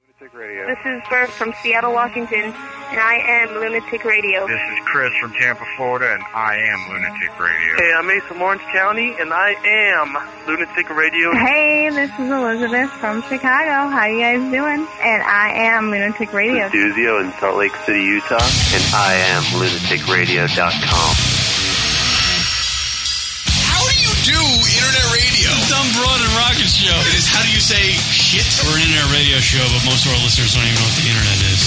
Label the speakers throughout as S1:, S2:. S1: Lunatic Radio.
S2: This is Bert from Seattle, Washington, and I am Lunatic Radio.
S3: This is Chris from Tampa, Florida, and I am Lunatic Radio.
S4: Hey, I'm Ace from Orange County, and I am Lunatic Radio.
S5: Hey, this is Elizabeth from Chicago. How you guys doing? And I am Lunatic Radio.
S6: Duzio in Salt Lake City, Utah, and I am lunaticradio.com.
S7: How do you do internet radio?
S8: Dumb Broad and Rocket Show.
S7: It is how do you say shit?
S8: We're an internet radio show, but most of our listeners don't even know what the internet is.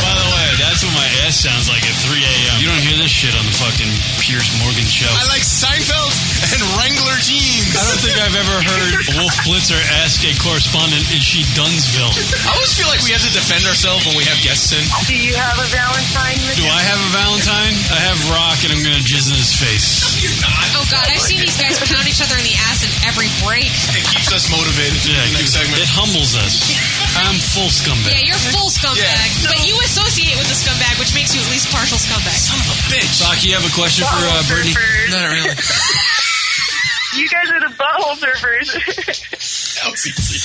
S8: By the way, that's what my ass sounds like at 3 a.m. You don't hear this shit on the fucking Piers Morgan show.
S7: I like Seinfeld and Wrangler jeans.
S8: I don't think I've ever heard Wolf Blitzer ask a correspondent, is she Dunsville?
S7: I always feel like we have to defend ourselves when we have guests in.
S2: Do you have a Valentine?
S8: Do I have a Valentine? I have Rock, and I'm going to jizz in his face.
S9: Oh God, I've seen these guys pound each other in the ass in every break.
S7: It keeps us motivated for
S8: Yeah,
S7: the
S8: it,
S7: next segment.
S8: it humbles us. I'm full scumbag.
S9: Yeah, you're full scumbag,
S7: Yeah, no.
S9: but you associate with the scumbag, which makes you at least partial scumbag.
S7: Son of a bitch.
S8: Rock, you have a question for uh, Brittany?
S2: surfers.
S7: Not really.
S2: You guys are the butthole surfers.
S7: That was easy.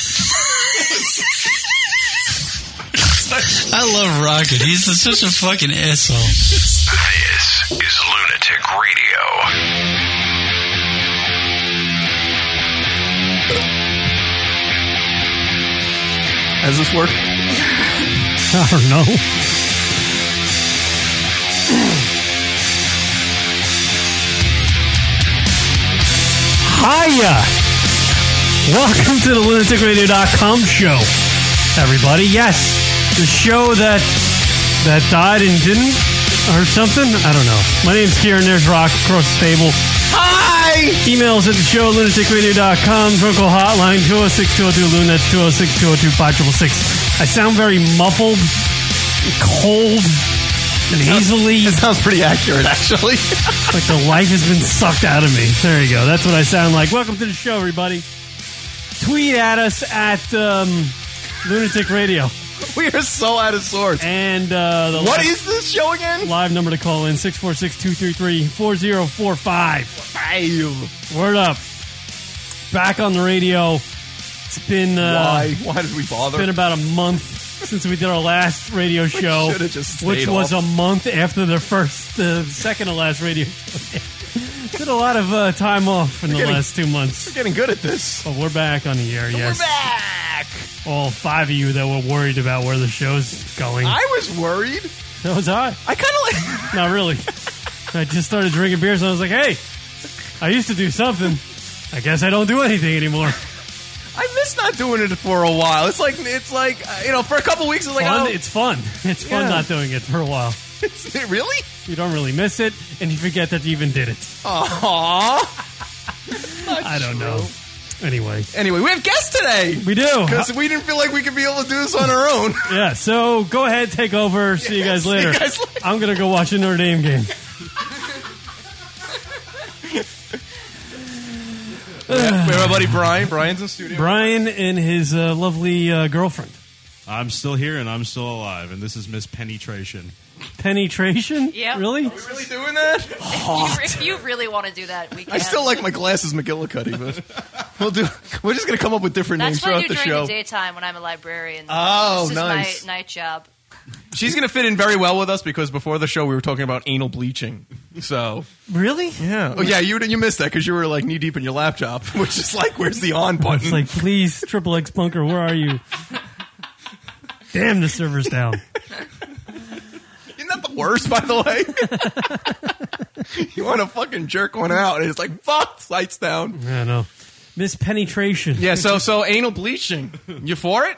S8: I love Rocket. He's such a fucking asshole.
S10: This is Lunatic Radio.
S11: Has this worked?
S12: I don't know. Hiya! Welcome to the lunaticradio.com show, everybody. Yes, the show that that died and didn't, or something. I don't know. My name's Kieran. There's Rock across the table.
S11: Hi!
S12: Emails at the show, lunaticradio.com, phone call hotline, 206-202-LUN, that's 206-202-5666. I sound very muffled, cold, and easily.
S11: It sounds pretty accurate, actually.
S12: like the life has been sucked out of me. There you go. That's what I sound like. Welcome to the show, everybody. Tweet at us at um, Lunatic Radio.
S11: we are so out of sorts.
S12: And uh, the
S11: What
S12: live,
S11: is this show again?
S12: live number to call in, 646-233-4045.
S11: Five.
S12: Word up. Back on the radio. It's been uh,
S11: Why? Why did we bother?
S12: it's been about a month since we did our last radio show,
S11: should've just stayed
S12: which was
S11: off.
S12: a month after the first, the second to last radio. show. did a lot of uh, time off in the
S11: getting-
S12: last two months,
S11: We're getting good at this.
S12: but we're back on the air. Yes,
S11: We're back.
S12: all five of you that were worried about where the show's going.
S11: I was worried.
S12: that was I.
S11: I kind of like.
S12: Not really. I just started drinking beer, so I was like, "Hey, I used to do something. I guess I don't do anything anymore."
S11: I miss not doing it for a while. It's like it's like uh, you know for a couple weeks it's like
S12: fun.
S11: oh
S12: It's fun. It's fun
S11: Yeah.
S12: not doing it for a while.
S11: it's really
S12: You don't really miss it, and you forget that you even did it.
S11: Aww.
S12: I don't know. Anyway,
S11: Anyway, we have guests today
S12: we do.
S11: because we didn't feel like we could be able to do this on our own.
S12: Yeah. So go ahead, take over. See you
S11: Yeah,
S12: guys
S11: see you
S12: later.
S11: guys later.
S12: I'm gonna go watch a Notre Dame game.
S11: we have our buddy Brian. Brian's in studio.
S12: Brian and his uh, lovely uh, girlfriend.
S13: I'm still here and I'm still alive, and this is Miss Penetration.
S12: Penetration.
S9: Yep.
S12: Really?
S11: Are we really doing that?
S9: If you really want to do that, we can.
S11: I still like my glasses McGillicuddy, but we'll do. We're just gonna come up with different names
S9: That's what I do
S11: throughout the
S9: during
S11: show.
S9: the daytime when I'm a librarian.
S11: Oh,
S9: this is
S11: nice.
S9: my night job.
S11: She's gonna fit in very well with us because before the show we were talking about anal bleaching. So
S12: Really?
S11: yeah, oh yeah, you you missed that because you were like knee deep in your laptop, which is like, where's the on button?
S12: It's like, please, Triple X Bunker, where are you? Damn, the server's down.
S11: Isn't that the worst, by the way? you want to fucking jerk one out, and it's like, fuck, lights down.
S12: I don't know. Miss Penetration.
S11: Yeah, so so anal bleaching. You for it?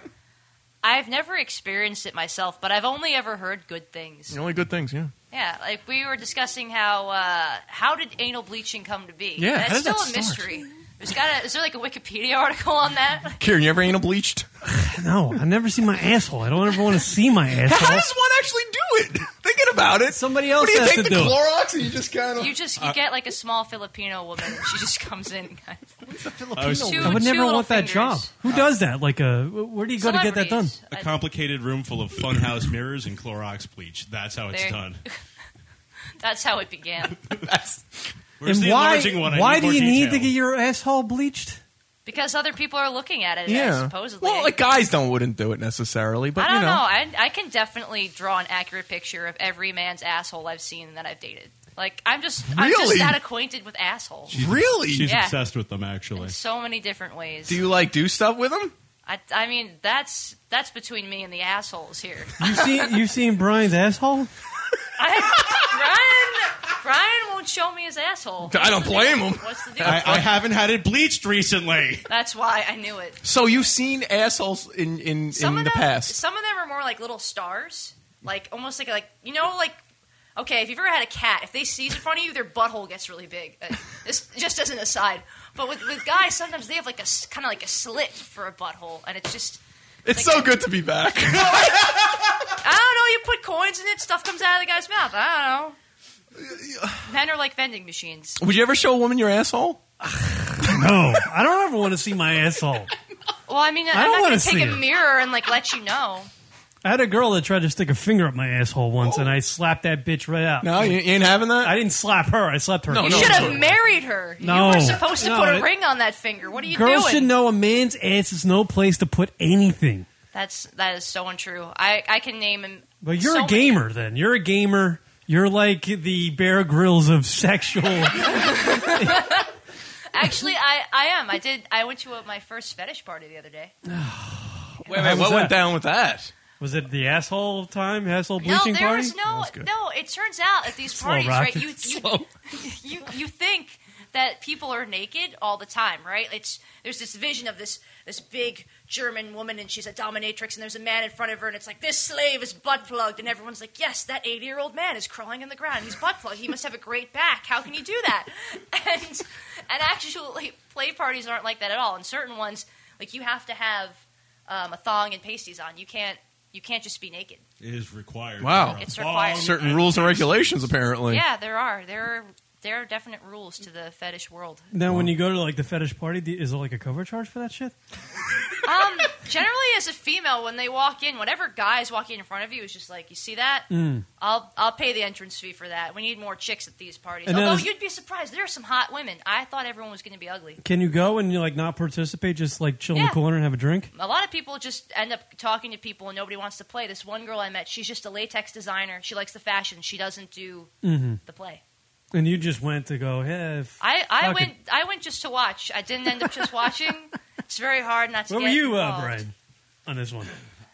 S9: I've never experienced it myself, but I've only ever heard good things.
S11: The only good things, yeah.
S9: Yeah, like we were discussing how uh, how did anal bleaching come to be?
S11: Yeah, how
S9: that's
S11: did
S9: still
S11: that
S9: a
S11: start?
S9: mystery. There's got is there like a Wikipedia article on that?
S11: Kieran, you ever anal bleached?
S12: No, I never see my asshole. I don't ever want to see my
S11: How
S12: asshole.
S11: does one actually do it? Thinking about it,
S12: Somebody
S11: What
S12: else
S11: do you
S12: has
S11: take
S12: to
S11: the
S12: do it.
S11: Clorox and you just kind of? Uh,
S9: You just you get like a small Filipino woman. and She just comes in. and Kind of,
S13: I was
S9: two,
S12: I would
S9: two
S12: never
S9: little
S12: want that
S9: fingers.
S12: job. Who does that? Like, uh, where do you go to get that done?
S9: Celebrities.
S13: a
S9: I-
S13: complicated room full of funhouse mirrors and Clorox bleach. That's how it's
S9: There-
S13: done.
S9: that's how it began.
S11: That's-
S13: Where's
S12: and
S13: the
S12: why?
S13: enlarging one? I
S12: why
S13: need
S12: do
S13: more
S12: you need to
S13: detail.
S12: get your asshole bleached?
S9: because other people are looking at it.
S11: yeah.
S9: as uh, supposedly.
S11: Well, like guys don't wouldn't do it necessarily, but
S9: I don't
S11: you know,
S9: I, I can definitely draw an accurate picture of every man's asshole I've seen that I've dated. Like I'm just I'm just
S11: Really?
S9: that acquainted with assholes.
S13: She's- She's
S9: yeah.
S13: obsessed with them, actually.
S9: in so many different ways.
S11: do you like do stuff with them?
S9: I, I mean, that's that's between me and the assholes here.
S12: You've seen you've seen Brian's asshole.
S9: I, Brian, Brian won't show me his asshole.
S11: I don't blame him.
S9: What's the deal?
S11: haven't had it bleached recently.
S9: That's why I knew it.
S11: So you've seen assholes in in, in
S9: Some
S11: the
S9: of them,
S11: past.
S9: some of them are more like little stars, like almost like like you know like. Okay, if you've ever had a cat, if they seize in front of you, their butthole gets really big. Uh, This just as an aside, but with, with guys, sometimes they have like a kind of like a slit for a butthole, and it's just
S11: It's so good to be back.
S9: I don't know. You put coins in it, stuff comes out of the guy's mouth. I don't know. Men are like vending machines.
S11: Would you ever show a woman your asshole?
S12: no, I don't ever want to see my asshole.
S9: Well, I mean,
S12: I
S9: I'm
S12: don't
S9: not
S12: wanna
S9: going to take
S12: see
S9: a
S12: it.
S9: mirror and like let you know.
S12: I had a girl that tried to stick a finger up my asshole once, and I slapped that bitch right out.
S11: No, you- ain't having that.
S12: I didn't slap her. I slapped her.
S9: you should have married her.
S12: No.
S9: You were supposed to
S12: No,
S9: put a
S12: it-
S9: ring on that finger. What are you
S12: Girls
S9: doing?
S12: should know a man's ass is no place to put anything.
S9: That's that is so untrue. I I can name him.
S12: But you're
S9: so
S12: a gamer, then. You're a gamer. You're like the Bear Grylls of sexual.
S9: Actually, I I am. I did. I went to a, my first fetish party the other day.
S11: Wait,
S12: How
S11: wait,
S12: was
S11: what
S12: that?
S11: went down with that?
S12: Was it the asshole time? Asshole
S9: No,
S12: bleaching
S9: there
S12: party?
S9: was no no. It turns out at these
S12: Slow
S9: parties, right?
S12: rocket.
S9: You you, you you think that people are naked all the time, right? It's there's this vision of this this big German woman and she's a dominatrix and there's a man in front of her and it's like this slave is butt plugged and everyone's like, yes, that 80 year old man is crawling on the ground. He's butt plugged. He must have a great back. How can you do that? And and actually, play parties aren't like that at all. And certain ones, like you have to have um, a thong and pasties on. You can't you can't just be naked.
S13: It is required.
S11: Wow,
S9: It's required.
S11: Certain rules and regulations, apparently.
S9: Yeah, there are. There are there are definite rules to the fetish world.
S12: Now, when you go to like the fetish party, the- is there like a cover charge for that shit?
S9: Um, generally, as a female, when they walk in, whatever guys walking in front of you is just like, you see that?
S12: Mm.
S9: I'll I'll pay the entrance fee for that. We need more chicks at these parties.
S12: And then
S9: Although
S12: there's-
S9: you'd be surprised, there are some hot women. I thought everyone was going to be ugly.
S12: Can you go and you like not participate, just like chill in
S9: Yeah.
S12: the corner and have a drink?
S9: A lot of people just end up talking to people and nobody wants to play. This one girl I met, she's just a latex designer. She likes the fashion. She doesn't do
S12: Mhm.
S9: the play.
S12: And you just went to go. Hey, f-
S9: Mm-hmm. I, I
S12: fuck
S9: went
S12: it."
S9: I went just to watch. I didn't end up just watching. It's very hard not to
S12: Where were
S9: get
S12: you, uh,
S9: involved.
S12: Brian, on this one?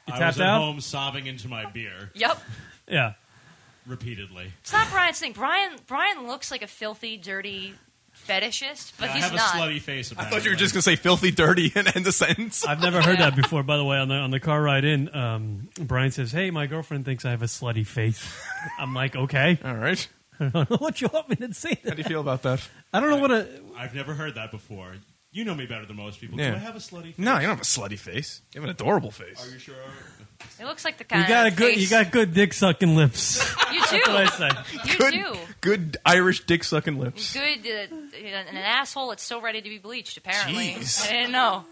S12: You
S13: I
S12: tapped
S13: was at
S12: out.
S13: home sobbing into my beer
S9: Yep.
S12: Yeah.
S13: repeatedly.
S9: It's not Brian's thing. Brian Brian looks like a filthy, dirty fetishist, but
S13: Yeah, I
S9: he's
S13: have
S9: not.
S13: a slutty face.
S11: I thought you were just gonna say filthy, dirty, and end the sentence.
S12: I've never heard that before. By the way, on the on the car ride in, um, Brian says, "Hey, my girlfriend thinks I have a slutty face." I'm like, "Okay,
S11: all right."
S12: I don't know what you want me to say. How
S11: do you feel about that?
S12: I don't know what a
S13: I've never heard that before. You know me better than most people.
S11: Yeah.
S13: Do I have a slutty face?
S11: No, you don't have a slutty face. You have an adorable face.
S13: Are you sure?
S9: He looks like the kind
S12: you got a
S9: of
S12: good you
S9: face-
S12: got good dick sucking lips.
S9: You do.
S12: That's what I say.
S9: You
S11: Good-
S9: do.
S11: Good Irish dick sucking lips.
S9: Good, uh, an asshole that's so ready to be bleached. Apparently,
S11: Jeez.
S9: I didn't know.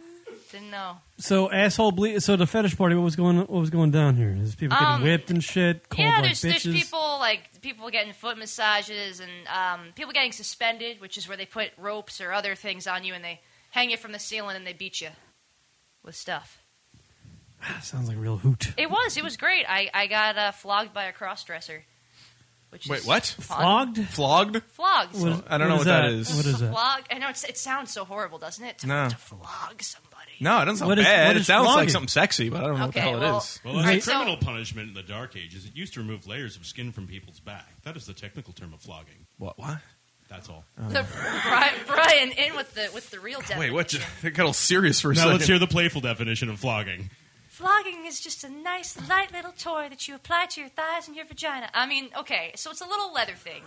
S9: Didn't know.
S12: So asshole ble- So the fetish party. What was going What was going down here? Is people getting
S9: Um,
S12: whipped and shit? Called
S9: yeah,
S12: like
S9: there's
S12: bitches.
S9: there's people like people getting foot massages and um, people getting suspended, which is where they put ropes or other things on you and they hang it from the ceiling and they beat you with stuff.
S12: Sounds like a real hoot.
S9: It was. It was great. I, I got uh, flogged by a crossdresser. Which
S11: Wait,
S9: is
S11: what?
S9: fun.
S12: Flogged?
S11: Flogged?
S9: Flogged.
S11: What- I don't know what that is. What is
S9: To
S11: that?
S9: flog. I know it's, it sounds so horrible, doesn't it? To,
S11: No.
S9: to flog somebody.
S11: No, it doesn't sound
S12: What is-
S11: bad.
S12: what
S11: It
S12: is
S11: sounds like
S12: flogging?
S11: something sexy, but I don't
S9: Okay,
S11: know what the hell
S9: well-
S11: it is.
S13: Well, it's
S9: Right,
S13: a
S9: so-
S13: criminal punishment in the Dark Ages. It used to remove layers of skin from people's back. That is the technical term of flogging.
S11: What? What? Oh.
S13: That's all.
S9: The, Brian, Brian in with the with the real death.
S11: Wait, what? It got all serious for a
S13: now
S11: second.
S13: let's hear the playful definition of flogging.
S9: Flogging is just a nice, light little toy that you apply to your thighs and your vagina. I mean, okay, so it's a little leather thing.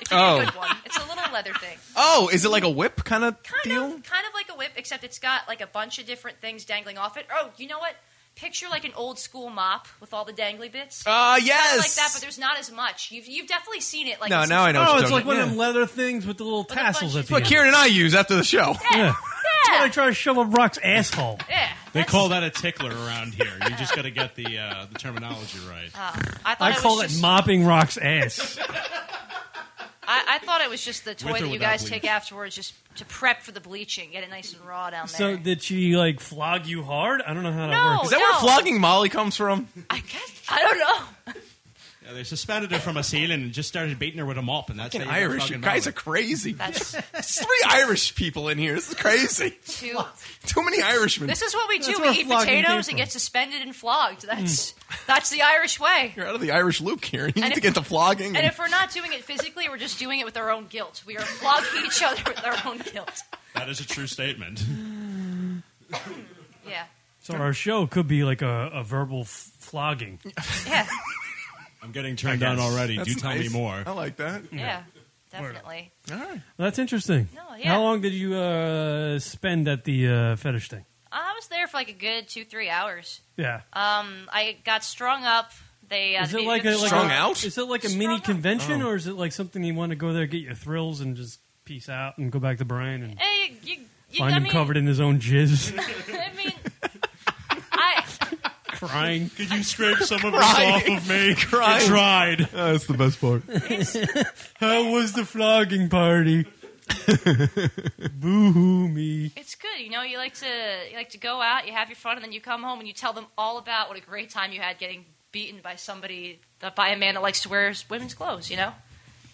S9: If you get
S11: Oh.
S9: a good one, it's a little leather thing.
S11: oh, is it like a whip kind of
S9: Kind
S11: deal?
S9: of, kind of like a whip, except it's got like a bunch of different things dangling off it. Oh, you know what? Picture like an old school mop with all the dangly bits.
S11: Ah,
S9: It's kinda
S11: yes!
S9: like that, but there's not as much. You've you've definitely seen it. Like
S11: No,
S9: it's
S11: now I know what
S12: Oh,
S11: you're
S12: it's like
S11: talking
S12: one of
S11: about.
S12: them leather things with the little tassels at
S11: That's
S12: the
S11: what
S12: end.
S11: Kieran and I use after the show.
S12: Yeah. That's why I try to shove up Rock's asshole.
S9: Yeah.
S13: They call that a tickler around here. You just got to get the uh, the terminology right.
S9: Oh, I thought
S12: I
S9: it
S12: call
S9: was
S12: it
S9: just-
S12: mopping Rock's ass.
S9: I, I thought it was just the toy
S12: With or
S9: that you
S12: without
S9: guys
S12: bleach.
S9: take afterwards, just to prep for the bleaching, get it nice and raw down there.
S12: So did she like flog you hard? I don't know how that
S9: No,
S12: works.
S9: Is that where no. flogging
S11: Molly comes from?
S9: I don't know.
S13: Yeah, they suspended her from a ceiling and just started beating her with a mop, and that's
S11: Fucking
S13: how you got
S11: Irish.
S13: fucking
S11: You guys
S13: Molly.
S11: are crazy.
S9: That's
S11: There's three Irish people in here. This is crazy.
S9: too.
S11: Too many Irishmen.
S9: This is what we do.
S11: That's
S9: we
S11: where
S9: eat
S11: flogging came
S9: potatoes
S11: from. Hmm.
S9: and get suspended and flogged. That's that's the Irish way.
S11: You're out of the Irish loop here. You need
S9: if-
S11: to get the flogging.
S9: And if we're not doing it physically, we're just doing it with our own guilt. We are flogging each other with our own guilt.
S13: That is a true statement.
S9: Yeah.
S12: So our show could be like a, a verbal f- flogging.
S9: Yeah.
S13: I'm getting turned on already. Do tell me more.
S11: I like that.
S9: Yeah. Definitely.
S11: All right.
S12: Well, that's interesting.
S9: No, yeah.
S12: How long did you uh, spend at the uh, fetish thing?
S9: I was there for like a good two, three hours.
S12: Yeah.
S9: Um, I got strung up. They uh,
S12: is
S9: they
S12: it
S9: made
S12: like
S9: me
S12: a
S9: do-
S12: like a, Is it like a mini convention, or is it like something you want to go there, get your thrills, and just peace out and go back to Brian and
S9: Hey, you, you,
S12: find
S9: I
S12: him
S9: mean,
S12: covered in his own jizz,
S9: I mean, I
S12: crying?
S13: Could you scrape some of
S12: Crying.
S13: this off of me?
S12: Crying.
S13: I tried.
S11: that's the best part.
S12: How was the flogging party? Boo hoo me.
S9: it's good. You know, you like to you like to go out, you have your fun, and then you come home and you tell them all about what a great time you had getting beaten by somebody by a man that likes to wear women's clothes. You know,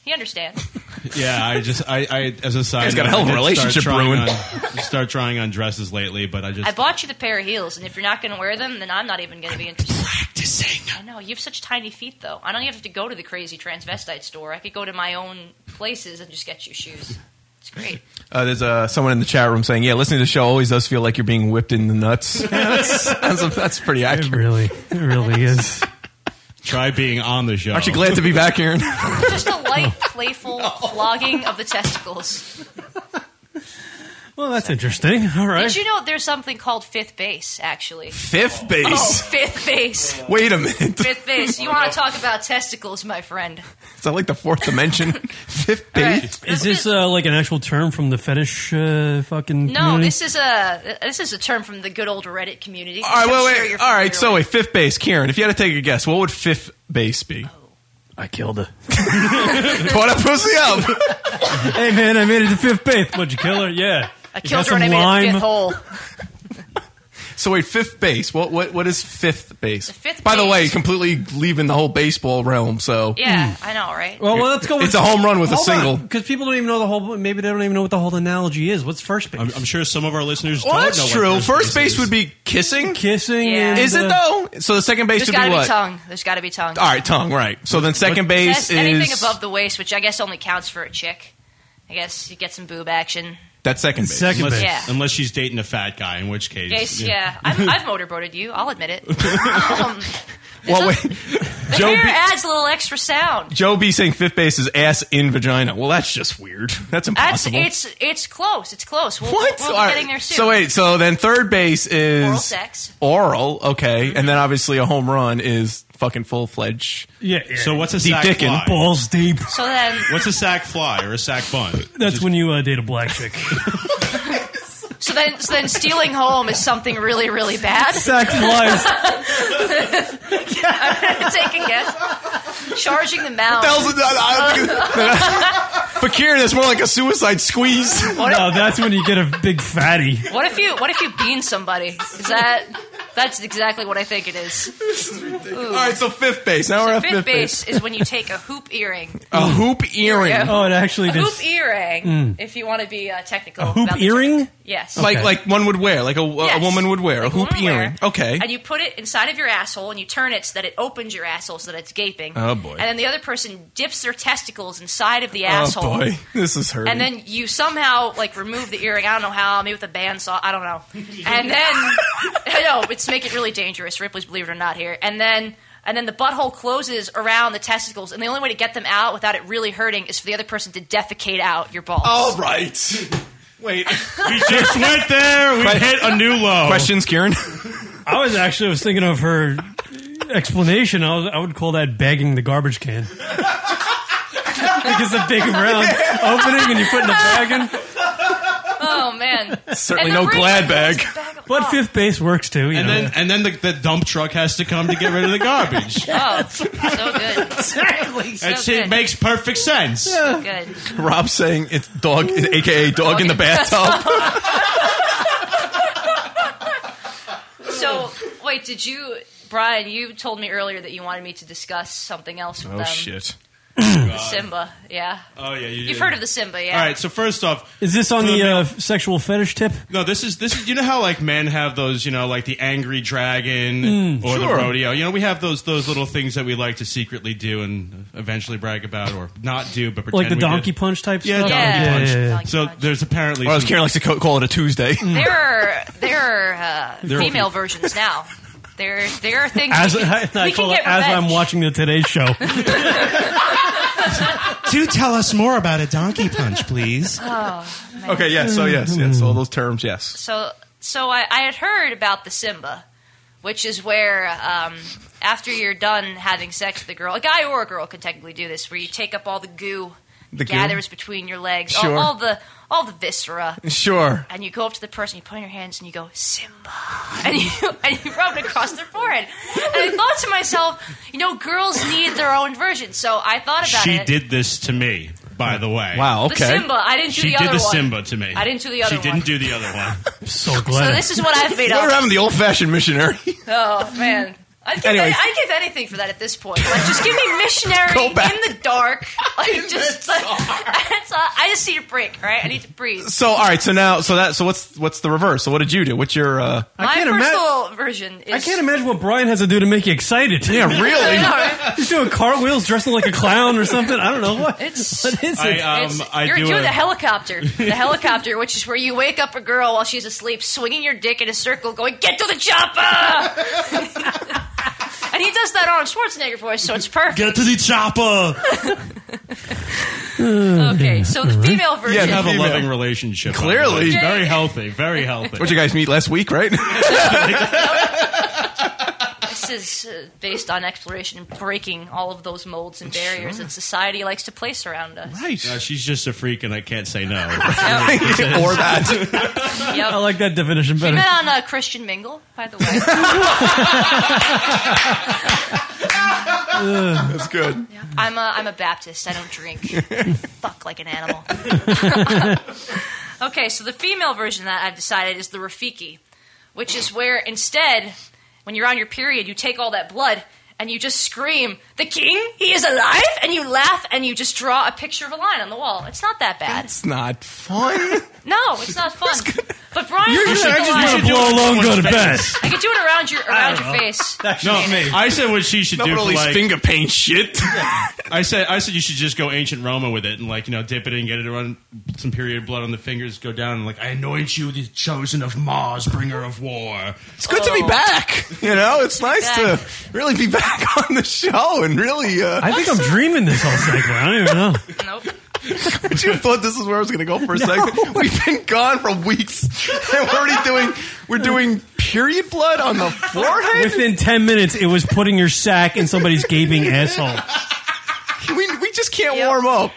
S9: he understands.
S13: Yeah, I just I, I as a side,
S11: He's got a
S13: note,
S11: hell of a
S13: I did
S11: relationship
S13: start trying
S11: brewing.
S13: On, start trying on dresses lately, but I just
S9: I bought you the pair of heels, and if you're not going to wear them, then I'm not even going to be interested. Practicing. I know you have such tiny feet, though. I don't even have to go to the crazy transvestite store. I could go to my own places and just get you shoes. It's great.
S11: Uh, there's uh, someone in the chat room saying, "Yeah, listening to the show always does feel like you're being whipped in the nuts." that's, that's, that's pretty accurate.
S12: really, it really is.
S13: try being on the show.
S11: Aren't you glad to be back, Aaron?
S9: Just a light, playful flogging of the testicles.
S12: Well, that's interesting. All right.
S9: Did you know there's something called fifth base? Actually,
S11: Fifth base?
S9: Oh, fifth base.
S11: Wait a minute.
S9: Fifth base. You want to talk about testicles, my friend?
S11: It's not like the fourth dimension, fifth base.
S12: Is this uh, like an actual term from the fetish uh, fucking?
S11: Mm-hmm.
S9: No, this is a this is a term from the good old Reddit community.
S11: All right,
S9: I'm
S11: wait,
S9: sure
S11: wait.
S9: you're
S11: All right,
S9: familiar
S11: so wait, fifth base, Karen. If you had to take a guess, what would fifth base be?
S12: I killed her.
S11: Put a pussy up.
S12: hey man, I made it to fifth base. Would you kill her? Yeah.
S9: I
S12: You
S9: killed
S12: got
S9: her and I
S12: some
S9: made it to
S12: lime? Hmm.
S9: fifth hole.
S11: So wait, fifth base. What what what is fifth base?
S9: fifth
S11: By the
S9: base-
S11: way, completely leaving the whole baseball realm. So Hmm.
S9: Yeah, I know, right?
S12: Well, well, let's go. With
S11: It's a home run with a single.
S12: because people don't even know the whole. Maybe they don't even know what the whole analogy is. What's first base?
S13: I'm, I'm sure some of our listeners
S11: Well,
S13: don't
S11: that's
S13: know. what
S11: true. First base
S13: is.
S11: would be kissing.
S12: Kissing.
S9: Yeah. and,
S11: Is it
S9: uh,
S11: though? So the second base
S9: There's
S11: would
S9: got
S11: be
S9: to
S11: what?
S9: be tongue. There's got to be tongue.
S11: All right, tongue. Right. So then second base
S9: That's anything
S11: is
S9: above the waist, which I guess only counts for a chick. I guess you get some boob action.
S11: that second base.
S9: Second
S13: unless,
S9: base. Yeah.
S13: unless she's dating a fat guy, in which case,
S9: Yes, yeah. I'm, I've motorboated you. I'll admit it. Um,
S11: Well, wait.
S9: the
S11: Joe
S9: hair
S11: B-
S9: adds a little extra sound.
S11: Joe B saying fifth base is ass in vagina. Well, that's just weird. That's
S9: That's
S11: impossible.
S9: it's it's close. It's close. We'll,
S11: what?
S9: We'll,
S11: All
S9: be
S11: right.
S9: getting there soon.
S11: So wait. So then third base is
S9: Oral sex. Mm-hmm.
S11: Oral, okay, and then obviously a home run is fucking full fledged.
S12: Yeah, yeah.
S13: So what's a
S11: Deep
S13: sack fly?
S11: dickin'.
S12: balls deep.
S9: So then,
S13: What's a sack fly or a sack bun?
S12: That's when you uh, date a black chick.
S9: so then, so then, stealing home is something really, really bad.
S12: Sack flies.
S9: I'm gonna take a guess. Charging the mound.
S11: Thousand- I- For Kieran, that's more like a suicide squeeze.
S12: no, that's when you get a big fatty.
S9: What if you what if you bean somebody? Is that that's exactly what I think it is. This is ridiculous.
S11: All right, so fifth base. Now we're at
S9: fifth,
S11: fifth
S9: base,
S11: base.
S9: is when you take a hoop earring.
S11: A hoop earring.
S9: Yeah.
S12: Oh, it actually
S9: a
S12: just
S9: hoop earring,
S11: Mm.
S9: if you want to be uh, technical.
S11: A hoop
S9: about the
S11: earring?
S9: term. Yes.
S11: Like like one would wear, like a, a
S9: Yes.
S11: woman would wear,
S9: Like
S11: a hoop
S9: woman wear.
S11: earring. Okay.
S9: And you put it inside of your asshole and you turn it so that it opens your asshole so that it's gaping.
S11: Oh, boy.
S9: And then the other person dips their testicles inside of the asshole.
S11: Oh boy, this is hurting.
S9: And then you somehow like remove the earring. I don't know how. Maybe with a bandsaw. I don't know. And then I know it's make it really dangerous. Ripley's Believe It or Not here. And then and then the butthole closes around the testicles. And the only way to get them out without it really hurting is for the other person to defecate out your balls.
S11: all right. Wait,
S13: we just went there. We hit a new low.
S11: Questions, Kieran?
S12: I was actually I was thinking of her explanation. I, was, I would call that bagging the garbage can. because the big round opening and you put in the bag in.
S9: Oh man.
S11: Certainly
S9: And the
S11: no
S9: ring-
S11: glad bag.
S9: Bag of
S12: But fifth base works too. You
S4: and
S12: know.
S4: then and then the, the dump truck has to come to get rid of the garbage.
S9: Oh, so good. Exactly. So
S4: It
S9: good.
S4: makes perfect sense.
S9: So good.
S11: Rob's saying it's dog, aka dog in the bathtub.
S9: So wait, did you, Brian? You told me earlier that you wanted me to discuss something else with
S4: Oh
S9: them.
S4: shit.
S9: The Simba, yeah.
S4: Oh yeah, you
S9: You've
S4: did.
S9: heard of the Simba, yeah?
S4: All right, so first off,
S12: is this on the uh, sexual fetish tip?
S4: No, this is this is you know how like men have those you know like the angry dragon
S12: Mm.
S4: or
S12: Sure.
S4: the rodeo. You know we have those those little things that we like to secretly do and eventually brag about or not do, but pretend
S12: Like the
S4: we
S12: donkey
S4: did.
S12: punch type
S4: Yeah,
S12: stuff?
S4: donkey punch. so there's apparently.
S11: Well, as
S4: some-
S11: Karen likes to co- call it a Tuesday.
S12: Mm.
S9: There are there are uh,
S12: There are-
S9: female versions now. There there are things
S12: As,
S9: we can,
S12: I, I
S9: we
S12: call
S9: can
S12: it
S9: get
S12: as I'm
S9: revenge.
S12: watching the Today Show.
S14: Do tell us more about a donkey punch, please.
S9: Oh, man.
S11: Okay, yes, so yes, yes, all those terms, yes.
S9: So so I, I had heard about the Simba, which is where um, after you're done having sex with a girl, a guy or a girl can technically do this, where you take up all the goo
S11: The goo?
S9: gathers between your legs,
S11: Sure.
S9: all, all the all the viscera.
S11: Sure.
S9: And you go up to the person, you put in your hands, and you go Simba, and you and you rub it across their forehead. And I thought to myself, you know, girls need their own version. So I thought about
S4: she
S9: it.
S4: did this to me, by the way.
S11: Wow.
S9: The okay. Simba. I didn't do
S4: she
S9: the
S4: did
S9: other
S4: the
S9: one.
S4: Simba to me.
S9: I didn't do the other
S4: She didn't do the other one. I'm
S12: so
S9: glad. So this is what I've made
S11: Let her
S9: up.
S11: have the old-fashioned missionary.
S9: Oh man. I'd give,
S11: Anyways.
S9: that, I'd give anything for that at this point. Like, just give me missionary
S11: Go
S9: in
S11: back.
S9: the dark. Like, just, like, that's all- I just need a break. All right, I need to breathe.
S11: So, all right, so now, so that, so what's what's the reverse? So, what did you do? What's your? uh
S9: My personal version is
S12: I can't imagine what Brian has to do to make you excited.
S11: Yeah, really.
S12: He's doing cartwheels, dressing like a clown or something. I don't know what.
S9: It's,
S12: what is it?
S4: um,
S9: It's- you're doing the helicopter. The helicopter, which is where you wake up a girl while she's asleep, swinging your dick in a circle, going, Get to the chopper! and he does that on Schwarzenegger voice, so it's perfect.
S14: Get to the chopper.
S9: okay, so the female version.
S4: Yeah, have a loving relationship. by the way.
S11: Mm-hmm. Clearly.
S4: very healthy, very healthy.
S11: What you guys meet last week, right?
S9: This is uh, based on exploration and breaking all of those molds and barriers that society likes to place around us.
S4: Uh, she's just a freak, and I can't say no.
S11: or that.
S9: Yep.
S12: I like that definition
S9: We
S12: better.
S9: met on uh, Christian Mingle, by the way.
S11: That's good.
S9: I'm a I'm a Baptist. I don't drink. Fuck like an animal. okay, so the female version that I've decided is the Rafiki, which is where instead, when you're on your period, you take all that blood and you just scream, "The king, he is alive!" and you laugh and you just draw a picture of a line on the wall. It's not that bad.
S11: It's not fun.
S9: No, it's not fun. But Brian,
S11: Usually
S9: you should
S11: I
S9: go
S11: just
S9: on-
S11: wanna blow a load and go to bed.
S9: I could do it around your around
S4: don't
S9: your
S4: know.
S9: face.
S4: no, I said what she should
S11: Not
S4: do.
S11: with all
S4: for,
S11: these
S4: like,
S11: finger paint shit.
S4: I said I said you should just go ancient Roma with it and like you know dip it and get it around some period blood on the fingers. Go down and like I anoint you the chosen of Mars, bringer of war.
S11: It's good
S9: Oh.
S12: Oh.
S11: to be back. You know, it's nice to really be back on the show and really. Uh,
S12: I think I'm dreaming this whole segment. I don't even know.
S11: Would you have thought this is where I was going to go for a second? We've been gone for weeks, and we're already doing we're doing period blood on the forehead.
S12: Within 10 minutes, it was putting your sack in somebody's gaping asshole.
S11: We, we just can't warm up.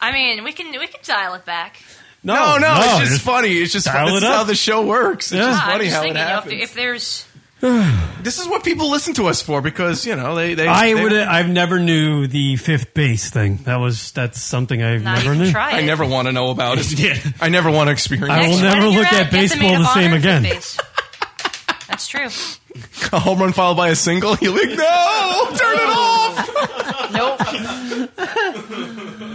S9: I mean, we can we can dial it back.
S11: No, no, it's just funny. It's just
S12: dial
S11: funny. This
S12: it
S11: is how
S12: up.
S11: the show works. It's
S9: Yeah,
S11: just
S9: Ah, I'm
S11: funny
S9: just
S11: how it
S9: thinking, you know, if-
S11: happens.
S9: if there's
S11: this is what people listen to us for because you know they. they
S12: I
S11: they-
S12: would. I've never knew the fifth base thing. That was. That's something I've
S9: Now you
S12: never
S9: can
S12: knew.
S9: try
S11: I never want to know about it. I never want to experience.
S12: I will Next
S11: it.
S12: never time you're look at at- get the baseball maid of the same honor for again.
S9: That's true.
S11: A home run followed by a single. You're like, no, turn it off.
S9: Nope.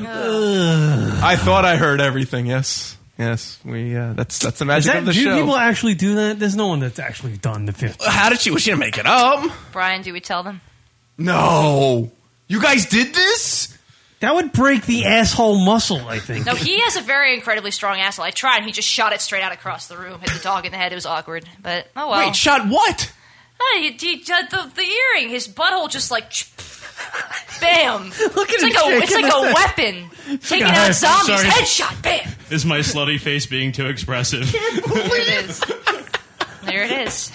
S11: I thought I heard everything. Yes, yes. We uh, that's that's the
S12: Is
S11: magic
S12: that,
S11: of the
S12: do
S11: show.
S12: people actually do that? There's no one that's actually done the fifth.
S11: How did she? Was she gonna make it up?
S9: Brian, do we tell them?
S11: No, you guys did this.
S12: That would break the asshole muscle. I think.
S9: No, he has a very incredibly strong asshole. I tried, and he just shot it straight out across the room, hit the dog in the head. It was awkward, but oh well.
S11: Wait, shot what?
S9: Oh, he, he did the, the earring. His butthole just like, bam.
S12: Look
S9: it's
S4: at
S9: like
S4: him
S9: a it's
S4: shaking
S9: like a
S4: his
S9: weapon taking
S4: Guys, I'm
S9: out zombies.
S4: sorry.
S9: Headshot, bam.
S4: Is my slutty face being too expressive?
S9: There it is. There it is.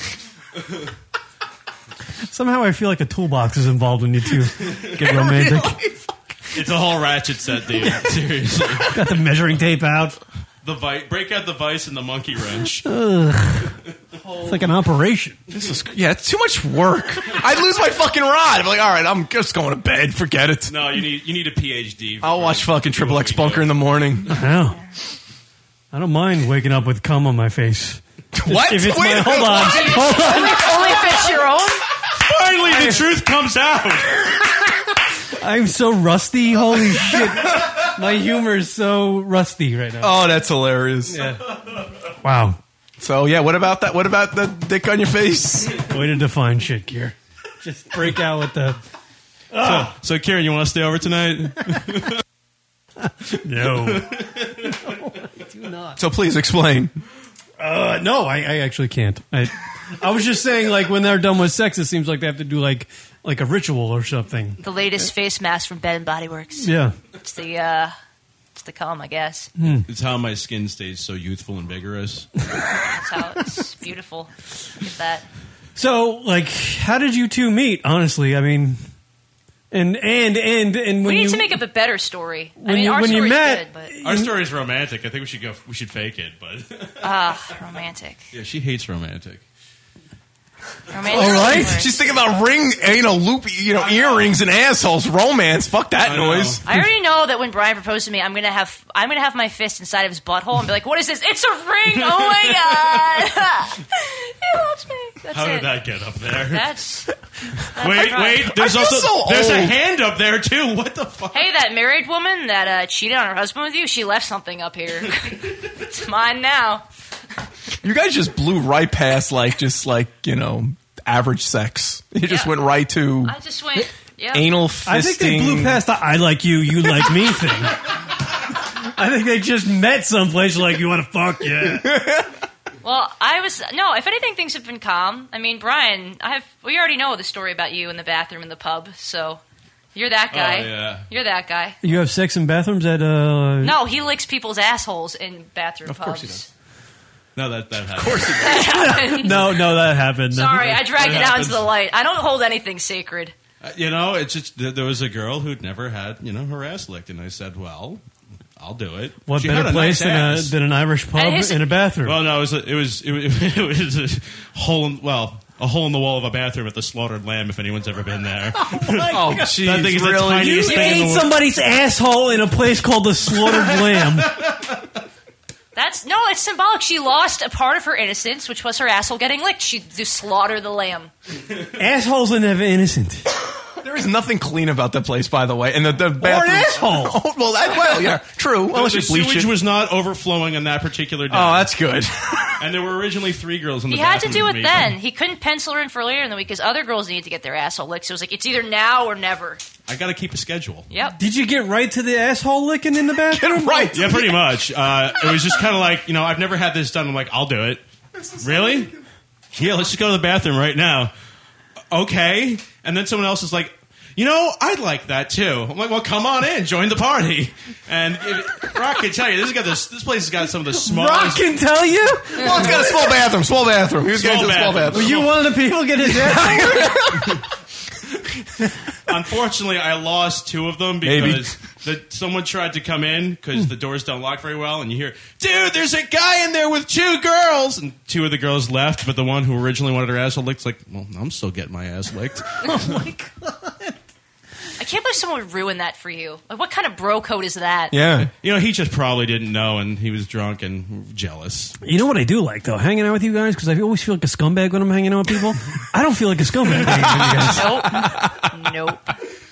S12: Somehow I feel like a toolbox is involved when you two get romantic.
S4: It's a whole ratchet set, dude. Seriously,
S12: Got the measuring tape out.
S4: the vi- break out the vice and the monkey wrench.
S12: Ugh. It's like an operation.
S11: This is yeah, it's too much work. I'd lose my fucking rod. I'm like, all right, I'm just going to bed. Forget it. Oh,
S4: No, you need you need a PhD.
S11: I'll watch fucking Triple X Bunker in the morning.
S12: Wow. I don't mind waking up with cum on my face.
S11: What?
S12: If it's
S11: Wait,
S12: my, hold on,
S11: what?
S12: hold on.
S9: Only if it's your own.
S4: Finally, the truth comes out.
S12: I'm so rusty. Holy shit. My humor is so rusty right now.
S11: Oh, that's hilarious.
S12: Wow.
S11: So yeah, what about that? What about the dick on your face?
S12: Way to define shit gear. Just break out with the.
S4: So, so Karen, you want to stay over tonight?
S12: no. do not.
S11: So please explain.
S12: Uh, no, I, I actually can't. I, I was just saying, like when they're done with sex, it seems like they have to do like like a ritual or something.
S9: The latest face mask from Bed and Body Works.
S12: Yeah.
S9: It's the uh, it's the calm, I guess.
S4: It's how my skin stays so youthful and vigorous.
S9: That's how it's beautiful. Look at that.
S12: So, like, how did you two meet? Honestly, I mean, and and and and
S9: we
S12: when
S9: need
S12: you
S9: to make up a better story. I
S12: when
S9: mean,
S12: you-
S9: our
S12: when you
S9: story's
S12: met-
S9: good,
S4: Our story's romantic. I think we should go. We should fake it, but
S9: but ah, romantic.
S4: yeah, she hates romantic.
S9: Romantic.
S11: All right,
S9: story.
S11: she's thinking about ring, you know, loop, you know, earrings and assholes, romance. Fuck that noise.
S9: I already know that when Brian proposed to me, I'm gonna have I'm gonna have my fist inside of his butthole and be like, "What is this? It's a ring! Oh my god! he loves me." That's
S4: How
S9: it.
S4: did that get up there?
S9: That's, that's
S4: wait,
S9: right.
S4: wait. There's
S11: I
S4: also
S11: feel so
S4: there's a
S11: old.
S4: hand up there too. What the fuck?
S9: Hey, that married woman that uh, cheated on her husband with you, she left something up here. it's mine now.
S11: You guys just blew right past like just like you know average sex. You just
S9: Yeah.
S11: went right to
S9: I just went. Yeah.
S11: anal fisting.
S12: I think they blew past the "I like you, you like me" thing. I think they just met someplace like you want to fuck yeah.
S9: Well, I was no. If anything, things have been calm. I mean, Brian, I have. We already know the story about you in the bathroom in the pub. So you're that guy.
S4: Oh, yeah.
S9: You're that guy.
S12: You have sex in bathrooms at uh
S9: No, he licks people's assholes in bathroom pubs.
S11: course he
S4: No, that that happened. Of course,
S12: no no that happened. No.
S9: Sorry, I dragged
S4: That
S9: it out into
S4: happens.
S9: the light. I don't hold anything sacred.
S4: Uh, you know it's just there, there was a girl who'd never had you know her ass licked, and I said, well, I'll do it.
S12: What
S4: She had
S12: better
S4: a
S12: place
S4: nice ass.
S12: than, a, than an Irish pub
S9: And his-
S12: in a bathroom?
S4: Well, no, it was a, it was it was, it was a hole. In, well, a hole in the wall of a bathroom at the slaughtered lamb. If anyone's ever been there,
S11: Oh, jeez,
S4: That thing is the
S11: really?
S4: tiniest
S12: you
S4: thing in
S12: ate
S4: the world.
S12: somebody's asshole in a place called the Slaughtered Lamb.
S9: That's no, it's symbolic. She lost a part of her innocence, which was her asshole getting licked. She just slaughter the lamb.
S12: Assholes are never innocent.
S11: There is nothing clean about the place, by the way, and the, the
S12: Or an
S11: bathroom.
S12: asshole.
S11: Oh, well, that well, yeah, true. Unless
S4: the
S11: you bleach
S4: sewage
S11: it.
S4: was not overflowing on that particular day.
S11: oh, that's good.
S4: and there were originally three girls in the
S9: He had to
S4: bathroom
S9: do
S4: with
S9: it
S4: me.
S9: then. He couldn't pencil her in for later in the week because other girls needed to get their asshole licked. So it was like, it's either now or never.
S4: I got to keep a schedule.
S9: Yep.
S12: Did you get right to the asshole licking in the bathroom?
S11: right.
S4: Yeah, pretty much. Uh, it was just kind of like you know, I've never had this done. I'm like, I'll do it. Really? Yeah, let's just go to the bathroom right now. Okay. And then someone else is like, you know, I'd like that too. I'm like, well, come on in, join the party. And it, Rock can tell you, this has got this, this place has got some of the
S12: Rock
S4: smallest.
S12: can tell you.
S11: Well, it's got a small bathroom. Small bathroom. He was
S4: Small
S11: getting to the small
S4: bathroom.
S11: bathroom.
S12: Were you one of the people get his ass?
S4: Unfortunately, I lost two of them
S11: Maybe.
S4: because the, someone tried to come in because the doors don't lock very well, and you hear, "Dude, there's a guy in there with two girls," and two of the girls left, but the one who originally wanted her asshole licked's like, "Well, I'm still getting my ass licked."
S9: I can't believe someone would ruin that for you. Like, what kind of bro code is that?
S11: Yeah.
S4: you know, he just probably didn't know, and he was drunk and jealous.
S12: You know what I do like though, hanging out with you guys because I always feel like a scumbag when I'm hanging out with people. I don't feel like a scumbag. hanging out with you
S9: Nope.
S12: guys.
S9: nope.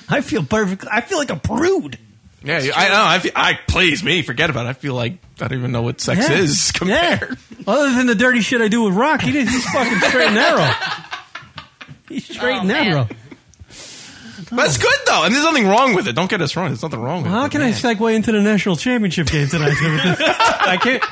S12: I feel perfect. I feel like a prude.
S11: Yeah, you- I know. I, feel, I please me. Forget about it. I feel like I don't even know what sex
S12: Yeah.
S11: is compared.
S12: Yeah. Other than the dirty shit I do with Rock, he did, he's fucking straight and narrow. He's straight
S9: Oh,
S12: and narrow.
S9: man.
S11: That's good though, and there's nothing wrong with it. Don't get us wrong. There's nothing wrong with
S12: How
S11: it.
S12: can I segue into the national championship game tonight? with this? I can't.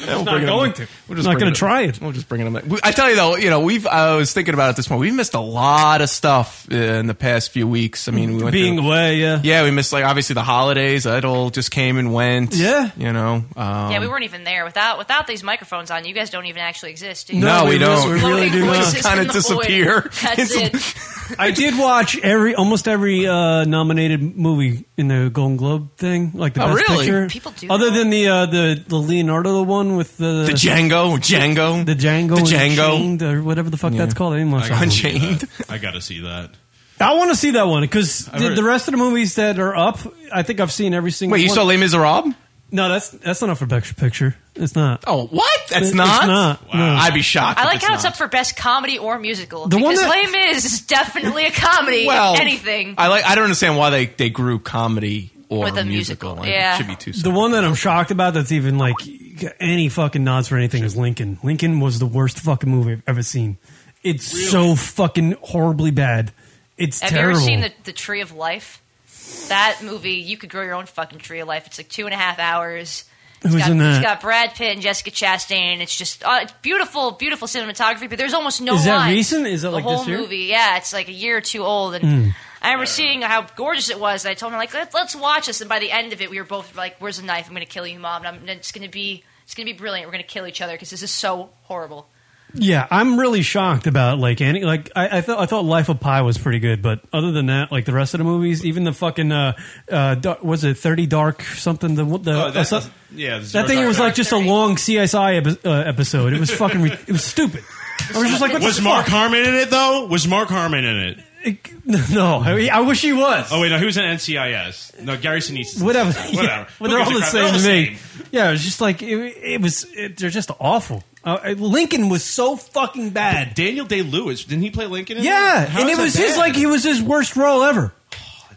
S11: Yeah, we'll
S12: not
S11: bring it up.
S12: going to.
S11: We'll just
S12: Not
S11: bring
S12: gonna
S11: it up.
S12: try it.
S11: We'll just bring it up. We- I tell you though, you know, we've. I was thinking about it this morning. We've missed a lot of stuff uh, in the past few weeks. I mean, we went
S12: Being
S11: through-
S12: away, yeah.
S11: Yeah, we missed like obviously the holidays. That all just came and went.
S12: Yeah.
S11: you know. Um,
S9: yeah, we weren't even there. Without without these microphones on, you guys don't even actually exist. Do you?
S11: No, we,
S12: we
S11: don't.
S12: really- we really
S9: Floating
S12: do not.
S9: voices
S11: Kinda
S9: in the void.
S11: disappear.
S9: That's
S11: It's-
S9: it.
S12: I did watch every almost every uh, nominated movie in the Golden Globe thing, like the
S11: Oh,
S12: best
S11: really?
S12: picture.
S11: People do
S12: Other than the uh, the the Leonardo one with the
S11: The Django, Django.
S12: the Django,
S11: The Django.
S12: Unchained, or whatever the fuck that's called. I didn't watch
S13: I
S12: that
S13: gotta
S12: one.
S13: see that. I gotta see that.
S12: I want to see that one because
S13: I've
S12: the,
S13: heard-
S12: the rest of the movies that are up, I think I've seen every single.
S11: Wait, you
S12: one.
S11: saw Les Miserables?
S12: No, that's that's not up for best picture. It's not.
S11: Oh, what? That's
S12: It's
S11: not.
S12: not, no.
S11: I'd be shocked.
S9: I
S11: if
S9: like how it's
S11: not.
S9: up for best comedy or musical.
S11: The one
S9: because
S11: that-
S9: Lame Is is definitely a comedy.
S11: Well,
S9: anything.
S11: I like. I don't understand why they they grew comedy or
S9: With a musical,
S11: musical. Like,
S9: yeah.
S11: it should be two.
S12: The one that I'm shocked about that's even like any fucking nods for anything is Lincoln. Lincoln was the worst fucking movie I've ever seen. It's so fucking horribly bad. It's
S9: Have
S12: terrible.
S9: you ever seen the, the Tree of Life? That movie, you could grow your own fucking tree of life. It's like two and a half hours. It's
S12: Who's
S9: got,
S12: in
S9: It's
S12: that?
S9: got Brad Pitt and Jessica Chastain. It's just uh, it's beautiful, beautiful cinematography. But there's almost no.
S12: Is that
S9: lines.
S12: recent? Is that
S9: the
S12: like
S9: whole
S12: this year?
S9: movie? Yeah, it's like a year or two old. And
S12: Mm.
S9: I remember seeing how gorgeous it was. And I told him like, Let, let's watch this. And by the end of it, we were both like, "Where's the knife? I'm going to kill you, mom. And I'm, and it's going to be it's going to be brilliant. We're going to kill each other because this is so horrible."
S12: yeah, I'm really shocked about like any like I, I thought I thought Life of Pi was pretty good, but other than that, like the rest of the movies, even the fucking uh, uh dar- was it Thirty Dark something the the
S13: Oh, that-
S12: uh,
S13: yeah,
S12: that thing it was like just a long CSI epi- uh, episode. It was fucking re- it was stupid. I was just like, what
S13: was
S12: the
S13: Mark
S12: fuck?
S13: Harmon in it though? Was Mark Harmon in it?
S12: No, I, mean, I wish he was.
S13: Oh wait, no, he was in NCIS. No, Gary Sinise.
S12: whatever.
S13: whatever.
S12: Well,
S13: Who
S12: they're all
S13: gives a
S12: the
S13: crap?
S12: same to
S13: They're all
S12: me. Yeah, it was just like it, it was. It, they're just awful. Uh, uh, Lincoln was so fucking bad.
S13: Daniel Day Lewis didn't he play Lincoln? In
S12: yeah,
S13: How
S12: and it
S13: is that
S12: was his
S13: bad? Oh,
S12: like he was his worst role ever.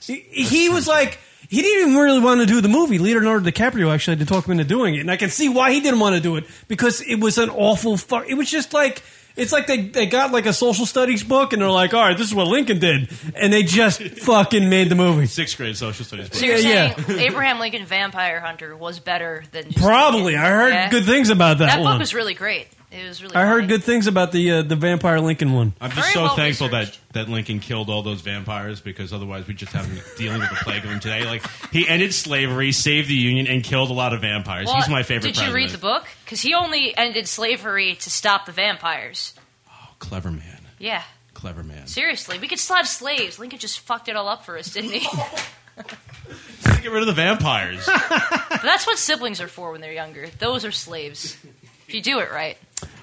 S12: he he was like he didn't even really want to do the movie. Leonardo DiCaprio actually had to talk him into doing it, and I can see why he didn't want to do it because it was an awful fuck. It was just like. It's like they, they got like a social studies book and they're like, all right, this is what Lincoln did, and they just fucking made the movie.
S13: sixth grade social studies.
S9: So
S12: Yeah,
S9: you're
S12: yeah.
S9: saying Abraham Lincoln Vampire Hunter was better than just
S12: Probably. I heard
S9: Yeah.
S12: good things about that,
S9: book
S12: one.
S9: was really great. It was really.
S12: I heard good things about the uh, the Vampire Lincoln one.
S13: I'm just
S9: Very
S13: so
S9: well
S13: thankful that that Lincoln killed all those vampires because otherwise we just have him dealing with the plague of them today. Like he ended slavery, saved the Union, and killed a lot of vampires.
S9: Well,
S13: He's my favorite.
S9: Did you read the
S13: president.
S9: book? Because he only ended slavery to stop the vampires.
S13: Clever man,
S9: Yeah,
S13: clever man.
S9: seriously, we could still have slaves. Lincoln just fucked it all up for us, didn't he?
S13: Just Get rid of the vampires.
S9: But that's what siblings are for when they're younger. Those are slaves. If you do it right.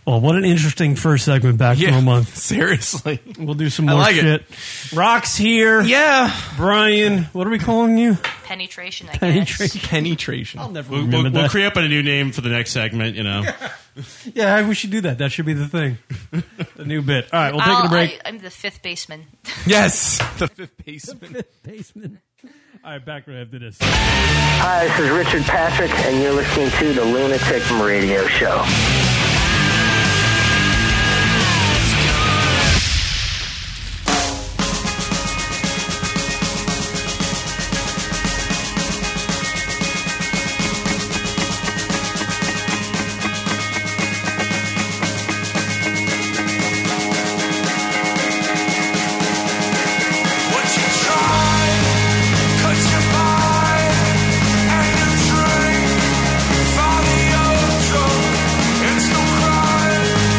S12: Well, Oh, what an interesting first segment back for a month. Seriously, we'll do some
S11: I
S12: more
S11: like
S12: shit.
S11: it.
S12: Rocks here. Yeah, Brian. What are we calling you?
S9: Penetration, I guess.
S12: Penetration.
S11: Penetration.
S12: I'll never
S13: We'll,
S12: remember
S13: we'll,
S12: that.
S13: we'll create up a new name for the next segment. You know,
S12: yeah, we should do that. That should be the thing. the new bit. All right, we'll take
S9: I'll-
S12: a break.
S9: I, am the fifth baseman.
S12: yes,
S11: the fifth baseman.
S12: basement. All right, back right after this.
S15: Hi, this is Richard Patrick, and you're listening to the Lunatic Radio Show.
S10: Would you try? Could you buy a new drink for the old joke? It's the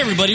S8: everybody.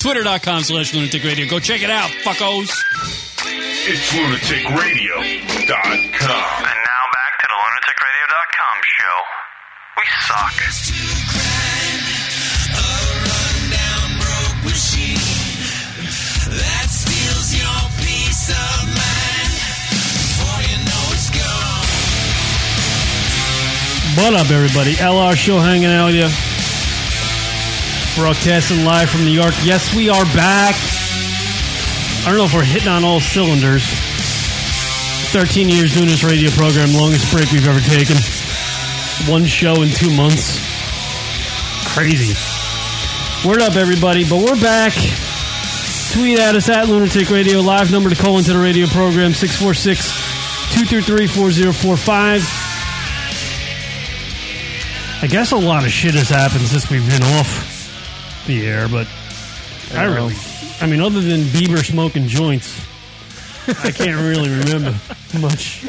S8: Twitter.com slash lunatic radio. Go check it out, fuckos.
S3: It's lunaticradio.com.
S6: And now back to the lunaticradio.com show. We suck.
S10: That steals your peace of mind before you know it's gone.
S12: What up, everybody? LR Show hanging out with you. Broadcasting live from New York. Yes, we are back. I don't know if we're hitting on all cylinders. 13 years doing this radio program, longest break we've ever taken. One show in two months. Crazy. Word up, everybody, but we're back. Tweet at us at Lunatic Radio. Live number to call into the radio program 646 233 4045. I guess a lot of shit has happened since we've been off the air, but I,
S11: I know.
S12: really, I mean, other than Bieber smoking joints, I can't really remember much.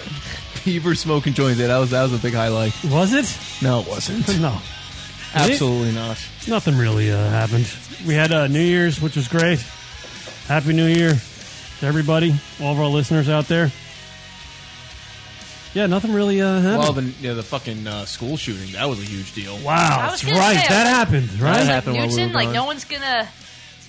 S11: Beaver smoking joints. Yeah, that was that was a big highlight.
S12: Was it?
S11: No, it wasn't.
S12: No,
S11: absolutely not.
S12: Nothing really uh, happened. We had uh, New Year's, which was great. Happy New Year to everybody, all of our listeners out there. Yeah, nothing really uh, happened.
S11: Well, the, yeah, the fucking uh, school shooting that was a huge deal.
S12: Wow,
S9: I was
S12: that's
S9: gonna
S12: right.
S9: say,
S12: that
S9: I-
S12: happened, right?
S11: That happened while we
S9: Newton,
S11: were
S9: like
S11: gone.
S9: no one's gonna,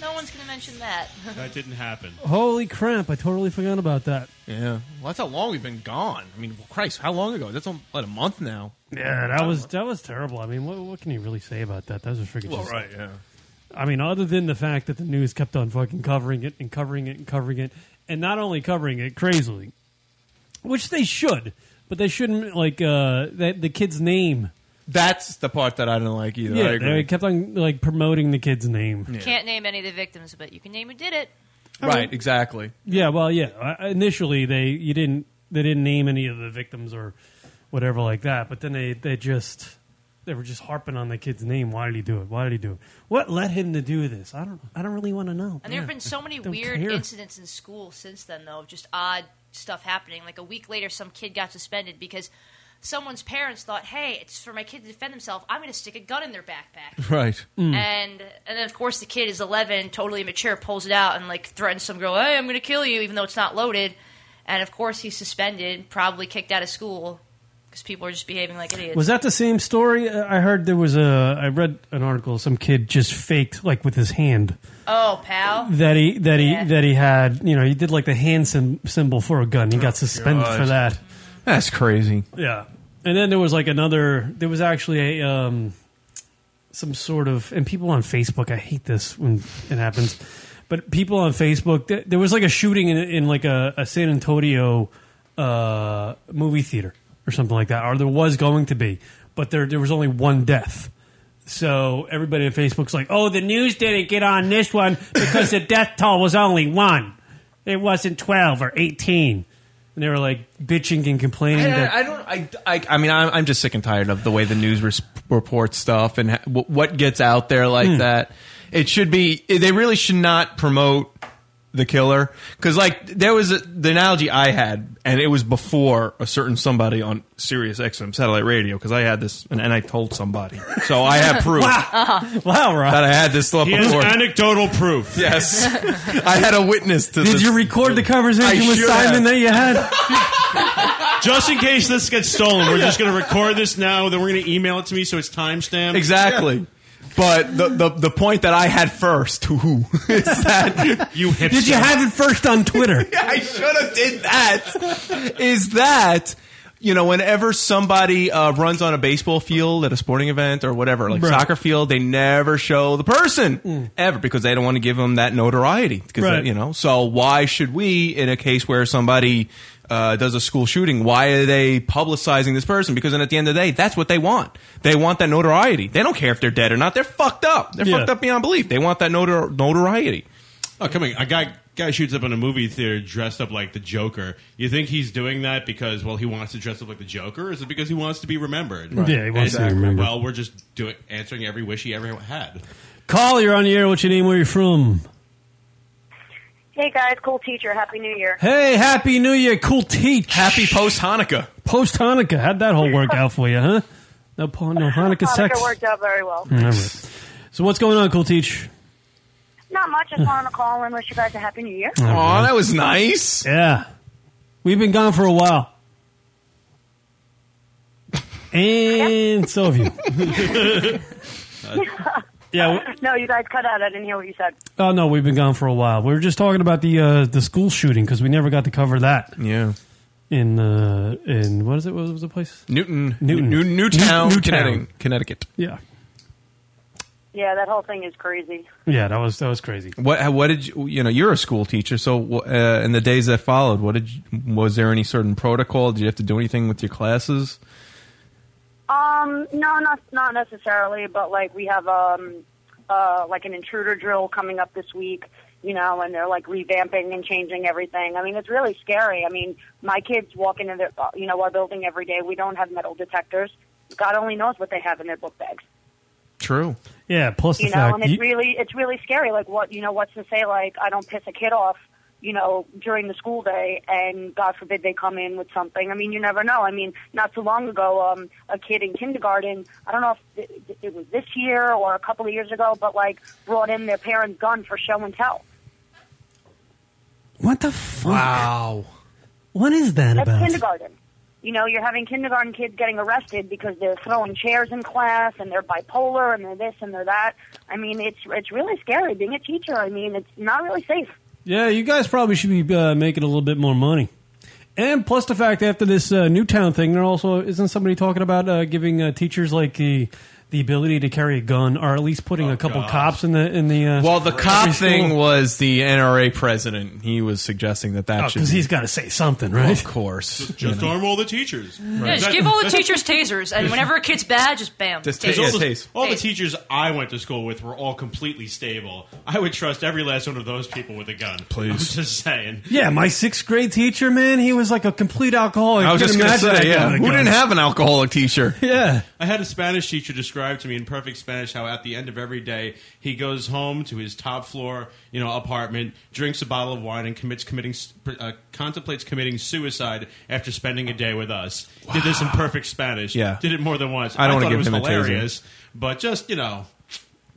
S9: no one's gonna mention that.
S13: That didn't happen.
S12: Holy crap! I totally forgot about that.
S11: Yeah, well, that's how long we've been gone. I mean, Christ, how long ago? That's al- about a month now.
S12: Yeah, that was that was terrible. I mean, what, what can you really say about that? That was a freaking.
S11: Well,
S12: just-
S11: right, yeah.
S12: I mean, other than the fact that the news kept on fucking covering it and covering it and covering it, and not only covering it crazily, which they should, but they shouldn't like uh, that the kid's name.
S11: That's the part that I didn't like either. I
S12: Yeah,
S11: agree.
S12: they kept on like promoting the kid's name.
S9: Can't name any of the victims, but you can name who did it.
S11: Right, exactly.
S12: Yeah, well, yeah. I- Initially, they you didn't they didn't name any of the victims or whatever like that, but then they they just they were just harping on the kid's name. Why did he do it? Why did he do it? What led him to do this? I don't I don't really want to know.
S9: And there have been so many
S12: Don't
S9: weird
S12: care.
S9: incidents in school since then, though, of just odd stuff happening. Like a week later, some kid got suspended because someone's parents thought, "Hey, it's for my kid to defend himself. I'm going to stick a gun in their backpack."
S11: Right.
S12: Mm.
S9: And and then of course the kid is 11, totally immature, pulls it out and like threatens some girl, "Hey, I'm going to kill you," even though it's not loaded. And of course he's suspended, probably kicked out of school because people are just behaving like idiots.
S12: Was that the same story? Uh, I heard there was a. I read an article. Some kid just faked like with his hand
S9: Oh, pal.
S12: that he that he
S9: Yeah.
S12: that he had. You know, he did like the hand sym- symbol for a gun. He got suspended
S11: God.
S12: for that.
S11: That's crazy.
S12: Yeah. And then there was like another. There was actually a um, some sort of and people on Facebook. I hate this when it happens, but people on Facebook. th- There was like a shooting in, in like a, a San Antonio uh, movie theater or something like that, or there was going to be, but there there was only one death. So everybody on Facebook's like, "Oh, the news didn't get on this one because the death toll was only one. It wasn't twelve or 18. And they were like bitching and complaining.
S11: I,
S12: that,
S11: I- I don't. I, I, I mean, I'm, I'm just sick and tired of the way the news res- reports stuff and ha- wh- what gets out there like
S12: Hmm.
S11: that. It should be. They really should not promote the killer because, like, there was a, the analogy I had, and it was before a certain somebody on Sirius XM satellite radio because I had this, and, and I told somebody, so I have proof.
S12: Wow, Rob.
S11: That I had this stuff
S13: He has
S11: before.
S13: anecdotal proof.
S11: Yes. I had a witness to
S12: Did
S11: this.
S12: you record the conversation
S11: I
S12: with
S11: should
S12: Simon
S11: have.
S12: that you had?
S13: Just in case this gets stolen, we're just going to record this now. Then we're going to email it to me so it's timestamped.
S11: Exactly. But the, the the point that I had first, who is that
S13: you hipster?
S12: Did you have it first on Twitter?
S11: I should have did that. Is that you know whenever somebody uh, runs on a baseball field at a sporting event or whatever, like
S12: Right.
S11: soccer field, they never show the person ever because they don't want to give them that notoriety. 'Cause, uh,
S12: Right.
S11: you know, so why should we in a case where somebody uh, does a school shooting? Why are they publicizing this person? Because then at the end of the day, that's what they want. They want that notoriety. They don't care if they're dead or not. They're fucked up. They're
S13: Yeah.
S11: fucked up beyond belief. They want that notor- notoriety.
S13: Oh, coming. A guy guy shoots up in a movie theater dressed up like the Joker. You think he's doing that because well he wants to dress up like the Joker, or is it because he wants to be remembered?
S12: Right. Yeah, he wants to be
S13: And-
S12: remembered.
S13: Well, we're just doing answering every wish he ever had.
S12: Call, you're on the air. What's your name? Where you from?
S16: Hey guys, cool teacher. Happy New Year.
S12: Hey, happy New Year, cool teach. Happy post Hanukkah. Post Hanukkah. How'd that whole work out for you, huh? No, pa- no Hanukkah sex.
S16: Hanukkah worked out very well.
S12: All right. So what's going on, cool teach?
S16: Not much. Just wanted to call and wish you guys a happy New Year.
S12: Aw,
S11: that was nice.
S12: Yeah, we've been gone for a while, and so have you. yeah. we-
S16: no, you guys cut out. I didn't hear what you said.
S12: Oh no, we've been gone for a while. We were just talking about the uh, the school shooting because we never got to cover that.
S11: Yeah.
S12: In uh, in what is it? What was the place?
S11: Newton,
S12: Newton,
S11: New, Newtown,
S12: New-
S11: Connecticut. Connecticut.
S12: Yeah.
S16: Yeah, that whole thing is crazy.
S12: Yeah, that was that was crazy.
S11: What? What did you? You know, you're a school teacher, so uh, in the days that followed, what did? You, was there any certain protocol? Did you have to do anything with your classes?
S16: Um, no, not not necessarily, but like we have um uh like an intruder drill coming up this week, you know, and they're like revamping and changing everything. I mean, it's really scary. I mean, my kids walk into their uh, you know our building every day. We don't have metal detectors. God only knows what they have in their book bags.
S11: True.
S12: Yeah. Plus
S16: you
S12: the
S16: know,
S12: fact
S16: and it's
S12: you-
S16: really it's really scary. Like what you know, what's to say? Like I don't piss a kid off, you know, during the school day, and God forbid they come in with something. I mean, you never know. I mean, not so long ago, um, a kid in kindergarten, I don't know if it, it was this year or a couple of years ago, but like brought in their parents' gun for show and tell.
S12: what the fuck? Wow. What is that
S16: That's
S12: about?
S16: kindergarten. You know, you're having kindergarten kids getting arrested because they're throwing chairs in class and they're bipolar and they're this and they're that. I mean, it's it's really scary being a teacher. I mean, it's not really safe.
S12: Yeah, you guys probably should be uh, making a little bit more money. And plus the fact after this uh, Newtown thing, there also isn't somebody talking about uh, giving uh, teachers like the the ability to carry a gun, or at least putting a couple cops in the in the. Uh,
S11: Well, the cop
S12: every school?
S11: thing was the NRA president. He was suggesting that that
S12: Oh,
S11: should
S12: 'cause
S11: be-
S12: he's got to say something, right?
S11: Of course,
S13: Just
S11: you know.
S13: arm all the teachers.
S9: Yeah, just give all the teachers tasers, and whenever a kid's bad, just bam.
S11: Just
S9: taser.
S13: Because all, the, all the teachers I went to school with were all completely stable. I would trust every last one of those people with a gun. Please, I'm just saying.
S12: Yeah, my sixth grade teacher, man, he was like a complete alcoholic.
S11: I was
S12: Couldn't
S11: just gonna
S12: imagine
S11: say,
S12: that guy
S11: yeah,
S12: with a
S11: who
S12: gun.
S11: didn't have an alcoholic teacher?
S12: Yeah.
S13: I had a Spanish teacher describe to me in perfect Spanish how at the end of every day he goes home to his top floor, you know, apartment, drinks a bottle of wine, and commits committing uh, contemplates committing suicide after spending a day with us. Did this in perfect Spanish.
S11: Yeah.
S13: did it more than once.
S11: I don't wanna
S13: thought
S11: give
S13: it was
S11: him a taser.
S13: hilarious, but just you know,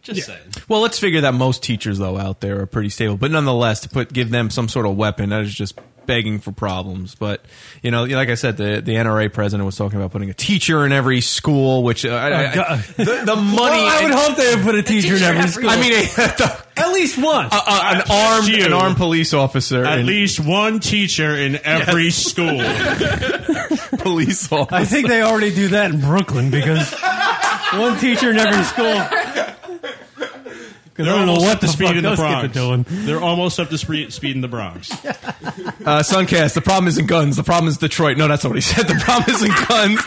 S13: just saying.
S11: Well, let's figure that most teachers though out there are pretty stable, but nonetheless, to put give them some sort of weapon that is just begging for problems. But you know, like I said, the the NRA president was talking about putting a teacher in every school, which uh, I, I-
S12: Oh, God.
S11: the, the money.
S12: Well, I would hope they would put a teacher in every school.
S11: I mean, a,
S12: at least one.
S11: an armed an armed police officer.
S13: At
S11: in-
S13: least one teacher in every school.
S11: police officer.
S12: I think they already do that in Brooklyn because one teacher in every school. 'Cause I don't know
S13: almost
S12: what
S13: up to
S12: the
S13: speed
S12: fuck
S13: in the
S12: those kids are
S13: Bronx.
S12: doing.
S13: They're almost up to speed, speed in the Bronx.
S11: Uh, Suncast, the problem isn't guns. The problem is Detroit. No, that's not what he said. The problem isn't guns.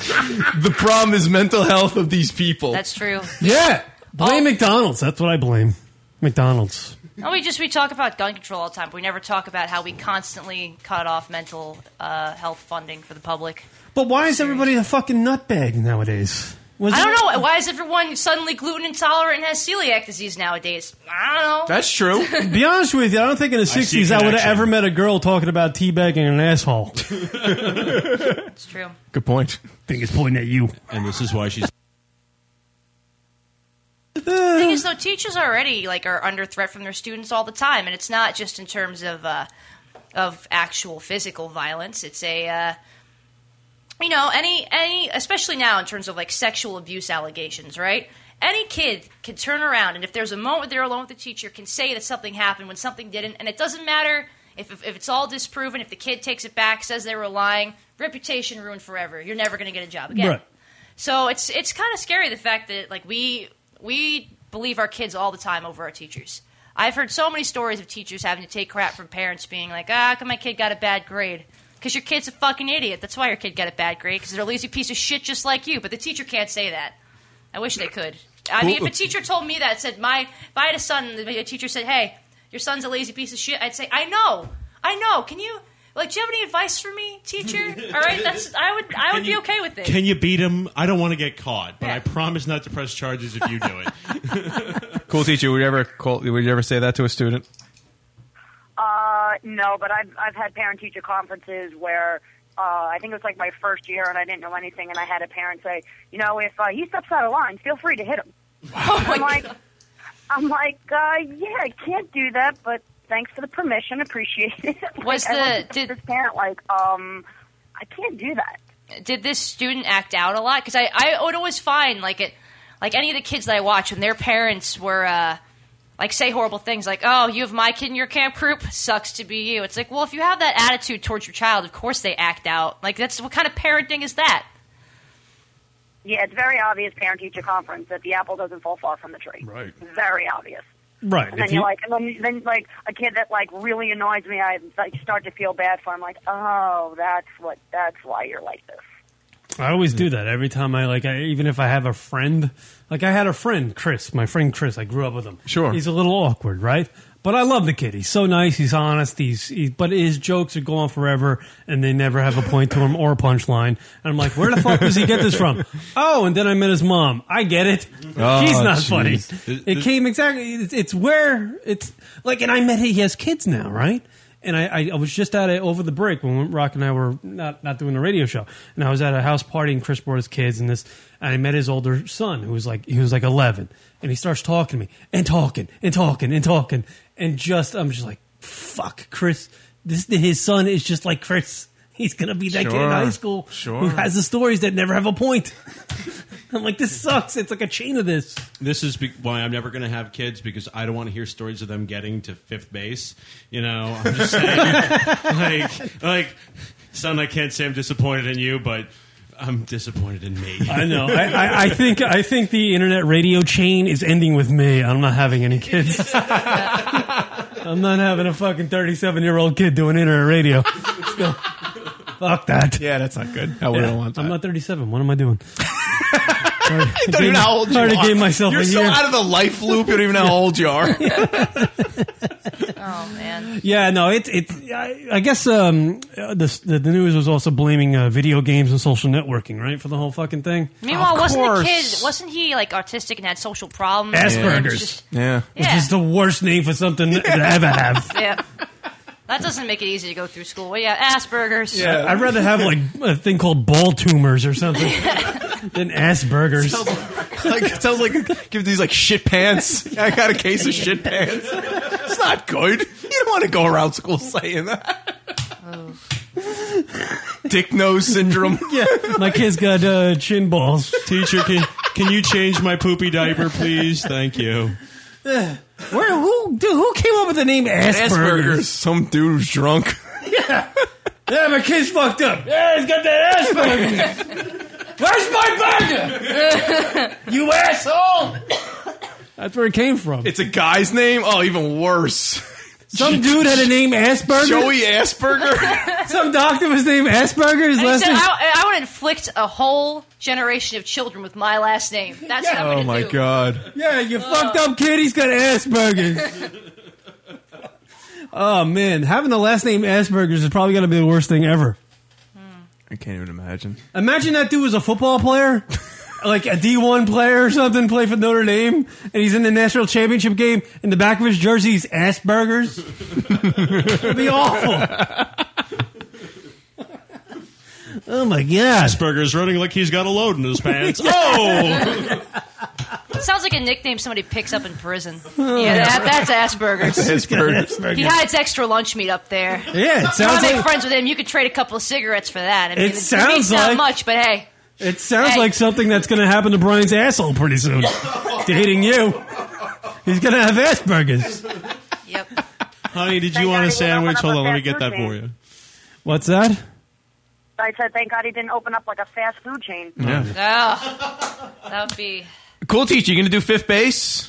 S11: The problem is mental health of these people.
S9: That's true.
S12: Yeah, blame McDonald's. That's what I blame. McDonald's.
S9: No, we just we talk about gun control all the time. But we never talk about how we constantly cut off mental uh, health funding for the public.
S12: But why is everybody a fucking nutbag nowadays? Was
S9: I
S12: it-
S9: don't know why is everyone suddenly gluten intolerant and has celiac disease nowadays. I don't know.
S12: To be honest with you, I don't think in the
S9: see
S12: '60s I would have
S9: connection.
S12: ever met a girl talking about teabagging an asshole.
S9: it's true.
S11: Good point.
S12: think it's pointing at you.
S13: And this is why she's.
S9: The thing is, though, teachers already like are under threat from their students all the time, and it's not just in terms of uh, of actual physical violence. It's a uh, you know any any especially now in terms of like sexual abuse allegations, right? Any kid can turn around, and if there's a moment they're alone with the teacher, can say that something happened when something didn't, and it doesn't matter if if, if it's all disproven. If the kid takes it back, says they were lying, reputation ruined forever. You're never going to get a job again.
S12: Right.
S9: So it's it's kind of scary the fact that like we we believe our kids all the time over our teachers. I've heard so many stories of teachers having to take crap from parents being like, "Ah, how come my kid got a bad grade?" Because your kid's a fucking idiot. That's why your kid got a bad grade because they're a lazy piece of shit just like you. But the teacher can't say that. I wish they could. I mean, if
S11: Who-
S9: a teacher told me that, said my if I had a son, and the teacher said, "Hey, your son's a lazy piece of shit, I'd say, I know, I know. Can you like? Do you have any advice for me, teacher? All right, that's I would I would be okay with it.
S13: Can you beat him? I don't want to get caught, but I promise not to press charges if you do it.
S11: Cool teacher. Would you ever call, would you ever say that to a student?
S16: Uh, no, but I've I've had parent teacher conferences where uh, I think it was like my first year and I didn't know anything, and I had a parent say, you know, if uh, he steps out of line, feel free to hit him.
S9: Oh
S16: I'm like, I'm like, uh, yeah, I can't do that, but thanks for the permission, appreciate it. Like,
S9: Was
S16: I
S9: the-
S16: looked at this parent like, um, I can't do that.
S9: did this student act out a lot? Because I, I would always find like it, like any of the kids that I watch when their parents were uh, like say horrible things like, "Oh, you have my kid in your camp group. Sucks to be you." It's like, well, if you have that attitude towards your child, of course they act out. Like that's what kind of parenting is that?
S16: Yeah, it's very obvious parent teacher conference that the apple doesn't fall far from the tree. Right. Very obvious.
S12: Right.
S16: And then
S12: if
S16: you're
S12: you-
S16: like, and then, then like a kid that like really annoys me, I like start to feel bad for. him. like, oh, that's what, that's why you're like this.
S12: I always do that every time I like, I, even if I have a friend. Like I had a friend, Chris, my friend Chris. I grew up with him. Sure, he's a little awkward, right? But I love the kid. He's so nice. He's honest. He's he, but his jokes are going forever, and they never have a point to him or a punchline. And I'm like, where the fuck does he get this from? Oh, and then I met his mom. I get it.
S10: Oh,
S12: She's not
S10: jeez.
S12: funny.
S10: Th-
S12: It came exactly. It's, it's where it's like, and I met he has kids now, right? And I, I, I was just at it over the break when Rock and I were not, not doing the radio show, and I was at a house party and Chris brought his kids and this, and I met his older son who was like he was like eleven, and he starts talking to me and talking and talking and talking, and just I'm just like fuck Chris, this his son is just like Chris, he's gonna be that kid in
S10: Sure.
S12: high school who
S10: Sure.
S12: has the stories that never have a point. I'm like this sucks. It's like a chain of this.
S13: This is be- why I'm never going to have kids because I don't want to hear stories of them getting to fifth base. You know, I'm just saying, like, like, son, I can't say I'm disappointed in you, but I'm disappointed in me.
S12: I know. I, I, I think I think the internet radio chain is ending with me. I'm not having any kids. I'm not having a fucking 37 year old kid doing internet radio. Still, fuck that.
S11: Yeah, that's not good. I wouldn't want
S12: I'm not 37. What am I doing? I
S11: don't even know how old you
S12: already
S11: are.
S12: gave myself
S11: You're
S12: a
S11: so
S12: year.
S11: out of the life loop. You don't even know how old you are.
S9: Oh man,
S12: Yeah, no, it's it's. I, I guess um, uh, the, the the news was also blaming uh, video games and social networking, right, for the whole fucking thing.
S9: Meanwhile, wasn't the kid wasn't he like autistic and had social problems?
S12: Asperger's?
S9: Just-
S11: Mm-hmm. yeah,
S9: Yeah.
S12: which is the worst name for something to ever have.
S9: yeah. That doesn't make it easy to go through school. Well, yeah, Asperger's.
S12: I- I'd rather have like a thing called ball tumors or something than Asperger's.
S11: like it sounds like give these like shit pants. I got a case of shit pants. It's not good. You don't want to go around school saying that. Dick nose syndrome.
S12: yeah, my kid's got uh, chin balls.
S13: Teacher, can can you change my poopy diaper, please? Thank you.
S12: Where who dude, who came up with the name Asperger's?
S11: Some dude who's drunk.
S12: Yeah, yeah, my kid's fucked up. Yeah, he's got that Asperger's. Where's my burger? you asshole! That's where it came from.
S11: It's a guy's name. Oh, even worse.
S12: Some dude had a name Asperger.
S11: Joey Asperger.
S12: Some doctor was named Asperger. His
S9: And he
S12: last
S9: said,
S12: name.
S9: I, I would inflict a whole generation of children with my last name. That's what I'm
S11: Oh
S9: going to
S11: my god.
S12: Yeah, you fucked up kid. He's got Asperger's. oh man, having the last name Asperger's is probably gonna be the worst thing ever.
S11: I can't even imagine.
S12: Imagine that dude was a football player, like a D one player or something, play for Notre Dame, and he's in the national championship game. In the back of his jersey, he's Asperger's. It'd be awful. Oh my god.
S13: Asperger's running like he's got a load in his pants. Oh!
S9: do. Sounds like a nickname somebody picks up in prison. yeah, that, that's Asperger's.
S12: Oh. That's Asperger's.
S9: He hides extra lunch meat up there.
S12: Yeah, it
S9: you want
S12: sounds
S9: to make
S12: like-
S9: friends with him? You could trade a couple of cigarettes for that. I
S12: It
S9: mean, the
S12: sounds
S9: meat's not
S12: like-
S9: much, but hey,
S12: It sounds like something that's going to happen to Brian's asshole pretty soon. Dating you, he's going to have Asperger's.
S13: Honey, did you want a sandwich? Hold on, let me get that for you.
S12: What's that?
S16: I said, thank God he didn't open up like a fast food chain.
S11: Yeah.
S9: oh, that would be.
S11: Cool teacher, you gonna do fifth base?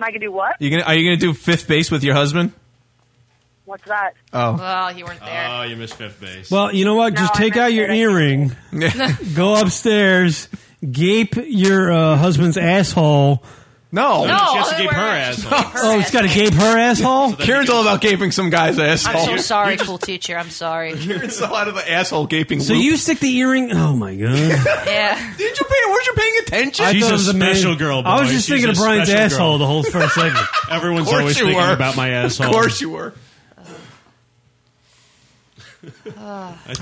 S16: Am I gonna do what?
S11: You gonna are you gonna do fifth base with your husband?
S16: What's that?
S11: Oh.
S9: Well, you weren't there.
S13: Oh, you missed fifth base.
S12: Well, you know what? Just take out your earring, go upstairs, gape your uh, husband's asshole,
S13: No,
S11: No.
S13: she has to gape her asshole.
S12: Oh, it's got to gape her asshole.
S11: Karen's all about gaping some guy's asshole.
S9: I'm so sorry, cool teacher. I'm sorry.
S11: Karen's so out of the asshole gaping.
S12: So
S11: loop.
S12: you stick the earring? Oh my god!
S9: yeah.
S11: Did you pay? Weren't you paying attention?
S12: I thought it was a man- I was just thinking of Brian's asshole the whole first segment.
S13: Everyone's
S11: Of course
S13: always
S11: you
S13: thinking
S11: were.
S13: about my asshole.
S11: Of course you were.
S9: Ugh.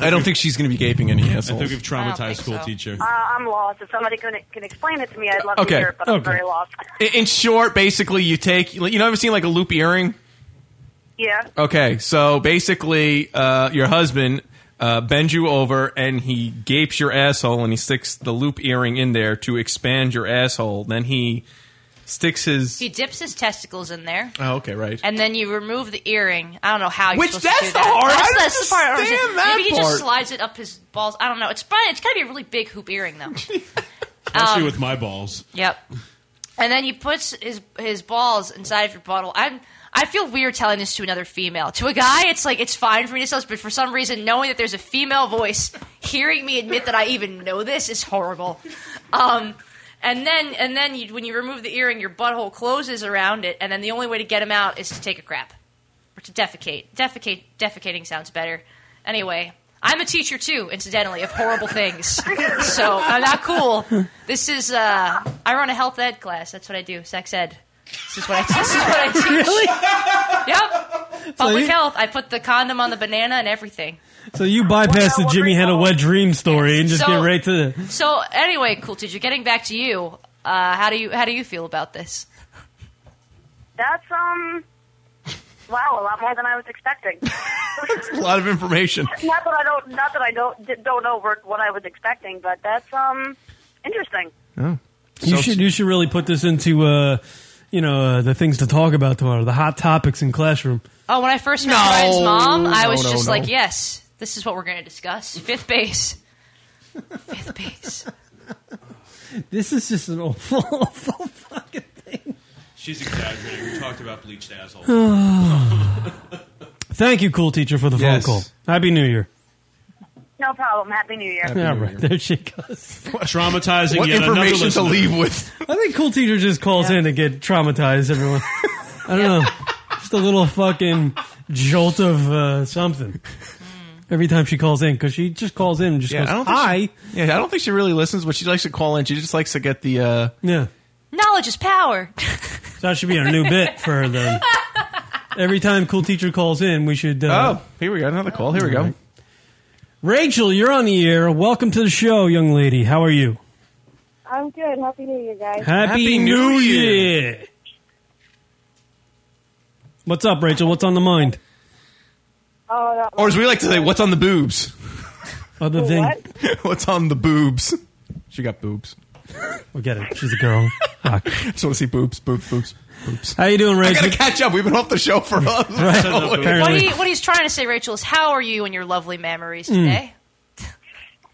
S11: I don't think she's going to be gaping any
S13: I
S11: assholes.
S13: think we've
S9: I uh, don't
S13: traumatized
S9: think
S13: school
S9: so.
S13: teacher.
S16: Uh, I'm lost. If somebody can, can explain it to me, I'd love to
S11: Okay.
S16: hear it, but I'm
S11: Okay.
S16: very lost.
S11: In, in short, basically, you take you know ever seen like a loop earring?
S16: Yeah.
S11: Okay, so basically, uh, your husband uh, bends you over and he gapes your asshole and he sticks the loop earring in there to expand your asshole. Then he sticks his.
S9: He dips his testicles in there.
S11: Oh, okay, right.
S9: And then you remove the earring. I don't know how. You're
S11: Which-
S9: supposed
S11: that's
S9: to do
S11: the
S9: that.
S11: hard-
S9: That's,
S11: I
S9: that's the part. I don't
S11: understand
S9: understand.
S11: that
S9: Maybe he
S11: part.
S9: just slides it up his balls. I don't know. It's probably, it's got to be a really big hoop earring though.
S13: Especially
S9: Um,
S13: with my balls.
S9: Yep. And then he puts his his balls inside of your bottle. I'm I feel weird telling this to another female. To a guy, it's like it's fine for me to say this, but for some reason, knowing that there's a female voice hearing me admit that I even know this is horrible. Um, and then and then you, when you remove the earring, your butthole closes around it, and then the only way to get him out is to take a crap or to defecate. Defecate defecating sounds better. Anyway, I'm a teacher too, incidentally, of horrible things. So I'm Oh, not cool. This is uh, I run a health ed class. That's what I do. Sex ed. This is what I. This is what I teach.
S12: Really?
S9: Yep. Public
S12: you-
S9: health. I put the condom on the banana and everything.
S12: So you bypass the Jimmy had a wet dream story and just
S9: So-
S12: get right to the.
S9: So anyway, cool teacher. Getting back to you. Uh, how do you how do you feel about this?
S16: That's, um, wow, a lot more than I was expecting.
S11: A lot of information.
S16: not that I don't, not that I don't, di- don't know what- what I was expecting, but that's, um, interesting.
S12: Oh. You should you should really put this into uh, you know uh, the things to talk about tomorrow, the hot topics in classroom.
S9: Oh, when I first met
S12: No.
S9: Brian's mom, I
S12: No,
S9: was
S12: no,
S9: just
S12: no.
S9: like, yes, this is what we're going to discuss. Fifth base. Fifth base.
S12: This is just an awful, awful fucking thing.
S13: She's exaggerating. We talked about bleached asshole.
S12: Thank you, cool teacher, for the
S11: Yes.
S12: phone call. Happy New Year.
S16: No problem. Happy New Year.
S12: All right, there she goes.
S13: Traumatizing
S11: What
S13: yet another
S11: information
S13: listener.
S11: to leave with?
S12: I think cool teacher just calls in to get traumatized. Everyone, I don't know, just a little fucking jolt of uh, something every time she calls in because she just calls in and just
S11: Yeah,
S12: goes,
S11: I don't think
S12: "Hi."
S11: she- yeah, I don't think she really listens, but she likes to call in. She just likes to get the. Uh,
S12: yeah.
S9: Knowledge is power.
S12: So that should be our new bit for the. Every time cool teacher calls in, we should. Uh,
S11: oh, here we go. Another call. Here we go.
S12: Rachel, you're on the air. Welcome to the show, young lady. How are you?
S17: I'm good. Happy New Year, guys.
S12: Happy, New Year. What's up, Rachel? What's on the mind?
S17: Oh, that
S11: Or as we like to say, what's on the boobs?
S12: Other thing,
S11: what's on the boobs? She got boobs.
S12: we get it. She's a girl. I
S11: just want to see boobs, boobs, boobs, boobs.
S12: How you doing,
S11: I
S12: Rachel?
S11: gotta catch up. We've been off the show for us.
S12: Right.
S9: What, he, what he's trying to say, Rachel, is how are you and your lovely memories
S11: Hmm.
S12: Mm.
S9: today?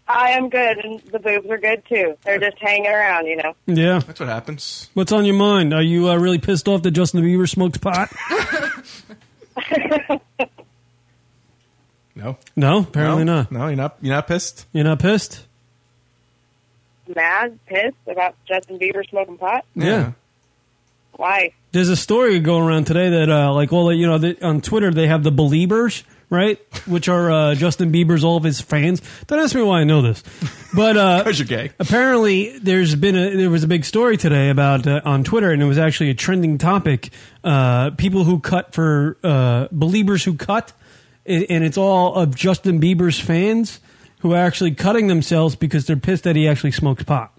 S17: I am good, and the boobs are good too. They're just hanging around, you know.
S12: Yeah.
S11: That's what happens.
S12: What's on your mind? Are you uh, really pissed off that Justin Bieber smoked pot?
S11: No.
S12: No, apparently
S11: Oh. No?
S12: not.
S11: No, you're not. You're not pissed.
S12: You're not pissed.
S17: Mad, pissed about Justin Bieber smoking pot.
S12: yeah.
S17: Why?
S12: There's a story going around today that, uh, like, well, you know, the, on Twitter they have the Beliebers, right? Which are uh, Justin Bieber's all of his fans. Don't ask me why I know this, but because
S11: you're gay.
S12: Apparently, there's been a there was a big story today about uh, on Twitter, and it was actually a trending topic. Uh, people who cut for uh, Beliebers who cut, and and it's all of Justin Bieber's fans who are actually cutting themselves because they're pissed that he actually smokes pot.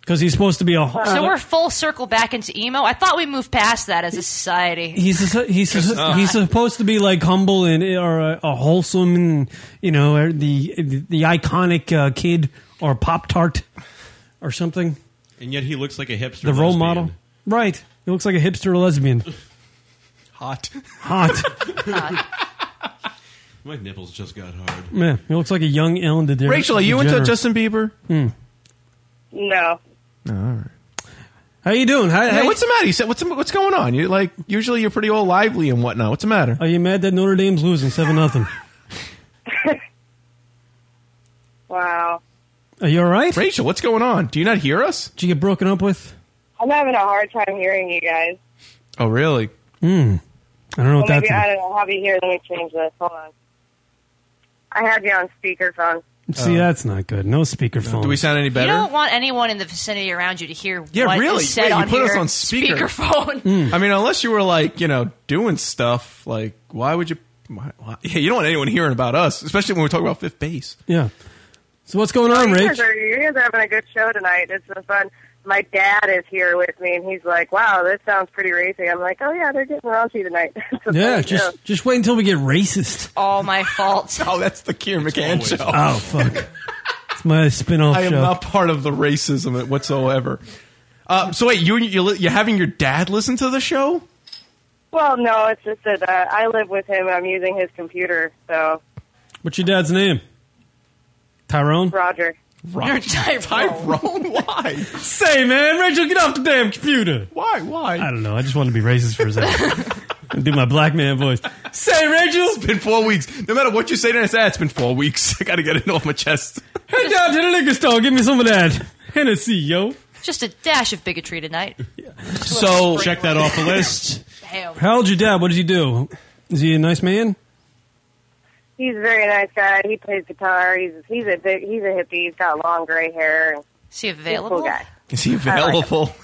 S12: Because he's supposed to be a
S17: Uh,
S9: so we're full circle back into emo. I thought we moved past that as a society.
S12: he's a, he's
S9: Guess
S12: a,
S9: not.
S12: he's supposed to be like humble and or a, a wholesome and you know or the the iconic uh, kid or pop tart or something
S13: And yet he looks like a hipster.
S12: the role model right he looks like a hipster lesbian
S11: Hot.
S12: hot
S13: My nipples just got hard.
S12: man he looks like a young Ellen DeGeneres
S11: Rachel, are you into
S12: DeGeneres.
S11: Justin Bieber?
S12: Hmm.
S17: No.
S11: No, all right.
S12: How you doing? How,
S11: yeah, what's the matter? You said what's what's going on? You like usually you're pretty all lively and whatnot. What's the matter?
S12: are you mad that Notre Dame's losing seven nothing
S17: Wow.
S12: are you all right
S11: Rachel? What's going on? Do you not hear us?
S12: did you get broken up with
S17: I'm having a hard time hearing you guys.
S11: Oh, really?
S12: Mm. I don't know
S17: Well,
S12: what
S17: maybe I
S12: that's.
S17: don't know. I'll be here. Let me change this. Hold on. I have you on speakerphone.
S12: See, that's not good. No speakerphone.
S11: Do we sound any
S9: You don't want anyone in the vicinity around you to hear
S11: Yeah,
S9: what
S11: really.
S9: is said
S11: Wait, you
S9: on
S11: put us
S9: your
S11: on speaker.
S9: speakerphone.
S12: Hmm.
S11: I mean, unless you were like, you know, doing stuff, like, why would you? Why, why- yeah, you don't want anyone hearing about us, especially when we talk about fifth base.
S12: Yeah. So what's going on,
S17: you,
S12: Rich?
S17: guys are, you guys are having a good show tonight. It's been fun. My dad is here with me, and he's like, "Wow, this sounds pretty racy." I'm like, "Oh yeah, they're getting raunchy tonight." It's a
S12: Yeah,
S17: funny show.
S12: just just wait until we get racist.
S9: all my fault.
S11: oh, that's the Kieran McCann show.
S12: Oh fuck! It's my spin-off
S11: I am
S12: show.
S11: not part of the racism whatsoever. Uh, so wait, you you li- you're having your dad listen to the show?
S17: Well, no, it's just that uh, I live with him. I'm using his computer, so
S12: What's your dad's name? Tyrone.
S17: Roger.
S12: Roger.
S9: You're
S11: Tyrone. Why?
S12: Say, man, Rachel, get off the damn computer.
S11: Why? Why?
S12: I don't know. I just wanted to be racist for a second. and do my black man voice.
S11: Say, Rachel. It's been four weeks. No matter what you say to us, ah, it's been four weeks. I got to get it off my chest.
S12: Head down to the liquor store. Give me some of that Hennessy, yo.
S9: Just a dash of bigotry tonight.
S11: So
S13: check that off the list.
S9: Damn.
S12: How old your dad? What does he do? Is he a nice man?
S17: He's a very nice guy. He plays guitar. He's he's a big, he's a hippie. He's got long gray hair.
S9: Is he
S17: He's a
S9: available?
S17: cool guy.
S11: Is he available?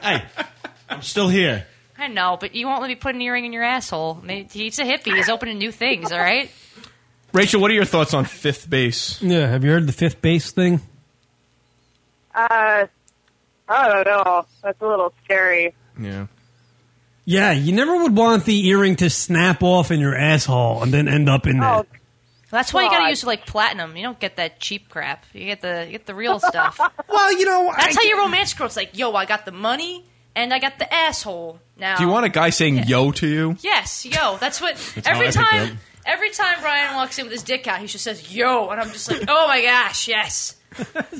S13: I'm still here.
S9: I know, but you won't let me put an earring in your asshole. I mean, He's a hippie. He's opening new things. All right.
S11: Rachel, what are your thoughts on fifth base?
S12: Yeah. Have you heard the fifth base thing?
S17: Uh, I don't know. That's a little scary.
S11: Yeah.
S12: Yeah. You never would want the earring to snap off in your asshole and then end up in that.
S9: That's why you got
S17: God.
S9: to use like platinum. You don't get that cheap crap. You get the you get the real stuff.
S11: well, you know,
S9: that's how your romance grows. Like, yo, I got the money and I got the asshole. Now,
S11: Do you want a guy saying yo to you?
S9: Yes, yo. That's what
S11: That's how I
S9: every
S11: picked
S9: time.
S11: up.
S9: Every time Brian walks in with his dick out, he just says "yo," and I'm just like, "Oh my gosh, yes."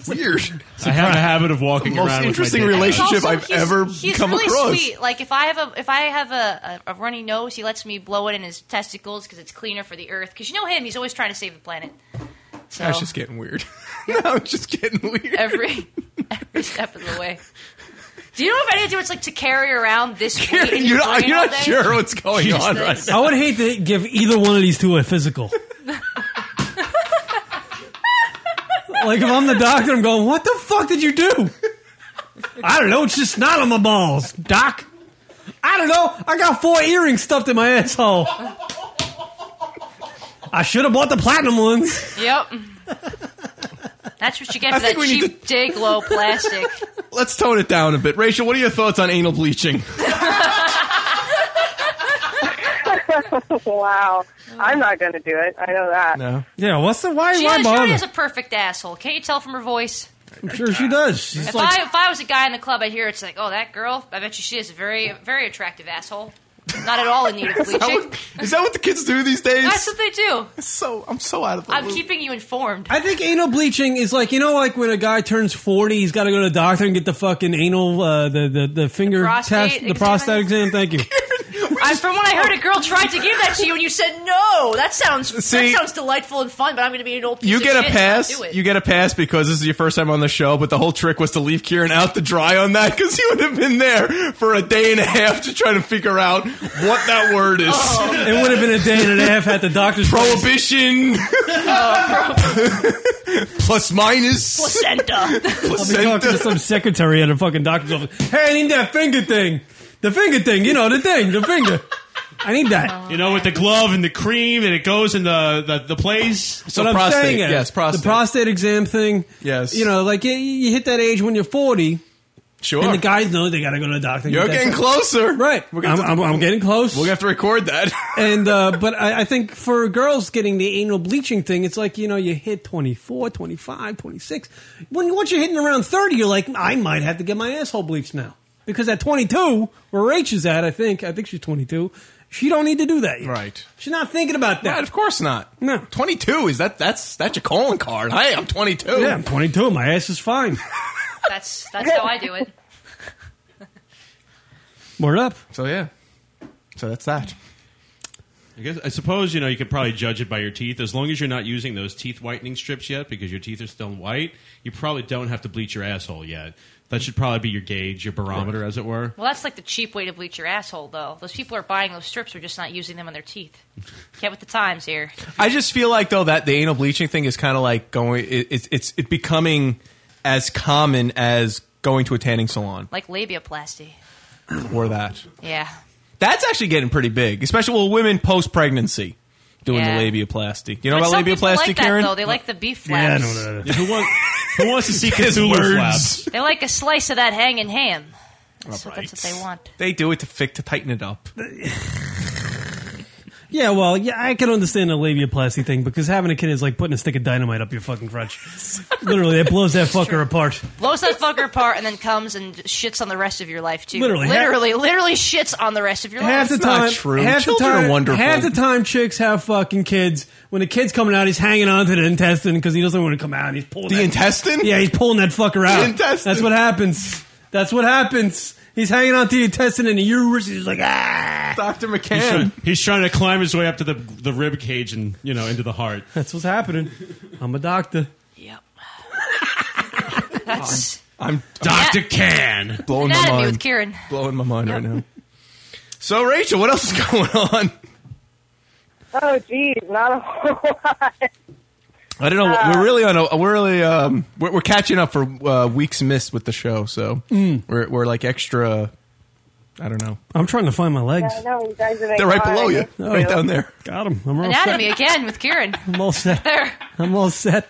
S11: Weird.
S13: I have a habit of walking
S11: The most
S13: around. with my
S11: interesting
S13: dick out.
S11: relationship I've
S9: he's,
S11: ever
S9: he's
S11: come
S9: really
S11: across.
S9: sweet. Like if I have a if I have a, a, a runny nose, he lets me blow it in his testicles because it's cleaner for the earth. Because you know him, he's always trying to save the planet. So
S11: That's just getting weird. Oh. no, it's just getting weird.
S9: every every step of the way. Do you know if any idea what it's like to carry around this? weight in
S11: You're
S9: your
S11: not,
S9: brain
S11: you're
S9: all
S11: not
S9: day?
S11: sure what's going on right
S12: I
S11: now.
S12: would hate to give either one of these two a physical. like if I'm the doctor, I'm going, "What the fuck did you do?" I don't know. It's just not on my balls, doc. I don't know. I got four earrings stuffed in my asshole. I should have bought the platinum ones.
S9: Yep. That's what you get
S11: I
S9: for
S11: think
S9: that
S11: we need
S9: cheap dig low plastic.
S11: Let's tone it down a bit. Rachel, what are your thoughts on anal bleaching?
S17: wow, I'm not going to do it. I know that.
S11: No.
S12: Yeah. What's the why?
S9: Gina Sherry has a perfect asshole. Can't you tell from her voice?
S12: I'm sure she does. She's
S9: If
S12: like,
S9: I if I was a guy in the club, I would hear it's like, oh, that girl. I bet you she is a very very attractive asshole. Not at all in need of
S11: Is that
S9: bleaching.
S11: Is that what the kids do these days?
S9: That's what they do.
S11: So I'm so out of.
S9: I'm keeping you informed.
S12: I think anal bleaching is like you know, like when a guy turns forty, he's got to go to the doctor and get the fucking anal, uh, the, the the finger
S9: prostate
S12: test, the
S9: exam?
S12: prostate exam. Thank you.
S9: I, from when I heard a girl tried to give that to you, and you said no. That sounds
S11: See-
S9: that sounds delightful and fun, but I'm going to be an old. Piece
S11: You
S9: of
S11: get a
S9: shit and not
S11: pass.
S9: do it.
S11: You get a pass because this is your first time on the show. But the whole trick was to leave Kieran out to dry on that because he would have been there for a day and a half to try to figure out what that word is.
S9: Oh.
S12: It would have been a day and a half at the doctor's. place.
S11: Prohibition plus minus
S9: placenta.
S12: I'll be talking to some secretary at a fucking doctor's office. Hey, I need that finger thing. The finger thing, you know, the thing, the finger. I need
S9: Oh.
S12: that.
S13: You know, with the glove and the cream, and it goes in the the, the place.
S11: So
S12: what
S11: prostate,
S12: I'm saying is,
S11: yes, prostate.
S12: the prostate exam thing.
S11: Yes.
S12: you know, like you, you hit that age when you're 40,
S11: Sure.
S12: and the guys know they got to go to the doctor. and
S11: You're
S12: get that
S11: getting
S12: checked.
S11: closer.
S12: right?
S11: We're gonna
S12: I'm,
S11: have to-
S12: I'm, I'm getting close.
S11: We're gonna have to record that.
S12: and uh, but I, I think for girls getting the anal bleaching thing it's like you know you hit 24 25 26 when once you're hitting around 30 you're like i might have to get my asshole bleached now because at 22 where rach is at i think i think she's 22 she don't need to do that yet.
S11: Right.
S12: she's not thinking about that
S11: Right, of course not.
S12: No.
S11: 22 is that that's that's your calling card. Hey, I'm 22.
S12: yeah i'm 22 my ass is fine
S9: That's that's how I do it.
S12: word up
S11: So yeah. So that's that.
S13: I guess I suppose you know you could probably judge it by your teeth. As long as you're not using those teeth whitening strips yet, because your teeth are still white, you probably don't have to bleach your asshole yet. That should probably be your gauge, your barometer, as it were.
S9: Well, that's like the cheap way to bleach your asshole, though. Those people are buying those strips, are just not using them on their teeth. Get with the times here.
S11: I just feel like though that the anal bleaching thing is kind of like going. It, it's it's it becoming as common as going to a tanning salon
S9: Like labiaplasty.
S11: or that.
S9: Yeah.
S11: That's actually getting pretty big, especially well, women post pregnancy doing
S9: Yeah.
S11: the labiaplasty. You know
S9: But
S11: about
S9: some people
S11: labiaplasty,
S9: like
S11: Karen?
S9: That, though. They like the beef flaps.
S11: who, wants, who wants to see
S13: Cthulhu
S9: They like a slice of that hanging ham. That's, what, that's what they want.
S11: They do it to fix to tighten it up.
S12: Yeah, well, yeah, I can understand the labiaplasty thing because having a kid is like putting a stick of dynamite up your fucking crotch. Literally, it blows that fucker apart.
S9: Blows that fucker apart and then comes and shits on the rest of your life too.
S12: Literally, half-
S9: literally, literally shits on the rest of your
S12: Half
S9: life.
S12: the time, half the time, half the time, chicks have fucking kids. When the kid's coming out, he's hanging on to the intestine because he doesn't want to come out. And he's pulling
S11: The
S12: that-
S11: intestine?
S12: Yeah, he's pulling that fucker out.
S11: The intestine.
S12: That's what happens. That's what happens. He's hanging on to the intestine, and the uterus is like ah.
S11: Doctor
S13: He's
S12: McCann.
S13: trying, he's trying to climb his way up to the the rib cage and you know into the heart.
S12: That's what's happening. I'm a doctor.
S9: That's
S11: I'm
S13: Doctor Can
S11: blowing my
S9: anatomy
S11: mind.
S9: with Kieran.
S11: Blowing my mind right now. So Rachel, what else is going on?
S17: Oh, geez, not a whole lot.
S11: I don't know.
S9: Uh,
S11: we're really on. A, we're really um. We're, we're catching up for uh, weeks missed with the show, so we're we're like extra. I don't know.
S12: Mm. I'm trying to find my legs.
S17: Yeah, I know you guys are.
S11: They're right below you,
S12: Oh.
S11: right down there.
S12: Got him. I'm all
S9: Anatomy
S12: set.
S9: again with Kieran.
S12: I'm all set.
S9: There.
S12: I'm all set.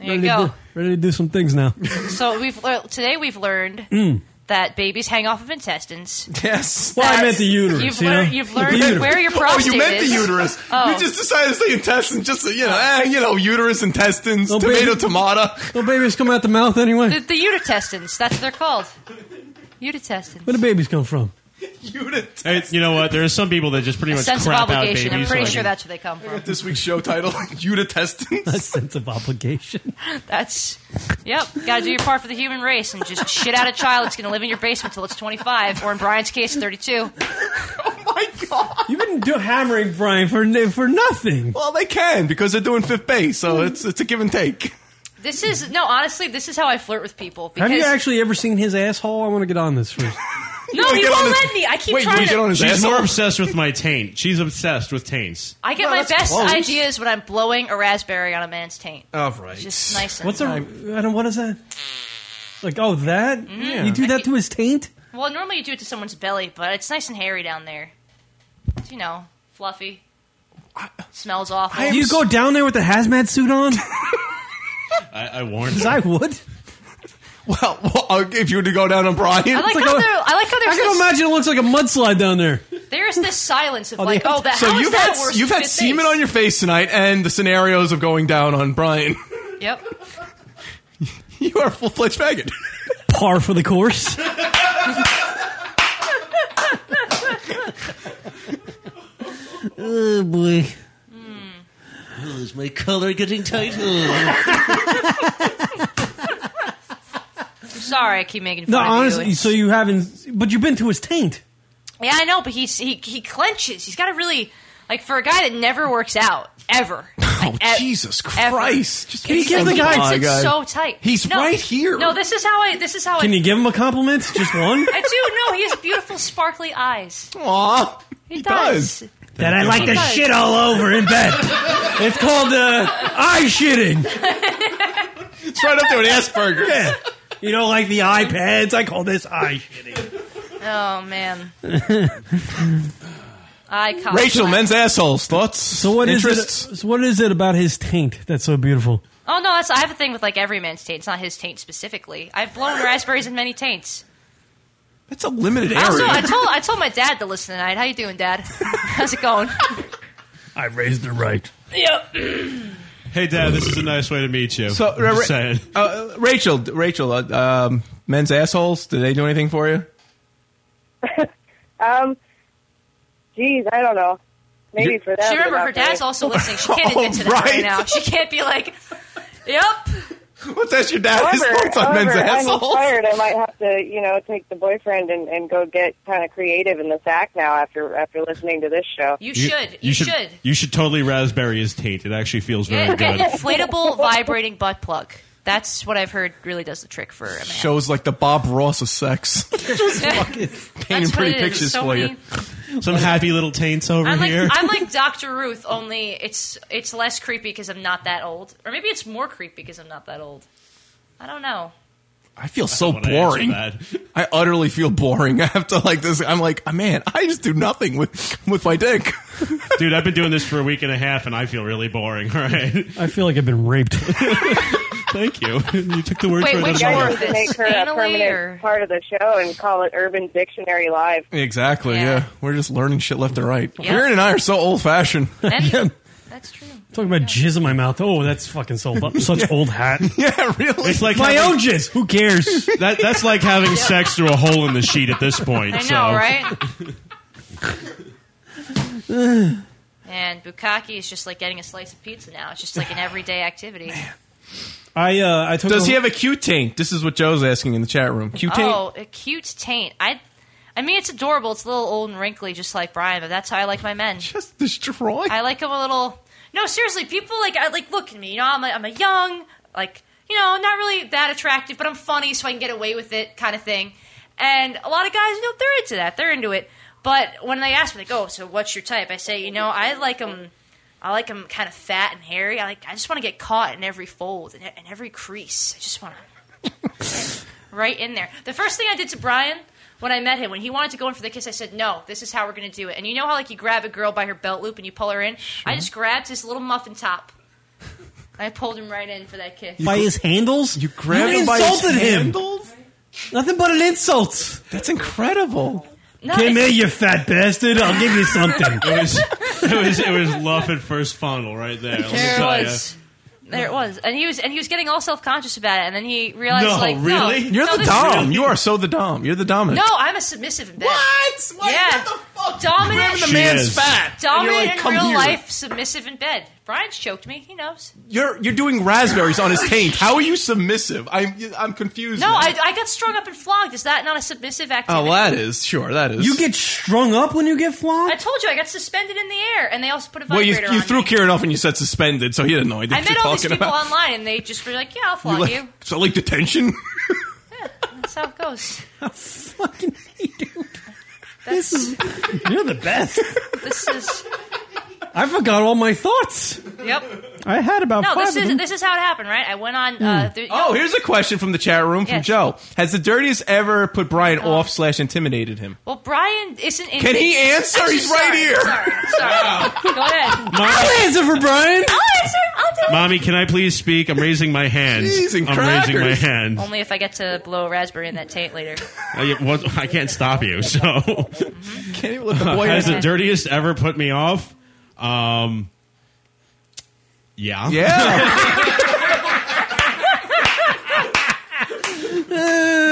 S9: There
S12: ready
S9: you go.
S12: To do, ready to do some things now.
S9: So we've lear- today we've learned
S12: Mm.
S9: that babies hang off of intestines.
S11: Yes.
S12: Well, I meant the uterus.
S9: You've
S12: you know?
S9: learned- you've
S12: The
S9: learned
S12: uterus.
S9: where your
S11: Oh, you
S9: prostate
S11: meant the
S9: is.
S11: uterus.
S9: Oh.
S11: You just decided to say intestine, just you know, eh, you know, uterus, intestines, tomato,
S12: Oh, baby. Oh,
S11: tomato.
S12: No babies come out the mouth
S9: The,
S12: anyway.
S9: the utertestins. That's what they're called. Utertestins.
S12: Where do babies come from?
S13: Hey, you know what? There are some people that just pretty
S9: A
S13: much
S9: sense of
S13: crap out
S9: obligation.
S13: babies.
S9: I'm pretty
S13: like-
S9: sure that's where they come from.
S11: This week's show title: Utertestines.
S12: A sense of obligation.
S9: That's yep. Got to do your part for the human race and just shit out a child that's going to live in your basement until it's 25, or in Brian's case, 32.
S12: You've been do- hammering Brian for n- for nothing. Mm.
S11: Well, they can because they're doing fifth base, so it's it's a give and take.
S9: This is no, honestly, this is how I flirt with people. Because
S12: Have you actually ever seen his asshole? I want to get on this first.
S9: no,
S13: wanna
S9: he
S13: get
S9: won't
S13: on his-
S9: let me. I keep trying to.
S13: She's more obsessed with my taint. She's obsessed with taints.
S9: I get
S11: Well,
S9: my
S11: that's
S9: best
S11: close.
S9: ideas when I'm blowing a raspberry on a man's taint.
S11: All right.
S9: Just nice. and-
S12: What's a? I don't. What is that? Like oh that?
S9: Mm.
S12: You do that to his taint?
S9: Well, normally you do it to someone's belly, but it's nice and hairy down there. It's, you know, fluffy. Smells awful.
S12: Do you go down there with the hazmat suit on?
S13: I, I warned.
S12: Because I would.
S11: Well, well, if you were to go down on Brian,
S9: I like
S12: It's like
S9: how
S12: a-
S9: there. I like how
S12: I
S9: there's
S12: can
S9: this,
S12: imagine it looks like a mudslide down there.
S9: there's this silence of
S12: Oh, they
S9: like,
S12: have-
S9: oh, that.
S11: so
S9: how is
S11: you've
S9: that
S11: had
S9: worse
S11: you've
S9: than
S11: had
S9: his
S11: semen
S9: face?
S11: on your face tonight, and the scenarios of going down on Brian.
S9: Yep.
S11: You are a full fledged faggot.
S12: Par for the course. oh boy.
S9: Hmm.
S18: Oh, is my color getting tighter?
S9: I'm sorry, I keep making fun
S12: No,
S9: of
S12: honestly,
S9: you.
S12: so you haven't, but you've been to his taint.
S9: Yeah, I know, but he's, he he clenches. He's got to really like for a guy that never works out ever.
S11: Oh, Jesus Christ. Just
S12: Can you give the guy-
S9: It's
S12: Oh, my
S9: so
S12: God.
S9: tight.
S12: He's
S9: No,
S12: right here.
S9: No, this is how I. This is how
S12: Can
S9: Oh, I.
S12: you give him a compliment? Just one?
S9: I do know he has beautiful, sparkly eyes.
S11: Aw,
S9: he, does.
S12: That I like to
S9: Does.
S12: shit all over in bed. it's called uh, eye shitting.
S11: It's right up there with Asperger's.
S12: Yeah. You know, like the iPads. I call this eye
S9: Oh man,
S12: shitting.
S9: I can't.
S11: Rachel, men's assholes. Thoughts? So
S12: What is
S11: Interests?
S12: it? so what is it about his taint that's so beautiful?
S9: Oh no, that's I have a thing with like every man's taint. It's not his taint specifically. I've blown raspberries in many taints.
S11: That's a limited
S9: I also,
S11: area.
S9: I told I told my dad to listen tonight. How you doing, Dad? How's it going?
S12: I raised it right.
S9: yep.
S13: Hey, Dad, this is a nice way to meet you.
S11: So,
S13: I'm just
S11: Ra-
S13: saying.
S11: uh, Rachel, Rachel, uh, um, men's assholes. Did they do anything for you?
S17: Um, geez, I don't know. Maybe
S11: You-
S17: for that.
S9: She remember
S17: but
S9: her
S17: not for
S9: dad's also
S11: Oh,
S17: me.
S9: listening. She can't admit to that
S11: right.
S9: right now. She can't be like, "Yep,
S11: What's
S19: test your dad is
S17: However,
S19: votes on
S17: however,
S19: men's
S17: I'm
S19: assholes.
S17: inspired. I might have to, you know, take the boyfriend and, and go get kind of creative in the sack now after after listening to this show.
S9: You should. You should.
S13: You should totally raspberry his taint. It actually feels very
S9: Get, get
S13: good.
S9: an inflatable vibrating butt plug. That's what I've heard really does the trick for a man.
S11: Shows like the Bob Ross of sex. Painting
S9: That's what
S11: pretty
S9: it is.
S11: pictures
S9: So
S11: for you.
S9: many-
S13: Some happy little taints over
S9: I'm like
S13: here.
S9: I'm like Dr. Ruth, only it's it's less creepy because I'm not that old, or maybe it's more creepy because I'm not that old. I don't know.
S11: I feel so
S13: wanna answer
S11: boring. I
S13: that.
S11: utterly feel boring. I have to like this. I'm like, man, I just do nothing with with my dick.
S13: Dude, I've been doing this for a week and a half, and I feel really boring. All right,
S12: I feel like I've been raped.
S13: thank you. You took the word for
S17: you
S13: it.
S17: guys need to make her a
S9: Anally
S17: permanent part of the show and call it Urban Dictionary Live.
S11: Exactly. Yeah. we're just learning shit left and right.
S17: Yeah.
S11: Karen and I are so old fashioned.
S9: That's true.
S12: Talking about jizz in my mouth. Oh, that's fucking so such old hat.
S11: yeah, really.
S13: It's like
S12: my
S13: having-
S12: own jizz. Who cares?
S13: That that's like having sex through a hole in the sheet at this point.
S9: I know,
S13: so.
S9: right? And bukkake is just like getting a slice of pizza now. It's just like an everyday activity.
S12: I uh, I took.
S11: Does
S12: a-
S11: he have a cute taint? This is what Joe's asking in the chat room. Cute taint.
S9: Oh, a cute taint. I, I mean, it's adorable. It's a little old and wrinkly, just like Brian. But that's how I like my men.
S11: Just destroy.
S9: I like them a little. No, seriously, people like I like look at me. You know, I'm a, I'm a young, like you know, not really that attractive, but I'm funny, so I can get away with it, kind of thing. And a lot of guys, you know, they're into that. They're into it. But when they ask me, like, "Oh, so what's your type?" I say, "You know, I like them." I like them kind of fat and hairy. I like. I just want to get caught in every fold and and every crease. I just want to right in there. The first thing I did to Brian when I met him, when he wanted to go in for the kiss, I said, "No, this is how we're going to do it." And you know how like you grab a girl by her belt loop and you pull her in? I just grabbed his little muffin top. I pulled him right in for that kiss.
S12: by his handles. You
S11: grabbed
S12: you
S11: him by his
S12: insulted him.
S11: handles?
S12: Nothing but an insult.
S11: That's incredible.
S9: No,
S12: Come
S9: it's-
S12: here, you fat bastard. I'll give you something.
S13: It was it was it was love at first fondle right there. Let me
S9: There it
S13: tell ya.
S9: was. There it was, and he was, and he was getting all self conscious about it, and then he realized,
S11: no,
S9: like,
S11: really?
S9: no,
S11: You're
S9: no,
S11: the
S9: this-
S11: dom. You are so the dom. You're the dominant.
S9: No, I'm a submissive in bed. What? yeah. What the fuck?
S11: Grabbing
S9: Dominant.
S11: the She man's is. fat, and you're
S9: Dominant
S11: like,
S9: in
S11: "Come
S9: real
S11: here."
S9: life, submissive in bed. Brian's choked me. He knows.
S11: You're you're doing raspberries on his taint. How are you submissive? I'm I'm confused.
S9: No,
S11: now.
S9: I, I got strung up and flogged. Is that not a submissive activity?
S11: Oh, that is sure. That is.
S12: You get strung up when you get flogged.
S9: I told you I got suspended in the air, and they also put a
S11: Well, you,
S9: vibrator
S11: you
S9: on
S11: threw
S9: me.
S11: Kieran off and you said suspended, so he didn't know
S9: I
S11: anything
S9: met
S11: you're
S9: all these
S11: talking
S9: people
S11: about.
S9: online, and they just were like, "Yeah, I'll flog
S11: You like-
S9: you."
S11: So like detention.
S9: That's how it goes.
S12: This is you're the best.
S9: This is
S12: I forgot all my thoughts.
S9: yep.
S12: I had about
S9: no,
S12: five
S9: this
S12: of
S9: is
S12: them.
S9: this is how it happened, right? I went on. Uh,
S11: Mm.
S9: th-
S11: oh, here's a question from the chat room from
S9: Yes. Oh.
S11: Joe. Has the dirtiest ever put Brian off slash intimidated him?
S9: Well, Brian isn't. In-
S11: Can he answer?
S9: Actually,
S11: He's right
S9: sorry,
S11: here.
S9: Sorry, sorry. Go ahead.
S12: I'll answer for Brian.
S9: I'll answer. I'll do it.
S13: Mommy, can I please speak? I'm raising my hand.
S11: Cheese and
S13: I'm raising my
S11: crackers.
S13: hand.
S9: Only if I get to blow a raspberry in that taint later.
S13: I, what, I can't stop you. So,
S11: Can't even let the boy
S13: has the
S11: answer.
S13: dirtiest ever put me off? Um, yeah,
S11: Yeah.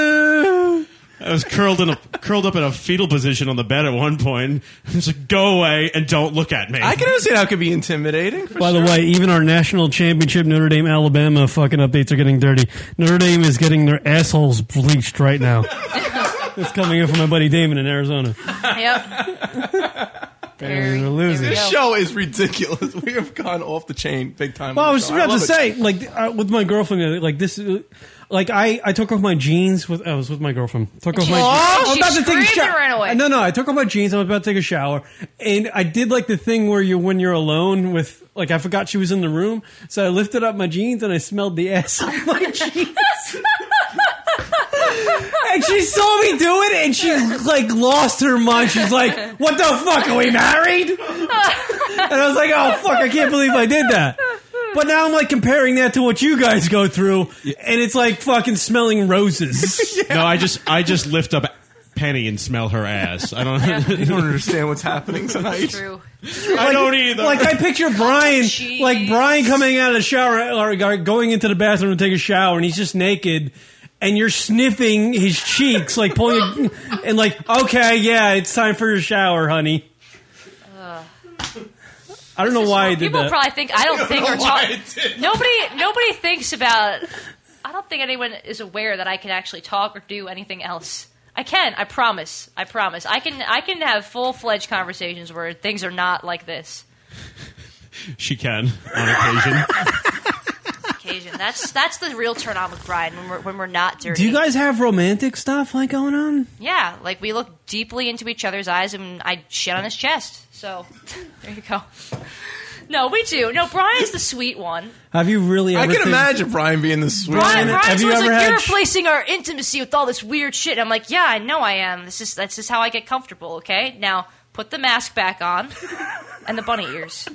S13: I was curled in a curled up in a fetal position on the bed at one point. I was like, "Go away and don't look at me."
S11: I can understand how it could be intimidating. for
S12: By the
S11: sure.
S12: way, even our national championship Notre Dame Alabama fucking updates are getting dirty. Notre Dame is getting their assholes bleached right now. That's coming in from my buddy Damon in Arizona.
S9: yep.
S12: They're losing.
S11: this show is ridiculous. We have gone off the chain big time.
S12: Well,
S11: on
S12: I
S11: the
S12: was
S11: show.
S12: about to
S11: love it.
S12: say, like uh, with my girlfriend, uh, like this, uh, like I, I took off my jeans with I was with my girlfriend. Took off
S9: She-
S12: Oh, my.
S9: Aw.
S12: I was about to take a
S9: She screamed
S12: shower.
S9: and ran away.
S12: No, no, I took off my jeans. I was about to take a shower, and I did like the thing where you when you're alone with like I forgot she was in the room, so I lifted up my jeans and I smelled the ass on my jeans. And she saw me do it, and she like lost her mind. She's like, "What the fuck? Are we married?" And I was like, oh, fuck, I can't believe I did that. But now I'm like comparing that to what you guys go through, and it's like fucking smelling roses.
S13: No, I just I just lift up Penny and smell her ass. I don't.
S11: I don't understand what's happening tonight.
S9: True.
S13: I don't either.
S12: Like I picture Brian, like Brian coming out of the shower or or going into the bathroom to take a shower, and he's just naked, and you're sniffing his cheeks, like pulling, a, and like, okay, yeah, it's time for your shower, honey.
S9: Ugh.
S12: I don't know why I did
S9: People
S12: that.
S9: probably think I don't,
S10: I don't
S9: think
S10: know
S9: or
S10: why
S9: talk. Nobody, nobody thinks about. I I don't think anyone is aware that I can actually talk or do anything else. I can, I promise. I promise. I can I can have full-fledged conversations where things are not like this.
S13: She can on occasion.
S9: Occasion. That's that's the real turn on with Brian when we're when we're not dirty.
S12: Do you guys have romantic stuff like going on?
S9: Yeah, like we look deeply into each other's eyes, and I shit on his chest. So there you go. No, we do. No, Brian's the sweet one.
S12: Have you really?
S11: I
S12: ever
S11: can
S12: think-
S11: imagine Brian being the sweet.
S9: Brian,
S11: one.
S9: Brian's always like, "You're replacing our intimacy with all this weird shit." And I'm like, "Yeah, I know I am. This is that's just how I get comfortable." Okay, now put the mask back on and the bunny ears.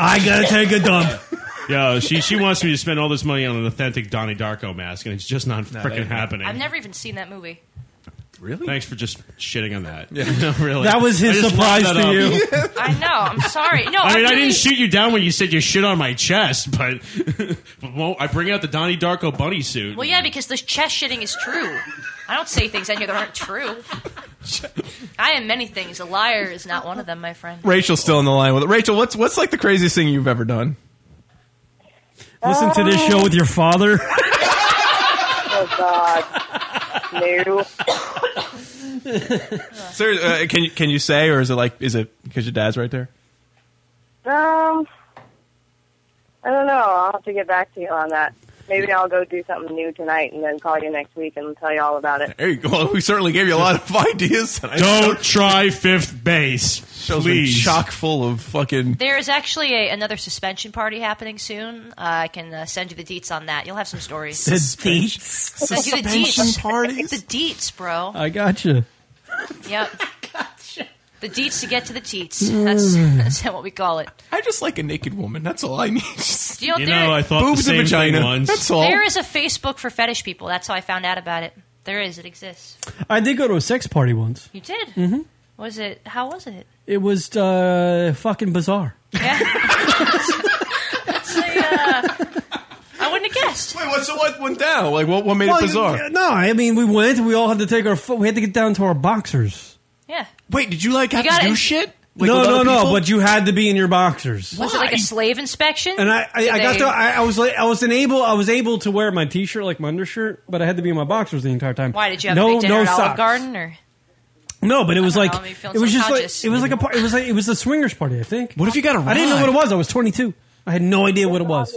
S12: I gotta take a dump.
S13: Yo, she she wants me to spend all this money on an authentic Donnie Darko mask, and it's just not
S11: No,
S13: freaking
S11: that-
S13: happening.
S9: I've never even seen that movie.
S13: really? Thanks for just shitting on that. Yeah, no, really.
S12: That was his
S13: I just
S12: surprise
S13: locked that
S12: to
S13: up.
S12: you.
S9: I know. I'm sorry. No,
S13: I mean,
S9: I'm
S13: I
S9: doing-
S13: didn't shoot you down when you said you shit on my chest, but well, I bring out the Donnie Darko bunny suit.
S9: Well, yeah, because the chest shitting is true. I don't say things in here that aren't true. I am many things. A liar is not one of them, my friend.
S11: Rachel's still on the line with it. Rachel, what's what's like the craziest thing you've ever done?
S12: Listen to this show with your father.
S17: Oh God. No.
S11: Sir, uh, can you can you say, or is it like is it because your dad's right there?
S17: Um, I don't know. I'll have to get back to you on that. Maybe I'll go do something new tonight and then call you next week and tell you all about it.
S11: There you go. Well, we certainly gave you a lot of ideas. Tonight.
S13: Don't try fifth base,
S11: Show's been
S13: please.
S11: chock full of fucking.
S9: There is actually a, another suspension party happening soon. Uh, I can uh, send you the deets on that. You'll have some stories. I'll send you the deets. The deets, bro.
S12: I gotcha.
S9: Yep. The deets to get to the teats. That's, that's what we call it.
S11: I just like a naked woman. That's all I need.
S9: You know, You know, there- I
S13: thought the
S11: boobs
S13: same
S11: and vagina.
S13: thing once.
S11: That's all.
S9: There is a Facebook for fetish people. That's how I found out about it. There is. It exists.
S12: I did go to a sex party once.
S9: You did?
S12: Mhm.
S9: Was it? How was it?
S12: It was uh, fucking bizarre.
S9: That's a, uh, I wouldn't have guessed.
S11: Wait, what? So what went down? Like what? What made
S12: Well,
S11: it bizarre?
S12: yeah, No, I mean we went. We all had to take our. Fo- we had to get down to our boxers.
S9: Yeah.
S11: Wait, did you like have
S9: gotta-
S11: to do shit? Like,
S12: no,
S11: with
S12: no,
S11: other
S12: no.
S11: people?
S12: But you had to be in your boxers.
S9: Was it like a slave inspection?
S12: And I, I,
S9: Did
S12: I got
S9: they-
S12: to. I, I was like, I was unable. I was able to wear my t-shirt, like my undershirt, but I had to be in my boxers the entire time.
S9: Why did you have a
S12: no,
S9: big dinner
S12: no
S9: at Olive
S12: socks.
S9: Garden? Or
S12: No, but it was
S9: I don't
S12: like
S9: know, I'm feeling
S12: it was just like
S9: self-conscious.
S12: it was like a par- it was like it was the swingers party. I think. What
S11: if you got a
S12: I didn't know what it was. I was 22. I had no idea what it was.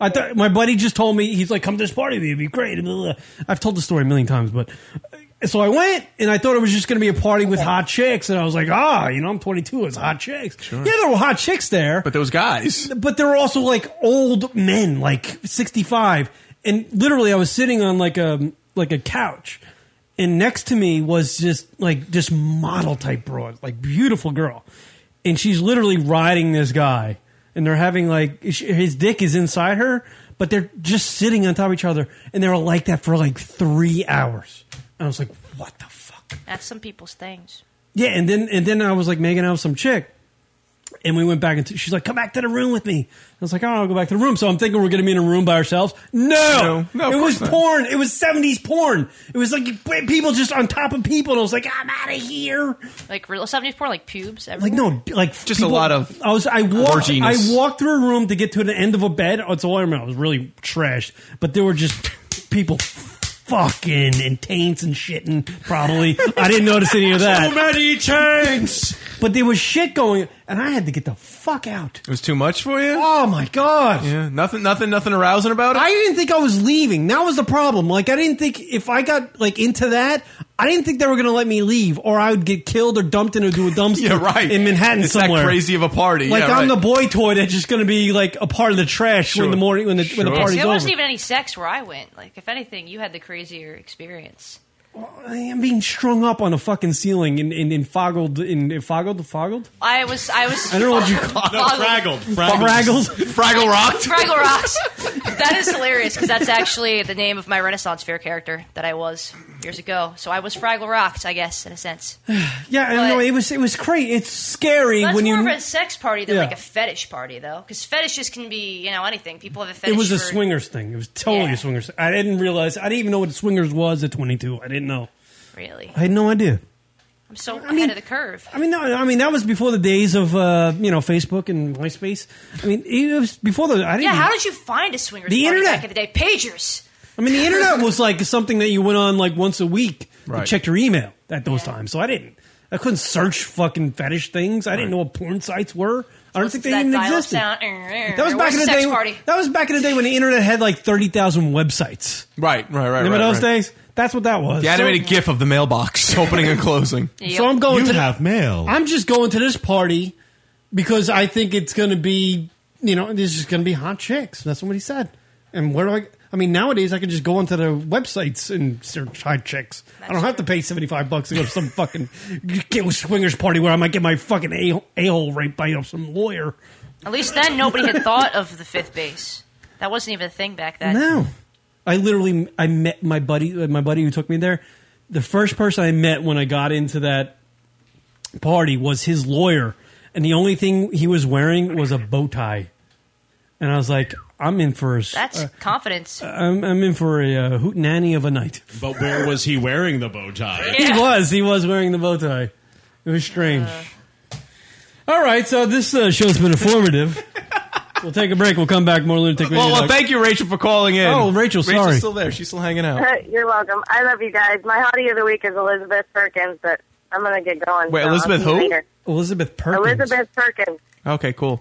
S12: I thought my buddy just told me he's like, "Come to this party, it'd be great." Blah, blah, blah. I've told the story a million times, but so I went and I thought it was just going to be a party with hot chicks, and I was like, "Ah, you know, I'm 22. It's hot chicks." Yeah, there were hot chicks there, but
S11: there was guys.
S12: But there were also like old men, like 65, and literally, I was sitting on like a like a couch, and next to me was just like this model type broad, like beautiful girl, and she's literally riding this guy, and they're having like sh- his dick is inside her, but they're just sitting on top of each other, and they were like that for like three hours, and I was like, what the
S9: That's some people's things.
S12: yeah, and then and then I was like making out with some chick, and we went back into. She's like, "Come back to the room with me." I was like, "Oh, I'll go back to the room." So I'm thinking we're going to be in a room by ourselves. No,
S11: No, no, of
S12: it was
S11: course not.
S12: porn. It was 70s porn. It was like people just on top of people, and I was like, "Ah, "I'm out of here."
S9: Like real seventies porn, like pubes.
S12: Like
S9: everywhere?
S12: no, like
S11: Just a lot of
S12: I was I walked I
S11: orginess.
S12: walked through a room to get to the end of a bed. Oh, It's all I remember. I was really trashed, but there were just people fucking and taints and shitting. Probably I didn't notice any of that.
S13: So many taints.
S12: But there was shit going, and I had to get the fuck out.
S11: It was too much for you.
S12: Oh my god!
S11: Yeah, nothing, nothing, nothing arousing about it.
S12: I didn't think I was leaving. That was the problem. Like I didn't think if I got like into that, I didn't think they were gonna let me leave, or I would get killed or dumped into a dumpster
S11: yeah, right.
S12: in Manhattan
S11: it's
S12: somewhere.
S11: that crazy of a party.
S12: Like
S11: yeah,
S12: I'm the
S11: right.
S12: boy toy that's just gonna be like a part of the trash when the morning when the when the
S9: Yeah, see,
S12: party's
S9: there
S12: over.
S9: wasn't even any sex where I went. Like if anything, you had the crazier experience.
S12: I'm being strung up on a fucking ceiling and and, and foggled and, and foggled foggled.
S9: I was. I was.
S12: I don't know what you call it.
S9: No, Fraggle.
S12: Fraggled.
S11: Fraggle rocked.
S9: Fraggle Rocks. That is hilarious because that's actually the name of my Renaissance Fair character that I was years ago. So I was Fraggle Rocked, I guess, in a sense.
S12: Yeah, I know it was it was crazy. It's scary
S9: That's
S12: when
S9: more
S12: you.
S9: of a sex party than
S12: Yeah.
S9: like a fetish party, though, because fetishes can be you know anything. People have a fetish.
S12: it was a
S9: for-
S12: swingers thing. It was totally a swingers. Thing. I didn't realize. I didn't even know what swingers was at 22. I didn't know.
S9: Really?
S12: I had no idea.
S9: I'm so
S12: I
S9: ahead
S12: mean-
S9: of the curve.
S12: I mean, no, I mean that was before the days of uh, you know Facebook and MySpace. I mean, it was before the. I didn't
S9: yeah,
S12: even-
S9: how did you find a swingers
S12: The
S9: party
S12: internet.
S9: back in the day? Pagers.
S12: I mean, the internet was like something that you went on like once a week
S11: Right.
S12: to check your email at those times. So I didn't. I couldn't search fucking fetish things. I didn't know what porn sites were. I don't think they
S9: That
S12: even
S9: dial-up
S12: existed.
S9: sound.
S12: That was back
S9: Where's
S12: in the
S9: sex
S12: day.
S9: Party?
S12: That was back in the day when the internet had like thirty thousand websites.
S11: Right, right, right.
S12: Remember
S11: right,
S12: those
S11: right.
S12: days? That's what that was.
S11: The animated
S12: So-
S11: GIF of the mailbox opening and closing.
S12: So I'm going to
S1: mail.
S12: I'm just going to this party because I think it's going to be, you know, there's just going to be hot chicks. That's what he said. And where do I? I mean, nowadays I can just go onto the websites and search hot chicks. I don't have to pay seventy five bucks to go to some fucking swingers party where I might get my fucking a hole raped by you know, some lawyer.
S9: At least then nobody had thought of the fifth base. That wasn't even a thing back then.
S12: No, I literally I met my buddy my buddy who took me there. The first person I met when I got into that party was his lawyer, and the only thing he was wearing was a bow tie. And I was like, I'm in for a, s-
S9: That's
S12: uh,
S9: confidence.
S12: I'm, I'm in for a uh, hoot nanny of a night.
S13: But where was he wearing the bow tie?
S12: He was he was wearing the bow tie. It was strange.
S9: Uh.
S12: All right, so this uh, show's been informative. we'll take a break. We'll come back more lunatic.
S11: Well, well, thank you, Rachel, for calling in.
S12: Oh, Rachel, sorry.
S11: Rachel's still there. She's still hanging out.
S17: You're welcome. I love you guys. My hottie of the week is Elizabeth Perkins, but I'm gonna get going.
S11: Wait,
S17: so I'll
S11: Elizabeth
S17: see you
S11: who?
S17: later.
S12: Elizabeth Perkins.
S17: Elizabeth Perkins.
S11: Okay, cool.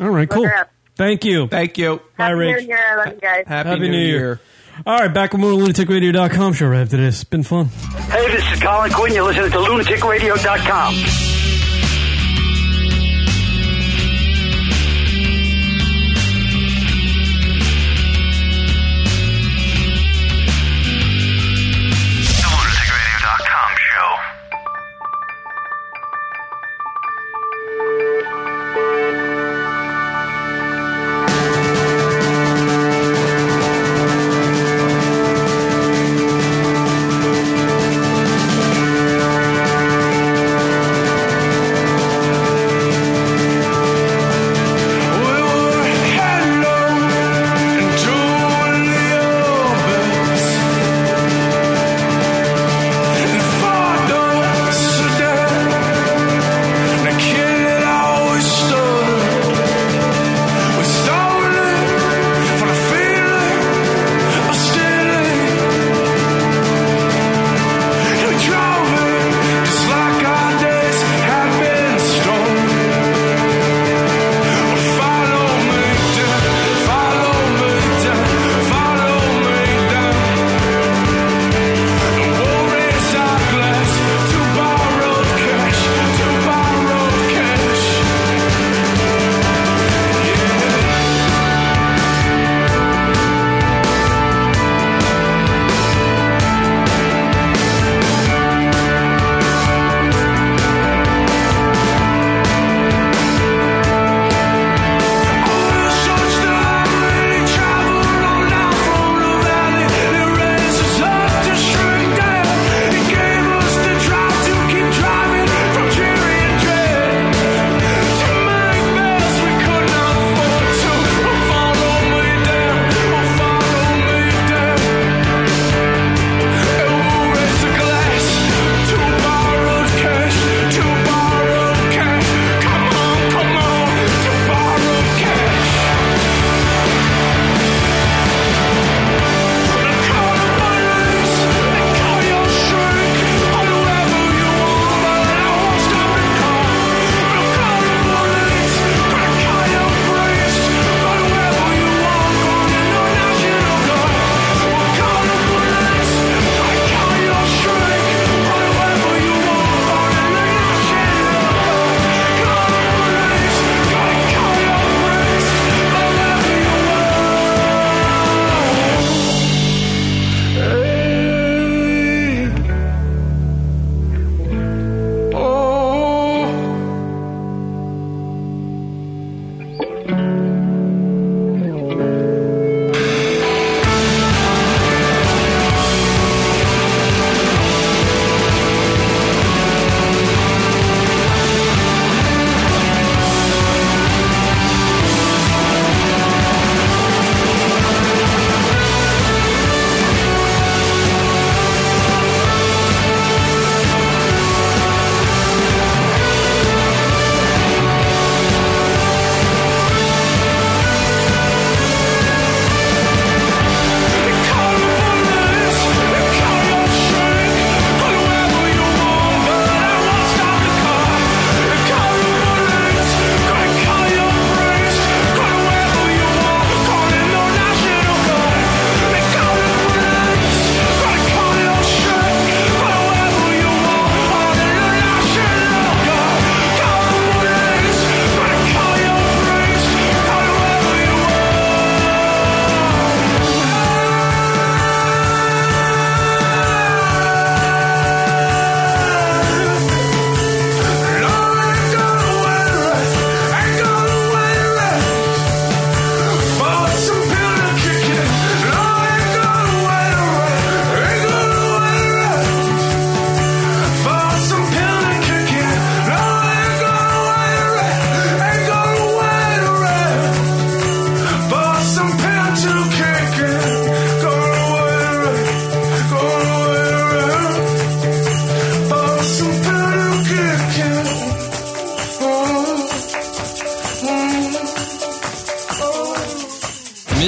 S12: All right,
S17: Look
S12: cool.
S17: her up.
S12: Thank you.
S11: Thank you.
S12: Bye,
S17: Happy
S12: Rach.
S17: New Year. I love you guys.
S11: Happy,
S12: Happy New Year. All right, back with more lunaticradio.com show right after this. Been fun.
S20: Hey, this is Colin Quinn. You're listening to lunaticradio.com.
S3: lunaticradio.com show.
S10: Thank Oh.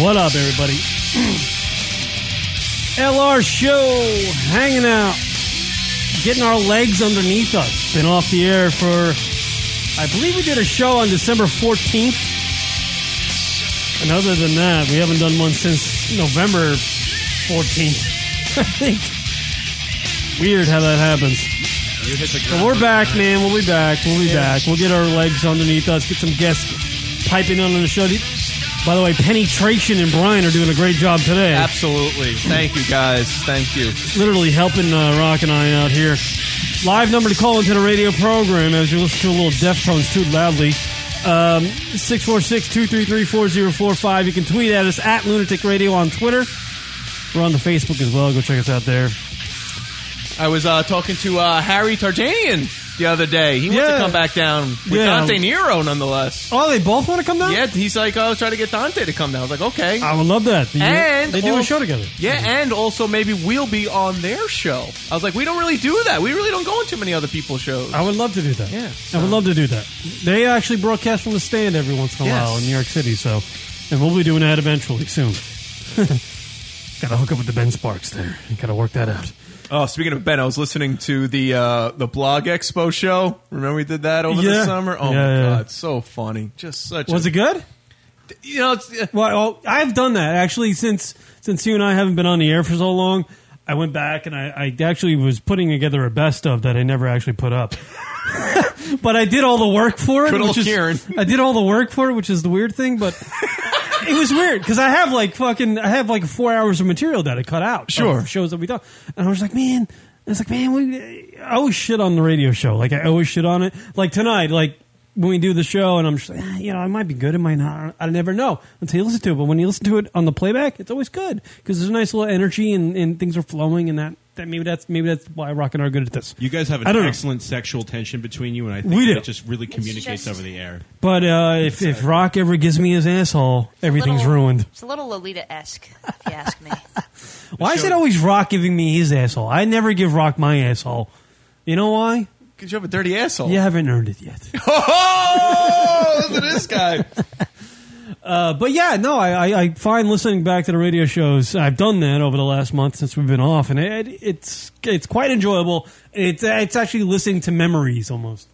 S12: What up, everybody? LR Show, hanging out, getting our legs underneath us. Been off the air for, I believe we did a show on December 14th. And other than that, we haven't done one since November 14th. I think. Weird how that happens.
S10: You hit the
S12: So we're back, man. We'll be back. We'll be back. We'll get our legs underneath us. Get some guests piping in on the show. By the way, Penny Tration and Brian are doing a great job today.
S11: Absolutely. Thank you, guys. Thank you.
S12: Literally helping uh, Rock and I out here. Live number to call into the radio program as you listen to a little Deftones too loudly. Um, 646-233-4045. You can tweet at us at Lunatic Radio on Twitter. We're on the Facebook as well. Go check us out there.
S11: I was uh, talking to uh, Harry Tartanian the other day. He wants
S12: Yeah.
S11: to come back down with
S12: Yeah.
S11: Dante Nero, nonetheless.
S12: Oh, they both want to come down?
S11: Yeah, he's like, oh, I was trying to get Dante to come down. I was like, okay.
S12: I would love that. You-
S11: and
S12: they do
S11: al-
S12: a show together. Mm-hmm.
S11: Yeah, and also maybe we'll be on their show. I was like, we don't really do that. We really don't go on too many other people's shows.
S12: I would love to do that.
S11: Yeah,
S12: I would love to do that. They actually broadcast from the stand every once in a
S11: Yes.
S12: while in New York City, so and we'll be doing that eventually soon. Got to hook up with the Ben Sparks there. Got to work that out.
S11: Oh, speaking of Ben, I was listening to the uh, the Blog Expo show. Remember we did that over
S12: Yeah.
S11: the summer?
S12: Yeah,
S11: Oh my
S12: yeah.
S11: god, it's so funny. Just such.
S12: Was
S11: a,
S12: it good?
S11: You know, it's,
S12: well, oh, I've done that actually since since you and I haven't been on the air for so long. I went back and I, I actually was putting together a best of that I never actually put up. but I did all the work for it.
S11: Good old
S12: which is-
S11: Karen.
S12: I did all the work for it, which is the weird thing, but it was weird because I have like fucking I have like four hours of material that I cut out. of
S11: Sure.
S12: shows that we done, and I was like, man, I was like, man, we, I always shit on the radio show. Like I always shit on it. Like tonight, like when we do the show, and I'm just like, "Ah, you know, I might be good, it might not. I never know until you listen to it. But when you listen to it on the playback, it's always good because there's a nice little energy and, and things are flowing, and that, that maybe that's maybe that's why rock and are good at this.
S13: You guys have an
S12: I don't know.
S13: excellent sexual tension between you, and I think
S12: We do.
S13: it just really communicates over the air.
S12: But uh, if, if Rock ever gives me his asshole, everything's
S9: Little-
S12: ruined.
S9: It's a little Lolita esque, if you ask me.
S12: Why is it always Rock giving me his asshole? I never give Rock my asshole. You know why?
S11: Because you have a dirty asshole.
S12: You haven't earned it yet.
S11: Oh, listen to this guy.
S12: Uh, but yeah, no, I, I, I find listening back to the radio shows. I've done that over the last month since we've been off, and it, it's it's quite enjoyable. It's it's actually listening to memories almost,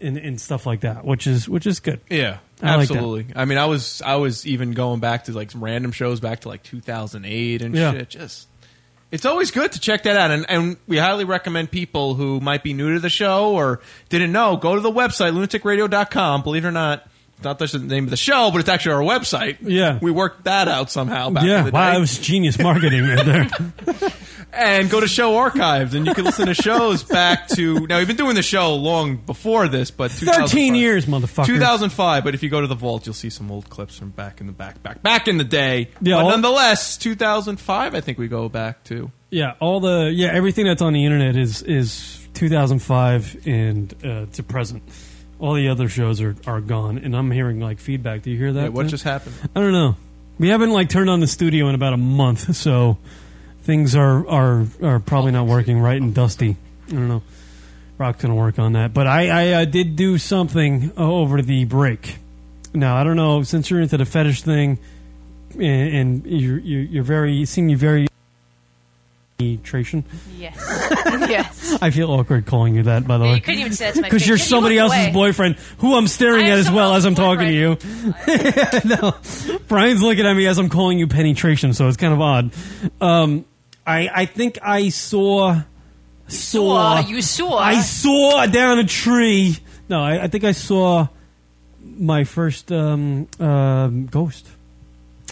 S12: and, and stuff like that, which is which is good.
S11: Yeah,
S12: I like that.
S11: absolutely. I mean, I was I was even going back to like some random shows back to like 2008 and
S12: Yeah.
S11: shit. Just it's always good to check that out, and, and we highly recommend people who might be new to the show or didn't know go to the website lunaticradio.com. Believe it or not, it's not just the name of the show, but it's actually our website.
S12: Yeah.
S11: we worked that out somehow. Back in
S12: yeah,
S11: the
S12: wow,
S11: day.
S12: that was genius marketing right there.
S11: and go to show archives, and you can listen to shows back to now. We've been doing the show long before this, but
S12: 13
S11: 2005
S12: years, motherfucker.
S11: 2005. But if you go to the vault, you'll see some old clips from back in the back, back, back in the day.
S12: Yeah,
S11: but
S12: all-
S11: nonetheless, 2005. I think we go back to.
S12: Yeah, all the yeah everything that's on the internet is is 2005 and uh, to present. All the other shows are, are gone, and I'm hearing like feedback. Do you hear that?
S11: Yeah, what
S12: Tim?
S11: just happened?
S12: I don't know. We haven't like turned on the studio in about a month, so things are are are probably not working right and dusty. I don't know. Rock's gonna work on that, but I I, I did do something uh, over the break. Now I don't know since you're into the fetish thing, and, and you're you're you're very you seem you very penetration.
S9: Yes. yes.
S12: I feel awkward calling you that, by the
S9: Yeah,
S12: way.
S9: you couldn't even say that to my
S12: Because
S9: face.
S12: you're
S9: Can you
S12: somebody
S9: look
S12: else's
S9: away?
S12: boyfriend, who I'm staring at as well as I'm talking to you. no, Brian's looking at me as I'm calling you penetration, so it's kind of odd. Um, I I think I saw saw
S9: you saw.
S12: I saw down a tree. No, I, I think I saw my first um, um ghost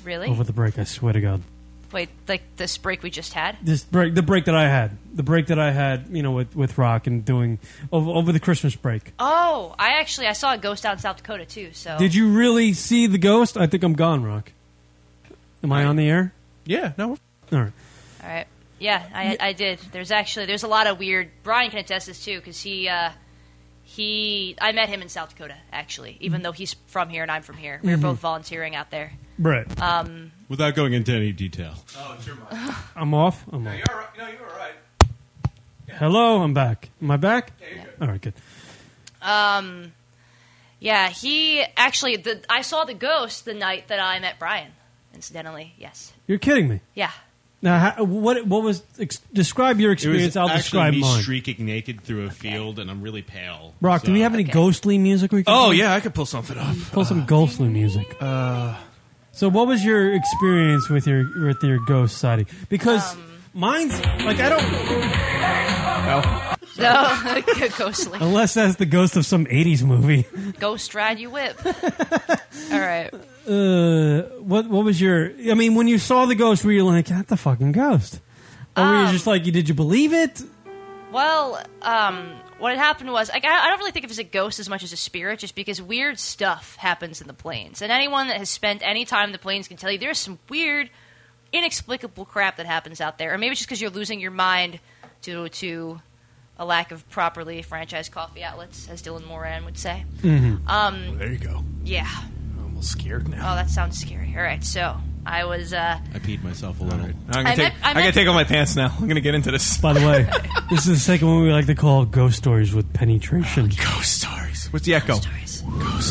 S9: Really?
S12: over the break. I swear to God.
S9: Wait, like this break we just had?
S12: this break, the break that I had, the break that I had, you know, with, with rock and doing over, over the Christmas break.
S9: Oh, I actually I saw a ghost out in South Dakota too.
S11: Oh.
S9: So
S12: Did you really see the ghost? I think I'm gone, Rock. Am I on the air?
S11: Yeah, no.
S12: All right.
S9: All right. Yeah, I, I did. There's actually there's a lot of weird. Brian can attest this too because he uh, he I met him in South Dakota actually, even though he's from here and I'm from here. We were
S12: Mhm.
S9: both volunteering out there.
S12: Right.
S9: Um.
S4: Without going into any detail.
S11: Oh, it's your mic.
S12: I'm off. I'm off.
S11: all right. No, you're all right.
S12: Hello, I'm back. Am I back?
S9: Yeah, you're
S12: All right, good.
S9: Um. Yeah, he actually the I saw the ghost the night that I met Brian. Incidentally, yes.
S12: You're kidding me.
S9: Yeah.
S12: Now, how, what what was ex- describe your
S4: It was
S12: experience? I'll
S4: actually
S12: describe
S4: me
S12: mine.
S4: streaking naked through a field, and I'm really pale.
S12: Rock, do we have any ghostly music? We can
S11: Oh,
S12: play?
S11: yeah, I could pull something up.
S12: Pull some ghostly music. Uh, so, what was your experience with your with your ghost sighting? Because mine's like I don't.
S9: No, ghostly.
S12: Unless that's the ghost of some '80s movie.
S9: Ghost ride you whip. All right.
S12: Uh, what what was your? I mean, when you saw the ghost, were you like, "That's the fucking ghost," or were you
S9: Um,
S12: just like, "You did you believe it?"
S9: Well, um, what had happened was like, I, I don't really think of it as a ghost as much as a spirit, just because weird stuff happens in the plains. And anyone that has spent any time in the plains can tell you there's some weird, inexplicable crap that happens out there. Or maybe it's just because you're losing your mind due to a lack of properly franchised coffee outlets, as Dylan Moran would say.
S11: Mhm.
S9: Um,
S11: Well, there you go.
S9: Yeah.
S11: I'm almost scared now.
S9: Oh, that sounds scary. All right, so I was. Uh,
S4: I peed myself a little.
S11: I'm
S9: I
S11: gonna, take,
S9: met- I
S11: I gotta
S9: met-
S11: take off my pants now. I'm gonna get into this.
S12: By the way, this is the second one we like to call "Ghost Stories with Penetration."
S11: ghost stories. What's the echo?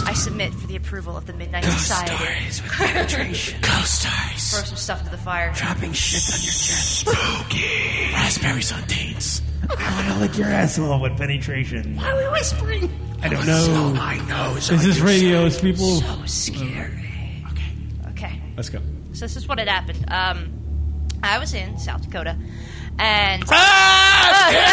S9: I submit for the approval of the Midnight
S10: Ghost
S9: Society.
S10: stories with penetration. Ghost stories.
S9: Throw some stuff into the fire.
S10: Dropping shit on your chest. Spooky. Raspberries on dates.
S12: I want to lick your asshole with penetration.
S10: Why are we whispering?
S12: I don't know. Is this radio? Is people?
S9: So scary. Okay.
S11: Let's go.
S9: So this is what had happened. Um, I was in South Dakota, and
S10: Ah,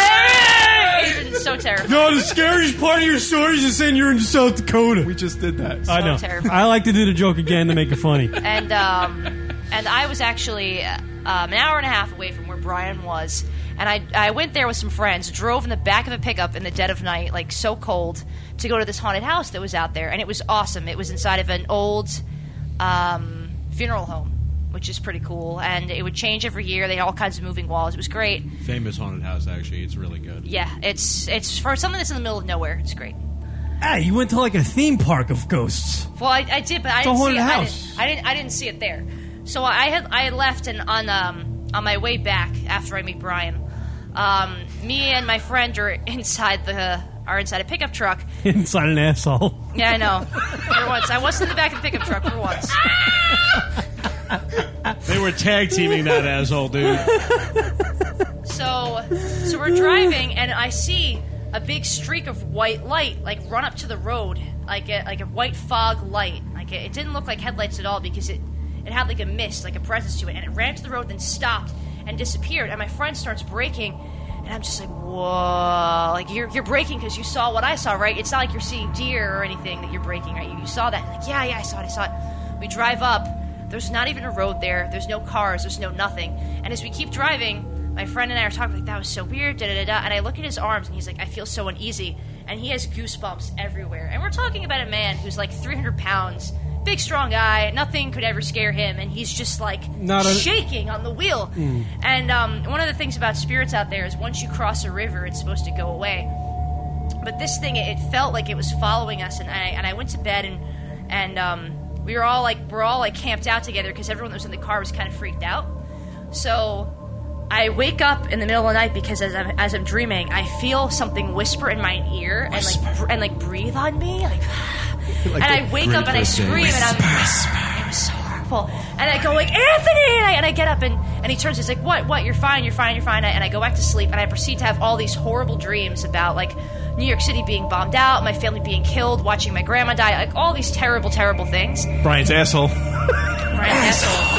S9: It's so terrifying.
S12: No, the scariest part of your stories is saying you're in South Dakota. We
S11: just did that.
S12: I know.
S9: So terrifying.
S12: I like to do the joke again to make it funny.
S9: And um, and I was actually uh, um, an hour and a half away from where Brian was, and I I went there with some friends, drove in the back of a pickup in the dead of night, like so cold, to go to this haunted house that was out there, and it was awesome. It was inside of an old um, funeral home, which is pretty cool, and it would change every year. They had all kinds of moving walls. It was great.
S4: Famous haunted house, actually. It's really good.
S9: Yeah, it's it's for something that's in the middle of nowhere. It's great.
S12: Hey, you went to like a theme park of ghosts.
S9: Well, I, I did, but I
S12: It's a
S9: didn't, see
S12: haunted
S9: it. I,
S12: house.
S9: didn't, I didn't. I didn't see it there. So I had I had left, and on um on my way back after I meet Brian, um me and my friend are inside the are inside a pickup truck.
S12: Inside an asshole.
S9: Yeah, I know. For once, I was in the back of the pickup truck for once.
S13: They were tag teaming that asshole, dude.
S9: So, so we're driving, and I see a big streak of white light, like run up to the road, like a, like a white fog light. Like it, it didn't look like headlights at all because it it had like a mist, like a presence to it, and it ran to the road, then stopped and disappeared. And my friend starts braking, and I'm just like, whoa! Like you're you're braking because you saw what I saw, right? It's not like you're seeing deer or anything that you're braking, right? You, you saw that. Like yeah, yeah, I saw it, I saw it. We drive up. There's not even a road there. There's no cars. There's no nothing. And as we keep driving, my friend and I are talking like that was so weird. Da da da da. And I look at his arms, and he's like, I feel so uneasy. And he has goosebumps everywhere. And we're talking about a man who's like 300 pounds, big, strong guy. Nothing could ever scare him, and he's just like
S10: Not a-
S9: shaking on the wheel.
S10: Mm.
S9: And um, one of the things about spirits out there is once you cross a river, it's supposed to go away. But this thing, it it felt like it was following us, and I and I went to bed and and um, we were all like we're all like camped out together because everyone that was in the car was kind of freaked out. So I wake up in the middle of the night because as I'm as I'm dreaming, I feel something whisper in my ear and like br- and like breathe on me, like, and I wake up and I scream and I'm it was so horrible. And I go like Anthony, and I, and I get up and and he turns. He's like, what? What? You're fine. You're fine. You're fine. And I go back to sleep and I proceed to have all these horrible dreams about like New York City being bombed out, my family being killed, watching my grandma die, like all these terrible, terrible things.
S11: Brian's asshole.
S9: Brian Essel.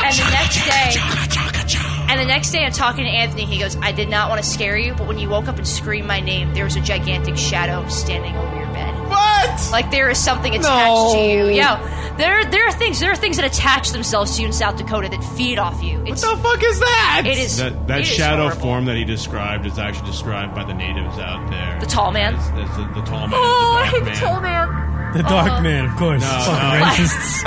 S9: And the next day, and the next day, I'm talking to Anthony. He goes, "I did not want to scare you, but when you woke up and screamed my name, there was a gigantic shadow standing over your bed." What? Like there is something attached to you. Yeah. There there are things there are things that attach themselves to you in South Dakota that feed off you. It's, what the fuck is that? It is
S4: that, that
S9: it is
S4: shadow
S9: horrible.
S4: form that he described is actually described by the natives out there.
S9: The tall man?
S4: It's- it's the, the tall man.
S9: Oh, I
S4: the
S9: hate
S4: dark
S9: the
S4: man.
S9: tall man.
S12: The Dark Man, of course.
S4: No,
S12: Fucking
S4: no.
S12: racists.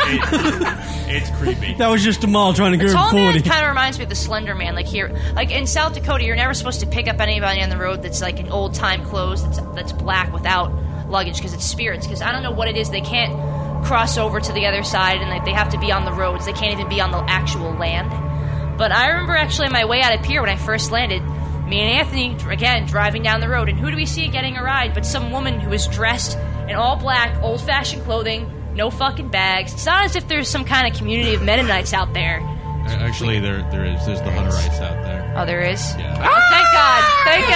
S4: It- it's creepy.
S12: That was just a mall trying to
S9: The
S12: get
S9: tall man
S12: 40.
S9: kind of reminds me of the Slender Man. Like here, like in South Dakota, you're never supposed to pick up anybody on the road that's like in old time clothes that's that's black without luggage because it's spirits. Because I don't know what it is, they can't cross over to the other side and like they have to be on the roads. They can't even be on the actual land. But I remember actually on my way out of pier when I first landed, me and Anthony dr- again driving down the road, and who do we see getting a ride but some woman who is dressed in all black, old fashioned clothing. No fucking bags. It's not as if there's some kind of community of Mennonites out there.
S4: A- Actually, there there is there's the Hutterites out there.
S9: Oh, there is. Oh, thank God! Thank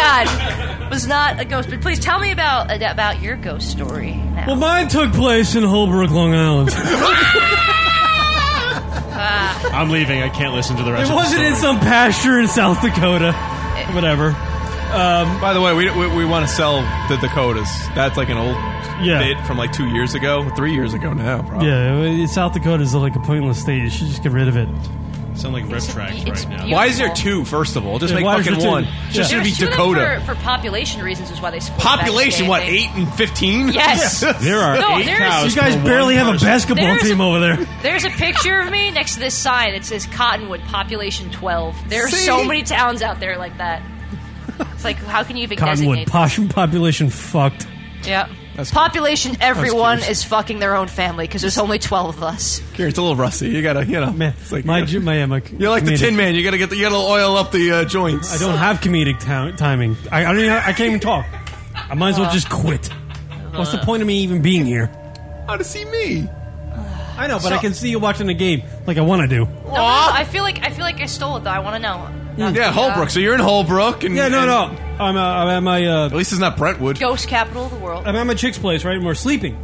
S9: God! Was not a ghost, but please tell me about about your ghost story. Now.
S12: Well, mine took place in Holbrook, Long Island.
S9: Ah.
S4: I'm leaving. I can't listen to the rest.
S12: it
S4: of
S12: wasn't
S4: the
S12: in
S4: story.
S12: some pasture in South Dakota. Whatever. Um,
S11: By the way, we, we, we want to sell the Dakotas. That's like an old
S12: Yeah.
S11: bit from like two years ago, three years ago now. Probably.
S12: yeah, well, South Dakota's like a pointless state. You should just get rid of it.
S4: Sound like rip tracks right now.
S11: Why is there two? First of all, just
S12: Yeah,
S11: make
S12: why is
S11: fucking
S12: there two?
S11: one. Just
S9: They
S11: should
S9: were
S11: be
S9: shooting
S11: Dakota.
S9: for, for population reasons, is why they split back
S11: Population
S9: today,
S11: what
S9: I
S11: eight
S9: think.
S11: and fifteen?
S9: Yes. There are No, eight there's- cows
S12: You guys
S9: per
S12: barely
S9: one
S12: have a
S9: person.
S12: basketball
S9: There's-
S12: team over there.
S9: There's a picture of me next to this sign. It says Cottonwood, population 12. There are
S10: See?
S9: so many towns out there like that. It's like, how can you even
S12: Cottonwood
S9: designate?
S12: posh population fucked.
S9: yeah. population, everyone
S12: cute.
S9: is fucking their own family because there's only 12 of us.
S11: Here, it's a little rusty. You gotta, you know, man. It's like
S12: My,
S11: you
S12: ju- my, yeah, my
S11: are like the
S12: comedic-
S11: Tin Man. You gotta get, the, you gotta oil up the uh, joints.
S12: I don't have comedic ti- timing. I, I don't. Even, I can't even talk. I might as well just quit. What's the point of me even being here?
S11: How to see me?
S12: I know, but I can see you watching the game like I want to do.
S9: No, no, no, I feel like I feel like I stole it though. I want to know.
S11: Yeah, Holbrook. So you're in Holbrook, and
S12: Mm. Yeah, no,
S11: and-
S12: no. I'm, uh, I'm at my. Uh, at
S11: least it's not Brentwood.
S9: Ghost capital of the world.
S12: I'm at my chick's place, right? And we're sleeping.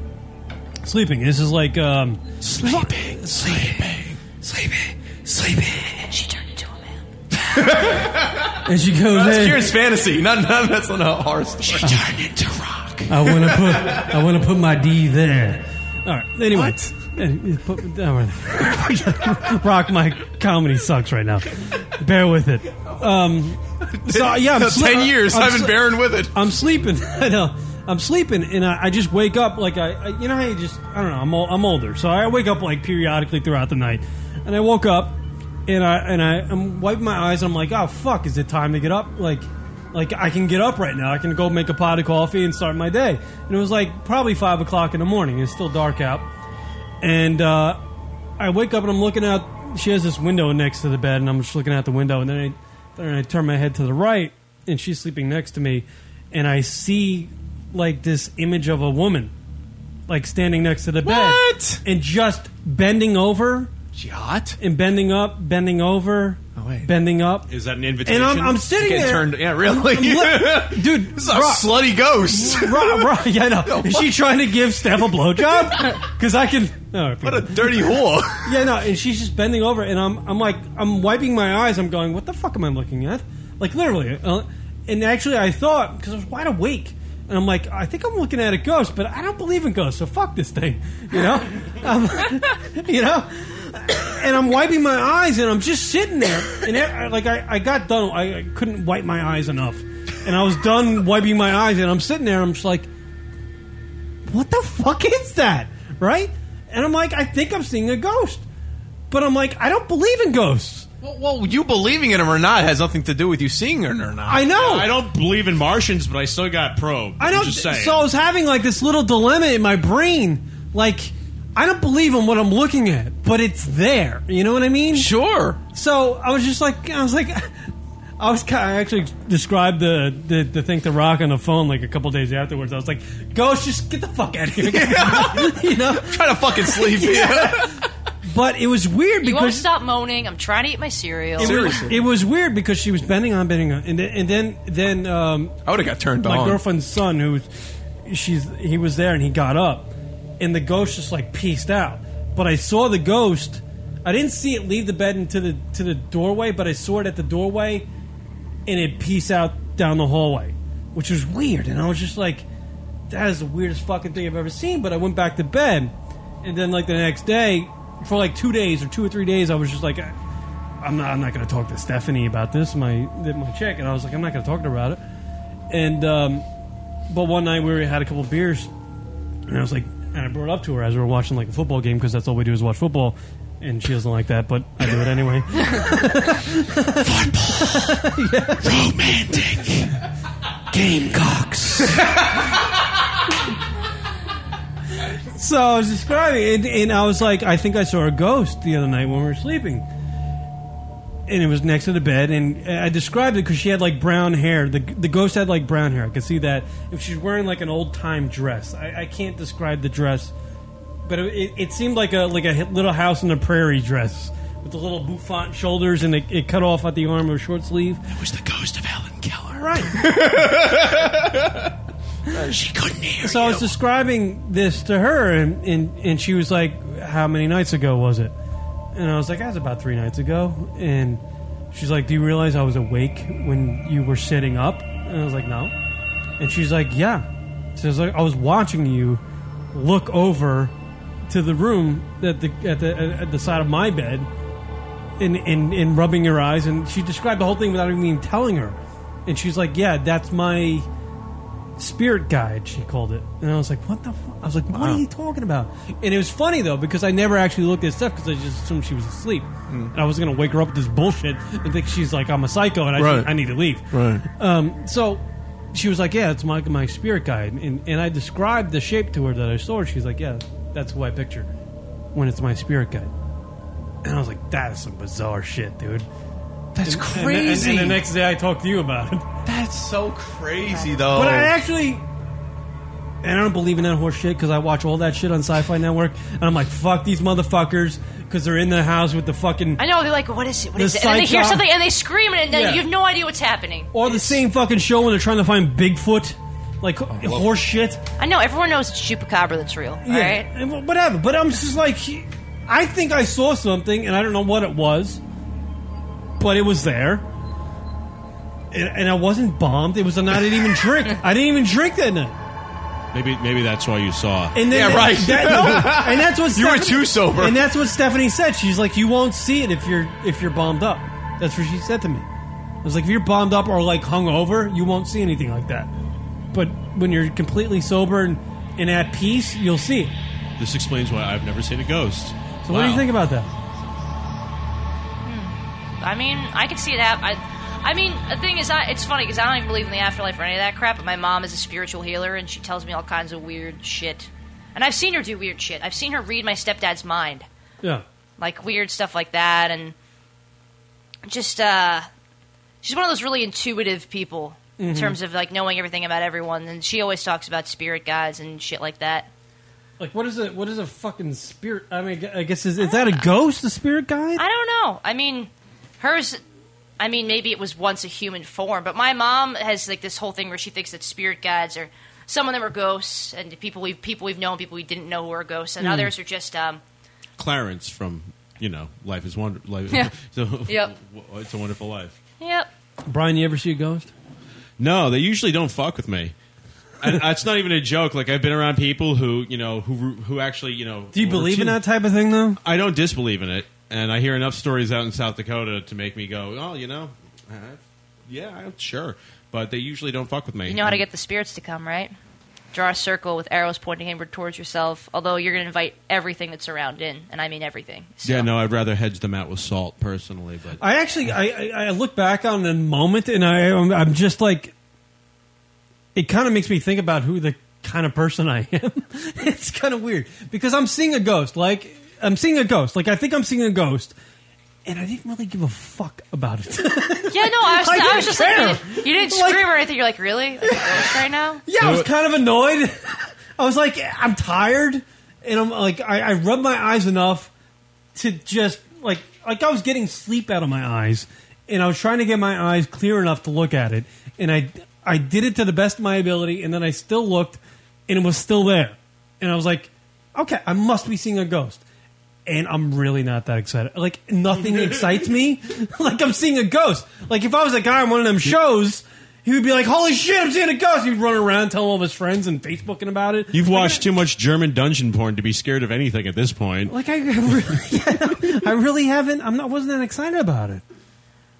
S12: Sleeping. This is like um, sleeping, sleeping, sleeping, sleeping.
S9: She turned into a man.
S12: And she goes,
S11: No, that's
S12: "Hey,
S11: Kieran's fantasy. Not, not that's not a horror story. She turned into rock.
S12: I want to put, I want to put my D there." All right. Anyway, Eh, eh, put- all right. rock my comedy sucks right now. Bear with it. Um, so yeah, I'm
S11: No,
S12: sli-
S11: 10 years, I've been bearing with it.
S12: I'm sleeping. I know. I'm sleeping, and I, I just wake up like I, I, you know how you just, I don't know. I'm, ol- I'm older, so I wake up like periodically throughout the night, and I woke up, and I and I, I'm wiping my eyes, and I'm like, oh fuck, is it time to get up? Like, like I can get up right now. I can go make a pot of coffee and start my day. And it was like probably five o'clock in the morning. It's still dark out and uh, I wake up and I'm looking out. She has this window next to the bed, and I'm just looking out the window. And then I, then I turn my head to the right, and she's sleeping next to me, and I see like this image of a woman, like standing next to the bed, and just bending over. She hot and bending up, bending over, bending up.
S4: Is that an Oh, invitation?
S12: And I'm, I'm sitting
S4: Get
S12: there,
S4: turned- yeah, really?
S12: I'm li- dude.
S4: This is a slutty
S11: ghost.
S12: Rock, rock, yeah, I know. Is she trying to give Steph a blowjob? Because I can. No, what a
S11: dirty whore.
S12: yeah, no. And she's just bending over, and I'm, I'm like, I'm wiping my eyes. I'm going, what the fuck am I looking at? Like literally. Uh, and actually, I thought because I was wide awake, and I'm like, I think I'm looking at a ghost, but I don't believe in ghosts, so fuck this thing, you know. I'm- you know and I'm wiping my eyes, and I'm just sitting there, and e, I, I- like I, I got done, I, I couldn't wipe my eyes enough, and I was done wiping my eyes, and I'm sitting there, and I'm just like, what the fuck is that, right? And I'm like, I think I'm seeing a ghost, but I'm like, I don't believe in ghosts.
S11: Well, well, you believing in him or not has nothing to do with you seeing him or not.
S12: I know.
S4: I don't believe in Martians, but I still got probed.
S12: I don't.
S4: I'm just saying.
S12: So I was having like this little dilemma in my brain, like I don't believe in what I'm looking at, but it's there. You know what I mean?
S11: Sure.
S12: So I was just like, I was like, I was. ki- I actually described the the, the thing to Rock on the phone like a couple days afterwards. I was like, Ghost, just get the fuck out of here. you know,
S11: try to fucking sleep.
S12: But it was weird
S9: You won't
S12: because
S9: stop moaning. I'm trying to eat my cereal.
S12: it was, it was weird because she was bending on, bending on, and then, and then, then um,
S11: I would have got turned
S12: my
S11: on.
S12: girlfriend's son, who was- she's he was there, and he got up, and the ghost just like pieced out. But I saw the ghost. I didn't see it leave the bed into the to the doorway, but I saw it at the doorway, and it pieced out down the hallway, which was weird. And I was just like, that is the weirdest fucking thing I've ever seen. But I went back to bed, and then like the next day, for like two days or two or three days, I was just like, I- I'm not, I'm not going to talk to Stephanie about this, my my chick. And I was like, I'm not going to talk to her about it. And um, but one night we were- had a couple beers, and I was like, and I brought it up to her as we were watching like a football game because that's all we do is watch football. And she doesn't like that, but I do it anyway. football, romantic.
S21: Gamecocks.
S12: So I was describing, and, and I was like, I think I saw a ghost the other night when we were sleeping, and it was next to the bed. And I described it because she had like brown hair. The the ghost had like brown hair. I could see that. If she's wearing like an old time dress, I, I can't describe the dress, but it, it, it seemed like a like a hi- little house on the prairie dress with the little bouffant shoulders and it, it cut off at the arm or short sleeve. It was the ghost of Helen Keller, right? she couldn't hear. So I was describing this to her, and, and and she was like, "How many nights ago was it?" And I was like, "That was about three nights ago." And she's like, "Do you realize I was awake when you were sitting up?" And I was like, "No." And she's like, "Yeah." So I was like, "I was watching you look over to the room at the at the at the side of my bed." and, and, and rubbing her eyes, and she described the whole thing without even telling her. And she's like, "Yeah, that's my spirit guide," she called it. And I was like, "What the?" Fu-? I was like, "What
S21: Wow.
S12: are you talking about?" And it was funny though because I never actually looked at stuff because I just assumed she was asleep,
S11: Hmm.
S12: and I was gonna wake her up with this bullshit and think she's like, "I'm a psycho," and I,
S11: Right.
S12: I need to leave.
S11: Right.
S12: Um, so she was like, "Yeah, it's my my spirit guide," and and I described the shape to her that I saw. She's like, "Yeah, that's who I picture when it's my spirit guide." And I was like, "That is some bizarre shit, dude."
S11: That's
S12: And- and-
S11: crazy.
S12: And, the next day, I talked to you about it.
S11: That's so crazy, though.
S12: But I actually, and I don't believe in that horse shit because I watch all that shit on Sci-Fi Network, and I'm like, "Fuck these motherfuckers," because they're in the house with the fucking
S9: I know they're like, what is it? What
S12: The
S9: is it? And then they hear
S12: psycho-
S9: something and they scream, and then
S12: Yeah.
S9: you have no idea what's happening.
S12: or the same fucking show when they're trying to find Bigfoot, like horse shit.
S9: I know everyone knows it's chupacabra that's real, all right?
S12: and wh- whatever. But I'm just like, he- I think I saw something, and I don't know what it was, but it was there, and, and I wasn't bombed. It was and I didn't even drink. I didn't even drink that night.
S4: Maybe maybe that's why you saw.
S12: And then that- no, and that's what
S4: You were
S12: Stephanie-
S4: too sober.
S12: And that's what Stephanie said. She's like, you won't see it if you're if you're bombed up. That's what she said to me. I was like, if you're bombed up or like hungover, you won't see anything like that. But when you're completely sober and, and at peace, you'll see it.
S4: This explains why I've never seen a ghost.
S12: So what do you think about that?
S9: I mean, I can see it happen. I, I mean, the thing is, I, it's funny because I don't even believe in the afterlife or any of that crap. But my mom is a spiritual healer, and she tells me all kinds of weird shit. And I've seen her do weird shit. I've seen her read my stepdad's mind,
S12: Yeah.
S9: like weird stuff like that, and just uh, she's one of those really intuitive people in
S10: Mhm.
S9: terms of like knowing everything about everyone. And she always talks about spirit guides and shit like that.
S12: Like, what is it? What is a fucking spirit? I mean, I guess is, is that a ghost? The spirit guide?
S9: I don't know. I mean, hers. I mean, maybe it was once a human form, but my mom has like this whole thing where she thinks that spirit guides are some of them are ghosts and people we have people we've known, people we didn't know who are ghosts, and
S4: Mm.
S9: others are just um.
S4: Clarence from you know Life is Wonder. Life,
S9: Yeah.
S4: so,
S9: Yep.
S4: It's a Wonderful Life.
S9: Yep.
S12: Brian, you ever see a ghost?
S4: No, they usually don't fuck with me. And that's not even a joke. Like I've been around people who you know who who actually you know.
S12: Do you
S4: were
S12: believe in
S4: too-
S12: that type of thing though?
S4: I don't disbelieve in it, and I hear enough stories out in South Dakota to make me go, oh, you know, uh, yeah, I'm sure. But they usually don't fuck with me.
S9: You know how to get the spirits to come, right? Draw a circle with arrows pointing inward towards yourself. Although you're going to invite everything that's around in, and I mean everything.
S4: Yeah, no, I'd rather hedge them out with salt personally, but
S12: I actually, I, I, I look back on the moment, and I, I'm, I'm just like, it kind of makes me think about who the kind of person I am. it's kind of weird because I'm seeing a ghost. Like I'm seeing a ghost. Like I think I'm seeing a ghost, and I didn't really give a fuck about it.
S9: Yeah, no, I was,
S21: I
S9: I
S21: didn't
S9: was just
S21: care.
S9: like, you didn't, you didn't scream or anything. You're like, really? Like, a ghost right now?
S12: Yeah, I was kind of annoyed. I was like, I'm tired, and I'm like, I, I rubbed my eyes enough to just like, like I was getting sleep out of my eyes, and I was trying to get my eyes clear enough to look at it, and I, I did it to the best of my ability, and then I still looked, and it was still there, and I was like, okay, I must be seeing a ghost. And I'm really not that excited. Like nothing excites me. Like I'm seeing a ghost. Like if I was a guy on one of them shows He would be like, "Holy shit, I'm seeing a ghost!" He'd run around, tell all of his friends, and Facebooking about it.
S4: You've watched too much German dungeon porn to be scared of anything at this point.
S12: Like I really, I really haven't. I'm not. Wasn't that excited about it.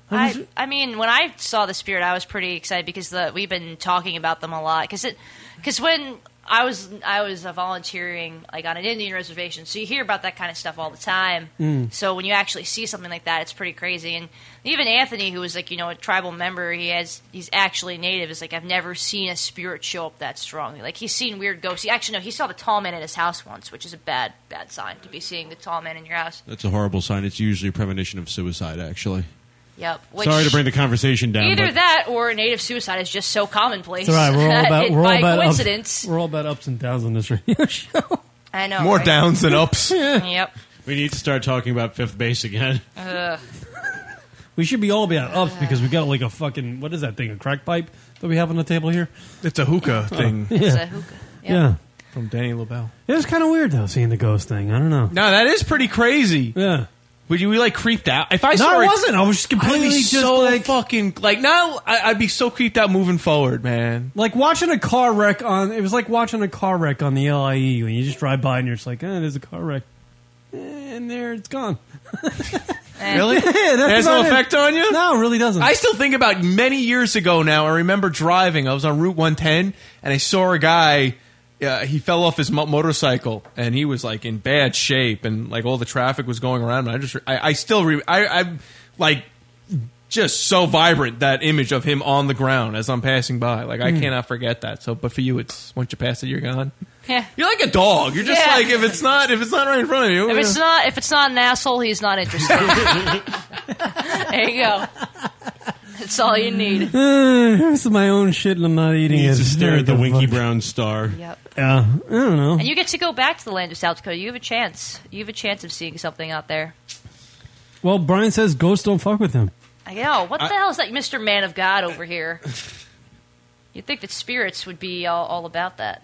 S12: I
S9: I, I mean, when I saw the spirit, I was pretty excited because the, we've been talking about them a lot. Because it, because when I was I was uh, volunteering like on an Indian reservation, so you hear about that kind of stuff all the time.
S10: Mm.
S9: So when you actually see something like that, it's pretty crazy. And even Anthony, who was like you know a tribal member, he has he's actually native. Is like I've never seen a spirit show up that strongly. Like he's seen weird ghosts. He actually no, he saw the tall man at his house once, which is a bad bad sign to be seeing the tall man in your house.
S4: That's a horrible sign. It's usually a premonition of suicide, actually.
S9: Yep. Which,
S4: Sorry to bring the conversation down.
S9: Either
S4: but
S9: that or native suicide is just so commonplace.
S12: It's all right. We're all
S9: that
S12: about
S9: it-
S12: we're all
S9: by
S12: about um, ups-
S9: coincidence.
S12: we're all about ups and downs on this radio show.
S9: I know.
S4: More
S9: right?
S4: downs than ups.
S9: yep.
S4: we need to start talking about fifth base again.
S9: Ugh.
S12: We should be all about ups because we got like a fucking what is that thing? A crack pipe that we have on the table here?
S11: It's a hookah thing.
S9: It's a hookah.
S12: Yeah.
S9: Yeah.
S11: From Danny LaBelle.
S12: It was kind of weird though seeing the ghost thing. I don't know.
S11: No, that is pretty crazy.
S12: Yeah.
S11: Would you be like creeped out? If I
S12: No,
S11: saw
S12: I
S11: it-
S12: wasn't. I was just completely
S11: I'd be
S12: just,
S11: so
S12: like-
S11: fucking like now. I, I'd be so creeped out moving forward, man.
S12: Like watching a car wreck on it was like watching a car wreck on the LIE when you just drive by and you're just like, eh, there's a car wreck. Eh, And there it's gone.
S9: Eh.
S11: Really?
S12: Yeah, that's
S11: Eh. There's no
S12: about it.
S11: effect on you?
S12: No, it really doesn't.
S11: I still think about many years ago now. I remember driving. I was on Route 110, and I saw a guy. Uh, he fell off his mo- motorcycle, and he was like in bad shape, and like all the traffic was going around. And I just, I, I still, re- I, I'm like just so vibrant that image of him on the ground as I'm passing by. Like I
S12: Hmm.
S11: cannot forget that. So, but for you, it's once you pass it, you're gone.
S9: Yeah.
S11: You're like a dog. You're just
S9: Yeah.
S11: like if it's not if it's not right in front of you. uh,
S9: If it's not if it's not an asshole, he's not interested. there you go. That's all you need.
S12: Uh, this is my own shit and I'm not eating
S4: He
S12: it.
S4: needs to stare at the Winky
S12: Brown
S4: star.
S9: Yep.
S12: Yeah. I don't know.
S9: And you get to go back to the land of South Dakota. You have a chance. You have a chance of seeing something out there.
S12: Well, Brian says ghosts don't fuck with him.
S9: I know. What the
S12: I-
S9: hell is that Mr. Man of God over here? You'd think that spirits would be all, all about that.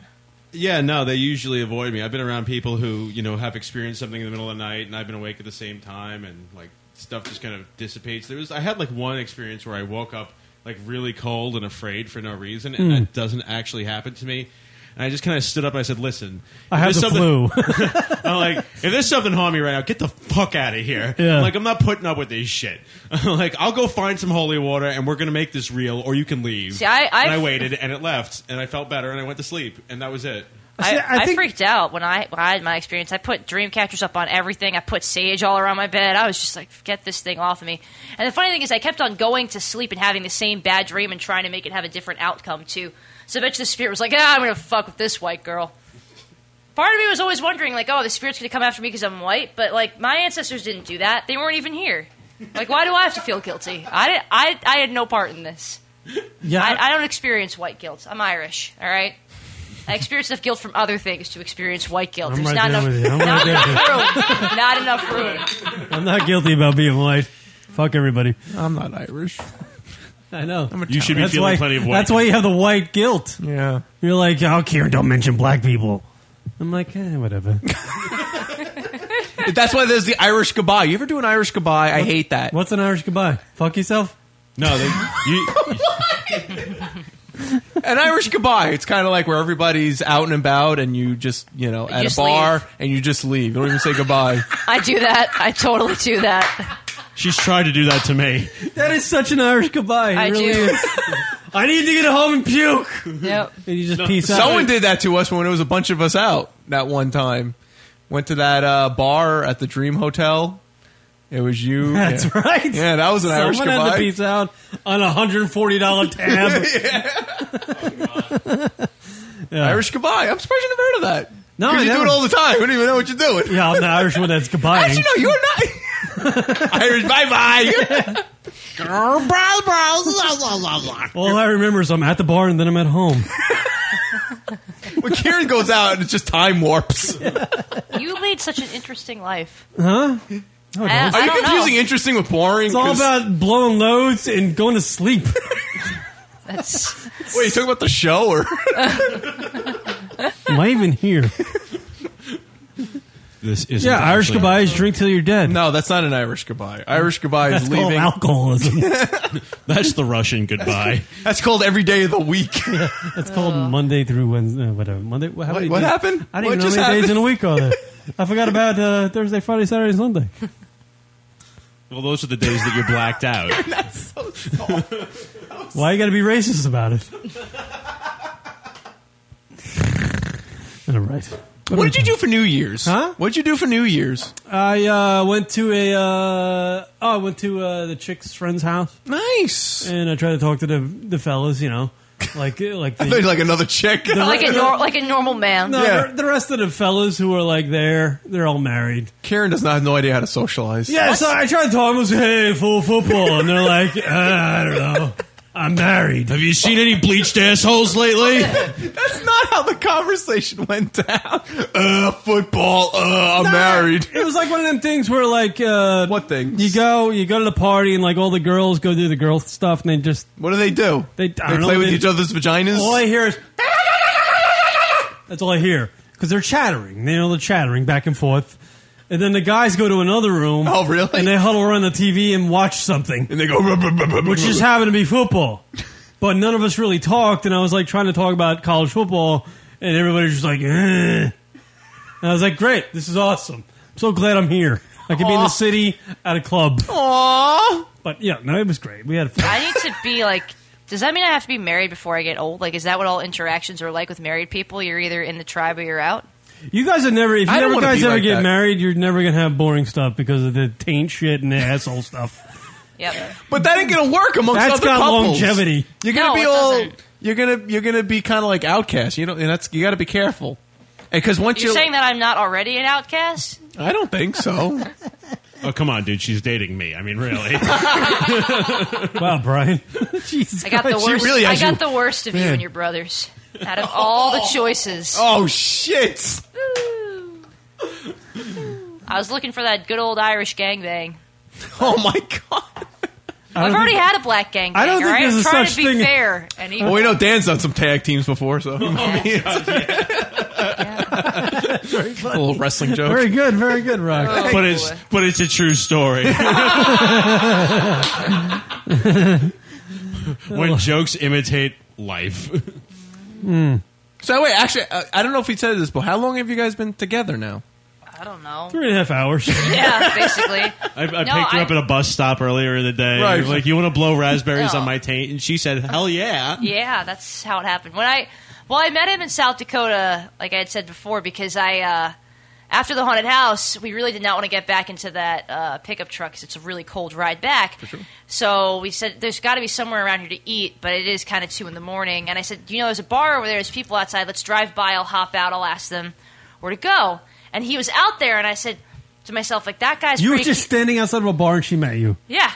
S4: Yeah, no, they usually avoid me. I've been around people who, you know, have experienced something in the middle of the night and I've been awake at the same time and like stuff just kind of dissipates. There was I had like one experience where I woke up like really cold and afraid for no reason and
S12: Hmm.
S4: that doesn't actually happen to me. And I just kind of stood up and I said, "Listen,
S12: I
S4: if
S12: have
S4: there's
S12: the
S4: something-
S12: flu.
S4: I'm like, if there's something on me right now, get the fuck out of here.
S12: Yeah.
S4: I'm like, I'm not putting up with this shit. I'm like, I'll go find some holy water and we're gonna make this real, or you can leave.
S9: See, I- I've-
S4: and I waited and it left, and I felt better, and I went to sleep, and that was it.
S9: I, I, freaked out when I, when I had my experience. I put dream catchers up on everything. I put sage all around my bed. I was just like, get this thing off of me. And the funny thing is, I kept on going to sleep and having the same bad dream and trying to make it have a different outcome, too. So I bet you the spirit was like, ah, I'm going to fuck with this white girl. Part of me was always wondering, like, oh, the spirit's going to come after me because I'm white. But, like, my ancestors didn't do that. They weren't even here. Like, why do I have to feel guilty? I, did, I, I had no part in this.
S12: Yeah.
S9: I, I don't experience white guilt. I'm Irish, all right? I experience enough guilt from other things to experience white guilt.
S12: I'm
S9: There's not
S12: right there
S9: enough,
S12: with you. I'm
S9: not
S12: right there with
S9: enough room. Not enough room.
S12: I'm not guilty about being white. Fuck everybody.
S11: I'm not Irish.
S12: I know.
S11: You should be
S12: That's
S11: feeling
S12: why-
S11: plenty of white
S12: That's why you have the white guilt.
S11: Yeah.
S12: You're like, oh, Kieran, don't mention black people. I'm like, eh, whatever.
S11: That's why there's the Irish goodbye. You ever do an Irish goodbye? I hate that.
S12: What's an Irish goodbye? Fuck yourself?
S4: No, they, you,
S11: an Irish goodbye. It's kind of like where everybody's out and about, and you just you know at
S9: just
S11: a bar, and you just leave. You don't even say goodbye.
S9: I do that. I totally do that.
S4: She's tried to do that to me.
S12: That is such an Irish goodbye. It
S9: I
S12: really
S9: do.
S12: is. I need to get home and puke.
S9: Yep.
S12: And you just peace out.
S11: Someone did that to us when it was a bunch of us out that one time. Went to that uh, bar at the Dream Hotel. It was you.
S12: That's
S11: yeah.
S12: right.
S11: Yeah, that was an
S12: Someone
S11: Irish
S12: had
S11: goodbye.
S12: to peace out on a hundred forty dollar tab. Yeah.
S11: Irish goodbye. I'm surprised you never heard of that.
S12: No,
S11: 'Cause
S12: I
S11: you do
S12: never-
S11: it all the time. We don't even know what you're doing.
S12: Yeah, I'm the Irish one that's goodbye.
S11: Actually, no, you're not. Irish, bye bye.
S12: All I remember is I'm at the bar and then I'm at home.
S11: when Kieran goes out, it just time warps.
S9: You lead such an interesting life.
S12: Huh?
S9: I- I
S11: Are you
S9: don't know.
S11: confusing interesting with boring?
S12: It's all
S11: 'Cause-
S12: about blowing loads and going to sleep.
S9: That's
S11: Wait, you talking about the show or
S12: Am I even here?
S4: this is
S12: Yeah, Irish goodbye is drink till you're dead.
S11: No, that's not an Irish goodbye. Irish goodbye
S4: That's
S11: is
S4: called
S11: leaving.
S4: alcoholism.
S11: that's the Russian goodbye. That's called every day of the week.
S12: It's called Monday through Wednesday. uh, Whatever. Monday. What, how
S11: What-
S12: many
S11: what
S12: days-
S11: happened?
S12: I don't
S11: What
S12: even know
S11: just
S12: how many days in
S11: happened?
S12: a week are there. I forgot about uh, Thursday, Friday, Saturday, and Sunday.
S4: Well, those are the days that you're blacked out.
S12: Why you got to be racist about it? All right.
S11: What did you do for New Year's? Huh? What did you do for New Year's?
S12: I uh, went to a uh, oh, I went to uh, the chick's friend's house.
S11: Nice.
S12: And I tried to talk to the the fellas, you know, like like the,
S11: thought you like another chick.
S12: The-
S9: like a nor- like a normal man.
S12: No, the- the rest of the fellas who are like there, they're all married.
S11: Karen does not have no idea how to socialize.
S12: Yeah, so I tried to tell them, I was, hey, full football. And they're like, uh, I don't know. I'm married.
S22: Have you seen any bleached assholes lately?
S11: That's not how the conversation went down. Uh, football. Uh, I'm
S12: Nah,
S11: married.
S12: It was like one of them things where, like, uh,
S11: what thing?
S12: You go, you go to the party, and like all the girls go do the girl stuff, and they just
S11: what do they do?
S12: They, I don't know
S11: play
S12: what
S11: with each other's vaginas?
S12: All I hear is that's all I hear because they're chattering. You know, they're chattering back and forth, and then the guys go to another room. Oh, really? And they huddle around the TV and watch something,
S11: and they go,
S12: which just happened to be football. But none of us really talked, and I was like trying to talk about college football, and everybody's just like, eh. and I was like, great, this is awesome. I'm so glad I'm here. I could be in
S9: Aw.
S12: the city at a club.
S11: Aww.
S12: But yeah, no, it was great. We had fun.
S9: I need to be like. Does that mean I have to be married before I get old? Like, is that what all interactions are like with married people? You're either in the tribe or you're out.
S12: You guys are never. If you
S9: I don't
S12: ever
S9: wanna
S12: guys
S9: be
S12: ever
S9: like
S12: get
S9: that.
S12: married, you're never gonna have boring stuff because of the taint shit and the asshole stuff.
S9: Yep.
S11: But that ain't gonna work amongst
S12: That's
S11: other
S12: got
S11: couples.
S12: longevity.
S11: You're gonna
S12: No,
S11: be
S12: it
S11: all.
S12: doesn't.
S11: You're gonna you're gonna be kind of like outcast. You know, and that's you got to be careful. And because once
S9: You're
S11: you,
S9: saying that I'm not already an outcast?
S11: I don't think so.
S4: Oh, come on, dude. She's dating me. I mean, really.
S12: wow, Brian.
S9: I got the
S12: Christ, she
S9: worst.
S12: really
S9: I
S12: has
S9: got
S12: you-
S9: the worst of you
S12: Man.
S9: and your brothers. Out of all the choices,
S11: Oh shit!
S9: I was looking for that good old Irish gangbang.
S11: Oh my god!
S9: I've already had a black gangbang.
S11: I
S9: all
S11: don't think
S9: right?
S11: there's
S9: I'm
S11: a
S9: trying
S11: such
S9: to be
S11: thing- Oh,
S9: fair. And even
S11: Well, we know Dan's done some tag teams before, so
S22: Oh,
S11: a little wrestling joke.
S12: Very good, very good, Rock.
S4: Oh,
S22: but it's but it's a true story. when jokes imitate life.
S12: Hmm.
S11: So wait, actually, I, I don't know if we said this, but how long have you guys been together now?
S9: I don't know.
S12: Three and a half hours.
S9: Yeah, basically.
S4: I, I
S9: No,
S4: picked her
S9: I-
S4: up at a bus stop earlier in the day.
S22: Right.
S4: Like, you want to blow raspberries
S9: No.
S4: on my taint? And she said, hell yeah.
S9: Yeah, that's how it happened. When I well, I met him in South Dakota, like I had said before, because I uh, after the haunted house, we really did not want to get back into that uh, pickup truck 'cause it's a really cold ride back. So we said there's got to be somewhere around here to eat, but it is kind of two in the morning. And I said, you know, there's a bar over there. There's people outside. Let's drive by. I'll hop out. I'll ask them where to go. And he was out there, and I said to myself, like that guy's
S12: You were
S9: pretty
S12: just standing outside of a bar and she met you.
S9: yeah.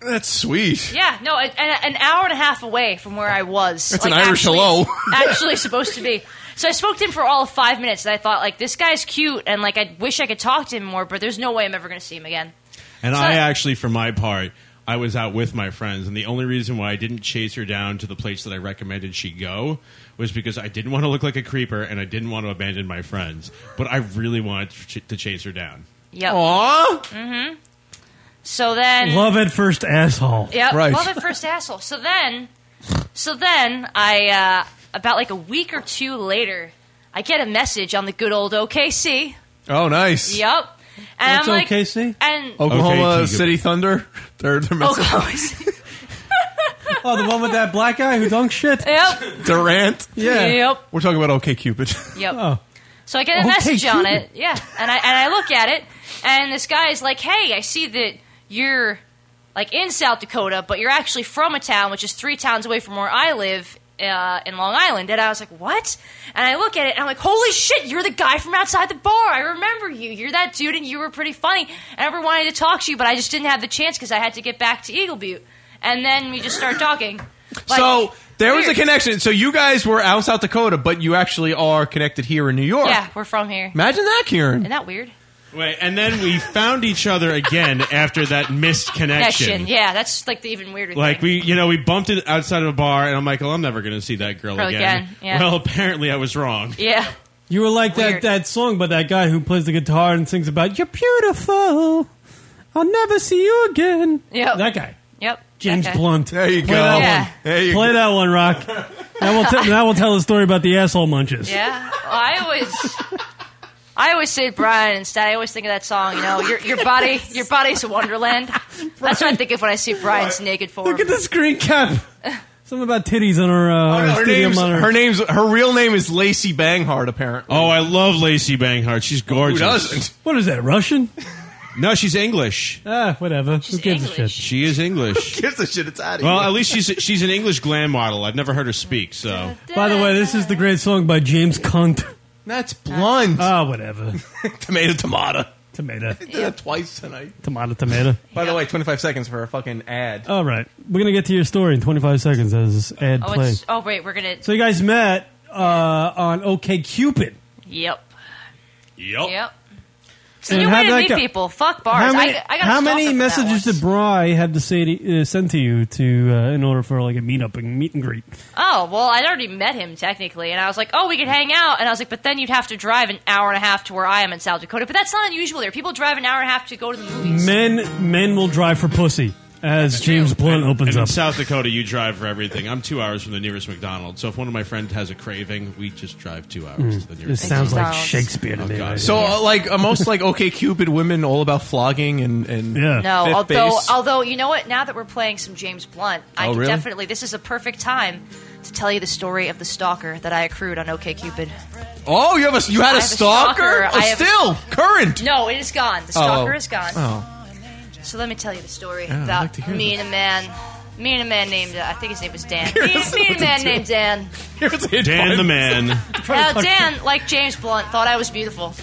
S11: That's sweet.
S9: Yeah, no, an, an hour and a half away from where I was.
S11: That's an Irish hello.
S9: actually supposed to be. So I spoke to him for all of five minutes, and I thought, like, this guy's cute, and like, I wish I could talk to him more, but there's no way I'm ever going to see him again.
S4: And
S9: So-
S4: I actually, for my part, I was out with my friends, and the only reason why I didn't chase her down to the place that I recommended she go was because I didn't want to look like a creeper and I didn't want to abandon my friends. But I really wanted to ch- to chase her down.
S9: Yep.
S11: Aww.
S9: Mm-hmm. So then,
S12: Love at first asshole.
S9: Yeah, love at first asshole. So then, so then I uh, about like a week or two later, I get a message on the good old OKC.
S11: Oh, nice.
S9: Yep. And
S11: What's
S9: I'm like,
S11: OKC?
S9: And
S11: Oklahoma
S12: Okay, Tegan.
S11: City Thunder. They're, they're messing-
S9: Oklahoma
S12: Oh, the one with that black guy who dunks shit?
S9: Yep.
S11: Durant.
S12: Yeah. Oh.
S9: Yep.
S11: We're talking about OK Cupid.
S9: Yep. So I get a
S11: Okay,
S9: message on
S11: cool.
S9: it. Yeah. And I and I look at it and this guy is like, Hey, I see that you're like in South Dakota, but you're actually from a town which is three towns away from where I live. Uh, in Long Island, and I was like, "What?" And I look at it, and I'm like, "Holy shit! You're the guy from outside the bar. I remember you. You're that dude, and you were pretty funny. I never wanted to talk to you, but I just didn't have the chance because I had to get back to Eagle Butte. And then we just start talking. Like,
S11: so there was a
S9: weird.
S11: connection. So you guys were out in South Dakota, but you actually are connected here in New York.
S9: yeah, we're from here.
S11: Imagine that, Karen.
S9: Isn't that weird?
S4: Wait, and then we found each other again after that missed connection.
S9: Yeah, that's like the even weirder
S4: Like
S9: thing.
S4: we, you know, we bumped it outside of a bar, and I'm like, "Well, I'm never going to see that girl
S9: Girl
S4: again."
S9: again, yeah.
S4: Well, apparently, I was wrong.
S9: yeah.
S2: You were like that, that song by that guy who plays the guitar and sings about "You're beautiful, I'll never see you again."
S9: Yep.
S2: that guy,
S9: Yep.
S2: James
S9: Okay.
S2: Blunt.
S11: There you
S2: Play
S11: go.
S2: That
S9: Yeah.
S2: one. Play that one, Rock. That will te- that will tell a story about the asshole munches.
S9: Yeah, well, I always, I always say Brian instead. I always think of that song. You know, your your body, your body's a wonderland. That's what I think of when I see Brian's naked form.
S2: Look at the screen cap. Something about titties on her. Uh,
S11: Oh, no, her,
S2: stadium
S11: name's,
S2: on
S11: her name's her real name is Lacey Banghart. Apparently,
S4: Oh, I love Lacey Banghart. She's gorgeous.
S11: doesn't?
S2: What is that? Russian?
S4: No, she's English.
S2: Ah, whatever. Who gives a shit?
S4: She is English.
S11: gives a shit. It's out of
S4: well,
S11: here.
S4: at least she's she's an English glam model. I've never heard her speak. So
S2: By the way, this is the great song by James Cunt.
S11: That's blunt.
S2: Ah, whatever.
S11: tomato, tomato,
S2: tomato.
S11: did that twice tonight.
S2: Tomato, tomato.
S11: By the way, twenty five seconds for a fucking ad.
S2: All right, we're gonna get to your story in 25 seconds as this ad
S9: oh,
S2: plays.
S9: it's, oh wait, we're gonna.
S2: So you guys met uh, on OK Cupid.
S9: Yep.
S4: Yep.
S9: Yep. It's a
S2: And
S9: new
S2: how
S9: way to
S2: did that
S9: meet
S2: go-
S9: people. Fuck bars.
S2: how many,
S9: I, I got a
S2: how
S9: stalker
S2: many
S9: for that
S2: messages
S9: one.
S2: did Bry have to say to, uh, send to you to uh, in order for like a meetup and meet and greet?
S9: Oh well, I'd already met him technically, and I was like, "Oh, we could hang out." And I was like, "But then you'd have to drive an hour and a half to where I am in South Dakota." But that's not unusual there. People drive an hour and a half to go to the movies.
S2: Men men will drive for pussy as James Blunt
S4: And
S2: opens
S4: in
S2: up.
S4: South Dakota, you drive for everything. I'm two hours from the nearest McDonald's. So if one of my friends has a craving, we just drive two hours
S2: Mm.
S4: to the
S2: This
S4: nearest.
S2: sounds like
S4: McDonald's. Oh,
S2: Shakespeare to me.
S4: God.
S11: So, uh, like, are most like OK Cupid women all about flogging and and
S9: No,
S11: fifth
S9: although
S11: base?
S9: although you know what? Now that we're playing some James Blunt, I
S11: Oh,
S9: can
S11: really?
S9: definitely this is a perfect time to tell you the story of the stalker that I accrued on OKCupid.
S11: oh, you have a you
S9: I
S11: had a
S9: have a
S11: stalker,
S9: stalker.
S11: Oh,
S9: I have-
S11: still current.
S9: No, it is gone. The stalker
S11: Oh.
S9: is gone.
S11: Oh,
S9: So let me tell you the story
S11: Yeah, I'd
S9: about
S11: like to hear
S9: me
S11: this.
S9: and a man. Me and a man named uh, I think his name was Dan. Me,
S10: Here's
S9: me and a man
S10: the
S9: named Dan.
S4: Dan the man.
S9: Now Dan, like James Blunt, thought I was beautiful,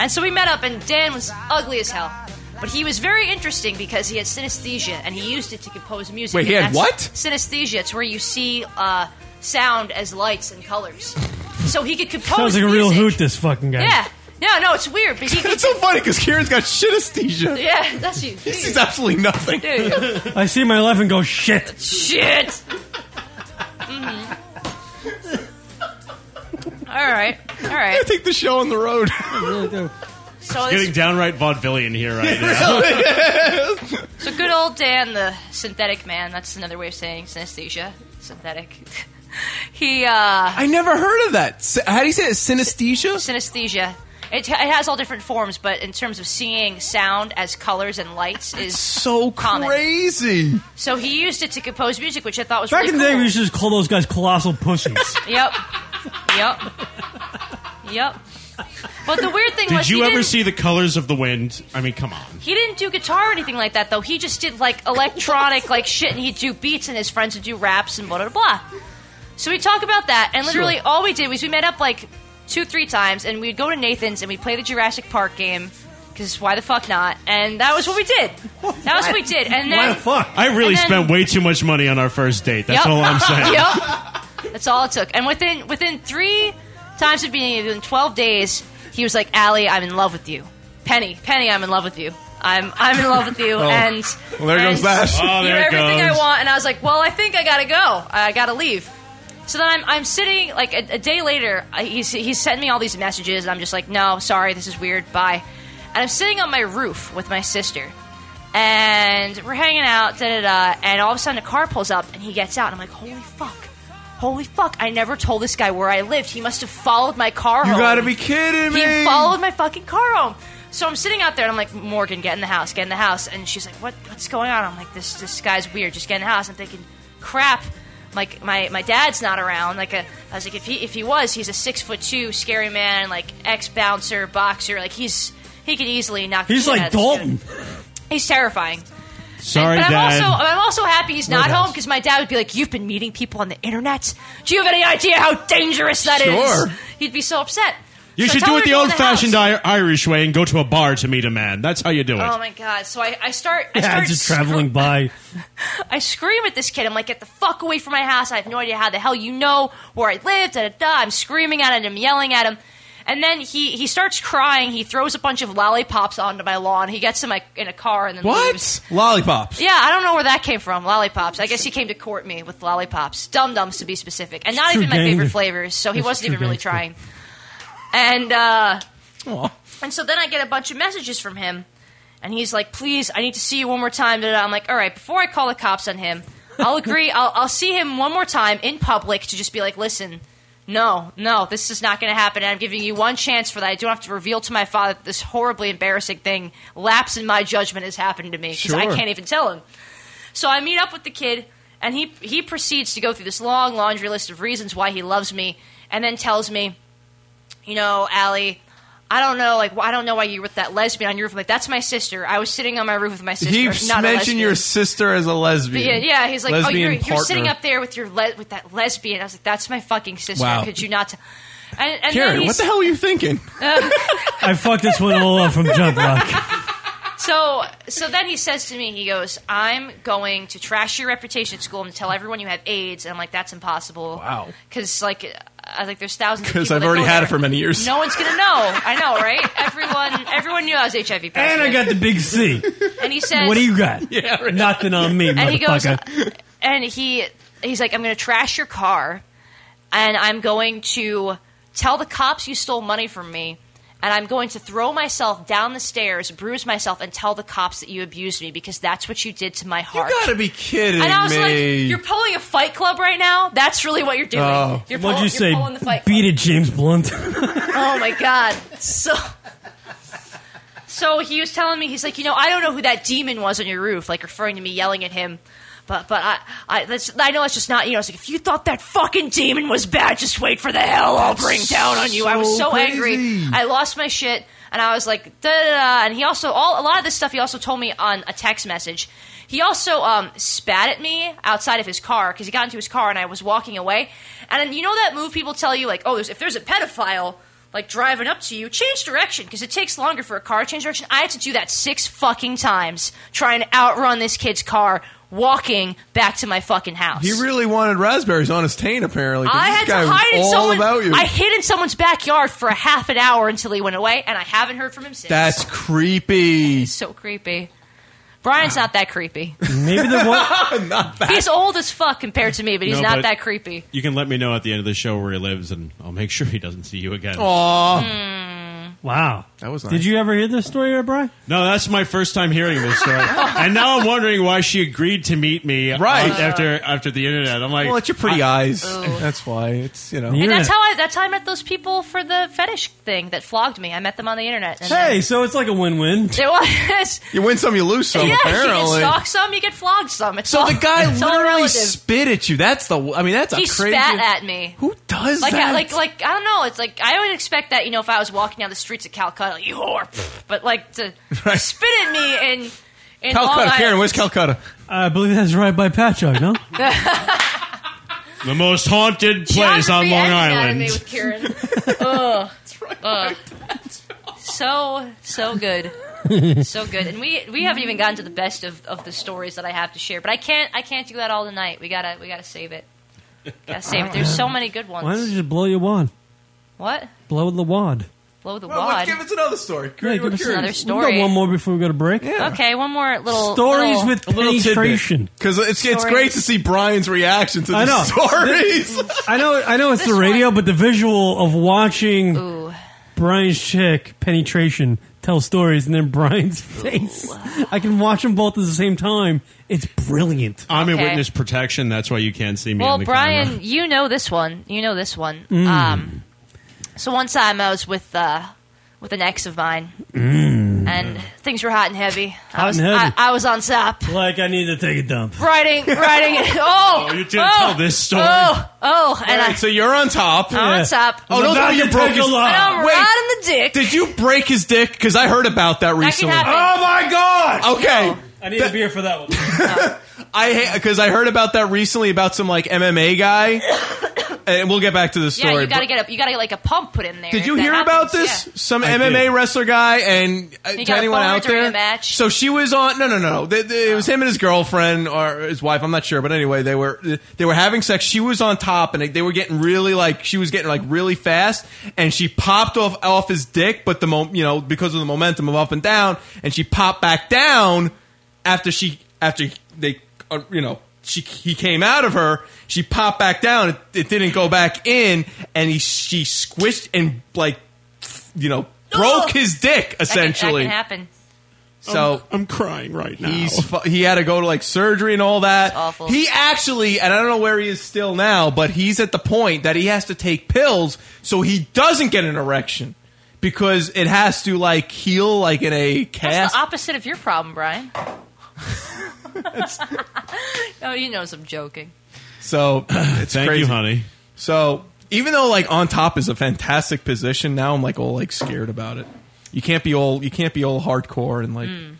S9: and so we met up. And Dan was ugly as hell, but he was very interesting because he had synesthesia and he used it to compose music.
S11: Wait, he
S9: And
S11: had
S9: that's-
S11: what?
S9: Synesthesia. It's where you see uh, sound as lights and colors. So he could compose.
S2: Sounds like a real
S9: music.
S2: hoot. This fucking guy.
S9: Yeah. No, no, it's weird. But he could,
S11: it's so funny because Kieran's got shitesthesia.
S9: Yeah, that's you.
S11: He sees absolutely nothing.
S9: Dude.
S2: I see my left and go shit.
S9: Shit. Mhm. All right. All right.
S11: I take the show on the road.
S9: So
S4: Getting
S9: this,
S4: downright vaudevillian here right now.
S9: Mm-hmm. so good old Dan, the synthetic man. That's another way of saying synesthesia. Synthetic. he uh
S11: I never heard of that. S- How do you say it? Synesthesia?
S9: synesthesia. It, it has all different forms, but in terms of seeing sound as colors and lights is
S11: so
S9: common.
S11: Crazy.
S9: So he used it to compose music, which I thought was
S2: Back
S9: really
S2: in the day,
S9: cool.
S2: we used to just call those guys colossal pussies.
S9: Yep. Yep. Yep. But the weird thing
S4: Did
S9: was, he
S4: you ever
S9: didn't-
S4: see the colors of the wind? I mean, come on.
S9: He didn't do guitar or anything like that, though. He just did like electronic, like shit, and he'd do beats, and his friends would do raps and blah blah blah. So we talk about that, and literally
S10: Sure.
S9: all we did was we met up like two, three times, and we'd go to Nathan's and we'd play the Jurassic Park game because why the fuck not? And that was what we did. That was what we did. And then
S4: I really
S9: and then-
S4: spent way too much money on our first date. That's
S9: Yep.
S4: all I'm saying.
S9: yep. That's all it took. And within within three times of being within twelve days, he was like, Allie, I'm in love with you. Penny, Penny, I'm in love with you. I'm I'm in love with you.
S11: Oh.
S9: And
S11: Well, there
S9: and
S11: goes that. Oh,
S9: you're
S11: there it
S9: everything I
S11: goes.
S9: want. And I was like, Well, I think I gotta go. I gotta leave. So then I'm, I'm sitting like a, a day later. I- He's he's sent me all these messages, and I'm just like, no, sorry, this is weird. Bye. And I'm sitting on my roof with my sister, and we're hanging out, da da da. And all of a sudden, a car pulls up, and he gets out. And I'm like, holy fuck, holy fuck! I never told this guy where I lived. He must have followed my car.
S11: You
S9: home.
S11: gotta be kidding me.
S9: He followed my fucking car home. So I'm sitting out there and I'm like, Morgan, get in the house, get in the house. And she's like, what, what's going on? I'm like, this, this guy's weird. Just get in the house. I'm thinking, crap. Like my, my dad's not around. Like a, I was like, if he if he was, he's a six foot two scary man, like ex bouncer, boxer. Like he's he could easily knock. the
S2: He's
S9: shit
S2: like
S9: out of this dude.
S2: Dalton.
S9: He's terrifying.
S4: Sorry,
S9: but I'm
S4: Dad.
S9: also uh, I'm also happy he's not
S4: Roadhouse.
S9: home because my dad would be like, "You've been meeting people on the internet. Do you have any idea how dangerous that is?"
S4: Sure.
S9: He'd be so upset.
S4: you
S9: So I
S4: should
S9: tell
S4: do
S9: her
S4: it
S9: to
S4: the
S9: go in
S4: old fashioned
S9: house.
S4: I- Irish way and go to a bar to meet a man. That's how you do it.
S9: Oh my god! So I, I start. I
S2: Yeah,
S9: start
S2: just traveling by.
S9: I scream at this kid. I'm like, get the fuck away from my house. I have no idea how the hell you know where I live. Da da da. I'm screaming at him, yelling at him. And then he, he starts crying. He throws a bunch of lollipops onto my lawn. He gets in my in a car and then leaves.
S11: What? Lollipops.
S9: Yeah, I don't know where that came from. Lollipops. I guess he came to court me with lollipops, dum dums to be specific, and not
S11: It's
S9: even
S11: true
S9: my favorite
S11: gangster.
S9: flavors. So he
S11: It's
S9: wasn't
S11: true
S9: even really
S11: gangster.
S9: trying. and uh, and so then I get a bunch of messages from him, and he's like, "Please, I need to see you one more time." Da-da. I'm like, "All right, before I call the cops on him, I'll agree. I'll, I'll see him one more time in public to just be like, listen." No, no, this is not going to happen. And I'm giving you one chance for that. I don't have to reveal to my father that this horribly embarrassing thing, lapse in my judgment, has happened to me because I
S5: Sure.
S9: can't even tell him. So I meet up with the kid, and he he proceeds to go through this long laundry list of reasons why he loves me, and then tells me, you know, Allie, I don't know, like, I don't know why you were with that lesbian on your roof. I'm like, that's my sister. I was sitting on my roof with my sister.
S11: He
S9: not a lesbian.
S11: mentioned your sister as a
S9: But
S11: lesbian.
S9: yeah, yeah, he's like,
S11: Lesbian
S9: oh, you're, you're
S11: partner.
S9: sitting up there with your le- with that lesbian. I was like, that's my fucking sister.
S11: Wow.
S9: Could you not? T-? And, and
S11: Karen,
S9: then he's-
S11: what the hell are you thinking?
S9: Uh,
S2: I fucked this one all up from Jump Rock.
S9: so so then he says to me, he goes, I'm going to trash your reputation at school and tell everyone you have AIDS. And I'm like, that's impossible.
S11: Wow.
S9: Because like, I was like there's thousands. of
S11: 'Cause
S9: people
S11: I've
S9: that
S11: already
S9: go
S11: had it
S9: there.
S11: for many years.
S9: No one's gonna know. I know, right? Everyone everyone knew I was HIV positive.
S2: And I got the big C.
S9: And he says,
S2: What do you got? Yeah, Nothing on me,
S9: And he goes,
S2: motherfucker.
S9: and he he's like, I'm going to trash your car, and I'm going to tell the cops you stole money from me, and I'm going to throw myself down the stairs, bruise myself, and tell the cops that you abused me because that's what you did to my heart.
S11: You gotta be kidding
S9: and I was
S11: me.
S9: like, "You're pulling a Fight Club right now. That's really what you're doing.
S2: Oh. What'd
S9: You're pull-
S2: you
S9: you're
S2: say?
S9: pulling the Fight Club."
S2: Beat it, James Blunt.
S9: oh my god so so he was telling me he's like you know i don't know who that demon was on your roof like referring to me yelling at him but but i i, that's, I know it's just not you know it's like if you thought that fucking demon was bad just wait for the hell i'll
S5: That's
S9: bring down on you i was
S5: so
S9: so angry
S5: crazy.
S9: i lost my shit and i was like da da da and he also all a lot of this stuff he also told me on a text message he also um, spat at me outside of his car because he got into his car and I was walking away. And then you know that move people tell you like, oh, there's, if there's a pedophile like driving up to you, change direction because it takes longer for a car to change direction. I had to do that six fucking times trying to outrun this kid's car, walking back to my fucking house.
S11: He really wanted raspberries on his taint, apparently. 'cause
S9: I
S11: this
S9: had to
S11: guy was
S9: hide in
S11: all
S9: someone.
S11: about you.
S9: I hid in someone's backyard for a half an hour until he went away, and I haven't heard from him since.
S11: That's creepy.
S9: so creepy. Brian's not that creepy.
S2: Maybe the
S11: one.
S9: He's old as fuck compared to me, but he's
S4: No,
S9: not
S4: but-
S9: that creepy.
S4: You can let me know at the end of the show where he lives, and I'll make sure he doesn't see you again.
S9: Mm.
S2: Wow.
S11: That was
S2: Did you ever hear this story, uh, or Brian?
S4: No, that's my first time hearing this story, and now I'm wondering why she agreed to meet me
S11: Right.
S4: on- after after the internet. I'm like,
S11: Well, it's your pretty
S4: I-
S11: eyes. That's why it's you know.
S9: Oh. And that's how I that's how I met those people for the fetish thing that flogged me. I met them on the internet. And
S2: Hey, so it's like a win-win.
S9: It was.
S11: You win some, you lose some.
S9: yeah, you
S11: apparently.
S9: get stalked some, you get flogged some. It's
S11: so
S9: all,
S11: the guy
S9: it's all
S11: literally
S9: relative.
S11: spit at you. That's the. I mean, that's a
S9: he
S11: crazy.
S9: spat at me.
S11: Who does
S9: like,
S11: that?
S9: I, like, like I don't know. It's like I would expect that you know if I was walking down the streets of Calcutta, like, you whore, but like to spit at me in in Long
S11: Calcutta, Karen,
S9: Island.
S11: where's Calcutta?
S2: I believe that's right by Patchogue, no?
S4: the most haunted place
S9: Geography
S4: on Long
S9: and anatomy
S4: Island.
S9: with Karen. Ugh. Ugh. So so good. so good. And we we haven't even gotten to the best of, of the stories that I have to share, but I can't I can't do that all tonight. We gotta we gotta save it. Gotta save it. There's so many good
S2: Why don't
S9: ones.
S2: you just blow your wand?
S9: What?
S2: Blow the wand.
S9: Blow the
S11: Well,
S9: wad.
S11: let's give us another story.
S2: Yeah,
S11: Karen,
S2: give
S11: we're
S2: us
S11: curious.
S9: another
S2: We got one more before we go to break.
S9: Okay, one more little
S2: Stories
S9: little-
S2: with penetration.
S11: Because it's it's
S9: Stories.
S11: great to see Brian's reaction to the
S2: I know.
S11: stories.
S2: I know, I know it's the radio, but the visual of watching Brian's chick penetration tell stories and then Brian's face. I can watch them both at the same time. It's brilliant.
S4: I'm in
S9: Okay.
S4: witness protection. That's why you can't see me.
S9: Well,
S4: on the
S9: Brian,
S4: camera.
S9: you know this one. You know this one.
S4: Mm.
S9: Um, so one time I was with uh, with an ex of mine,
S2: Mm.
S11: Mm.
S9: and things were hot and heavy. I
S2: Hot
S9: was
S2: and heavy.
S9: I, I was on top.
S2: Like I need to take a dump.
S9: Riding, riding. Oh,
S11: Oh, you
S9: did
S11: didn't tell this story.
S9: Oh, oh, and
S11: All
S9: I,
S11: right, so you're on top.
S9: I'm on top.
S11: Oh, no, no, you broke his
S9: And I'm riding the dick.
S11: Did you break his dick? Because I heard about that recently.
S9: happen. Oh, my
S11: god! Okay.
S2: I need a beer for that one.
S11: I because I heard about that recently about some like MMA guy, and we'll get back to the story.
S9: yeah, you gotta
S11: but-
S9: get a you gotta like a pump put in there.
S11: did you
S9: That
S11: hear about
S9: happens,
S11: this?
S9: yeah.
S11: Some
S4: I
S11: MMA
S4: did.
S11: wrestler guy, and uh,
S9: He
S11: to
S9: got a
S11: anyone
S9: boner
S11: out
S9: during
S11: there.
S9: a match.
S11: So she was on. No, no, no, no. They- they- it was him and his girlfriend or his wife. I'm not sure, but anyway, they were they were having sex. She was on top, and they were getting really like she was getting like really fast, and she popped off off his dick. But the mo- you know because of the momentum of up and down, and she popped back down after she after they uh, you know she he came out of her she popped back down it, it didn't go back in and he she squished and like you know, broke his dick
S9: That can-
S11: essentially.
S9: that can happen.
S11: So I'm, crying right now. He's fu- he had to go to like surgery and all that.
S9: awful.
S11: He actually, and I don't know where he is still now, but he's at the point that he has to take pills so he doesn't get an erection because it has to like heal like in a
S9: That's
S11: cast.
S9: the opposite of your problem, Brian. no, he knows I'm joking.
S11: So it's
S4: Thank
S11: crazy.
S4: you, honey.
S11: So even though like on top is a fantastic position, now I'm like all like scared about it. You can't be all you can't be all hardcore and
S9: Mm.
S11: like
S9: Hmm.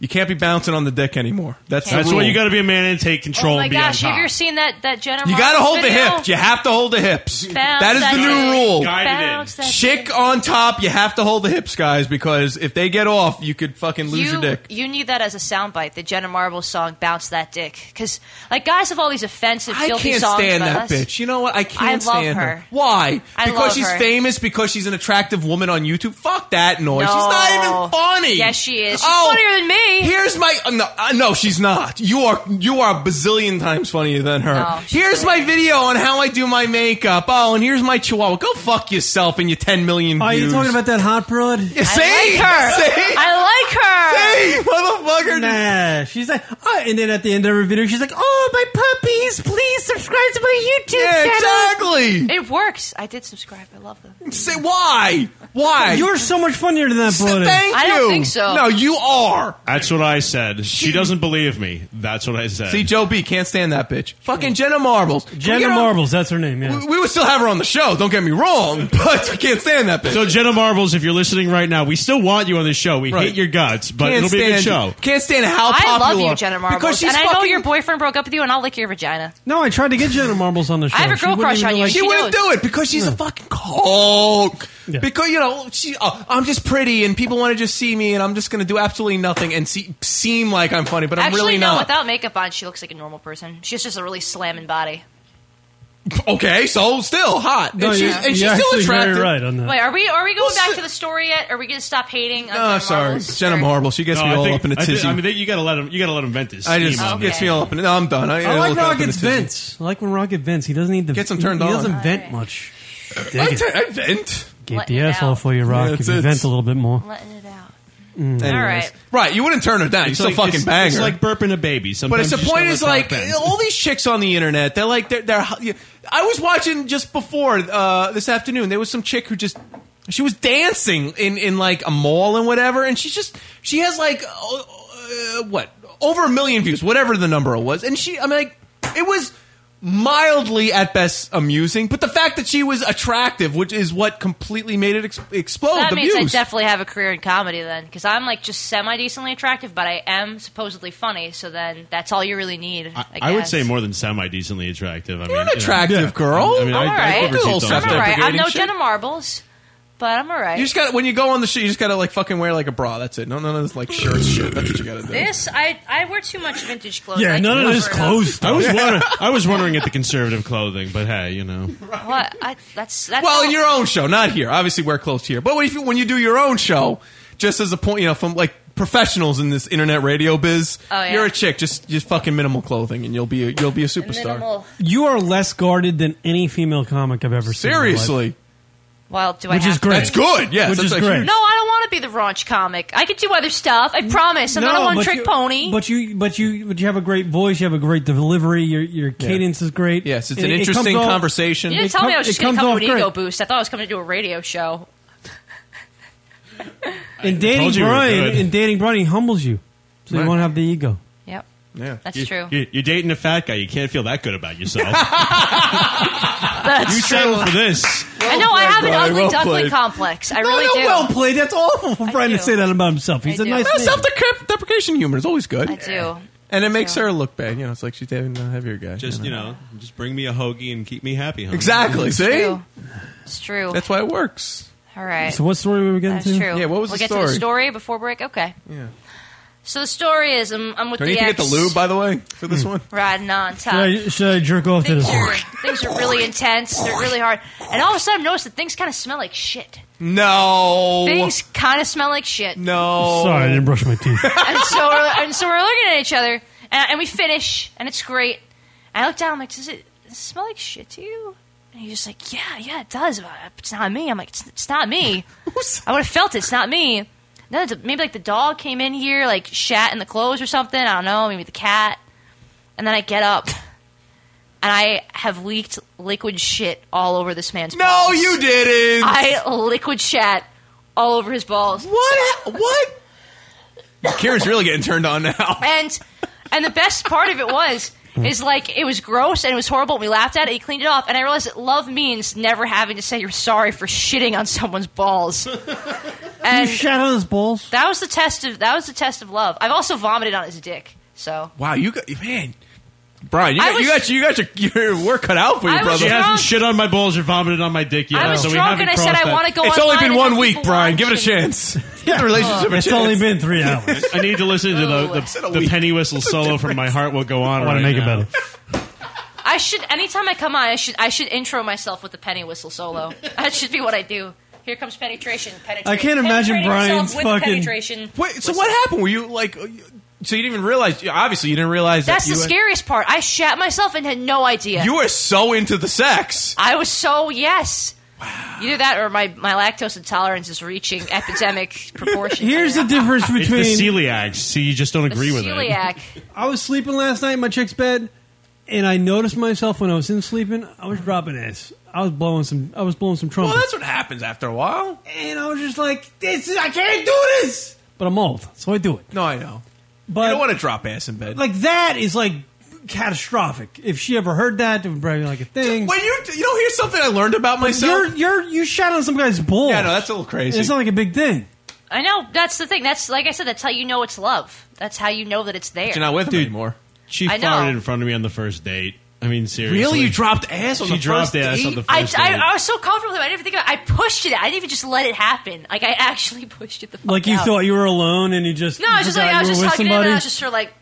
S11: you can't be bouncing on the dick anymore. That's the
S4: That's
S11: rule.
S4: why you got to be a man and take
S9: Oh
S4: control.
S9: my
S11: be
S9: gosh,
S11: on
S9: have
S11: top.
S9: you ever seen that that Jenna?
S11: You
S9: got
S11: gotta hold the hips. You have to hold the hips.
S9: Bounce
S11: that is
S9: that
S11: the new
S9: dick.
S11: rule.
S9: Guide it in. Bounce that
S11: Chick on top, you have to hold the hips, guys, because if they get off, you could fucking lose
S9: you,
S11: your dick.
S9: You need that as a soundbite, the Jenna Marbles song "Bounce That Dick," because like guys have all these offensive,
S11: I
S9: filthy
S11: can't
S9: songs
S11: stand
S9: about
S11: that
S9: us.
S11: bitch. You know what? I can't
S9: I love
S11: stand her.
S9: her.
S11: Why?
S9: I
S11: because
S9: love
S11: she's
S9: her.
S11: famous. Because she's an attractive woman on YouTube. Fuck that noise. She's not
S9: No.
S11: even funny.
S9: Yes, she is. She's
S11: Oh,
S9: funnier than me.
S11: Here's my uh, no, uh, no. She's not. You are you are a bazillion times funnier than her.
S9: No, Oh, she's
S11: here's my video on how I do my makeup. Oh, and here's my chihuahua. Go fuck yourself and your 10 million.
S2: Are you
S11: views.
S2: talking about that hot broad?
S11: Yeah, see?
S9: I like her.
S11: See?
S9: I like her.
S11: See? motherfucker.
S2: Nah, she's like, oh, and then at the end of her video, she's like, oh, my puppies, please subscribe to my YouTube channel.
S9: It works. I did subscribe. I love them.
S11: Say why? Why?
S2: You're so much funnier than that, broad.
S9: I don't think so.
S11: No, you are.
S4: That's what I said. She doesn't believe me. That's what I said.
S11: See, Joe B can't stand that bitch. Fucking Jenna Marbles. Can we
S2: Jenna
S11: get her-
S2: Marbles, that's her name. Yeah.
S11: We- We would still have her on the show. Don't get me wrong, but I can't stand that bitch.
S4: So Jenna Marbles, if you're listening right now, we still want you on this show. We hate your guts, but
S11: Can't
S4: it'll be a good show.
S11: stand- Can't stand how
S9: I love
S11: popular-
S9: you, Jenna Marbles,
S11: Because she's
S9: and I know
S11: fucking-
S9: your boyfriend broke up with you, and I'll lick your vagina.
S2: No, I tried to get Jenna Marbles on the show.
S9: I have a
S2: She
S9: girl
S2: wouldn't
S9: crush
S2: even,
S9: on you.
S2: like-
S11: she wouldn't do it because she's a fucking coke. Because you know she, oh, I'm just pretty and people want to just see me and I'm just gonna do absolutely nothing and see, seem like I'm funny, but I'm
S9: Actually,
S11: really
S9: no.
S11: not.
S9: Without makeup on, she looks like a normal person. She's just a really slamming body.
S11: okay, so still hot.
S2: No,
S11: and she's,
S2: you're-
S11: and she's
S2: you're
S11: still
S2: actually very
S11: attractive.
S2: right on
S9: Wait, are we are we going back to the story yet? Are we going to stop hating? on
S11: Oh,
S9: Jenna
S11: sorry,
S9: Marbles?
S11: Jenna Marble. She gets
S4: No,
S11: me
S4: I
S11: all
S4: think-
S11: up in a
S4: I think-
S11: tizzy.
S4: I mean, they- you gotta let him. You gotta let him vent his.
S11: I just
S4: steam on
S11: gets
S4: you.
S11: me all up in. No, I'm done. I,
S2: I like
S11: look up in
S2: Rocket's
S11: the tizzy.
S2: vents. I like when Rocket vents. He doesn't need the.
S11: Gets him turned
S2: he
S11: on.
S2: doesn't vent much. Dig
S11: I
S2: it.
S11: t- I vent.
S2: Get the asshole for you, Rock.
S11: Yeah,
S2: if
S11: it's-
S2: you
S11: it's-
S2: vent a little bit more.
S9: Letting it out.
S2: Mm.
S11: Anyways.
S9: right.
S11: Right, you wouldn't turn her down. You
S4: It's
S11: still
S4: like-
S11: fucking
S4: it's-
S11: bang
S4: it's
S11: her.
S4: like burping a baby.
S11: but
S4: Sometimes
S11: it's the
S4: you just
S11: point
S4: gotta
S11: is
S4: let
S11: like
S4: that bend.
S11: all these chicks on the internet. They're like they're. they're I was watching just before uh, this afternoon. There was some chick who just she was dancing in in like a mall and whatever, and she's just she has like uh, what over a million views, whatever the number was, and she I'm like it was mildly at best amusing, but the fact that she was attractive, which is what completely made it ex- explode.
S9: that
S11: Oh, the
S9: means
S11: views.
S9: I definitely have a career in comedy then, because I'm like just semi decently attractive, but I am supposedly funny. So then that's all you really need. I,
S4: I would
S9: guess.
S4: say more than semi decently attractive. I mean,
S11: an attractive girl.
S4: I mean, I,
S9: I'm all
S4: I,
S9: right.
S4: oversee
S11: Cool,
S4: those.
S9: I'm all right. I'm no
S11: shit.
S9: Jenna Marbles, but I'm all right.
S11: You just got to when you go on the show, you just gotta like fucking wear like a bra. That's it. No, none of this like shirts shit. That's what you gotta do.
S9: this I I wear too much vintage clothes. I
S11: none
S9: can
S11: of
S9: cover
S11: this
S9: it up.
S11: clothes
S4: I was
S11: stuff.
S4: wondering. I was wondering at the conservative clothing, but hey, you know.
S9: What? I, that's that's
S11: well,
S9: all-
S11: in your own show, not here. Obviously, wear clothes here. But if you, when you do your own show, just as a point, you know, from like professionals in this internet radio biz,
S9: Oh, yeah.
S11: you're a chick. Just just fucking minimal clothing, and you'll be a, you'll be a superstar.
S9: minimal.
S2: You are less guarded than any female comic I've ever seen. in my life.
S11: Seriously,
S9: Well, do I
S2: Which
S9: have
S2: is great.
S11: That's good. Yes,
S2: Which
S11: that's
S2: is
S11: a
S2: great.
S9: To? No, I don't want to be the raunch comic. I could do other stuff. I promise. I'm not a
S2: No,
S9: one
S2: but
S9: trick
S2: you-
S9: pony.
S2: But you, but you, but you have a great voice. You have a great delivery. Your your cadence is great.
S11: Yes, it's
S2: It-
S11: an
S2: it comes
S11: interesting
S2: off-
S11: conversation.
S9: you didn't tell me I was
S2: it
S9: just going to
S2: comes
S9: come
S2: off
S9: with an ego
S2: great.
S9: boost. I thought I was coming to do a radio show.
S2: And
S4: told
S2: dating
S4: you we were
S2: Brian,
S4: good.
S2: and dating Brian, he humbles you, so
S4: Right.
S2: you won't have the ego.
S9: Yep.
S11: Yeah,
S9: That's
S4: you,
S9: true.
S4: You, you're dating a fat guy. You can't feel that good about yourself.
S9: That's
S4: you
S9: true.
S4: settled for this.
S9: I know I
S2: played,
S9: have an
S2: Brian.
S9: ugly
S2: Well
S9: duckling
S2: played.
S9: complex. I
S2: no,
S9: really
S2: no,
S9: do.
S2: well played. That's awful for Brian to say that about himself. He's a
S9: do.
S2: nice.
S9: No,
S2: man.
S11: self-deprecation humor is always good.
S9: I do.
S11: and it makes her look bad. You know, it's like she's dating a heavier guy.
S4: Just you know, just bring me a hoagie and keep me happy. Honey.
S11: exactly.
S9: It's
S11: See,
S9: true. It's true.
S11: that's why it works.
S9: All right.
S2: So what story were we getting
S9: That's
S2: to?
S9: true.
S11: Yeah, what was
S9: we'll
S11: the
S9: get to the
S11: story?
S9: story before break. Okay.
S11: Yeah.
S9: So the story is I'm, I'm with
S11: Do I
S9: the
S11: need to
S9: ex
S11: get the lube, by the way, for this one?
S9: riding on top.
S2: Hmm. Should I, should I jerk off to this?
S9: things are really intense. They're really hard. And all of a sudden, I notice that things kind of smell like shit.
S11: No.
S9: Things kind of smell like shit.
S11: Oh. No.
S2: Sorry, I didn't brush my teeth.
S9: and so we're, and so we're looking at each other, and, and we finish, and it's great. And I look down, I'm like, does it, does it smell like shit to you? And he's just like, yeah, yeah, it does. But it's not me. I'm like, it's, it's not me. I would have felt it. It's not me. Then it's, maybe like the dog came in here, like shat in the clothes or something. I don't know. Maybe the cat. And then I get up, and I have leaked liquid shit all over this man's. No,
S11: you didn't.
S9: I liquid shat all over his balls.
S11: What? What? Kieran's really getting turned on now.
S9: And and the best part of it was
S11: Hmm.
S9: is like it was gross and it was horrible and we laughed at it. He cleaned it off and I realized that love means never having to say you're sorry for shitting on someone's balls. And
S12: you shat on his balls.
S9: that was the test of that was the test of love. I've also vomited on his dick. So
S11: Wow, you got man, Brian, you
S9: I
S11: got, you got you got your, your work cut out for you,
S9: I was
S11: brother.
S9: She hasn't drunk.
S11: shit on my balls or vomited on my dick
S9: yet, I was so we drunk haven't and I said crossed I that. wanna go
S11: It's only
S9: online
S11: been
S9: and
S11: one
S9: have
S11: week,
S9: people
S11: Brian. Give it a chance. Give the relationship a
S12: It's
S11: chance.
S12: only been three hours.
S4: I need to listen to
S9: Oh.
S4: the,
S9: Said a
S4: the, the
S9: week.
S4: penny whistle solo from My Heart Will Go On.
S12: I wanna
S4: right
S12: make it
S4: now.
S12: better.
S9: I should anytime I come on, I should I should intro myself with a penny whistle solo. that should be what I do. Here comes penetration. Penetration.
S11: I can't imagine
S9: Penetrating yourself
S11: Brian's
S9: with
S11: fucking-
S9: penetration.
S11: Wait, so what happened? Were you like? uh, you- So you didn't even realize? you- Obviously, you didn't realize
S9: That's
S11: that
S9: the
S11: you
S9: scariest part. I shat myself and had no idea.
S11: You were so into the sex.
S9: I was so yes. Wow. Either that or my, my lactose intolerance is reaching epidemic proportions.
S12: Here's the difference
S4: It's
S12: between
S4: the celiac. See, you just don't agree with it.
S9: Celiac.
S12: I was sleeping last night in my chick's bed, and I noticed myself when I was in sleeping, I was dropping ass. I was blowing some. I was blowing some trumpets.
S11: Well, that's what happens after a while.
S12: And I was just like, "This is I can't do this." but I'm old, so I do it.
S11: No, I know.
S12: But
S11: you don't want to drop ass in bed.
S12: Like that is like catastrophic. If she ever heard that, it would probably be like a thing.
S11: when you you know, here's something I learned about myself.
S12: You're you're you shot on some guy's bull.
S11: Yeah, no, that's a little crazy.
S12: It's not like a big thing.
S9: I know that's the thing. That's like I said. That's how you know it's love. That's how you know that it's there.
S11: with
S4: Dude, anymore. She
S9: I know.
S4: farted in front of me on the first date. I mean, seriously.
S11: Really? You dropped ass on
S4: she
S11: the
S4: dropped
S11: first
S4: ass
S11: date?
S4: on the
S9: I,
S4: first date.
S9: I, I was so comfortable with it. I didn't even think about it. I pushed it. I didn't even just let it happen. Like I actually pushed it the fuck
S12: Like you
S9: out.
S12: thought you were alone, and you just
S9: No, I was just like
S12: forgot
S9: I was
S12: you
S9: just
S12: were with
S9: hugging
S12: somebody.
S9: it. And I was just sort of like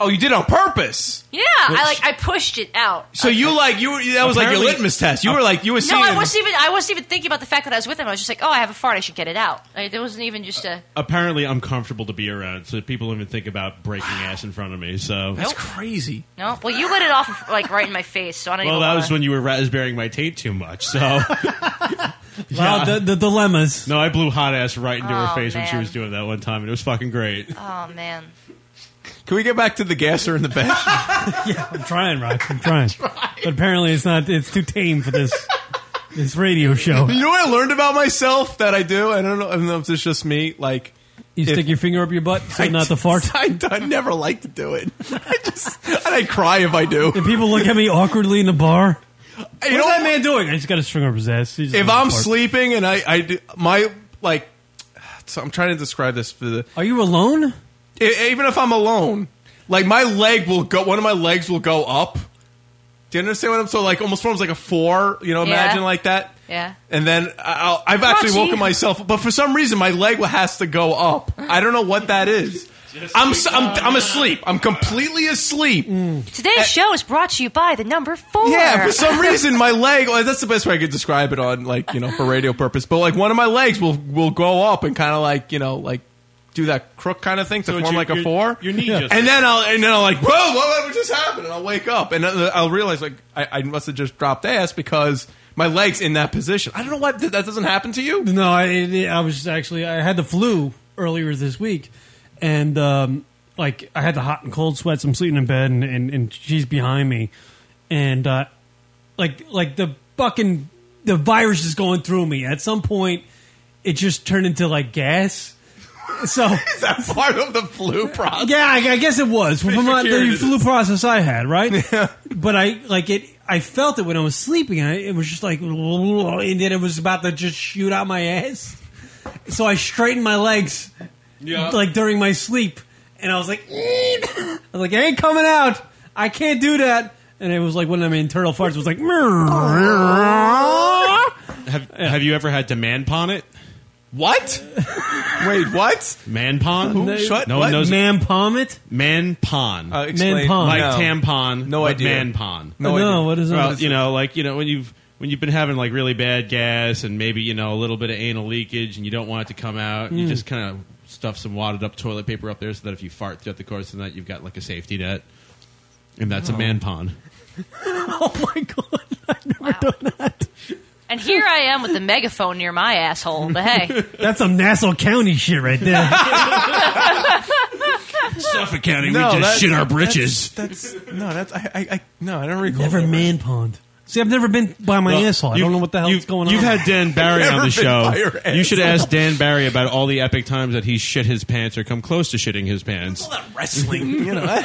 S11: oh, you did on purpose.
S9: yeah. I like I pushed it out.
S11: So you like you were- that was like your
S4: Apparently-
S11: litmus test. You were like you were
S9: no,
S11: seeing.
S9: I wasn't even. I wasn't even thinking about the fact that I was with him. I was just like, oh, I have a fart. I should get it out. Like, there wasn't even just a.
S4: Apparently, I'm comfortable to be around, so people don't even think about breaking ass in front of me. So
S9: That's Nope.
S11: crazy.
S9: No, well, you let it off like right in my face, so I don't
S4: Well,
S9: even.
S4: that
S9: wanna-
S4: was when you were raspberrying my tape too much. So
S12: Wow, the, the dilemmas.
S4: No, I blew hot ass right into
S9: Oh,
S4: her face when she
S9: man.
S4: was doing that one time, and it was fucking great.
S9: Oh man.
S11: Can we get back to the gasser in the bed?
S12: I'm trying, Rock. I'm trying. But apparently, it's not. It's too tame for this this radio show.
S11: You know what I learned about myself that I do? I don't know, I don't know if it's just me. Like,
S12: You
S11: if-
S12: stick your finger up your butt, so
S11: I
S12: not the
S11: just-
S12: fart.
S11: I, d- I never like to do it. I just and I cry if I do.
S12: If people look at me awkwardly in the bar,
S11: You
S12: what's
S11: know-
S12: that man doing? I just got to string up his ass. He's just
S11: If
S12: gonna
S11: I'm
S12: fart.
S11: sleeping and I, I do, my like, so I'm trying to describe this for the. E,
S12: Are you alone?
S11: even if I'm alone, like my leg will go. One of my legs will go up. Do you understand what I'm so like? Almost forms like a four. You know,
S9: Yeah.
S11: imagine like that.
S9: Yeah.
S11: And then I'll, I've actually
S9: Roxy.
S11: woken myself, but for some reason my leg has to go up. I don't know what that is. I'm, s- I'm I'm asleep. I'm completely asleep.
S9: Today's show is brought to you by the number four.
S11: Eh. Yeah, for some reason my leg. Well, that's the best way I could describe it on like you know for radio purpose. But like one of my legs will will go up and kind of like you know like do that crook kind of thing to
S4: So it's
S11: form
S4: your-
S11: like a
S4: your-
S11: four.
S4: your knee just-
S11: and then I'll and then I'll like whoa what, what just happened? And I'll wake up and then I'll realize like I, I must have just dropped ass because my legs in that position. I don't know what that doesn't happen to you.
S12: No, I it- I was actually I had the flu earlier this week, and um, like I had the hot and cold sweats. I'm sleeping in bed, and, and, and she's behind me, and uh, like like the fucking the virus is going through me. At some point, it just turned into like gas. So is
S11: that part of the flu process?
S12: Yeah, I, I guess it was from my,
S11: Cured
S12: the
S11: it.
S12: flu process I had, right? But I like it. I felt it when I was sleeping. I, it was just like, and then it was about to just shoot out my ass. So I straightened my legs,
S10: Yeah.
S12: like during my sleep, and I was like, I was like, it ain't coming out. I can't do that. And it was like one of my internal farts was like,
S4: Have Have you ever had to man pon it?
S11: What? Wait, what?
S4: Man pon? No one knows.
S12: man pommet.
S4: Man pon.
S11: Uh, explain.
S12: Man pon.
S4: Like
S12: No.
S4: tampon.
S11: No
S4: but
S11: idea.
S4: Man pon.
S11: No No, idea. what is that?
S4: Well,
S11: What is
S4: you
S11: it?
S4: know, like you know when you've when you've been having like really bad gas and maybe you know a little bit of anal leakage and you don't want it to come out, you
S11: Mm.
S4: just kind of stuff some wadded up toilet paper up there so that if you fart throughout the course of the night, you've got like a safety net. And that's
S11: Oh.
S4: a man pon.
S2: Oh
S9: And here I am with the megaphone near my asshole. But hey,
S12: That's some Nassau County shit right there.
S13: Suffolk County, we just shit our britches.
S11: That's, no, that's I, I, I no, I don't recall.
S12: Never man pond. See, I've never been by my
S4: Well,
S12: asshole. I
S4: you-
S12: don't know what the hell is going
S4: You've
S12: on.
S4: had Dan Barry
S12: I've
S4: on
S12: never
S4: the
S12: been by
S4: show.
S12: your
S4: You should
S12: asshole.
S4: ask Dan Barry about all the epic times that he shit his pants or come close to shitting his pants.
S11: wrestling, you know, that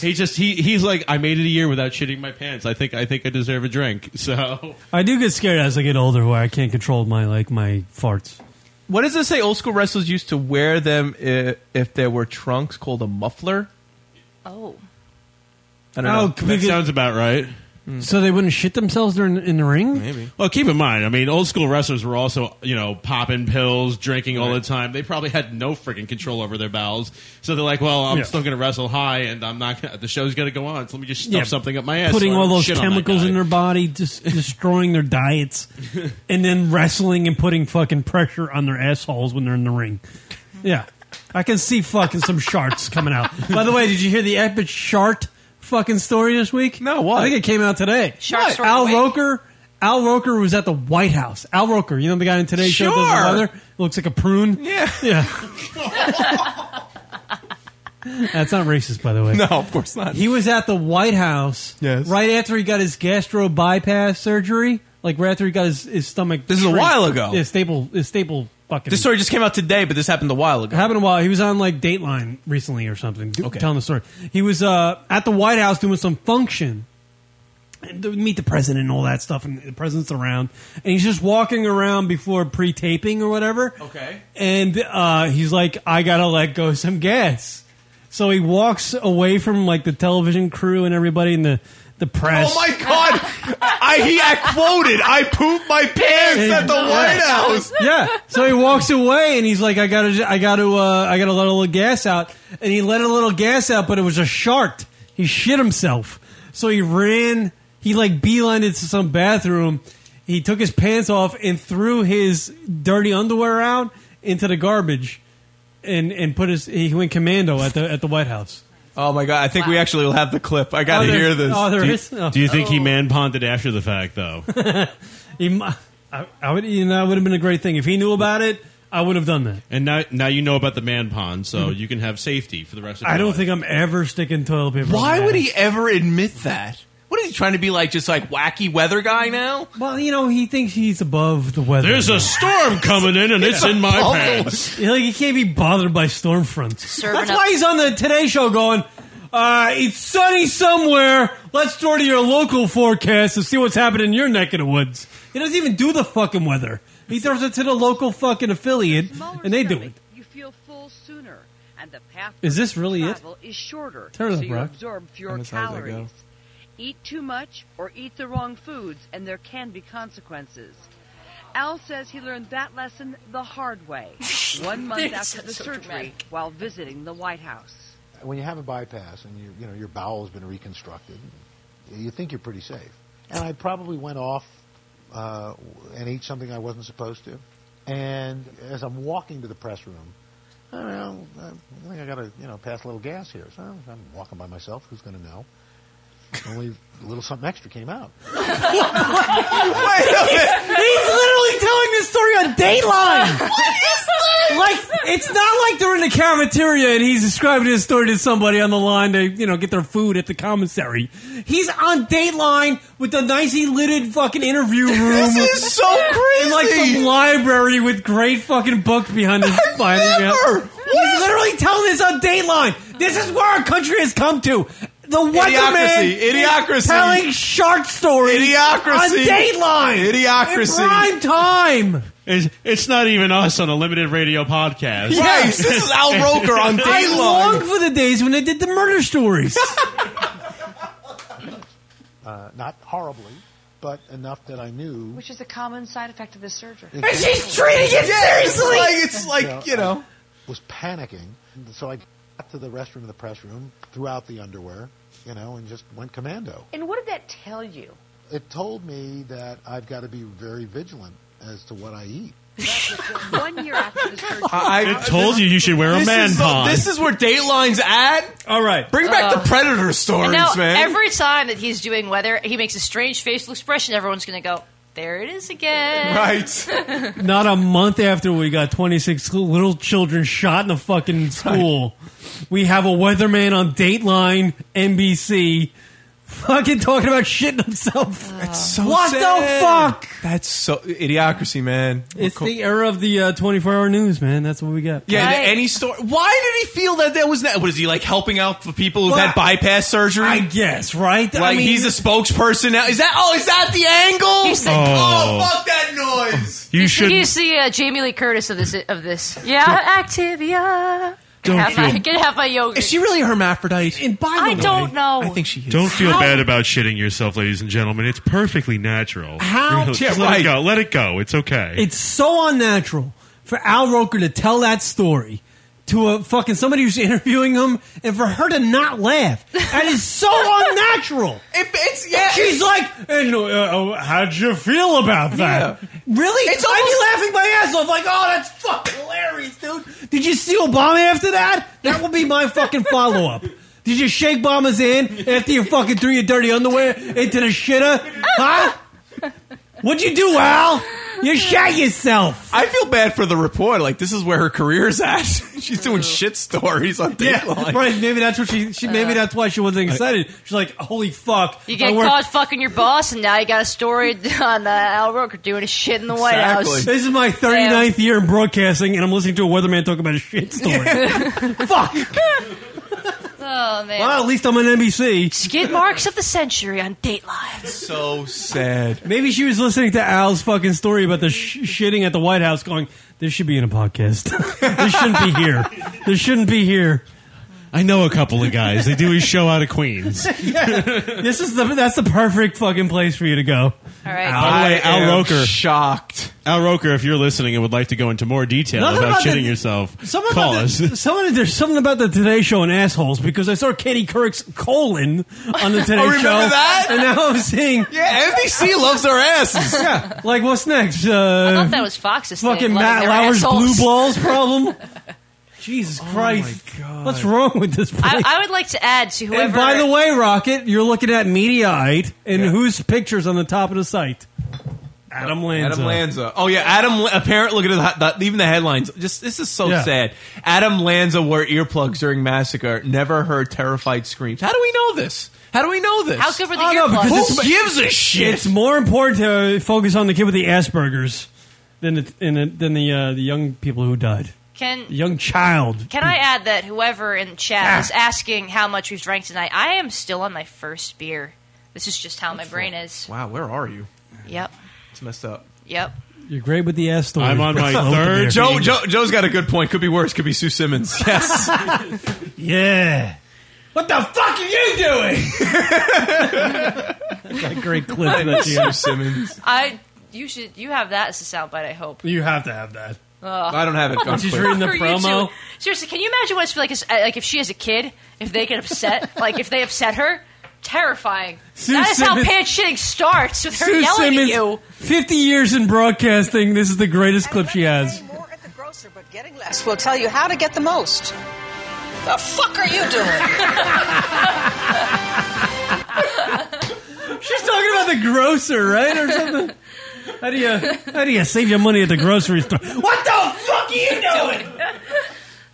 S4: He just he he's like, I made it a year without shitting my pants. I think I think I deserve a drink. So
S12: I do get scared as I get older, where I can't control my like my farts.
S11: What does it say? Old school wrestlers used to wear them if, if there were trunks called a muffler.
S9: oh,
S11: I don't know.
S4: that sounds about right.
S12: So they wouldn't shit themselves during in the ring.
S11: Maybe.
S4: Well, keep in mind, I mean, old school wrestlers were also, you know, popping pills, drinking all the time. They probably had no freaking control over their bowels. So they're like, well, I'm
S12: Yeah.
S4: still going to wrestle high and I'm not gonna, the show's going to go on. So let me just stuff
S12: Yeah,
S4: something up my ass.
S12: Putting
S4: so I
S12: all
S4: don't
S12: those
S4: shit on that
S12: chemicals
S4: guy.
S12: in their body, just destroying their diets, and then wrestling and putting fucking pressure on their assholes when they're in the ring. Yeah, I can see fucking some sharks coming out. By the way, did you hear the epic shark fucking story this week? No, what? I think it came out today.
S9: Sharks were
S12: Al
S9: awake.
S12: Roker. Al Roker was at the White House. Al Roker, you know the guy in today's show that does
S11: Sure.
S12: the weather? Looks like a prune. Yeah, yeah. That's not racist, by the way.
S11: No, of course not.
S12: He was at the White House yes. right after he got his gastro bypass surgery, like right after he got his, his stomach.
S11: This is a
S12: shrink.
S11: while ago.
S12: Yeah, staple, his staple fucking.
S11: This story just came out today, but this happened a while ago.
S12: happened a while. He was on like Dateline recently or something, d- telling the story. He was uh, at the White House doing some function, and to meet the president and all that stuff, and the president's around, and he's just walking around before pre-taping or whatever.
S11: Okay.
S12: And uh, he's like, I gotta let go some gas. So he walks away from like the television crew and everybody in the the press.
S10: Oh my
S11: God! I he I quoted. I pooped my pants at the White House.
S12: Yeah. So he walks away and he's like, I gotta, I gotta, uh, I gotta let a little gas out. And he let a little gas out, but it was a shark. He shit himself. So he ran. He like beelined into some bathroom. He took his pants off and threw his dirty underwear out into the garbage, and and put his. He went commando at the at the White House.
S11: Oh my God! I think we actually will have the clip. I got
S12: Oh,
S11: to
S12: there-
S11: hear this.
S12: oh, there
S11: Do you-
S12: is? Oh.
S4: Do you think he man ponded after the fact, though?
S12: He, mu- I, I would, you know, it would have been a great thing if he knew about it. I would have done that. Mm-hmm.
S4: and now, now you know about the man pond, so you can have safety for the rest of.
S12: I
S4: your
S12: don't
S4: life.
S12: think I'm ever sticking toilet paper.
S11: Why
S12: on my
S11: would
S12: ass.
S11: he ever admit that? What is he trying to be like? Just like wacky weather guy now?
S12: Well, you know, he thinks he's above the weather.
S11: There's a
S4: storm coming in, and it's in my pants.
S12: You're like, he can't be bothered by storm fronts.
S10: Serving
S12: That's
S10: up-
S12: why he's on the Today Show going, uh, it's sunny somewhere. Let's go to your local forecast and see what's happening in your neck of the woods. He doesn't even do the fucking weather. He throws it to the local fucking affiliate, and they do it.
S5: You feel full sooner, and the path
S12: Is
S5: to
S12: this really it?
S5: travel is shorter,
S12: Turn it
S5: so
S12: up,
S5: you
S12: Brock.
S5: absorb
S11: I'm
S5: fewer
S11: as high as I go.
S5: calories. Eat too much or eat the wrong foods, and there can be consequences. Al says he learned that lesson the hard way, one month
S10: Dude, it
S5: after the
S10: sounds so
S5: surgery
S10: dramatic.
S5: while visiting the White House.
S7: when you have a bypass and you you know your bowel has been reconstructed, you think you're pretty safe. And I probably went off uh, and ate something I wasn't supposed to. And as I'm walking to the press room, I don't know. I think I got to you know pass a little gas here. So I'm I'm walking by myself. Who's going to know? Only a little something extra came out.
S10: minute.
S12: He's literally telling this story on Dateline. Like it's not like they're in the cafeteria and he's describing his story to somebody on the line to you know get their food at the commissary. He's on Dateline with the nicely lidded fucking interview room.
S10: This is so
S12: In like some
S10: crazy.
S12: library with great fucking books behind his behind him.
S10: never-
S12: He's literally telling this on Dateline. This is where our country has come to. The
S11: Idiocracy.
S12: Weatherman is
S11: Idiocracy.
S12: telling shark stories
S11: Idiocracy.
S12: on Dateline.
S11: Idiocracy.
S12: In prime time.
S4: It's, it's not even us on a limited radio podcast.
S12: Yes. I long for the days when they did the murder stories.
S7: Uh, not horribly, but enough that I knew.
S5: Which is a common side effect of this surgery.
S7: And she's treating it Yeah, seriously! it's like, it's like, you know. was panicking. So I got to the restroom in the press room, threw out the underwear, you know, and just went commando.
S5: And what did that tell you?
S7: It told me that I've got to be very vigilant as to what I eat.
S23: One year after the surgery,
S11: I,
S4: told you you should wear a
S11: this
S4: man
S11: is the-
S4: pond.
S11: This is where Dateline's at.
S12: All right,
S11: bring back
S9: Uh,
S11: the Predator stories,
S9: and now,
S11: man.
S9: every time that he's doing weather, he makes a strange facial expression. Everyone's going to go, there it is again.
S12: Right. Not a month after we got 26 little children shot in a fucking school, we have a weatherman on Dateline NBC fucking talking about shitting himself.
S11: So
S12: what
S11: sad.
S12: the fuck?
S11: That's so idiocracy, man.
S12: It's
S11: Cool.
S12: the era of the uh, 24 hour news, man. That's what we got.
S11: yeah, the- any story. Why did he feel that that was that? Was he like helping out for people who've had
S12: Well, I-
S11: bypass surgery? I
S12: guess, right?
S11: Like
S12: I mean-
S11: he's a spokesperson now. Is that? Oh, is that the angle?
S9: He's the-
S11: oh, fuck that noise!
S9: You He's the uh, Jamie Lee Curtis of this. Of this. Yeah, Activia.
S11: Don't
S9: have my,
S11: feel-
S9: can have my yogurt.
S11: Is she really hermaphrodite? And by
S9: I don't know.
S11: I think she is.
S24: Don't feel
S9: How-
S24: bad about shitting yourself, ladies and gentlemen. It's perfectly natural.
S12: How-
S24: Really,
S12: Yeah,
S24: just let
S12: right.
S24: it go. Let it go. It's okay.
S12: It's so unnatural for Al Roker to tell that story to a fucking somebody who's interviewing him and for her to not laugh. That is so unnatural.
S11: it's yeah.
S12: She's like, and, uh, uh, how'd you feel about that? Really?
S10: It's
S12: I'd be laughing my ass off, like, oh, that's fucking hilarious, dude. Did you see Obama after that? That will be my fucking follow up. Did you shake Obama's hand after you fucking threw your dirty underwear into the shitter? Huh? What'd you do, Al? You shat yourself.
S11: I feel bad for the reporter. Like this is where her career's at. She's doing shit stories on Dateline.
S12: right. Maybe that's what she. she maybe that's why she wasn't excited. She's like, "Holy fuck!"
S9: Uh, You
S12: I
S9: get
S12: work-
S9: caught fucking your boss, and now you got a story on uh, Al Roker doing his shit in the White House.
S12: This is my 39th year in broadcasting, and I'm listening to a weatherman talk about a shit story. Fuck.
S9: Oh man.
S12: Well, at least I'm on NBC.
S9: Skid marks of the century on Dateline.
S11: So sad.
S12: Maybe she was listening to Al's fucking story about the sh- shitting at the White House, going, "This should be in a podcast. this shouldn't be here. This shouldn't be here."
S4: I know a couple of guys. They do his show out of Queens.
S12: yeah. This is the that's the perfect fucking place for you to go.
S9: All
S4: By the way, Al Roker.
S11: Shocked.
S4: Al Roker, if you're listening and would like to go into more detail
S12: Nothing
S4: about,
S12: about
S4: shitting
S12: the-
S4: yourself,
S12: Someone
S4: call
S12: about
S4: us.
S12: the, someone, there's something about the Today Show and assholes because I saw Katie Couric's colon on the Today
S11: Oh, remember
S12: Show.
S11: that?
S12: And now I'm seeing.
S11: Yeah, NBC loves their asses.
S12: Yeah. Like, what's next? Uh, I
S9: thought that was Fox's
S12: Fucking
S9: thing, loving
S12: Matt
S9: their
S12: Lauer's
S9: assholes.
S12: blue balls problem.
S11: Oh
S12: Jesus Christ. What's wrong with this place?
S9: I, I would like to add to whoever.
S12: and by the way, Rocket, you're looking at Mediaite, and whose picture's on the top of the site? Adam Lanza.
S11: Adam Lanza. Oh yeah, Adam. Apparently, look at the, the, even the headlines. Just this is so
S12: Yeah.
S11: sad. Adam Lanza wore earplugs during massacre. Never heard terrified screams. How do we know this? How do we know this?
S9: How good were the
S11: Oh, no,
S9: earplugs?
S11: because Who gives a shit?
S12: It's more important to focus on the kid with the Asperger's than the, than the, than the, uh, the young people who died.
S9: Can-
S12: the young child?
S9: Can I add that whoever in chat is asking how much we've drank tonight, I am still on my first beer. This is just how my brain is.
S11: Wow, where are you?
S9: Yep.
S11: It's messed up.
S9: Yep.
S12: You're great with the ass story.
S4: I'm on my third-
S11: Joe, Joe. Joe's got a good point. Could be worse. Could be Sue Simmons. Yes.
S12: yeah.
S11: What the fuck are you doing?
S12: Got a great clip of that
S11: Sue
S12: too.
S11: Simmons.
S9: I. You should. You have that as a soundbite. I hope.
S12: You have to have that.
S9: Ugh.
S11: I don't have it.
S9: What the
S11: She's
S9: fuck
S11: reading the
S9: are you
S11: promo.
S9: two- Seriously, can you imagine what it's like? Is, like if she has a kid, if they get upset, like if they upset her, terrifying.
S12: Sue
S9: that is
S12: Simmons-
S9: how pants shitting starts with her
S12: Sue
S9: yelling
S12: Simmons,
S9: at you.
S12: 50 years in broadcasting. This is the greatest clip she has.
S17: Yes, we'll tell you how to get the most. The fuck are you doing?
S12: She's talking about the grocer, right, or something. How do you how do you save your money at the grocery store? What the fuck are you doing?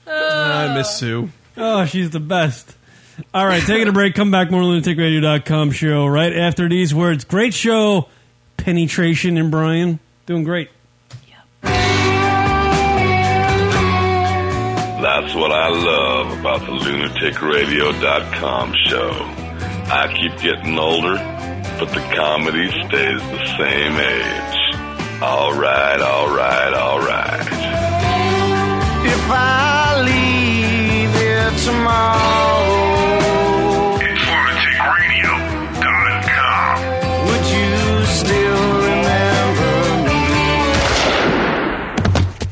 S11: I miss Sue.
S12: Oh, she's the best. All right, taking a break. Come back more lunaticradio.com show right after these words. Great show, penetration and Brian doing great.
S15: That's what I love about the lunaticradio.com show. I keep getting older, but the comedy stays the same age. All right, all right, all right.
S10: If I leave here tomorrow, informaticradio.com. Would you still remember me?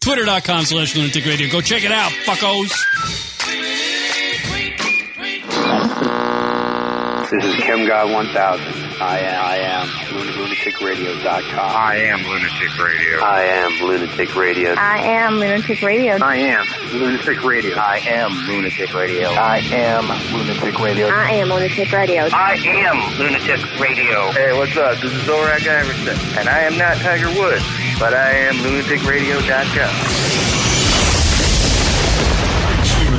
S25: Twitter.com slash lunatic radio. Go check it out, fuckos.
S26: This is Kim God 1000. I am, I am lunaticradio.com. I am Lunatic Radio. I am Lunatic Radio.
S17: I am Lunatic Radio.
S26: I am Lunatic Radio. I am Lunatic Radio. I am Lunatic Radio.
S17: I am Lunatic Radio.
S10: I am Lunatic Radio. Hey, what's up? This is Zorak Iverson, and I am not Tiger Woods, but I am lunaticradio.com.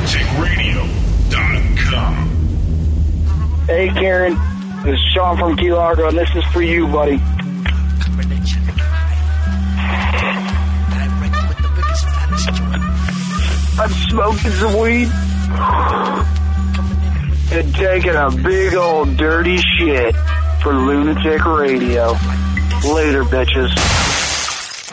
S27: LunaticRadio.com.
S10: Hey, Karen. This is Sean from Key Largo, and this is for you, buddy. I'm smoking some weed and taking a big old dirty shit for Lunatic Radio. Later, bitches.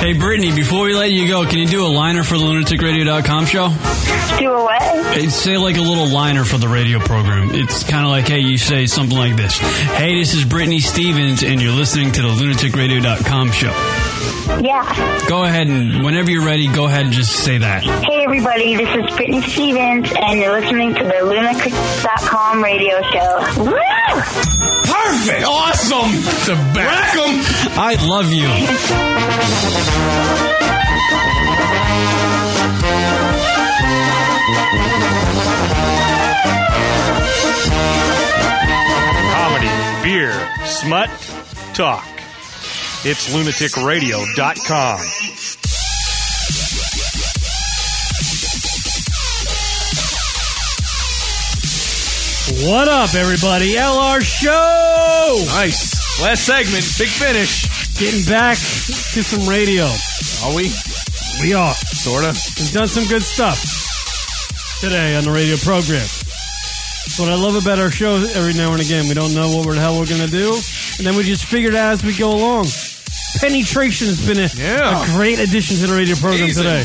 S25: Hey, Brittany, before we let you go, can you do a liner for the lunaticradio.com show?
S17: Do a what?
S25: It's say like a little liner for the radio program. It's kind of like, hey, you say something like this. Hey, this is Brittany Stevens, and you're listening to the lunaticradio.com show.
S17: Yeah.
S25: Go ahead and, whenever you're ready, go ahead and just say that.
S17: Hey, everybody. This is Brittany Stevens, and you're listening to the lunatic.com radio show. Woo!
S25: Perfect! Awesome! It's a back 'em. I love you.
S3: Comedy, beer, smut, talk. It's lunaticradio.com.
S12: What up, everybody? LR Show!
S11: Nice. Last segment, big finish.
S12: Getting back to some radio.
S11: Are we?
S12: We are.
S11: Sort of.
S12: We've done some good stuff today on the radio program. What I love about our show is every now and again, we don't know what the hell we're going to do, and then we just figure it out as we go along. Penetration has been a,
S11: Yeah.
S12: a great addition to the radio program
S11: Amazing.
S12: today.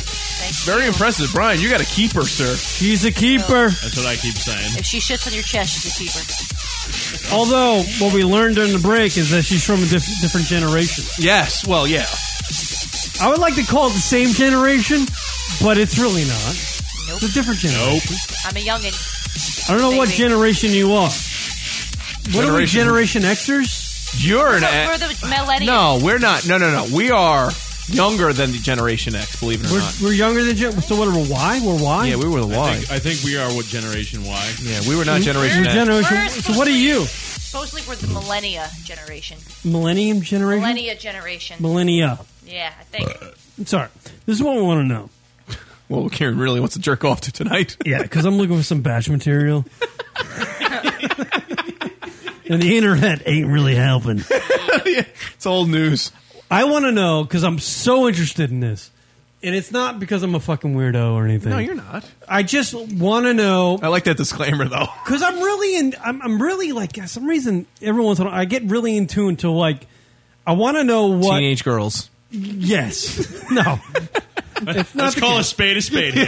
S11: Very impressive. Brian, you got a keeper, sir.
S12: She's a keeper.
S4: That's what I keep saying.
S9: If she shits on your chest, she's a keeper.
S12: Although, what we learned during the break is that she's from a diff- different generation.
S11: Yes. Well, yeah.
S12: I would like to call it the same generation, but it's really not. It's a different generation.
S9: I'm a youngin'.
S12: I don't know what generation you are. What are we, Generation Xers?
S11: You're an
S9: We're the millennials.
S11: No, we're not. No, no, no. We are younger than the Generation X, believe it or
S12: We're,
S11: not.
S12: we're younger than Gen. So what? We're Y? We're Y?
S11: Yeah, we were the
S4: I
S11: Y.
S4: think, I think we are what Generation Y.
S11: Yeah, we were not Generation
S12: Mm-hmm. We're
S11: X.
S12: generation. So what are you?
S9: Supposedly we're the millennia generation.
S12: Millennium generation.
S9: Millennia generation.
S12: Millennia.
S9: Yeah, I think.
S12: Sorry, this is what we want to know.
S11: Well, Karen really wants to jerk off to tonight.
S12: Yeah, because I'm looking for some batch material. and the internet ain't really helping.
S11: it's old news.
S12: I want to know because I'm so interested in this. And it's not because I'm a fucking weirdo or anything.
S11: No, you're not.
S12: I just want to know
S11: I like that disclaimer though.
S12: because I'm really in. I'm, I'm really like for some reason every once in a while I get really in tune to like I want to know what.
S11: Teenage girls.
S12: Yes. No. It's
S4: Let's
S12: the
S4: call a
S12: case.
S4: spade a spade here.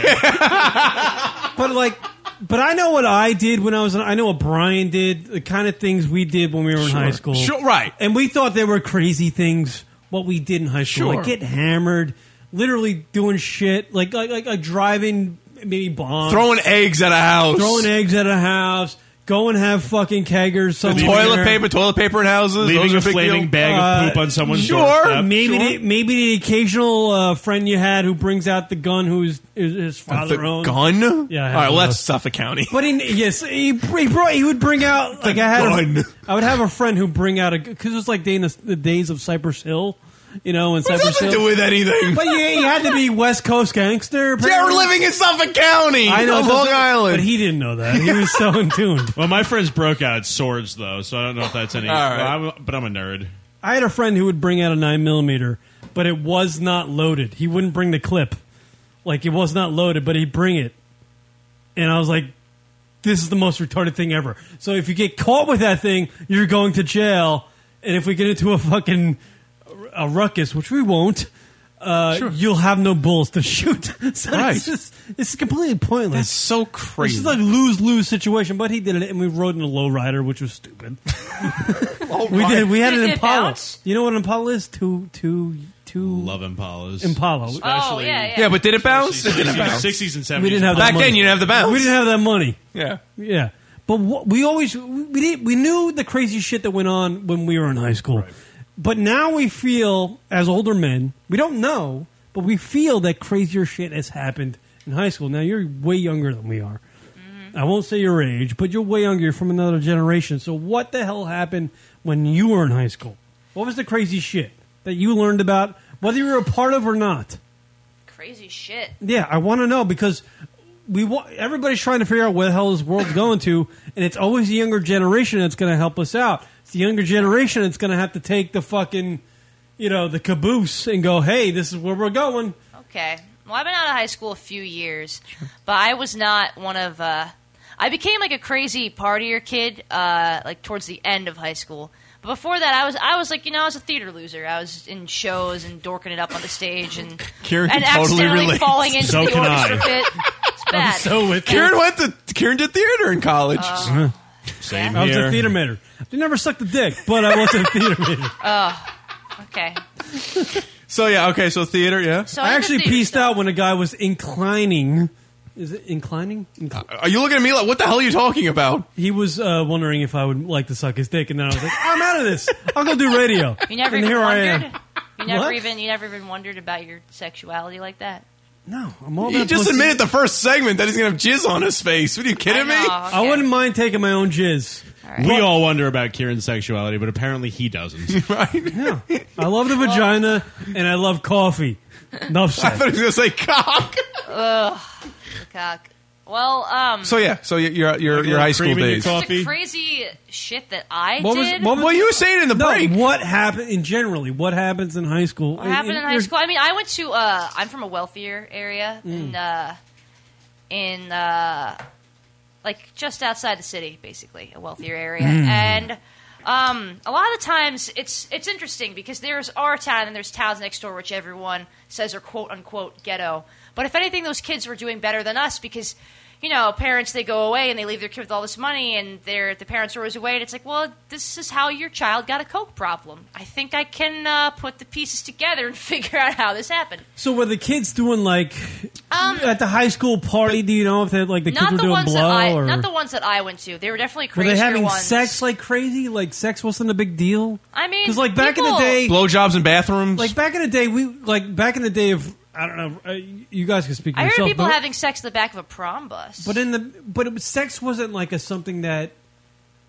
S12: but like, but I know what I did when I was. I know what Brian did. The kind of things we did when we were in
S11: Sure.
S12: high school.
S11: Sure, right.
S12: And we thought they were crazy things. What we did in high school,
S11: Sure.
S12: like get hammered, literally doing shit, like like like, like driving maybe bombs,
S11: Throwing eggs at a house.
S12: throwing eggs at a house, go and have fucking keggers. Somewhere. Uh,
S11: toilet paper, toilet paper in houses.
S4: Leaving
S11: those are
S4: a
S11: big
S4: flaming
S11: deal.
S4: bag of poop on someone's
S11: sure.
S4: doorstep.
S12: Maybe the, maybe the occasional uh, friend you had who brings out the gun who's is his father
S11: The
S12: owns.
S11: gun?
S12: Yeah, I
S11: All
S12: have one
S11: right, well,
S12: of
S11: that's
S12: those.
S11: Suffolk County.
S12: But in, yes, he, br- he brought. He would bring out like I had. a-
S11: gun.
S12: I would have a friend who bring out a because it was like day in the, the days of Cypress Hill, you know, in
S11: What does
S12: Cypress
S11: that have to
S12: Hill.
S11: do with anything?
S12: But you, you had to be West Coast gangster.
S11: They're
S12: apparently.
S11: living in Suffolk County.
S12: I know
S11: on
S12: so-
S11: Long
S12: so-
S11: Island.
S12: but he didn't know that. He was so in tune.
S4: Well, my friends broke out swords though, so I don't know if that's any.
S12: All right.
S4: well, I'm, but I'm a nerd.
S12: I had a friend who would bring out a nine millimeter, but it was not loaded. He wouldn't bring the clip, like it was not loaded, but he'd bring it, and I was like, "This is the most retarded thing ever." So if you get caught with that thing, you're going to jail, and if we get into a fucking a ruckus, which we won't. Uh, You'll have no bulls to shoot. so
S11: Right.
S12: it's just it's completely pointless. That's
S11: so crazy.
S12: It's just like lose lose situation. But he did it, and we rode in a lowrider, which was stupid. we
S10: right.
S12: did. We had
S10: Did
S12: an
S10: it
S12: Impala.
S10: bounce?
S12: You know what an Impala is? Two, two, two.
S4: Love Impalas.
S12: Impala.
S9: Oh,
S10: Especially- Oh, yeah, yeah.
S11: but did it bounce? It didn't
S4: 60s
S11: bounce.
S4: and 70s.
S12: We didn't have that
S11: Back
S12: money.
S11: then, you didn't have the bounce.
S12: We didn't have that money.
S11: Yeah.
S12: Yeah, but wha- we always we did, we knew the crazy shit that went on when we were in high school. But now we feel as older men, we don't know, but we feel that crazier shit has happened in high school. Now you're way younger than we are. I won't say your age, but you're way younger. You're from another generation. So what the hell happened when you were in high school? What was the crazy shit that you learned about, whether you were a part of or not?
S9: Crazy shit.
S12: Yeah, I want to know because we wa- everybody's trying to figure out where the hell this world's going to, and it's always the younger generation that's going to help us out. It's the younger generation that's going to have to take the fucking, you know, the caboose and go, hey, this is where we're going.
S9: Okay. Well, I've been out of high school a few years, but I was not one of. Uh, I became like a crazy partier kid, uh, like towards the end of high school. But before that, I was I was like you know I was a theater loser. I was in shows and dorking it up on the stage and
S11: Kieran
S9: and
S11: totally
S9: accidentally
S11: relates.
S9: falling into
S11: So
S9: the
S11: can I.
S9: orchestra pit. It's bad.
S11: Kieran went to Kieran did theater in college.
S9: Uh,
S11: Same
S12: I was a theater mater. I never sucked a dick, but I was a theater mater.
S9: Oh, okay.
S11: So yeah, okay, so theater, yeah.
S9: So
S12: I
S9: I did
S12: actually
S9: theater
S12: pieced out when a guy was inclining. Is it inclining?
S11: Are you looking at me like what the hell are you talking about?
S12: He was uh, wondering if I would like to suck his dick, and then I was like, I'm out of this. I'll go do radio.
S9: You never
S12: and
S9: even
S12: here I am.
S9: wondered. You never
S12: What?
S9: even you never even wondered about your sexuality like that.
S12: No, I'm all
S11: He
S12: about
S11: just
S12: pussy.
S11: admitted the first segment that he's gonna have jizz on his face. What are you kidding me?
S12: I wouldn't mind taking my own jizz.
S4: We all wonder about Kieran's sexuality, but apparently he doesn't.
S12: I love the vagina and I love coffee. Enough said.
S11: I thought he was gonna say cock.
S9: Ugh, the cock. Well, um.
S11: So yeah, so y- your your your high school days.
S9: It's the crazy shit that I
S12: What was,
S9: did.
S12: what
S11: you were saying in the
S12: no, break? What happened in generally? What happens in high school?
S9: What happened in high school? I mean, I went to. Uh, I'm from a wealthier area in
S12: Mm.
S9: uh, in uh, like just outside the city, basically a wealthier area,
S10: Mm.
S9: and um, a lot of times it's it's interesting because there's our town and there's towns next door which everyone says are quote unquote ghetto. But if anything, those kids were doing better than us because. You know, parents they go away and they leave their kid with all this money, and their the parents are always away, and it's like, well, this is how your child got a coke problem. I think I can uh, put the pieces together and figure out how this happened.
S12: So were the kids doing like at the high school party? Do you know if they like the kids
S9: Um, not
S12: were
S9: the
S12: doing
S9: ones
S12: blow
S9: that I
S12: or
S9: not the ones that I went to. They were definitely
S12: were
S9: crazier
S12: they having
S9: ones.
S12: sex like crazy? Like sex wasn't a big deal.
S9: I mean,
S12: Because like back in the
S9: people-
S12: day,
S11: blowjobs in bathrooms.
S12: Like back in the day, we like back in the day of I don't know. Uh, you guys can speak. for
S9: I heard
S12: yourself,
S9: people
S12: but-
S9: having sex in the back of a prom bus.
S12: But in the but it was, sex wasn't like a something that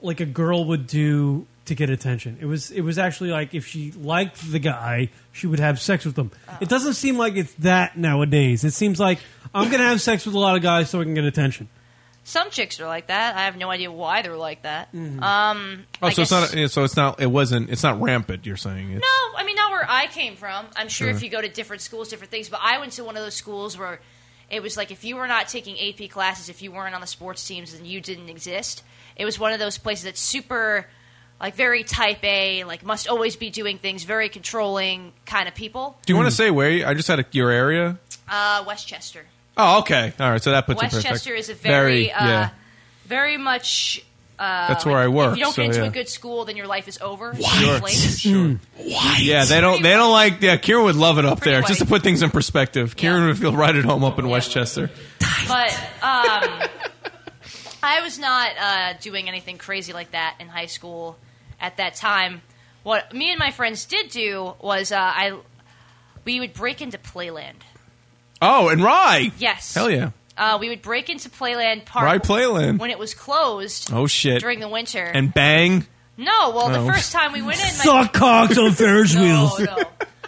S12: like a girl would do to get attention. It was it was actually like if she liked the guy, she would have sex with him. It doesn't seem like it's that nowadays. It seems like I'm gonna have sex with a lot of guys so I can get attention.
S9: Some chicks are like that. I have no idea why they're like that.
S12: Mm-hmm.
S9: Um,
S11: Oh,
S9: I
S11: so it's
S9: guess-
S11: not. yeah, So it's not. It wasn't. It's not rampant. You're saying. It's,
S9: No, I mean not where I came from. I'm sure if
S11: Sure.
S9: you go to different schools, different things. But I went to one of those schools where it was like if you were not taking AP classes, if you weren't on the sports teams, then you didn't exist. It was one of those places that's super, like very type A, like must always be doing things, very controlling kind of people.
S11: Do you want to say where? You, I just had a, your area.
S9: Uh, Westchester.
S11: Oh, okay. All right. So that puts it in
S9: Westchester
S11: perspective.
S9: is a very, uh,
S11: yeah.
S9: very much. Uh,
S11: That's where I work,
S9: If you don't
S11: so,
S9: get into
S11: yeah.
S9: a good school, then your life is over.
S11: Sure.
S9: Place.
S12: Hmm.
S11: Yeah, they don't. They don't like. Yeah, Kieran would love it up there. Just to put things in perspective, Kieran would feel right at home up in Westchester.
S9: but um, I was not uh, doing anything crazy like that in high school at that time. What me and my friends did do was uh, I we would break into Playland.
S11: Oh, and Rye.
S9: Yes.
S11: Hell yeah.
S9: Uh, we would break into Playland Park
S11: Right, Playland.
S9: when it was closed.
S11: Oh shit.
S9: During the winter.
S11: And bang.
S9: no, well,
S11: Oh.
S9: the first time we went in, my,
S12: Suck cocks on Ferris wheels.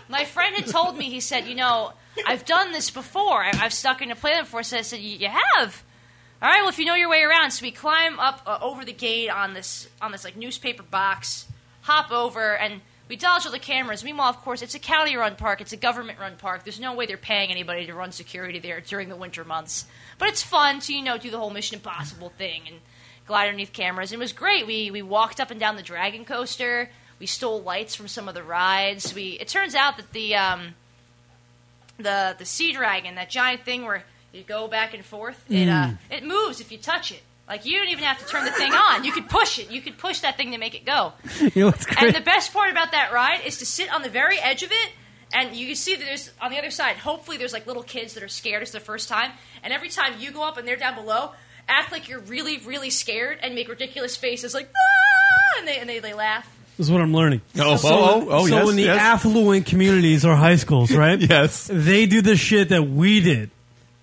S9: My friend had told me, he said, you know, I've done this before. I, I've stuck in a plane before. So I said, you you have? All right, well, if you know your way around. So we climb up uh, over the gate on this, on this like newspaper box, hop over, and we dodge all the cameras. Meanwhile, of course, it's a county run park, it's a government run park. There's no way they're paying anybody to run security there during the winter months. But it's fun to, you know, do the whole Mission Impossible thing and glide underneath cameras. It was great. We we walked up and down the Dragon Coaster. We stole lights from some of the rides. We it turns out that the um, the the Sea Dragon, that giant thing where you go back and forth, it uh,
S10: Mm.
S9: it moves if you touch it. Like you don't even have to turn the thing on. You could push it. You could push that thing to make it go.
S10: You know what's
S9: And the best part about that ride is to sit on the very edge of it, and you can see that there's on the other side. Hopefully, there's like little kids that are scared. It's their first time, and every time you go up and they're down below, act like you're really, really scared and make ridiculous faces like ah, and they and they, they laugh.
S12: This is what I'm learning.
S11: Oh,
S12: so,
S11: oh, oh, oh,
S12: so
S11: yes,
S12: in the
S11: yes.
S12: affluent communities or high schools, right? yes, they do the shit that we did,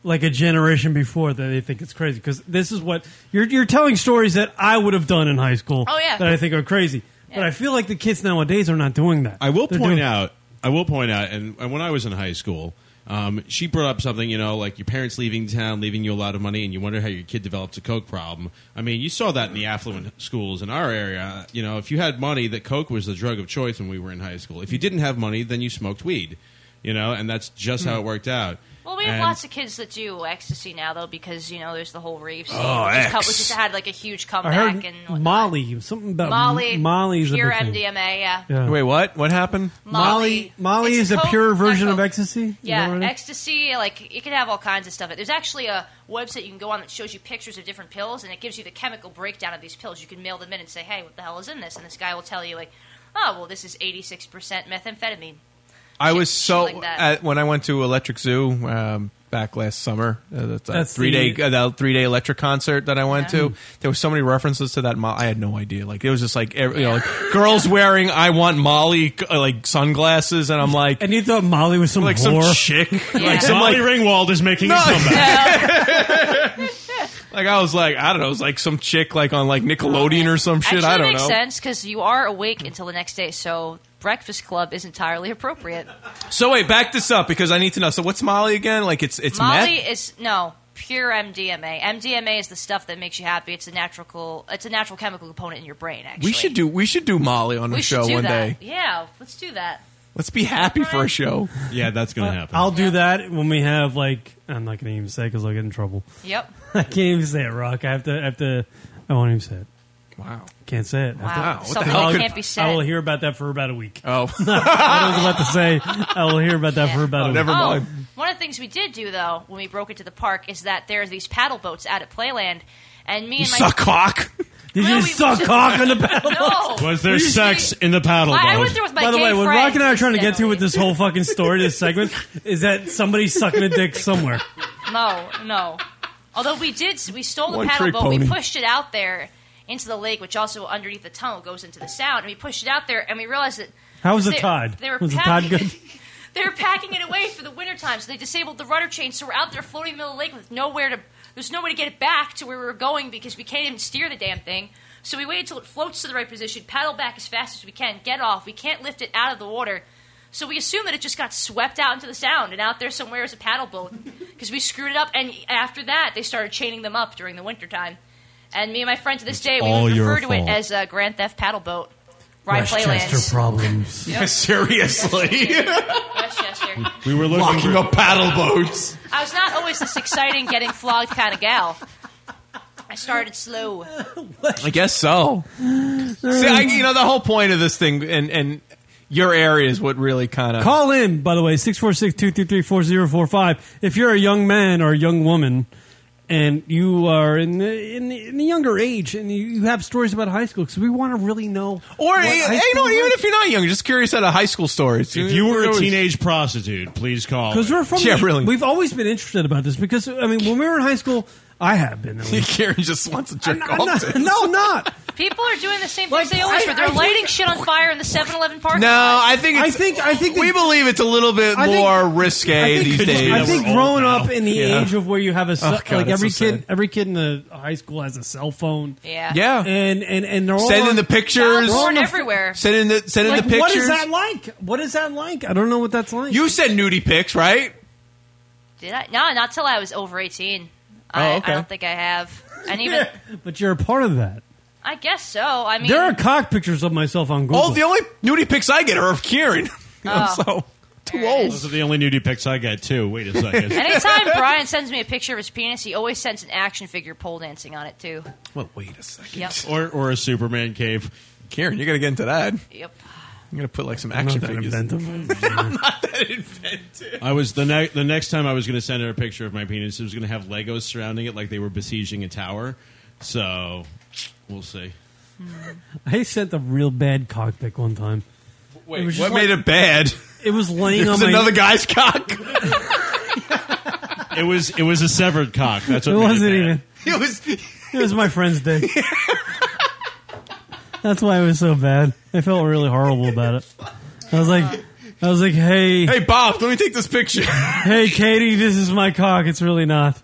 S12: like a generation before that they think it's crazy because this is what you're you're telling stories that I would have done in high school.
S9: Oh, yeah.
S12: that I think are crazy. But I feel like the kids nowadays are not doing that. I will
S4: point out, I will point out, and, and when I was in high school, um, she brought up something, you know, like your parents leaving town, leaving you a lot of money, and you wonder how your kid develops a coke problem. I mean, you saw that in the affluent schools in our area. You know, if you had money, that coke was the drug of choice when we were in high school. If you didn't have money, then you smoked weed. You know, and that's just how it worked out.
S9: Well, we have
S4: And-
S9: lots of kids that do ecstasy now, though, because you know there's the whole rave scene,
S4: Oh,
S9: which, is
S4: X.
S9: co- which has had like a huge
S12: I
S9: comeback.
S12: heard
S9: and
S12: Molly, something about
S9: Molly,
S12: Molly's
S9: pure
S12: a big thing.
S9: MDMA, yeah.
S11: Wait, what? What happened?
S12: Molly, Molly
S9: It's
S12: is a
S9: coke,
S12: pure
S9: not
S12: version of
S9: coke.
S12: ecstasy. Is that
S9: Yeah,
S12: what it is?
S9: ecstasy, like you can have all kinds of stuff. There's actually a website you can go on that shows you pictures of different pills, and it gives you the chemical breakdown of these pills. You can mail them in and say, "Hey, what the hell is in this?" And this guy will tell you, like, "Oh, well, this is 86% methamphetamine."
S11: I was so
S9: like that.
S11: at, when I went to Electric Zoo um, back last summer. Uh, that's a
S12: That's
S11: three day
S12: the-
S11: uh, that three day Electric concert that I went
S12: Yeah.
S11: to. There was so many references to that. Mo- I had no idea. Like it was just like every, you know, like girls wearing I want Molly uh, like sunglasses, and I'm like,
S12: and you thought Molly was some
S11: like some
S12: whore?
S11: chick,
S12: Yeah.
S11: like some
S12: Molly
S11: like
S28: Ringwald is making
S11: No.
S28: his comeback.
S11: like I was like I don't know, it was like some chick like on like Nickelodeon or some shit.
S9: Actually,
S11: I don't
S9: makes
S11: know.
S9: sense because you are awake until the next day, so Breakfast Club is entirely appropriate.
S11: So wait, back this up because I need to know. So what's Molly again? Like it's it's
S9: Molly
S11: meth?
S9: is no pure MDMA. MDMA is the stuff that makes you happy. It's a natural, it's a natural chemical component in your brain. Actually,
S11: We should do we should do Molly on the
S9: we
S11: show
S9: should do
S11: one
S9: that.
S11: day.
S9: Yeah, let's do that.
S11: Let's be happy for a show.
S4: Yeah, that's
S11: gonna
S12: happen. I'll do that when we have like I'm not gonna even say because I'll get in trouble.
S9: Yep.
S12: I can't even say it, Rock. I have to. I have to. I won't even say it.
S11: Wow.
S12: Can't say it. I have to-
S9: Wow, what the Something hell that could- can't be said.
S12: I will hear about that for about a week.
S11: Oh,
S12: I was about to say I will hear about that for about a week.
S11: never mind.
S9: Oh, One of the things we did do though when we broke into the park is that there's these paddle boats out at Playland, and me and my
S11: cock.
S12: Did you suck cock on the paddle?
S9: No.
S28: Was there sex in the paddle
S9: Oh. I- I
S28: boat?
S9: went there with my
S12: By the
S9: gay
S12: way, what
S9: friend,
S12: Rock and I are trying to get to with this whole fucking story, this segment, is that somebody's sucking a dick somewhere.
S9: No, no. Although we did, we stole the
S12: One
S9: paddle
S12: trick
S9: boat. We
S12: pony.
S9: pushed it out there into the lake, which also underneath the tunnel goes into the sound. And we pushed it out there, and we realized that
S12: How was the
S9: they-
S12: tide?
S9: They were
S12: Was the
S9: packing,
S12: tide good?
S9: They were packing it away for the wintertime, so they disabled the rudder chain. So we're out there floating in the middle of the lake with nowhere to. There's no way to get it back to where we were going because we can't even steer the damn thing. So we wait until it floats to the right position, paddle back as fast as we can, get off. We can't lift it out of the water. So we assume that it just got swept out into the sound, and out there somewhere is a paddle boat because we screwed it up. And after that, they started chaining them up during the wintertime. And me and my friend to this day, we
S11: all
S9: would
S11: your
S9: refer to it
S11: fault.
S9: as a Grand Theft Paddle Boat. Ride
S12: Westchester
S9: Playlands.
S12: problems.
S11: Seriously.
S9: Westchester.
S28: We were
S11: looking Locking up paddle boats.
S9: I was not always this exciting, getting flogged kind of gal. I started slow.
S11: I guess so. See, I, you know the whole point of this thing, and and your area is what really kind of
S12: Call in, by the way, 646-233-4045. If you're a young man or a young woman and you are in the, in the, in the younger age and you, you have stories about high school because we want to really know.
S11: Or
S12: what
S11: you,
S12: high
S11: you
S12: school
S11: know,
S12: is
S11: even
S12: like.
S11: if you're not young, just curious out of high school stories.
S28: If you were a
S11: Always-
S28: teenage prostitute, please call.
S12: Because we're from
S11: Oh, Yeah,
S12: the-
S11: really.
S12: We've always been interested about this because I mean, when we were in high school, I have been. at least.
S11: Karen just wants to jerk
S12: I'm
S11: off.
S12: not- no, I'm not.
S9: People are doing the same things they always
S12: I-
S9: were. They're
S12: I-
S9: lighting shit on fire in the 7-Eleven parking
S11: No,
S9: lot.
S11: I think it's, I think I think we believe it's a little bit
S12: I think-
S11: more risque
S12: I think,
S11: these days.
S12: I think growing up in the
S11: Yeah.
S12: age of where you have a cell,
S11: Oh, God,
S12: like
S11: it's
S12: every
S11: so
S12: kid, every kid in the high school has a cell phone.
S9: Yeah,
S11: Yeah.
S12: and and and they're all
S11: Send in
S12: on-
S11: the pictures.
S12: They're all on the-
S9: everywhere.
S11: Send in the send in
S12: Like,
S11: the pictures.
S12: What is that like? What is that like? I don't know what that's like.
S11: You send nudie pics, right?
S9: Did I? No, not till I was over 18.
S12: Oh,
S9: I,
S12: okay.
S9: I don't think I have. And even,
S12: But you're a part of that.
S9: I guess so. I mean,
S12: there are cock pictures of myself on Google.
S11: All the only nudie pics I get are of Kieran.
S9: Oh.
S11: so too old.
S4: Those are the only nudie pics I got too. Wait a second.
S9: Anytime Brian sends me a picture of his penis, he always sends an action figure pole dancing on it too.
S11: Well, wait a second.
S9: Yep.
S4: or or a Superman cave.
S11: Karen, you got to get into that.
S9: Yep.
S11: I'm gonna put like some action
S4: not that
S11: figures.
S4: I'm
S11: not that inventive.
S4: I was the next the next time I was going to send her a picture of my penis. It was going to have Legos surrounding it, like they were besieging a tower. So we'll see.
S12: I sent a real bad cock pic one time.
S11: Wait,
S12: It was just
S11: what made
S12: like-
S11: it bad?
S12: It was laying
S11: It
S12: on
S11: was
S12: my
S11: another guy's cock.
S4: It was it was a severed cock. That's
S12: It
S4: what made
S12: wasn't
S4: bad.
S12: even.
S11: It was.
S12: It was my friend's dick. That's why it was so bad. I felt really horrible about it. I was like, I was like, hey,
S11: Hey Bob, let me take this picture.
S12: hey, Katie, this is my cock. It's really not.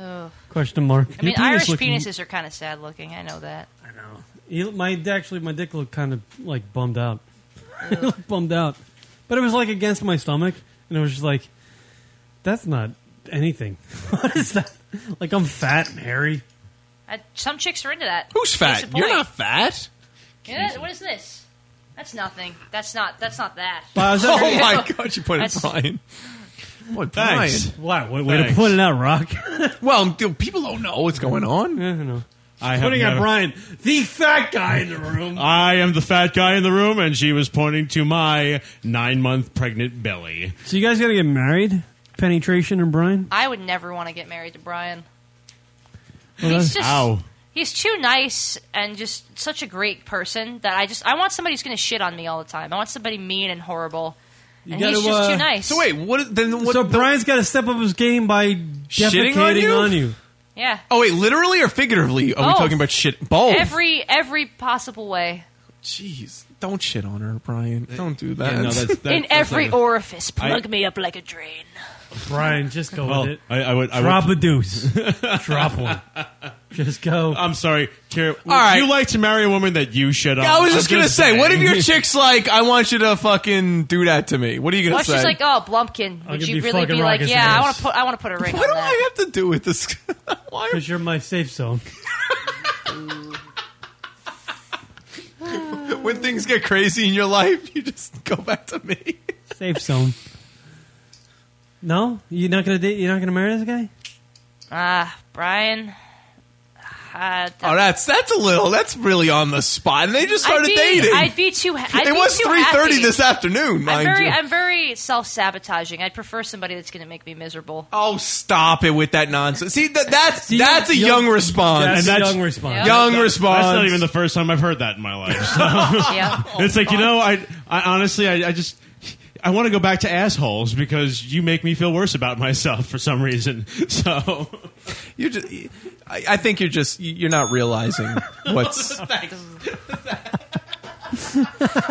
S9: Ugh.
S12: Question mark.
S9: I mean,
S12: Your penis
S9: Irish
S12: looking-
S9: penises are kind of sad looking. I know that. I
S12: know. You- my actually, my dick looked kind of like bummed out, It looked bummed out, but it was like against my stomach, and it was just like, that's not anything. what is that? Like I'm fat and hairy.
S9: I, some chicks are into that.
S11: Who's
S9: Case
S11: fat?
S9: in
S11: You're
S9: point.
S11: not fat.
S9: Yeah, what is this? That's nothing. That's not. That's not that.
S11: oh my god, you put it,
S9: That's-
S11: Brian. Boy,
S4: Thanks.
S11: Brian.
S12: Wow, way, way to put it out, Rock.
S11: well, dude, people don't know Oh, what's going on.
S12: Yeah, I know.
S4: I
S12: Putting
S4: have
S12: out
S4: never-
S12: Brian, the fat guy in the room.
S4: I am the fat guy in the room, and she was pointing to my nine month pregnant belly.
S12: So you guys gotta get married, penetration and Brian.
S9: I would never want to get married to Brian.
S12: Well,
S9: He's
S12: that's-
S9: just. He's too nice and just such a great person that I just I want somebody who's going to shit on me all the time. I want somebody mean and horrible.
S12: You
S9: and
S12: gotta,
S9: he's just
S12: uh,
S9: too nice.
S11: So wait, what? Then what?
S12: so
S11: the-
S12: Brian's got to step up his game by
S11: Shitting
S12: defecating
S11: on you?
S12: on you.
S9: Yeah.
S11: Oh wait, literally or figuratively? Are we
S9: Both.
S11: talking about shit? Both.
S9: Every every possible way.
S11: Jeez, don't shit on her, Brian. Don't do
S4: Uh,
S11: that.
S4: Yeah, no, that's- that-
S9: In
S4: that's
S9: every
S4: like-
S9: orifice,
S4: I-
S9: plug me up like a drain.
S12: Brian, just go
S4: Well,
S12: with it.
S4: I, I would I
S12: Drop
S4: would,
S12: a deuce. Drop one. Just go.
S4: I'm sorry, Kara. Would
S11: right.
S4: you like to marry a woman that you shit on?
S11: Yeah, I was
S4: I'm
S11: just gonna say,
S4: saying.
S11: what if your chick's like, I want you to fucking do that to me? What are you gonna
S9: Well,
S11: say?
S9: she's like, oh, Blumpkin. Would
S11: give
S9: you
S11: you
S9: really
S11: fucking
S9: be like,
S11: Rocket's
S9: yeah, I
S11: ass."
S9: want to put I want to put a ring
S11: what do
S9: on that.
S11: I have to do with this?
S12: Because you're my safe zone.
S11: when things get crazy in your life, you just go back to me.
S12: Safe zone. No, you're not gonna date. You're not gonna marry this guy.
S9: Ah, Brian. Uh,
S11: Oh, that's that's a little. That's really on the spot. And they just started
S9: I'd be,
S11: dating.
S9: I'd be too. ha- I'd
S11: it
S9: be
S11: was
S9: too
S11: three thirty
S9: happy.
S11: this afternoon,
S9: I'm
S11: mind
S9: very,
S11: you.
S9: I'm very self-sabotaging. I'd prefer somebody that's going to make me miserable.
S11: Oh, stop it with that nonsense. See, that, that's that's a young, response.
S4: And
S9: Yeah.
S11: Young
S4: That-
S11: response.
S4: That's not even the first time I've heard that in my life. So.
S9: Yeah.
S4: It's like you know, I, I honestly, I, I just. I want to go back to assholes because you make me feel worse about myself for some reason. So
S11: you just, I, I think you're just you're not realizing what's.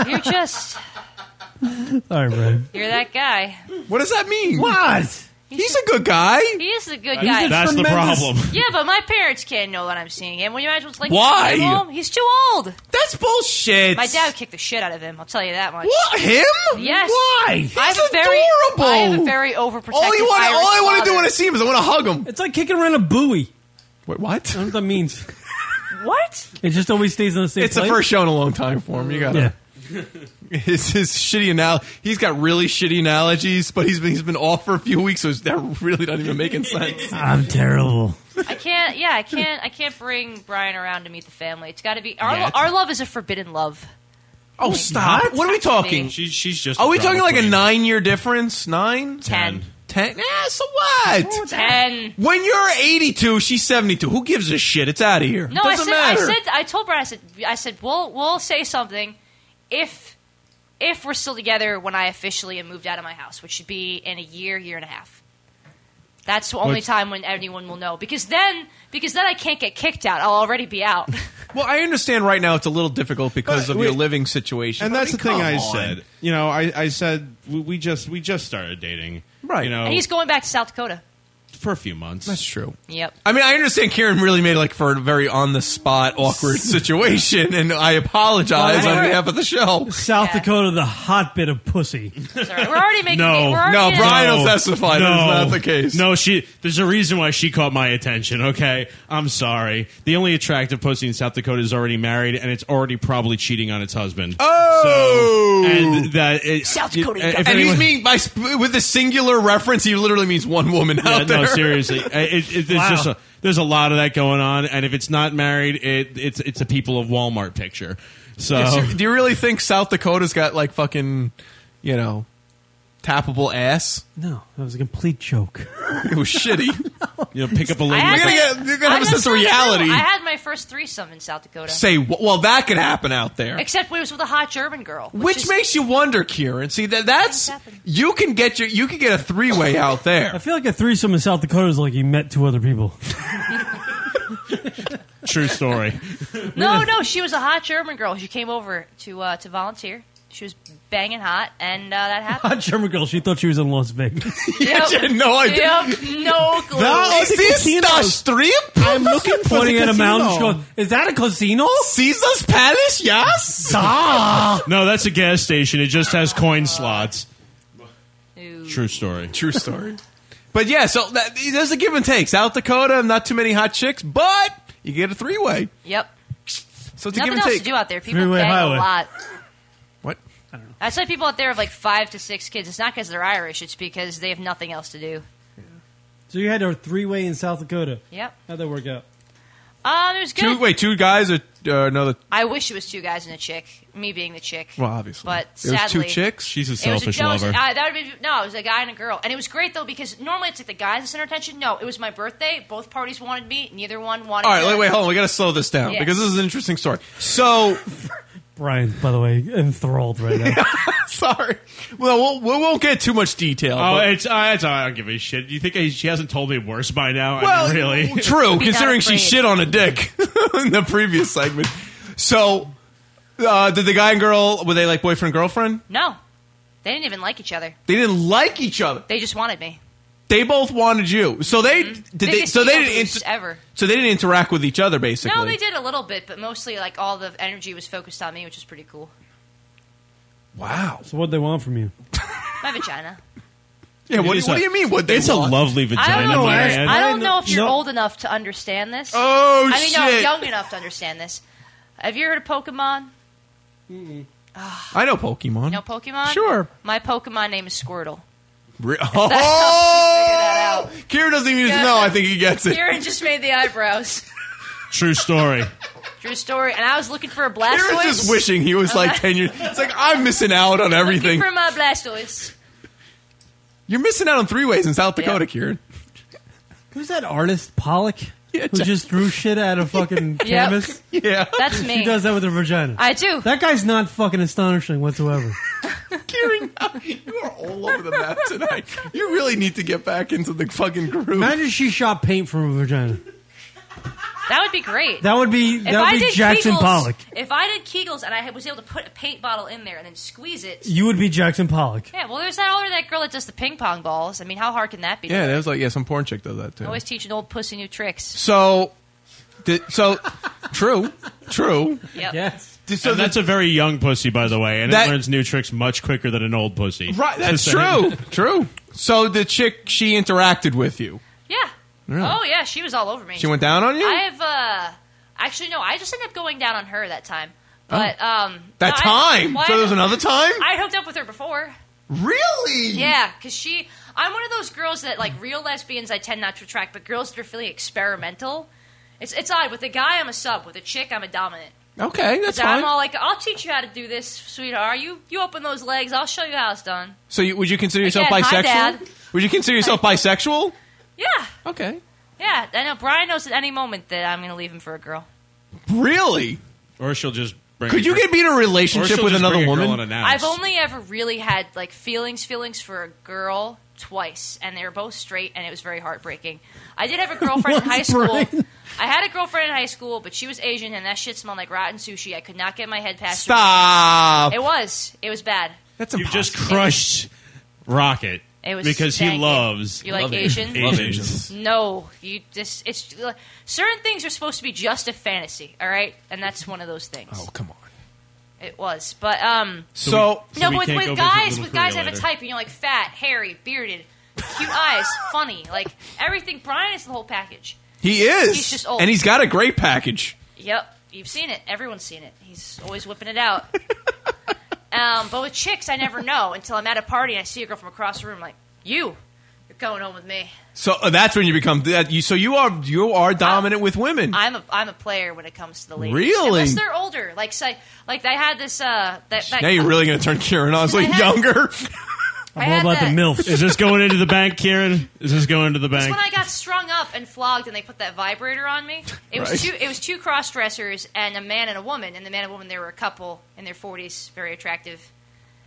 S9: You're just,
S12: All right, Brian.
S9: you're that guy.
S11: What does that mean?
S12: What?
S11: He's a good guy.
S9: He is a good
S11: He's
S9: guy.
S11: a That's the tremendous- problem.
S9: Yeah, but my parents can't know that I'm seeing him. When you imagine what's like
S11: Why?
S9: at home? He's too old.
S11: That's bullshit.
S9: My dad would kick the shit out of him. I'll tell you that much.
S11: What? Him?
S9: Yes.
S11: Why?
S9: I have
S11: He's
S9: a very,
S11: adorable.
S9: I have a very overprotective.
S11: All you want,
S9: Irish
S11: all I want to do
S9: father.
S11: when I see him is I want to hug him.
S12: It's like kicking around a buoy.
S11: Wait, what? I
S12: don't know what that means.
S9: What?
S12: It just always stays on the same.
S11: It's the
S12: place?
S11: first show in a long time for him. You got to His, his shitty anal. He's got really shitty analogies, but he's been he's been off for a few weeks, so it's- that really not even making sense.
S12: I'm terrible.
S9: I can't. Yeah, I can't. I can't bring Brian around to meet the family. It's got to be our,
S11: Yeah, it's-
S9: our love is a forbidden love.
S11: Oh, stop! What, are we talking?
S4: She's she's just.
S11: Are
S4: a
S11: we
S4: drama
S11: talking like a
S4: queen.
S11: nine year difference? Nine?
S9: Ten.
S11: Ten? Yeah, Eh, so what?
S9: Ten.
S11: When you're 82, she's 72. Who gives a shit? It's out of here.
S9: No, I
S11: Doesn't
S9: said.
S11: matter.
S9: I said. I told Brian. I said. I said. We'll we'll say something if if we're still together when I officially am moved out of my house, which should be in a year, year and a half. That's the only
S4: What's-
S9: time when anyone will know because then because then I can't get kicked out. I'll already be out.
S11: Well, I understand right now it's a little difficult because
S29: But
S11: of your
S29: wait,
S11: living situation.
S29: And
S11: I
S29: that's
S11: mean,
S29: the thing
S11: come
S29: I
S11: on.
S29: said. You know, I, I said we, we just we just started dating. Right. You know,
S9: And he's going back to South Dakota.
S29: for a few months. That's
S11: true.
S9: Yep.
S11: I mean, I understand Karen really made like for a very on the spot awkward situation, and I apologize on behalf of the show.
S12: South Dakota, the hotbit of pussy.
S9: Sorry, we're already making.
S12: No.
S9: we're already
S12: No,
S9: in-
S12: Brian
S4: No.
S12: will testify
S4: No.
S12: that is not the
S4: case. No, she. There's a reason why she caught my attention. Okay, I'm sorry. The only attractive pussy in South Dakota is already married, and it's already probably cheating on its husband.
S11: Oh,
S4: and that it,
S11: South
S4: Dakota. if
S11: and
S4: anyone-
S11: he's mean by sp- with a singular reference. He literally means one woman
S4: Yeah,
S11: out there.
S4: no, seriously, Uh, it, it, there's
S11: Wow.
S4: just a, there's a lot of that going on, and if it's not married, it, it's it's a people of Walmart picture. So
S11: Yes, you- do you really think South Dakota's got like fucking, you know, tappable ass?
S12: No, that was a complete joke.
S11: It was shitty.
S4: you know, pick up a
S9: I
S11: lady.
S9: had
S11: You're gonna
S9: my-
S11: get you're gonna have
S9: I
S11: a sense of
S9: just-
S11: reality.
S9: I had my first threesome in South Dakota.
S11: Say wh- well, that could happen out there.
S9: Except it was with a hot German girl.
S11: Which makes you wonder, Kieran. See that that's you can get your you can get a three way out there.
S12: I feel like a threesome in South Dakota is like you met two other people.
S4: True story.
S9: No, no, she was a hot German girl. She came over to uh, to volunteer. She was banging hot, and uh, that happened.
S12: Hot German girl. She thought she was in Las Vegas.
S9: Yep.
S12: she had no idea.
S9: Yep, no clue.
S12: I'm looking
S9: for
S12: pointing
S9: the
S12: at a mountain. She
S9: casino.
S12: goes, "Is that a casino?
S11: Caesar's Palace? Yes.
S4: no, that's a gas station. It just has coin slots. True story.
S11: True story. But yeah, so that, there's a give and take. South Dakota, not too many hot chicks, but you get a three way.
S9: Yep.
S11: So it's a
S9: Nothing
S11: give and
S9: else
S11: take.
S9: to do out there. People
S11: Three-way
S9: bang
S11: highway.
S9: a lot.
S11: What?
S9: I said people out there have like five to six kids. It's not because they're Irish. It's because they have nothing else to do.
S12: So you had our three way in South Dakota.
S9: Yep.
S12: How'd that work out?
S9: Uh, it was good.
S11: Two, wait, two guys or uh, another?
S9: I wish it was two guys and a chick. Me being the chick.
S11: Well, obviously.
S9: But
S11: It was two
S9: sadly,
S11: chicks? She's a
S9: it was
S11: selfish
S9: no, it was-
S11: lover.
S9: uh, that would be no. It was a guy and a girl, and it was great though because normally it's like the guys that center attention. No, it was my birthday. Both parties wanted me. Neither one wanted.
S11: All right,
S9: the
S11: wait,
S9: other.
S11: wait, hold on. We got to slow this down
S9: Yeah.
S11: because this is an interesting story. So,
S12: Brian, by the way, enthralled right now.
S11: sorry. Well, we'll we won't get too much detail.
S4: Oh,
S11: but-
S4: it's, uh, it's uh, I don't give a shit. You think I, she hasn't told me worse by now? I mean,
S11: Well,
S4: really?
S11: true, considering she shit on a dick in the previous segment. So, uh, did the guy and girl were they like boyfriend girlfriend?
S9: No, they didn't even like each other.
S11: They didn't like each other.
S9: They just wanted me.
S11: They both wanted you. So they did they
S9: Mm-hmm. Biggest
S11: so they
S9: ego
S11: didn't
S9: boost
S11: inter-
S9: ever.
S11: so they didn't interact with each other basically.
S9: No, they did a little bit, but mostly like all the energy was focused on me, which was pretty cool.
S11: Wow.
S12: So what'd they want from you?
S9: My vagina.
S11: Yeah,
S4: It
S11: what,
S4: is
S11: what
S4: a-
S11: do you mean? What they
S4: it's
S11: want?
S4: a lovely vagina.
S9: I don't know.
S4: my
S9: if-
S4: man.
S9: I don't know if you're
S4: No.
S9: old enough to understand this.
S11: Oh,
S9: I mean, no,
S11: shit.
S9: young enough to understand this. Have you heard of Pokemon?
S11: I know Pokemon.
S9: No Pokemon.
S11: Sure.
S9: My Pokemon name is Squirtle.
S11: Re- oh, Kieran doesn't even
S9: Yeah.
S11: know. I think he gets it.
S9: Kieran just made the eyebrows.
S11: True story.
S9: True story. And I was looking for a Blastoise.
S11: Kieran's just wishing he was like ten years. It's like I'm missing out on everything.
S9: Uh-huh. Looking for my Blastoise.
S11: You're missing out on three ways in South Dakota, Kieran.
S12: Who's that artist Pollock? who just drew shit out of fucking
S9: Yep.
S12: canvas?
S11: Yeah,
S9: That's
S12: She
S9: me.
S12: does that with her vagina.
S9: I do.
S12: That guy's not fucking astonishing whatsoever.
S11: Kieran, you are all over the map tonight. You really need to get back into the fucking groove.
S12: Imagine she shot paint from her vagina.
S9: That would be great.
S12: That would be that would be Jackson
S9: Kegels-
S12: Pollock.
S9: If I did Kegels and I was able to put a paint bottle in there and then squeeze it.
S12: You would be Jackson Pollock.
S9: Yeah, well, there's that older that girl that does the ping pong balls. I mean, how hard can that be?
S11: Yeah, that was like yeah, some porn chick does that too.
S9: Always teach an old pussy new tricks.
S11: So, di- so true, true.
S9: Yep.
S12: Yes.
S4: and that's a very young pussy, by the way, and
S11: That-
S4: it learns new tricks much quicker than an old pussy.
S11: Right, that's
S4: So-
S11: true, true. So the chick she interacted with you.
S9: Yeah.
S11: Really?
S9: Oh yeah, she was all over me.
S11: She went down on you?
S9: I have uh actually no, I just ended up going down on her that time. But um
S11: Oh. That
S9: no, I-
S11: time?
S9: well,
S11: So
S9: I-
S11: there's another time?
S9: I hooked up with her before.
S11: Really?
S9: Yeah, cuz she I'm one of those girls that like real lesbians I tend not to attract, but girls that are really experimental. It's it's odd with a guy I'm a sub, with a chick I'm a dominant.
S11: Okay, that's
S9: 'Cause
S11: fine.
S9: I'm all like, I'll teach you how to do this, sweetheart. You you open those legs, I'll show you how it's done.
S11: so you, would you consider yourself
S9: Again, hi,
S11: bisexual?
S9: Dad.
S11: Would you consider yourself bisexual?
S9: Yeah.
S11: Okay.
S9: Yeah, I know. Brian knows at any moment that I'm going to leave him for a girl.
S11: Really?
S4: Or she'll just bring.
S11: Could
S4: a
S11: you
S4: girl-
S11: get me in a relationship
S4: or she'll
S11: with
S4: just
S11: another
S4: bring a girl on
S11: woman?
S4: an
S9: I've
S4: ass.
S9: only ever really had like feelings, feelings for a girl twice, and they were both straight, and it was very heartbreaking. I did have a girlfriend in high school. I had a girlfriend in high school, but she was Asian, and that shit smelled like rotten sushi. I could not get my head past. her.
S11: Stop.
S9: It was. It was bad.
S11: That's
S4: you just crushed Rocket.
S9: It was
S4: because he
S9: stank.
S4: loves.
S9: You like Asian? No, you just it's certain things are supposed to be just a fantasy, all right? And that's one of those things.
S11: Oh come on.
S9: It was, but um.
S11: So- So
S9: no,
S11: we
S9: but
S11: can't
S9: with,
S11: go
S9: with
S11: visit
S9: guys,
S11: Little
S9: with guys, I
S11: Korea
S9: have a
S11: later.
S9: type. You know, like fat, hairy, bearded, cute eyes, funny, like everything. Brian is the whole package.
S11: He is.
S9: He's just old.
S11: And he's got a great package.
S9: Yep, you've seen it. Everyone's seen it. He's always whipping it out. um, but with chicks, I never know until I'm at a party and I see a girl from across the room. Like you, you're going home with me.
S11: So uh, that's when you become that. You, so you are you are dominant with women.
S9: I'm a I'm a player when it comes to the ladies.
S11: Really?
S9: Unless they're older. Like say like I had this uh that, that
S11: now you're really going to turn Kieran Osley younger.
S9: I had that-
S4: Is this going into the bank, Kieran? Is this going to the
S9: It's
S4: bank?
S9: when I got strung up and flogged, and they put that vibrator on me. It was
S4: Right.
S9: two. It was two cross dressers and a man and a woman. And the man and woman, they were a couple in their forties, very attractive.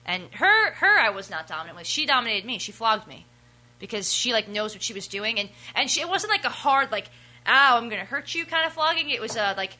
S9: And her, her, I was not dominant with. She dominated me. She flogged me because she like knows what she was doing, and and she, it wasn't like a hard like, ow, I'm gonna hurt you kind of flogging. It was uh, like.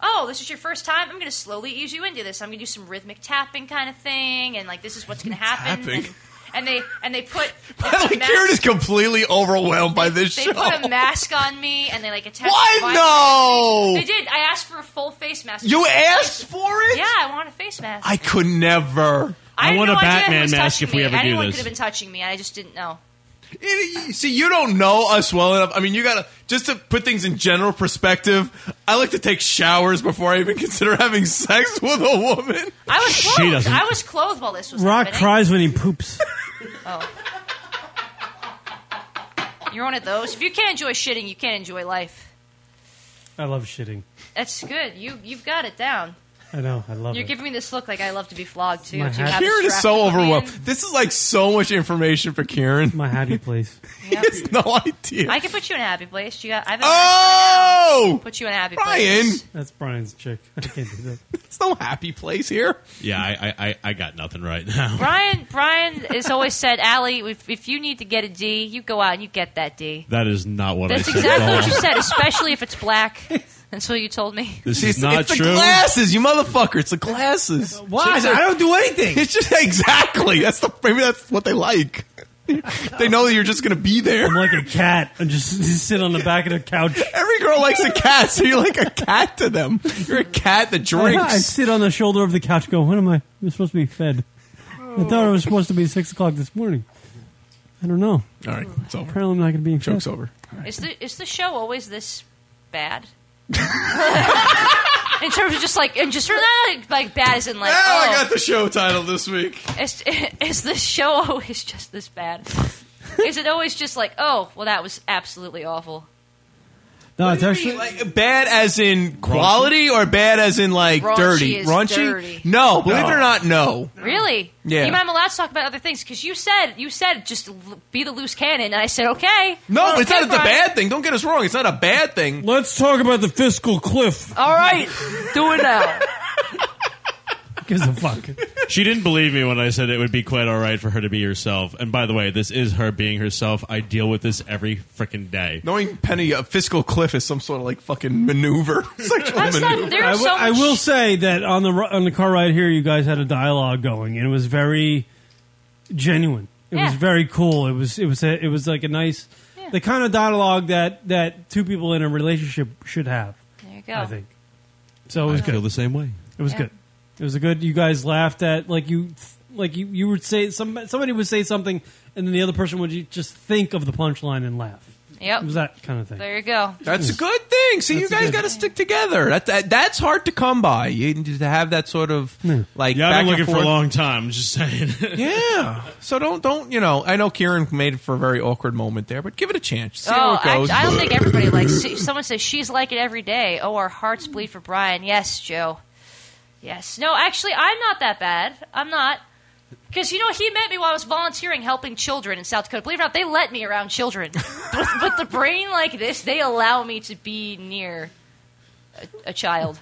S9: Oh, this is your first time. I'm going to slowly ease you into this. I'm going to do some rhythmic tapping kind of thing, and like this is what's going to happen.
S11: Tapping.
S9: And, and they and they put
S11: like Kieran is completely overwhelmed by this
S9: they
S11: show.
S9: put a mask on me and they like attached.
S11: What?
S9: my-
S11: No!
S9: They did. I asked for a full face mask.
S11: You asked for it?
S9: Yeah, I want a face mask.
S11: I could never.
S9: I, had no idea who was touching me. Anyone could have been touching me. I just didn't know.
S11: Eh, See, you don't know us well enough. I mean, you gotta just to put things in general perspective. I like to take showers before I even consider having sex with a woman.
S9: I was
S11: She
S9: clothed.
S11: doesn't-
S9: I was clothed while this was
S12: Rock
S9: happening.
S12: cries when he poops.
S9: Oh. You're one of those. If you can't enjoy shitting, you can't enjoy life.
S12: I love shitting.
S9: That's good. You you've got it down.
S12: I know. I love
S9: You're
S12: it.
S9: giving me this look like I love to be flogged too.
S12: My
S9: Do you
S12: hat-
S9: have a
S11: Kieran is
S9: strap
S11: so
S9: to put me in?
S11: overwhelmed. This is like so much information for Kieran.
S12: My hattie, please.
S11: he has no idea.
S9: I can put you in a happy place. You got, I have a
S11: Oh!
S9: put you in a happy
S11: Brian!
S9: place.
S12: That's Brian's chick. I can't do that.
S11: It's no happy place here.
S4: Yeah, I, I, I, I got nothing right now.
S9: Brian, Brian has always said, Allie, if, if you need to get a D, you go out and you get that D.
S4: That is not what
S9: That's
S4: I said.
S9: exactly
S4: at all.
S9: what you said, especially if it's black. That's what you told me.
S4: This
S11: See,
S4: is
S11: it's,
S4: not
S11: it's
S4: true.
S11: the glasses, you motherfucker. It's the glasses.
S12: Why? I don't
S11: do anything. It's just exactly. That's the maybe that's what they like. they know that you're just gonna be there. I'm
S12: like a cat. I just, just sit on the back of the couch.
S11: Every girl likes a cat, so you're like a cat to them. You're a cat that drinks.
S12: I sit on the shoulder of the couch. and Go. When am I? I'm supposed to be fed. I thought it was supposed to be six o'clock this morning. I don't know.
S11: All right, it's over.
S12: Apparently, I'm not going to be in
S11: Joke's over.
S9: Is the is the show always this bad? in terms of just like and just not like, like bad as in like
S11: Oh, I
S9: oh,
S11: got the show title this week.
S9: Is, is the show always just this bad? Is it always just like oh well that was absolutely awful?
S12: No, it's actually
S11: Like, bad as in quality, or bad as in like
S9: Raunchy
S11: dirty,
S9: is
S11: raunchy.
S9: dirty.
S11: No, believe
S12: No.
S11: it or not, no.
S9: Really?
S11: Yeah.
S9: You might be allowed to talk about other things because you said you said just l- be the loose cannon, and I said okay.
S11: No, but it's
S9: Okay,
S11: not a
S9: Brian.
S11: bad thing. Don't get us wrong. It's not a bad thing.
S12: Let's talk about the fiscal cliff.
S9: All right, do it now.
S12: Gives a fuck.
S4: She didn't believe me when I said it would be quite all right for her to be herself. And by the way, this is her being herself. I deal with this every freaking day.
S11: Knowing Penny, a fiscal cliff is some sort of like fucking maneuver. Sexual maneuver.
S12: I wi- I will say that on the ri- on the car ride here, you guys had a dialogue going, and it was very genuine. It was very cool. It was it was a, it was like a nice the kind of dialogue that that two people in a relationship should have.
S9: There you
S12: I think so. It was
S4: I
S12: good.
S4: feel the same way.
S12: It was
S9: Yeah.
S12: good. It was a good. You guys laughed at like you like you you would say some somebody would say something, and then the other person would ju- just think of the punchline and laugh.
S9: Yep.
S12: It was that kind of thing.
S9: There you go.
S11: That's a good thing. See, you guys got to stick together. That, that that's hard to come by. You need to have that sort of like.
S4: Yeah,
S11: back
S4: I've been
S11: and
S4: looking for a
S11: forth.
S4: long time. I'm just saying.
S11: yeah. So don't don't you know? I know Kieran made it for a very awkward moment there, but give it a chance. See
S9: oh,
S11: how it goes.
S9: I, I don't think everybody likes. see, Someone says she's like it every day. Oh, our hearts bleed for Brian. Yes, Joe. Yes. No, actually, I'm not that bad. I'm not. Because you know he met me while I was volunteering helping children in South Dakota. Believe it or not, they let me around children. with, with the brain like this, they allow me to be near a, a child.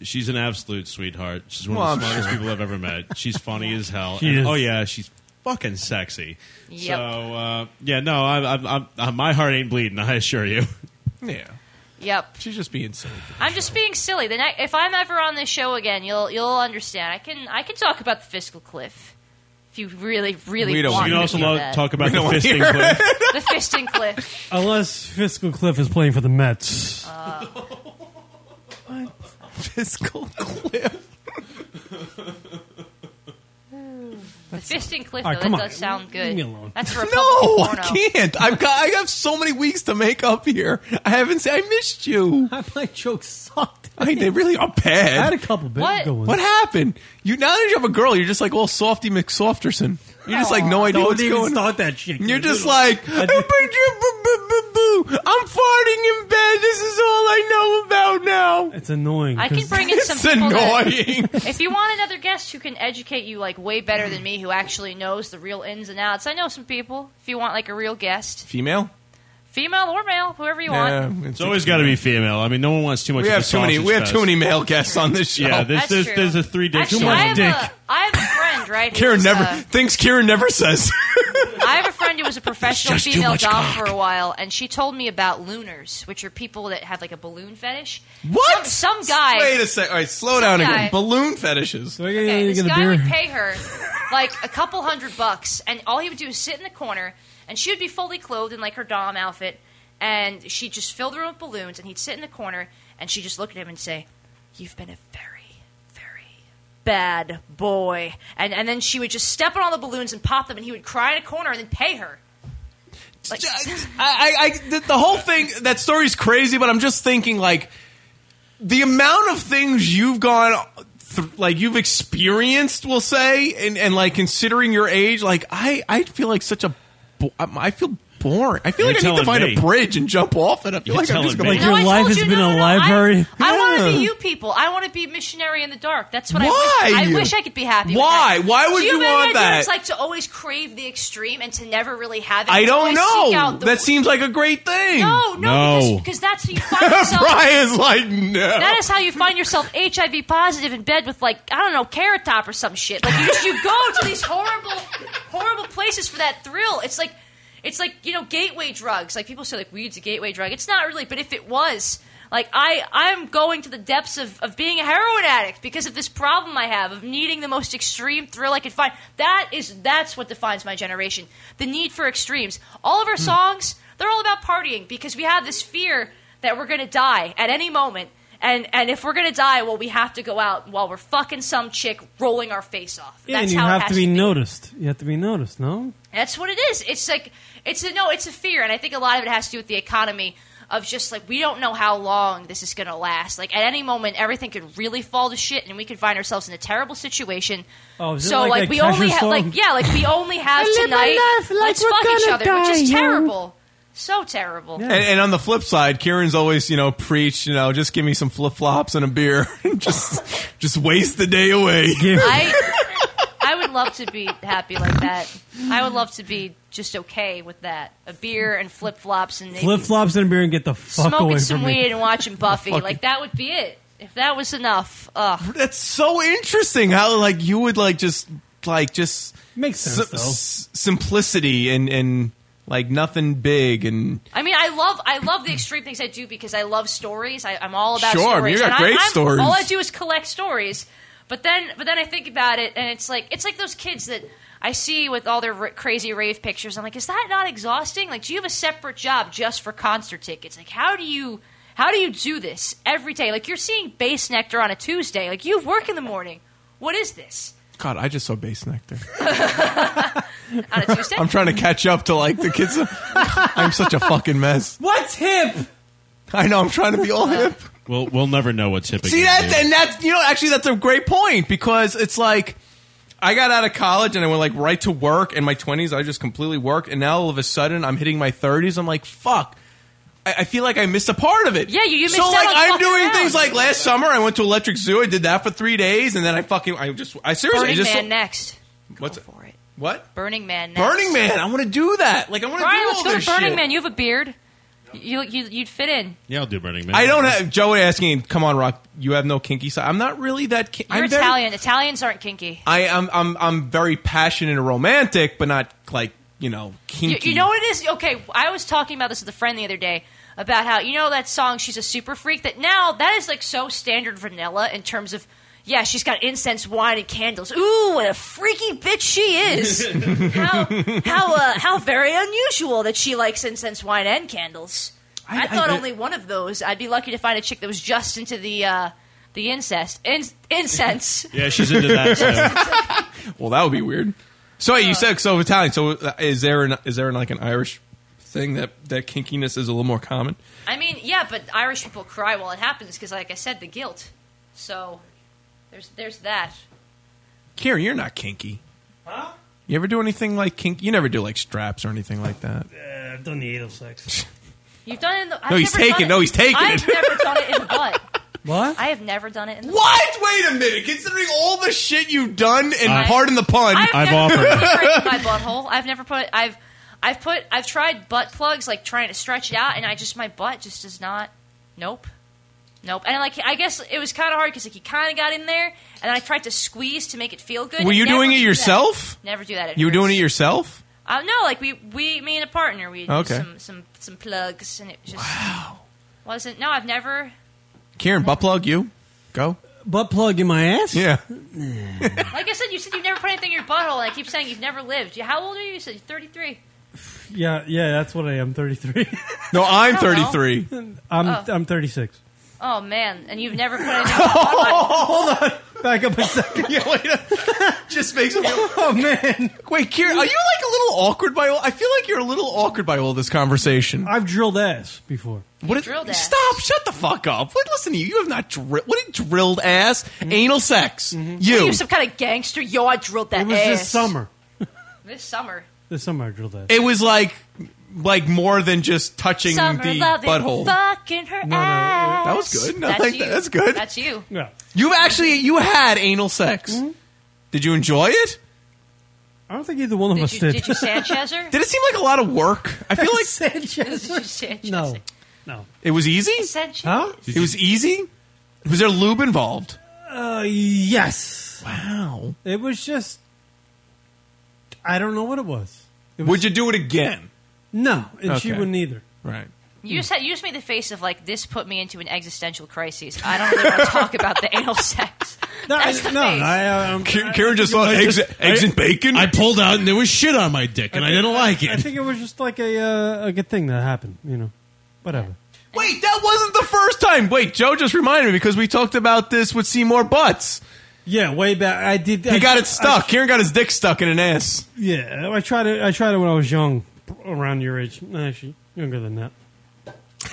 S4: She's an absolute sweetheart. She's one
S11: Well,
S4: of
S11: I'm
S4: the smartest
S11: sure.
S4: people I've ever met. She's funny as hell.
S11: She
S4: And-
S11: is.
S4: Oh yeah, she's fucking sexy.
S9: Yep.
S4: So uh, yeah, no, I, I, I, I, my heart ain't bleeding. I assure you.
S11: Yeah.
S9: Yep.
S11: She's just being silly.
S9: I'm just being silly. The night, if I'm ever on this show again, you'll you'll understand. I can I can talk about the fiscal cliff if you really really
S4: We don't
S9: want
S4: want You can
S9: to
S4: also
S9: do
S4: lo-
S9: that.
S4: talk about We don't the want to fisting hear
S9: cliff.
S4: cliff.
S9: the fisting cliff.
S2: Unless Fiscal Cliff is playing for the Mets.
S9: Uh,
S11: Fiscal cliff.
S9: the fisting cliff.
S11: All
S9: Though,
S11: right,
S9: that
S11: come on.
S9: does sound good.
S11: Leave me alone.
S9: That's for a
S11: No,
S9: porno.
S11: I can't. I've got. I have so many weeks to make up here. I haven't. Said, I missed you.
S2: My jokes sucked.
S11: I, they really are bad.
S2: I had a couple bad
S11: What?
S2: ones.
S11: What happened? You now that you have a girl, you're just like all softy McSofterson. You're just like no idea
S2: Don't
S11: what's
S2: even
S11: going.
S2: start that shit.
S11: You're just like I'm farting in bed. This is all I know about now.
S2: It's annoying.
S9: I can
S2: 'cause-
S9: bring in some people that- if you want another guest who can educate you like way better than me, who actually knows the real ins and outs, I know some people. If you want like a real guest,
S11: Female.
S9: female or male, whoever you want.
S4: it's always got to be female. I mean, no one wants too much.
S11: We
S4: of
S11: have
S4: the
S11: too many-
S4: sausage
S11: we have
S4: fest.
S11: too many male guests on this show.
S4: Yeah,
S11: That's
S4: there's there's,
S11: true.
S4: there's a three dick.
S9: Actually, I have, a, I have a friend, right? who
S11: Karen
S9: was,
S11: never
S9: uh,
S11: thinks. Karen never says.
S9: I have a friend who was a professional
S11: It's just too
S9: female
S11: much
S9: dom
S11: cock.
S9: for a while, and she told me about lunars, which are people that have like a balloon fetish.
S11: What?
S9: Some, some guy.
S11: Wait a sec. All right, slow
S9: Some
S11: down
S9: guy-
S11: again. Balloon fetishes.
S9: Okay, this guy would pay her like a couple hundred bucks, and all he would do is sit in the corner, and she would be fully clothed in like her dom outfit, and she just filled her with balloons, and he'd sit in the corner, and she'd just look at him and say, "You've been a very, very bad boy," and and then she would just step on all the balloons and pop them, and he would cry in a corner and then pay her. Like,
S11: I, I, I the, the whole thing. That story's crazy, but I'm just thinking like the amount of things you've gone. Th- like you've experienced, we'll say, and, and like considering your age, like I, I feel like such a, bo- I'm- I feel boring. I feel
S4: You're
S11: like I need to
S4: telling
S11: find
S4: me.
S11: a bridge and jump off it. I
S4: You're
S11: feel like I'm just
S4: telling
S11: going
S4: me.
S2: Like your life has been a library.
S9: I want to
S11: Yeah.
S9: be you people. I want to be missionary in the dark. That's what
S11: Why?
S9: I wish. I wish I could be happy. with
S11: Why?
S9: that.
S11: Why would
S9: Do
S11: you
S9: have any
S11: want
S9: idea what
S11: that?
S9: It's like to always crave the extreme and to never really have it.
S11: I
S9: You
S11: don't
S9: always seek
S11: know.
S9: out the-
S11: That seems like a great thing.
S9: no, no, Because, because that's how you find yourself.
S11: Brian's like, no.
S9: That is how you find yourself HIV positive in bed with like I don't know carrot top or some shit. Like you, just- you go to these horrible, horrible places for that thrill. It's like, it's like you know gateway drugs. Like people say like weed's a gateway drug. It's not really, but if it was, like I I'm going to the depths of, of being a heroin addict because of this problem I have of needing the most extreme thrill I could find. That is that's what defines my generation. The need for extremes. All of our songs they're all about partying because we have this fear that we're going to die at any moment. And, and if we're gonna die, well, we have to go out while we're fucking some chick rolling our face off.
S2: Yeah, and
S9: That's
S2: you
S9: how it
S2: have
S9: has
S2: to be noticed. You have to be noticed, no?
S9: That's what it is. It's like it's a no, it's a fear, and I think a lot of it has to do with the economy of just like we don't know how long this is gonna last. Like at any moment, everything could really fall to shit, and we could find ourselves in a terrible situation.
S2: Oh, is it
S9: so
S2: like
S9: like,
S2: that
S9: we only
S2: Kesha
S9: have
S2: song?
S9: like yeah, like we only have
S10: I live my
S9: tonight.
S10: life like
S9: Let's
S10: we're
S9: fuck each
S10: gonna
S9: other, which is
S10: die, yo.
S9: terrible, so terrible.
S11: And, and on the flip side, Kieran's always, you know, preach, you know, just give me some flip flops and a beer, and just just waste the day away.
S9: I I would love to be happy like that. I would love to be just okay with that. A beer and flip flops and maybe
S2: Flip flops and a beer and get the fuck away
S9: smoking
S2: from
S9: some
S2: me.
S9: weed and watching Buffy.
S11: Fuck
S9: like that would be it. If that was enough. Ugh.
S11: That's so interesting. How like you would like just like just
S2: makes sense, though.
S11: simplicity and and like nothing big and
S9: I mean, I love I love the extreme things I do because I love stories. I, I'm all about
S11: Sure, I mean,
S9: stories.
S11: you got
S9: And I-
S11: great
S9: I'm-
S11: stories.
S9: All I do is collect stories. But then, but then I think about it, and it's like it's like those kids that I see with all their r- crazy rave pictures. I'm like, is that not exhausting? Like, do you have a separate job just for concert tickets? Like, how do you how do you do this every day? Like, you're seeing bass nectar on a Tuesday. Like, you have work in the morning. What is this
S11: God, I just saw bass nectar.
S9: on a Tuesday?
S11: I'm trying to catch up to like the kids. I'm such a fucking mess.
S2: What's hip?
S11: I know. I'm trying to be all hip.
S4: We'll we'll never know what's hip.
S11: See
S4: again,
S11: that,
S4: dude.
S11: and that's you know actually that's a great point because it's like I got out of college and I went like right to work in my twenties. I just completely worked, and now all of a sudden I'm hitting my thirties. I'm like fuck. I, I feel like I missed a part of it.
S9: Yeah, you- you
S11: so
S9: missed out
S11: like
S9: on
S11: I'm
S9: fucking
S11: doing
S9: rounds.
S11: things like last summer I went to Electric Zoo. I did that for three days, and then I fucking I just I seriously I
S9: Burning
S11: just
S9: Man next.
S11: what's for it? What
S9: Burning Man. Next.
S11: Burning Man? I want to do that. Like I want to do
S9: Brian,
S11: all
S9: let's go
S11: this
S9: to Burning
S11: shit.
S9: Man. You have a beard. You, you, you'd fit in.
S11: Yeah, I'll do Burning
S9: Man.
S11: I don't have Joey asking. Come on, Rock. You have no kinky side. I'm not really that. Ki-
S9: You're
S11: I'm very-
S9: Italian. Italians aren't kinky.
S11: I am. I'm. I'm very passionate and romantic, but not like you know
S9: You,
S11: kinky.
S9: you know what it is? Okay, I was talking about this with a friend the other day about how you know that song "She's a Super Freak" that now that is like so standard vanilla in terms of yeah, she's got incense, wine, and candles. Ooh, what a freaky bitch she is! how how uh, how very unusual that she likes incense, wine, and candles. I,
S11: I-
S9: thought
S11: I-
S9: only one of those. I'd be lucky to find a chick that was just into the uh, the incest in- incense.
S11: Yeah, she's into that, so. well, that would be weird. So
S9: Uh.
S11: hey, you said so Italian. So uh, is there an is there like an Irish thing that that kinkiness is a little more common?
S9: I mean, yeah, but Irish people cry while it happens because, like I said, the guilt. So there's there's that.
S11: Karen, you're not kinky. You ever do anything like kink? You never do like straps or anything like that.
S12: Uh, I've done the anal sex.
S9: You've done it in the. I've
S11: No, he's
S9: never done
S11: taken.
S9: it.
S11: No, he's taken
S9: I've
S11: it.
S9: never done it in the butt.
S12: What?
S9: I have never done it in the
S11: What? Wait a minute. Considering all the shit you've done, and
S9: I-
S11: pardon the pun,
S9: I've, never put a prick in my butthole. I've never put. I've I've put. I've tried butt plugs, like trying to stretch it out, and I just my butt just does not. Nope. Nope. And like I guess it was kind of hard because like you kind of got in there, and then I tried to squeeze to make it feel good.
S11: Were
S9: I
S11: you
S9: never
S11: doing it
S9: do that.
S11: yourself?
S9: Never do that. It
S11: you were
S9: hurts.
S11: doing it yourself.
S9: Uh, no, like we, we, me and a partner, we did
S11: Okay.
S9: some, some, some plugs, and it just wasn't. No, I've never.
S11: Karen, butt plug you. Go.
S12: Butt plug in my ass.
S11: Yeah.
S9: Like I said, you said you've never put anything in your butthole, and I keep saying you've never lived. You- How old are you? You said you're 33.
S12: Yeah, yeah, that's what I am. Thirty three.
S11: No, I'm
S9: I don't know.
S12: 33. I'm
S9: Oh.
S12: I'm thirty six.
S9: Oh man, and you've never put anything. in your butthole.
S11: Oh,
S12: Hold on, back up a second.
S11: Just makes me.
S12: Oh man.
S11: Wait, Karen, are you like a little awkward by all? I feel like you're a little awkward by all this conversation.
S12: I've drilled ass before.
S11: What is, Stop! Shut the fuck up! What, listen to you. You have not drilled. What is drilled ass? Anal sex.
S9: What are
S11: You.
S9: you some kind of gangster? Yo, I drilled that
S12: Mm-hmm. It
S9: ass
S12: was this summer.
S9: This summer.
S12: This summer I drilled ass.
S11: It was like, like more than just touching
S9: summer
S11: the
S9: loving,
S11: butthole.
S9: fucking her ass.
S11: That was good. No,
S9: that's
S11: thank-
S9: you.
S11: that's good.
S9: That's you.
S12: Yeah.
S11: You've actually you had anal sex. Did you enjoy it?
S12: Hmm? I don't think either one of us
S9: you-
S12: did.
S9: did you Sanchez her?
S11: Did it seem like a lot of work? I feel like
S12: Sanchez.
S9: Did you Sanchez?
S12: No.
S11: it was easy.
S9: Sanchez.
S12: Huh?
S11: It was easy. Was there lube involved?
S12: Uh, yes.
S11: Wow.
S12: It was just. I don't know what it was. It was
S11: Would you do it again?
S12: No, and she
S11: Okay.
S12: wouldn't either.
S11: Right.
S9: You just, had, you just made the face of like this put me into an existential crisis. I don't really want to talk about the anal sex.
S12: No,
S9: That's the
S12: no,
S9: face.
S12: I, um,
S11: Karen just saw eggs, eggs and bacon.
S4: I pulled out and there was shit on my dick, and I, didn't like it.
S12: I think it was just like a uh, a good thing that happened. You know, whatever.
S11: Wait, that wasn't the first time. Wait, Joe just reminded me because we talked about this with Seymour Butts.
S12: Yeah, way back. I did.
S11: He got it stuck. Karen got his dick stuck in an ass.
S12: Yeah, I tried it. I tried it when I was young, around your age. No, Actually, younger than that.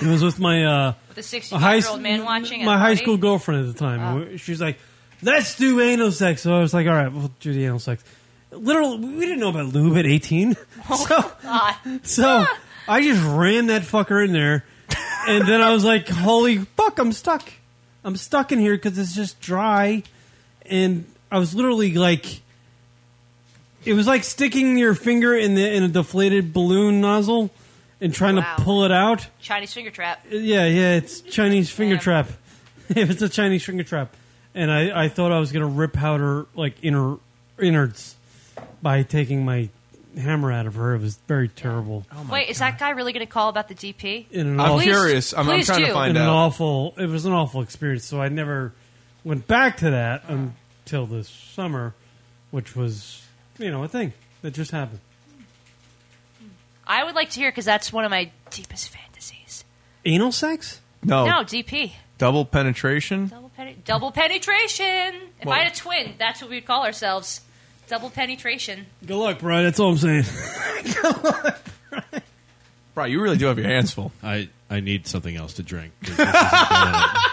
S12: It was with my uh,
S9: With a
S12: a high
S9: 65-year-old man watching at
S12: My
S9: a
S12: high
S9: party? Oh.
S12: school girlfriend at the time. She was like, "Let's do anal sex." So I was like, "All right, we'll do the anal sex." Literal, we didn't know about lube at eighteen,
S9: Oh,
S12: so
S9: God.
S12: so I just ran that fucker in there, and then I was like, "Holy fuck, I'm stuck! I'm stuck in here because it's just dry," and I was literally like, it was like sticking your finger in the in a deflated balloon nozzle and trying
S9: Wow.
S12: to pull it out.
S9: Chinese finger trap.
S12: Yeah, yeah, it's Chinese finger trap. if it's a Chinese finger trap, and I, I thought I was gonna rip out her like inner innards by taking my hammer out of her. It was very terrible.
S9: Wait, is that guy really going to call about the DP?
S12: In an
S11: I'm
S12: awful-
S11: curious. I'm, I'm
S9: please
S11: trying
S9: do.
S11: to find
S12: in An
S11: out.
S12: awful. It was an awful experience. So I never went back to that until this summer, which was you know a thing that just happened.
S9: I would like to hear because that's one of my deepest fantasies.
S12: Anal sex?
S11: No.
S9: No, DP.
S11: Double penetration.
S9: Double, pen- double penetration. If
S11: Well-
S9: I had a twin, that's what we'd call ourselves. Double penetration.
S12: Good luck, Brian. That's all I'm saying.
S11: Bro, you really do have your hands full.
S30: I, I need something else to drink.
S9: That's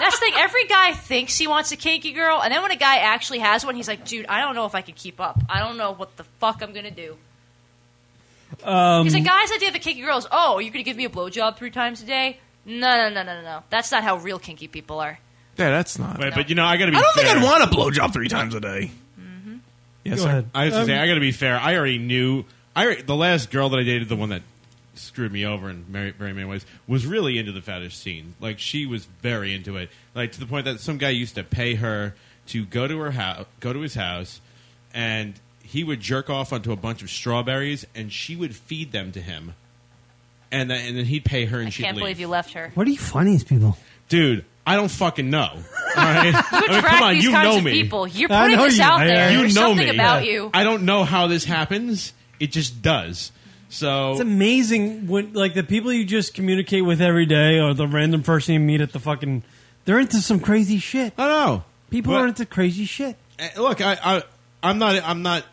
S9: the thing. Every guy thinks he wants a kinky girl, and then when a guy actually has one, he's like, dude, I don't know if I can keep up. I don't know what the fuck I'm going to do.
S12: Um,
S10: Um,
S9: Because a guy's idea of a kinky girl is, oh, you're going to give me a blowjob three times a day? No, no, no, no, no, no. That's not how real kinky people are.
S11: Yeah, that's not.
S4: Wait, but you know, I gotta be.
S11: I don't think
S4: fair.
S11: I'd want a blowjob three times a day.
S4: Yes,
S11: Go
S4: sir.
S11: ahead.
S4: I was
S11: Um,
S4: gonna say, I gotta be fair. I already knew. I already, the last girl that I dated, the one that screwed me over in very, very many ways was really into the fetish scene. Like she was very into it, like to the point that some guy used to pay her to go to her house, go to his house, and he would jerk off onto a bunch of strawberries, and she would feed them to him, and then, and then he'd pay her, and she'd
S9: Can't
S4: leave.
S9: believe you left her.
S31: What do you find these people?
S4: Dude, I don't fucking know. All right? I mean,
S9: attract
S4: come on,
S9: these
S4: you
S9: kinds
S4: know
S9: of
S4: me.
S9: people. You're I putting know this you. out I- there.
S4: You
S9: There's
S4: know
S9: something
S4: me.
S9: about you.
S4: I don't know how this happens. It just does. So
S12: It's amazing when like the people you just communicate with every day or the random person you meet at the fucking they're into some crazy shit.
S4: I know.
S12: People
S4: But-
S12: are into crazy shit.
S4: Eh, look, I, I, I'm not, I'm not,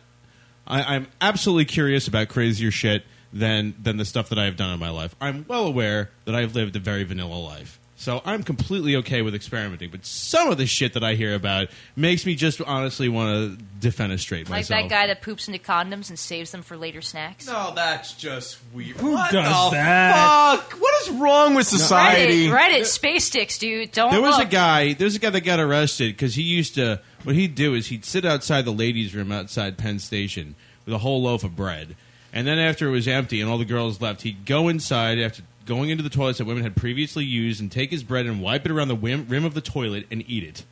S4: I, I'm absolutely curious about crazier shit than than the stuff that I have done in my life. I'm well aware that I've lived a very vanilla life, so I'm completely okay with experimenting. But some of the shit that I hear about makes me just honestly want to defenestrate
S9: Like
S4: myself.
S9: that guy that poops into condoms and saves them for later snacks.
S11: No, that's just weird.
S9: Who
S11: What
S4: does
S11: the
S4: that?
S11: fuck? What is wrong with society?
S9: Reddit, Reddit space sticks, dude. Don't
S4: there was
S9: look.
S4: a guy. There was a guy that got arrested because he used to. What he'd do is he'd sit outside the ladies' room outside Penn Station with a whole loaf of bread, and then after it was empty and all the girls left, he'd go inside after going into the toilets that women had previously used and take his bread and wipe it around the whim, rim of the toilet and eat it,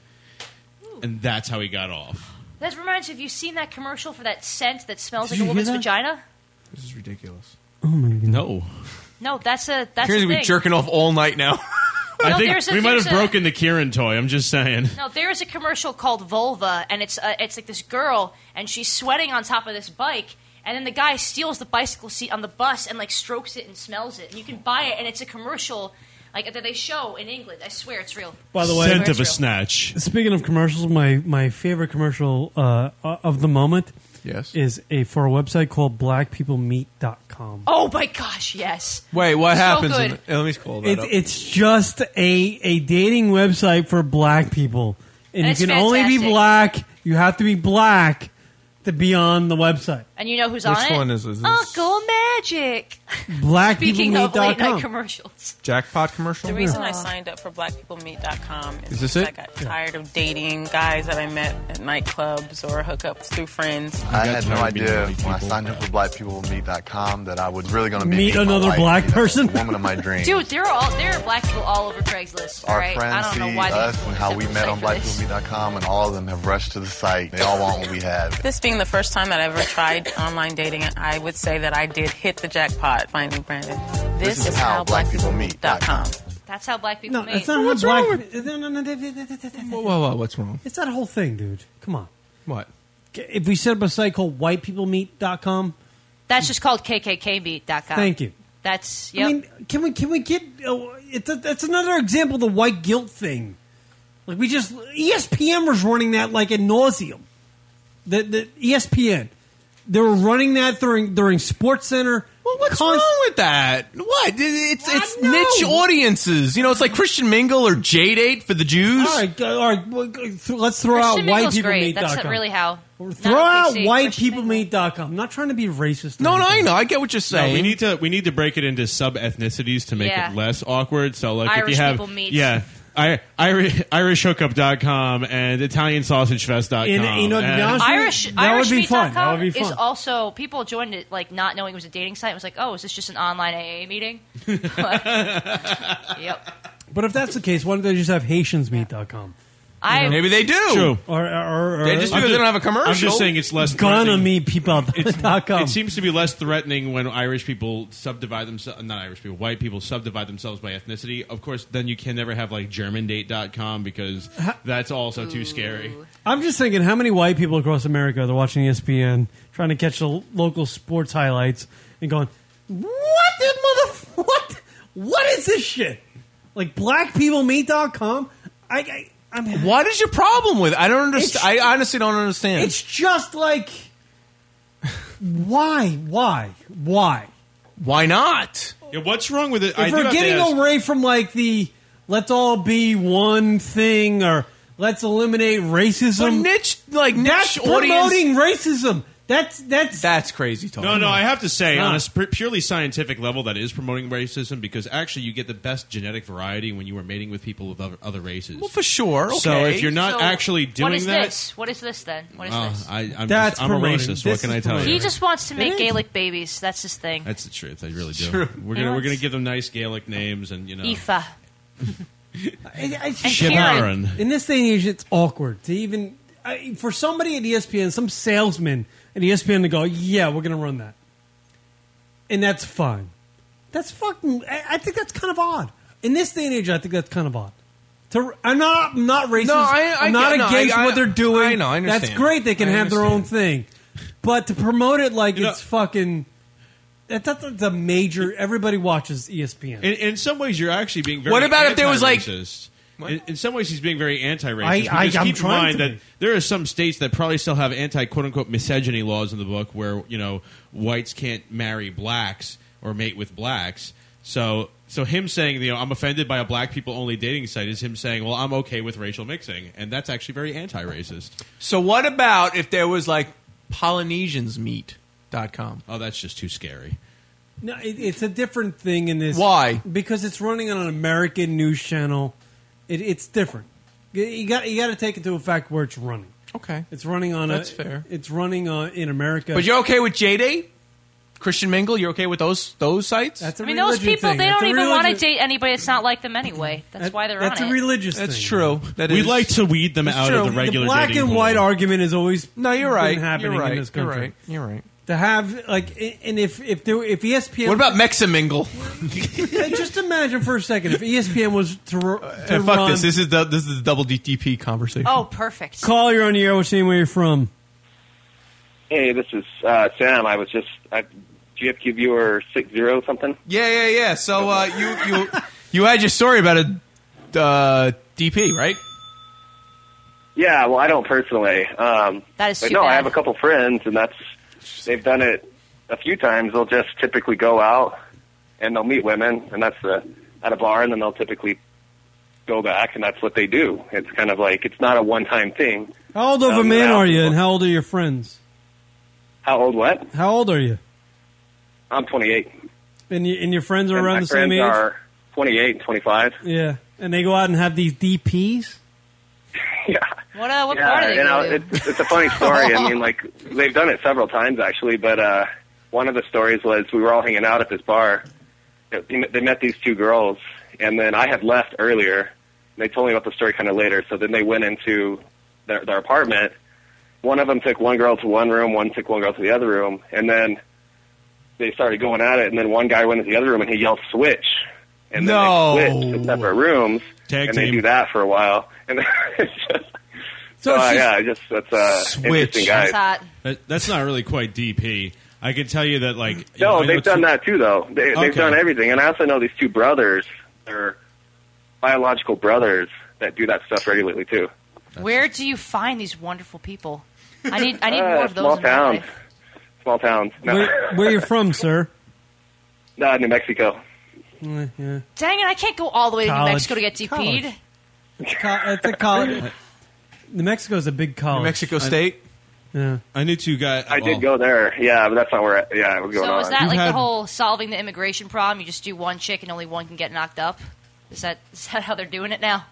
S4: and that's how he got off.
S9: That reminds me. Have you seen that commercial for that scent that smells
S11: Did
S9: like a
S11: you hear
S9: woman's
S11: that?
S9: vagina?
S11: This is ridiculous.
S12: Oh my god.
S4: No.
S9: No, that's a that's
S11: Here's
S9: a
S11: gonna
S9: thing.
S11: be jerking off all night now.
S9: No, there's a- there's a-
S4: the Kieran toy. I'm just saying.
S9: No, there is a commercial called Vulva, and it's uh, it's like this girl, and she's sweating on top of this bike, and then the guy steals the bicycle seat on the bus and like strokes it and smells it. And you can buy it, and it's a commercial like that they show in England. I swear it's real.
S12: By the way,
S9: Scent of a
S4: snatch.
S12: Speaking of commercials, my my favorite commercial uh, of the moment
S11: yes.
S12: is a for a website called blackpeoplemeet.com.
S9: Oh my gosh, yes.
S11: Wait, what
S9: So
S11: happens?
S9: good.
S11: In, the- let me scroll that
S12: It's
S11: up.
S12: it's just a a dating website for black people.
S9: And
S12: And, you
S9: it's
S12: can only be
S9: fantastic.
S12: black. You have to be black to be on the website.
S9: And you know who's
S12: Which
S9: on it?
S12: one is this?
S9: Uncle Magic. Speaking of late night
S11: Blackpeoplemeet.com.
S9: commercials,
S11: Jackpot commercial.
S10: The reason I signed up for blackpeoplemeet.com is,
S11: Is this
S10: because
S11: it?
S10: I got tired of dating guys that I met at nightclubs or hookups through friends.
S7: I had no idea when I signed up for blackpeoplemeet.com that I was really going to be
S12: Meet
S7: meeting my
S12: another
S7: wife,
S12: black
S7: you know,
S12: person.
S7: the woman of my dreams.
S9: dude, there are all there are black people all over Craigslist.
S7: Our
S9: right?
S7: friends
S9: I
S7: see
S9: don't know why they
S7: us and how we met on
S9: for this.
S7: blackpeoplemeet.com, and all of them have rushed to the site. They all want what we have.
S10: This being the first time that I ever tried online dating, I would say that I did hit the jackpot finding Brandon. This, is, how blackpeoplemeet.com.
S9: That's how black people. meet.
S12: That's not
S9: What's
S12: how black.
S9: wrong
S12: no, no, no, no, no, no, no, no.
S11: Whoa, whoa, whoa! What's wrong?
S12: It's that whole thing, dude. Come on.
S11: What?
S12: If we set up a site called whitepeoplemeet.com,
S9: That's just called KKKmeet.com.
S12: thank you.
S9: That's yep.
S12: I mean, can we can we get? Uh, it's a, that's another example of the white guilt thing. Like we just E ESPN was running that like ad nauseum. The the E ESPN, they were running that during during Sports Center. Well,
S11: What's wrong with that? What? It- It's it's niche audiences. You know, it's like Christian Mingle or Jade Eight for the Jews.
S12: All right, all right. well, Let's throw
S9: Christian
S12: out white
S9: Mingle's
S12: people
S9: great. That's not really how.
S12: Throw out whitepeoplemeet.com. I'm not trying to be racist. or anything.
S4: No, we need to we need to break it into sub ethnicities to make
S12: Yeah.
S4: it less awkward. So like if
S12: Irish
S4: you have
S12: people meet.
S4: yeah. I, Irish, IrishHookup.com and ItalianSausagefest.com.
S12: And, you know, to be
S4: and-
S12: honest with you,
S9: Irish
S12: that would be fun. That
S9: IrishMeet.com
S12: would be
S9: is
S12: fun.
S9: also people joined it like not knowing it was a dating site. It was like, oh, is this just an online AA meeting? yep.
S12: But if that's the case, why don't they just have HaitiansMeet.com?
S9: I
S11: Maybe they do.
S4: True.
S12: Or, or, or
S4: They just-
S12: or-
S4: they don't have a commercial. I'm just saying it's less
S12: Gonna
S4: threatening.
S12: meet people.
S4: It seems to be less threatening when Irish people subdivide themselves, not Irish people, white people subdivide themselves by ethnicity. Of course, then you can never have like GermanDate.com because that's also too scary.
S12: I'm just thinking, how many white people across America are watching E ESPN, trying to catch the lo- local sports highlights, and going, "What the mother? What? What is this shit?" Like blackpeoplemeet.com. I, I I'm
S11: What is your problem with? I don't understand. I honestly don't understand.
S12: It's just like, why, why, why?
S11: Why not?
S4: Yeah, what's wrong with it?
S12: If we're getting away from like the let's all be one thing or let's eliminate racism,
S11: But niche- like,
S12: that's
S11: niche audience-
S12: promoting racism. That's that's
S11: that's crazy talk.
S4: No, no, I have to say,
S11: Nah.
S4: on a sp- purely scientific level, that is promoting racism because actually you get the best genetic variety when you are mating with people of other, other races. Well,
S11: for sure.
S4: So
S11: okay.
S4: if you're not
S9: So,
S4: actually doing
S9: what is
S4: that,
S9: this? What is this then? What is
S4: Uh,
S9: this?
S4: I, I'm,
S11: That's
S4: just, I'm a
S11: promoting.
S4: racist.
S11: This
S4: what can I
S11: is
S4: tell
S9: He
S4: you?
S9: just wants to make
S11: is.
S9: Gaelic babies. That's his thing.
S4: That's the truth. I really
S11: It's
S4: do.
S11: true.
S4: We're
S9: He
S4: gonna we're
S9: wants-
S4: gonna give them nice Gaelic names and you know.
S9: Aoife.
S12: I, I just-
S4: Sharon.
S12: In this day and age, it's awkward to even I, for somebody at E ESPN, some salesman at E ESPN, to go, "Yeah, we're going to run that," and that's fine. That's fucking. I, I think that's kind of odd. In this day and age, I think that's kind of odd. To, I'm not I'm not racist.
S11: No, I- I
S12: am not
S11: get- no,
S12: against
S11: I- I-
S12: what they're doing.
S11: I know, I understand.
S12: That's great. They can
S11: I
S12: have their own thing, but to promote it like it's fucking. That's, that's a major. Everybody watches E ESPN.
S4: In, in some ways, you're actually being very.
S12: What about if there was, like-
S4: anti-racist. In, in some ways, he's being very
S12: I-
S4: anti-racist.
S12: I-
S4: because
S12: I'm
S4: keep in
S12: trying
S4: mind
S12: to
S4: that there are some states that probably still have anti "quote unquote" misogyny laws in the book, where you know whites can't marry blacks or mate with blacks. So, so him saying, you know, I'm offended by a black people only dating site is him saying, well, I'm okay with racial mixing, and that's actually very anti-racist.
S11: So what about if there was like PolynesiansMeet.com?
S4: Oh, that's just too scary.
S12: No, it, it's a different thing in this.
S11: Why?
S12: Because it's running on an American news channel. It, it's different. You- You got you got to take into effect where it's running.
S11: Okay,
S12: it's running on.
S11: That's
S12: a,
S11: fair.
S12: It's running on Uh, in America.
S11: But you're okay with J Date, Christian Mingle. You're okay with those those sites?
S12: That's
S9: I mean, those people, they don't even want to date anybody that's not like them anyway. That's why they're on it.
S12: religious.
S11: That's true. That
S4: We'd
S11: is-
S4: like to weed them
S11: It's
S4: out
S11: true.
S4: of the regular
S12: black
S4: dating
S12: and
S4: pool.
S12: white argument is always
S11: No, you're right.
S12: Been happening
S11: You're right.
S12: in this
S11: You're
S12: country.
S11: right. You're right.
S12: To have like, i- and if if there, if E ESPN,
S11: What about Meximingle?
S12: Yeah, just imagine for a second if E ESPN was to, ru- to
S11: And Uh, fuck
S12: run,
S11: this. This is the this is the double DTP conversation.
S9: Oh, perfect.
S12: Call you're on the air. We're seeing where you're from.
S3: Hey, this is uh, Sam. I was just I, GFQ viewer six zero something.
S11: Yeah, yeah, yeah. So uh, you you you had your story about a uh, DP, right?
S3: Yeah, well, I don't personally. Um,
S9: that is
S3: but
S9: too
S3: no, I
S9: bad.
S3: have a couple friends, and that's they've done it a few times. They'll just typically go out and they'll meet women, and that's the at a bar, and then they'll typically go back, and that's what they do. It's kind of like it's not a one time thing.
S12: How old of a
S3: Um,
S12: man
S3: now-
S12: are you, and how old are your friends?
S3: How old? What?
S12: How old are you?
S3: I'm 28.
S12: And, you, and your friends are
S3: and
S12: around
S3: my
S12: the
S3: friends
S12: same age.
S3: Are 28 and 25.
S12: Yeah, and they go out and have these DPs.
S9: What, uh, what
S3: yeah,
S9: part of
S3: you know,
S9: it?
S3: it's, it's a funny story. I mean, like they've done it several times actually, but uh, one of the stories was we were all hanging out at this bar. They met- they met these two girls, and then I had left earlier. They told me about the story kind of later. So then they went into their, their apartment. One of them took one girl to one room, one took one girl to the other room, and then they started going at it. And then one guy went to the other room and he yelled "switch," and then
S11: No.
S3: they switched to separate rooms,
S11: Tag
S3: and they
S11: team.
S3: do that for a while. And then it's just, so uh, yeah, I just that's uh, interesting guys.
S4: That- that's not really quite DP. I can tell you that, like, you know, I
S3: No,
S4: know
S3: they've
S4: two-
S3: done that too, though. They,
S4: Okay.
S3: They've done everything, and I also know these two brothers, they're biological brothers that do that stuff regularly too.
S9: Where do you find these wonderful people? I need, I need
S3: Uh,
S9: more of those
S3: small
S9: in my
S3: towns,
S9: life.
S3: small towns. No,
S12: Where, where you from, sir?
S3: no New Mexico.
S12: Eh, yeah.
S9: Dang it, I can't go all the way to New
S12: College.
S9: Mexico to get DP'd.
S12: It's, co- it's a college. New Mexico's a big college.
S3: Mexico
S12: I-
S3: State?
S12: yeah.
S4: I knew two oh. guys.
S3: I did go there, yeah, but that's not where. I, yeah, I was going
S9: So
S3: on.
S9: is that like the whole solving the immigration problem? You just do one chick and only one can get knocked up? Is that, is that how they're doing it now?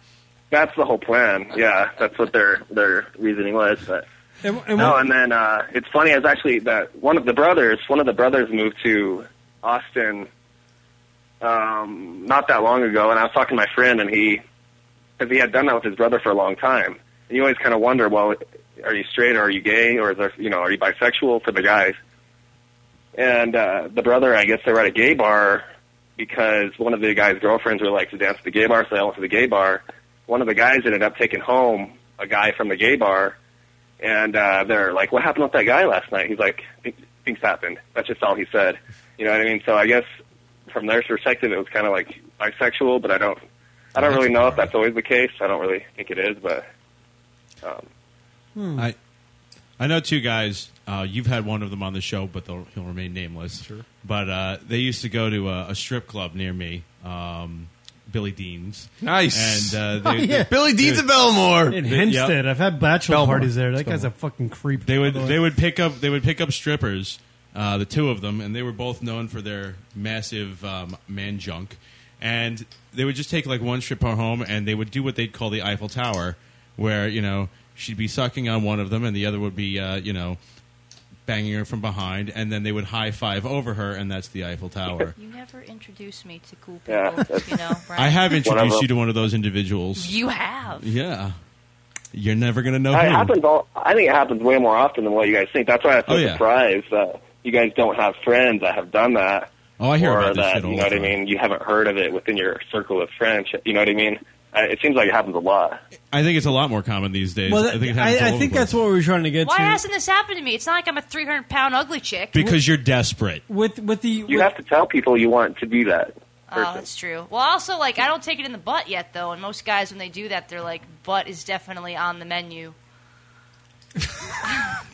S3: That's the whole plan. Yeah, that's what their their reasoning was. But
S12: and,
S3: no, and then uh, it's funny. I was actually that one of the brothers. One of the brothers moved to Austin um, not that long ago, and I was talking to my friend, and he because he had done that with his brother for a long time. And you always kind of wonder, well, are you straight or are you gay or is there, you know are you bisexual for the guys? And uh, the brother, I guess they were at a gay bar because one of the guy's girlfriends really liked to dance at the gay bar, so they all went to the gay bar. One of the guys ended up taking home a guy from the gay bar, and uh, they're like, "What happened with that guy last night?" He's like, "Think- "Things happened." That's just all he said. You know what I mean? So I guess from their perspective, it was kind of like bisexual, but I don't, I don't really know if that's always the case. I don't really think it is, but um,
S12: Hmm.
S4: I, I know two guys. Uh, you've had one of them on the show, but they'll, he'll remain nameless. Sure. But uh, they used to go to a, a strip club near me. Um, Billy Dean's.
S11: Nice.
S4: And uh, they, they-
S11: Billy Deeds
S4: they-
S11: of Belmore
S4: They-
S12: Oh, In
S4: yep.
S12: Hempstead, I've had bachelor
S4: Belmore.
S12: parties there. That guy's a
S4: Belmore.
S12: fucking creep.
S4: They would
S12: by the way.
S4: they would pick up they would pick up strippers, uh, the two of them, and they were both known for their massive um, man junk. And they would just take like one stripper home, and they would do what they'd call the Eiffel Tower, where you know she'd be sucking on one of them, and the other would be uh, you know banging her from behind, and then they would high five over her, and that's the Eiffel Tower.
S9: You never introduced me to cool people,
S4: Yeah,
S9: you know, Brian.
S4: I have introduced
S9: Whatever.
S4: you to one of those individuals.
S9: You have.
S4: Yeah, you're never gonna know.
S3: I- it
S4: who.
S3: happens all, I think it happens way more often than what you guys think. That's why I'm so
S4: Oh, yeah.
S3: surprised that you guys don't have friends that have done that.
S4: Oh, I hear
S3: or
S4: about this
S3: that,
S4: shit all
S3: You know
S4: the
S3: what I mean? You haven't heard of it within your circle of friends. You know what I mean? I, it seems like it happens a lot.
S4: I think it's a lot more common these days.
S3: Well,
S4: I think it happens all
S12: I, I
S4: over
S12: think
S4: the place.
S12: that's what we were trying to get
S9: Why
S12: to.
S9: hasn't this happened to me? It's not like I'm a 300 pound ugly chick.
S4: because you're desperate.
S12: with with the
S3: you have to tell people you want to do that.
S9: Oh, that's true. Well, also, like, I don't take it in the butt yet, though. And most guys, when they do that, they're like, butt is definitely on the menu.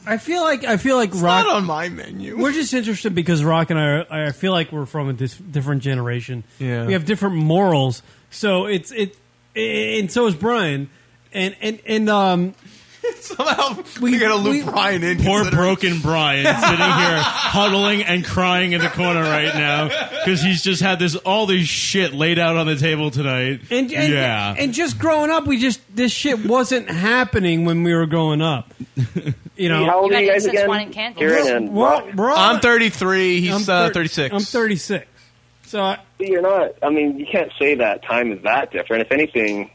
S12: I feel like I feel like rock
S11: not on my menu.
S12: We're just interested because Rock and I, are, I feel like we're from a dis- different generation.
S11: Yeah.
S12: we have different morals. So it's it, and so is Brian, and and and um.
S11: Somehow
S12: we,
S11: gotta loop
S12: we-
S11: Brian in.
S32: Poor
S11: considering-
S32: broken Brian sitting here huddling and crying in the corner right now because he's just had this all this shit laid out on the table tonight.
S12: And, and,
S32: yeah,
S12: and just growing up, we just this shit wasn't happening when we were growing up. You know,
S3: How old are you guys again? Kieran and Rock.
S11: Oh, I'm 33. He's
S12: I'm
S11: uh,
S12: thir-
S11: 36.
S12: I'm 36. So
S3: you're not. I mean, you can't say that time is that different. If anything,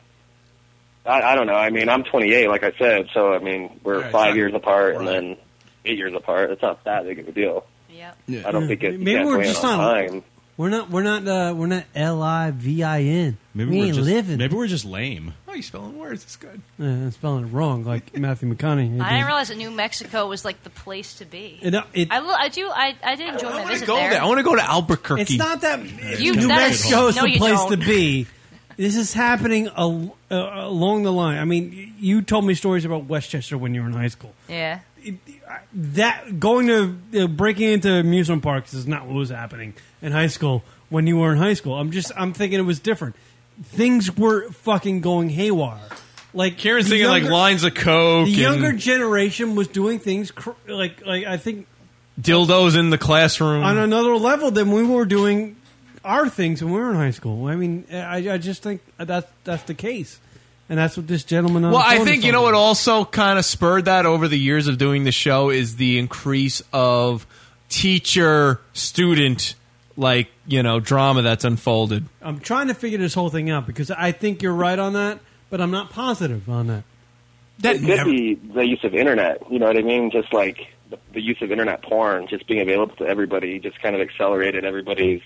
S3: I, I don't know. I mean, I'm 28, like I said. So I mean, we're
S11: Yeah,
S3: five
S11: exactly.
S3: years apart and then eight years apart. It's not that big of a deal.
S12: Yeah.
S3: I don't think it's
S12: Maybe we're just
S3: on
S12: not-
S3: time.
S12: We're not. We're not. Uh, we're not. L i v i n.
S4: Maybe
S12: we
S4: we're
S12: ain't
S4: just,
S12: living.
S4: Maybe we're just lame.
S11: Oh, you're spelling words. It's good.
S12: Yeah, I'm spelling it wrong, like Matthew McConaughey.
S9: I didn't realize that New Mexico was, like, the place to be.
S12: And, uh, it-
S9: I, lo- I do. I, I did enjoy my visit
S11: Go there. I want to go to Albuquerque.
S12: It's not that
S9: You-
S12: New
S9: that is-
S12: Mexico is
S9: no,
S12: the
S9: you
S12: place
S9: don't.
S12: to be. This is happening al- uh, along the line. I mean, y- you told me stories about Westchester when you were in high school.
S9: Yeah.
S12: That going to uh, breaking into amusement parks is not what was happening in high school when you were in high school. I'm just I'm thinking it was different. Things were fucking going haywire. Like
S11: Karen's
S12: the
S11: thinking like
S12: younger-
S11: lines of coke.
S12: The younger
S11: and
S12: generation was doing things cr- like like I think
S11: dildos in the classroom.
S12: on another level than we were doing our things when we were in high school. I mean, I, I just think that's that's the case, and that's what this gentleman. on
S11: Well,
S12: the
S11: I
S12: phone
S11: think
S12: is
S11: you know
S12: talking
S11: what also kind of spurred that over the years of doing the show is the increase of teacher student like you know drama that's unfolded.
S12: about. I'm trying to figure this whole thing out because I think you're right on that, but I'm not positive on that.
S3: it could be the use of internet. You know what I mean? Just like the, the use of internet porn, just being available to everybody, just kind of accelerated everybody's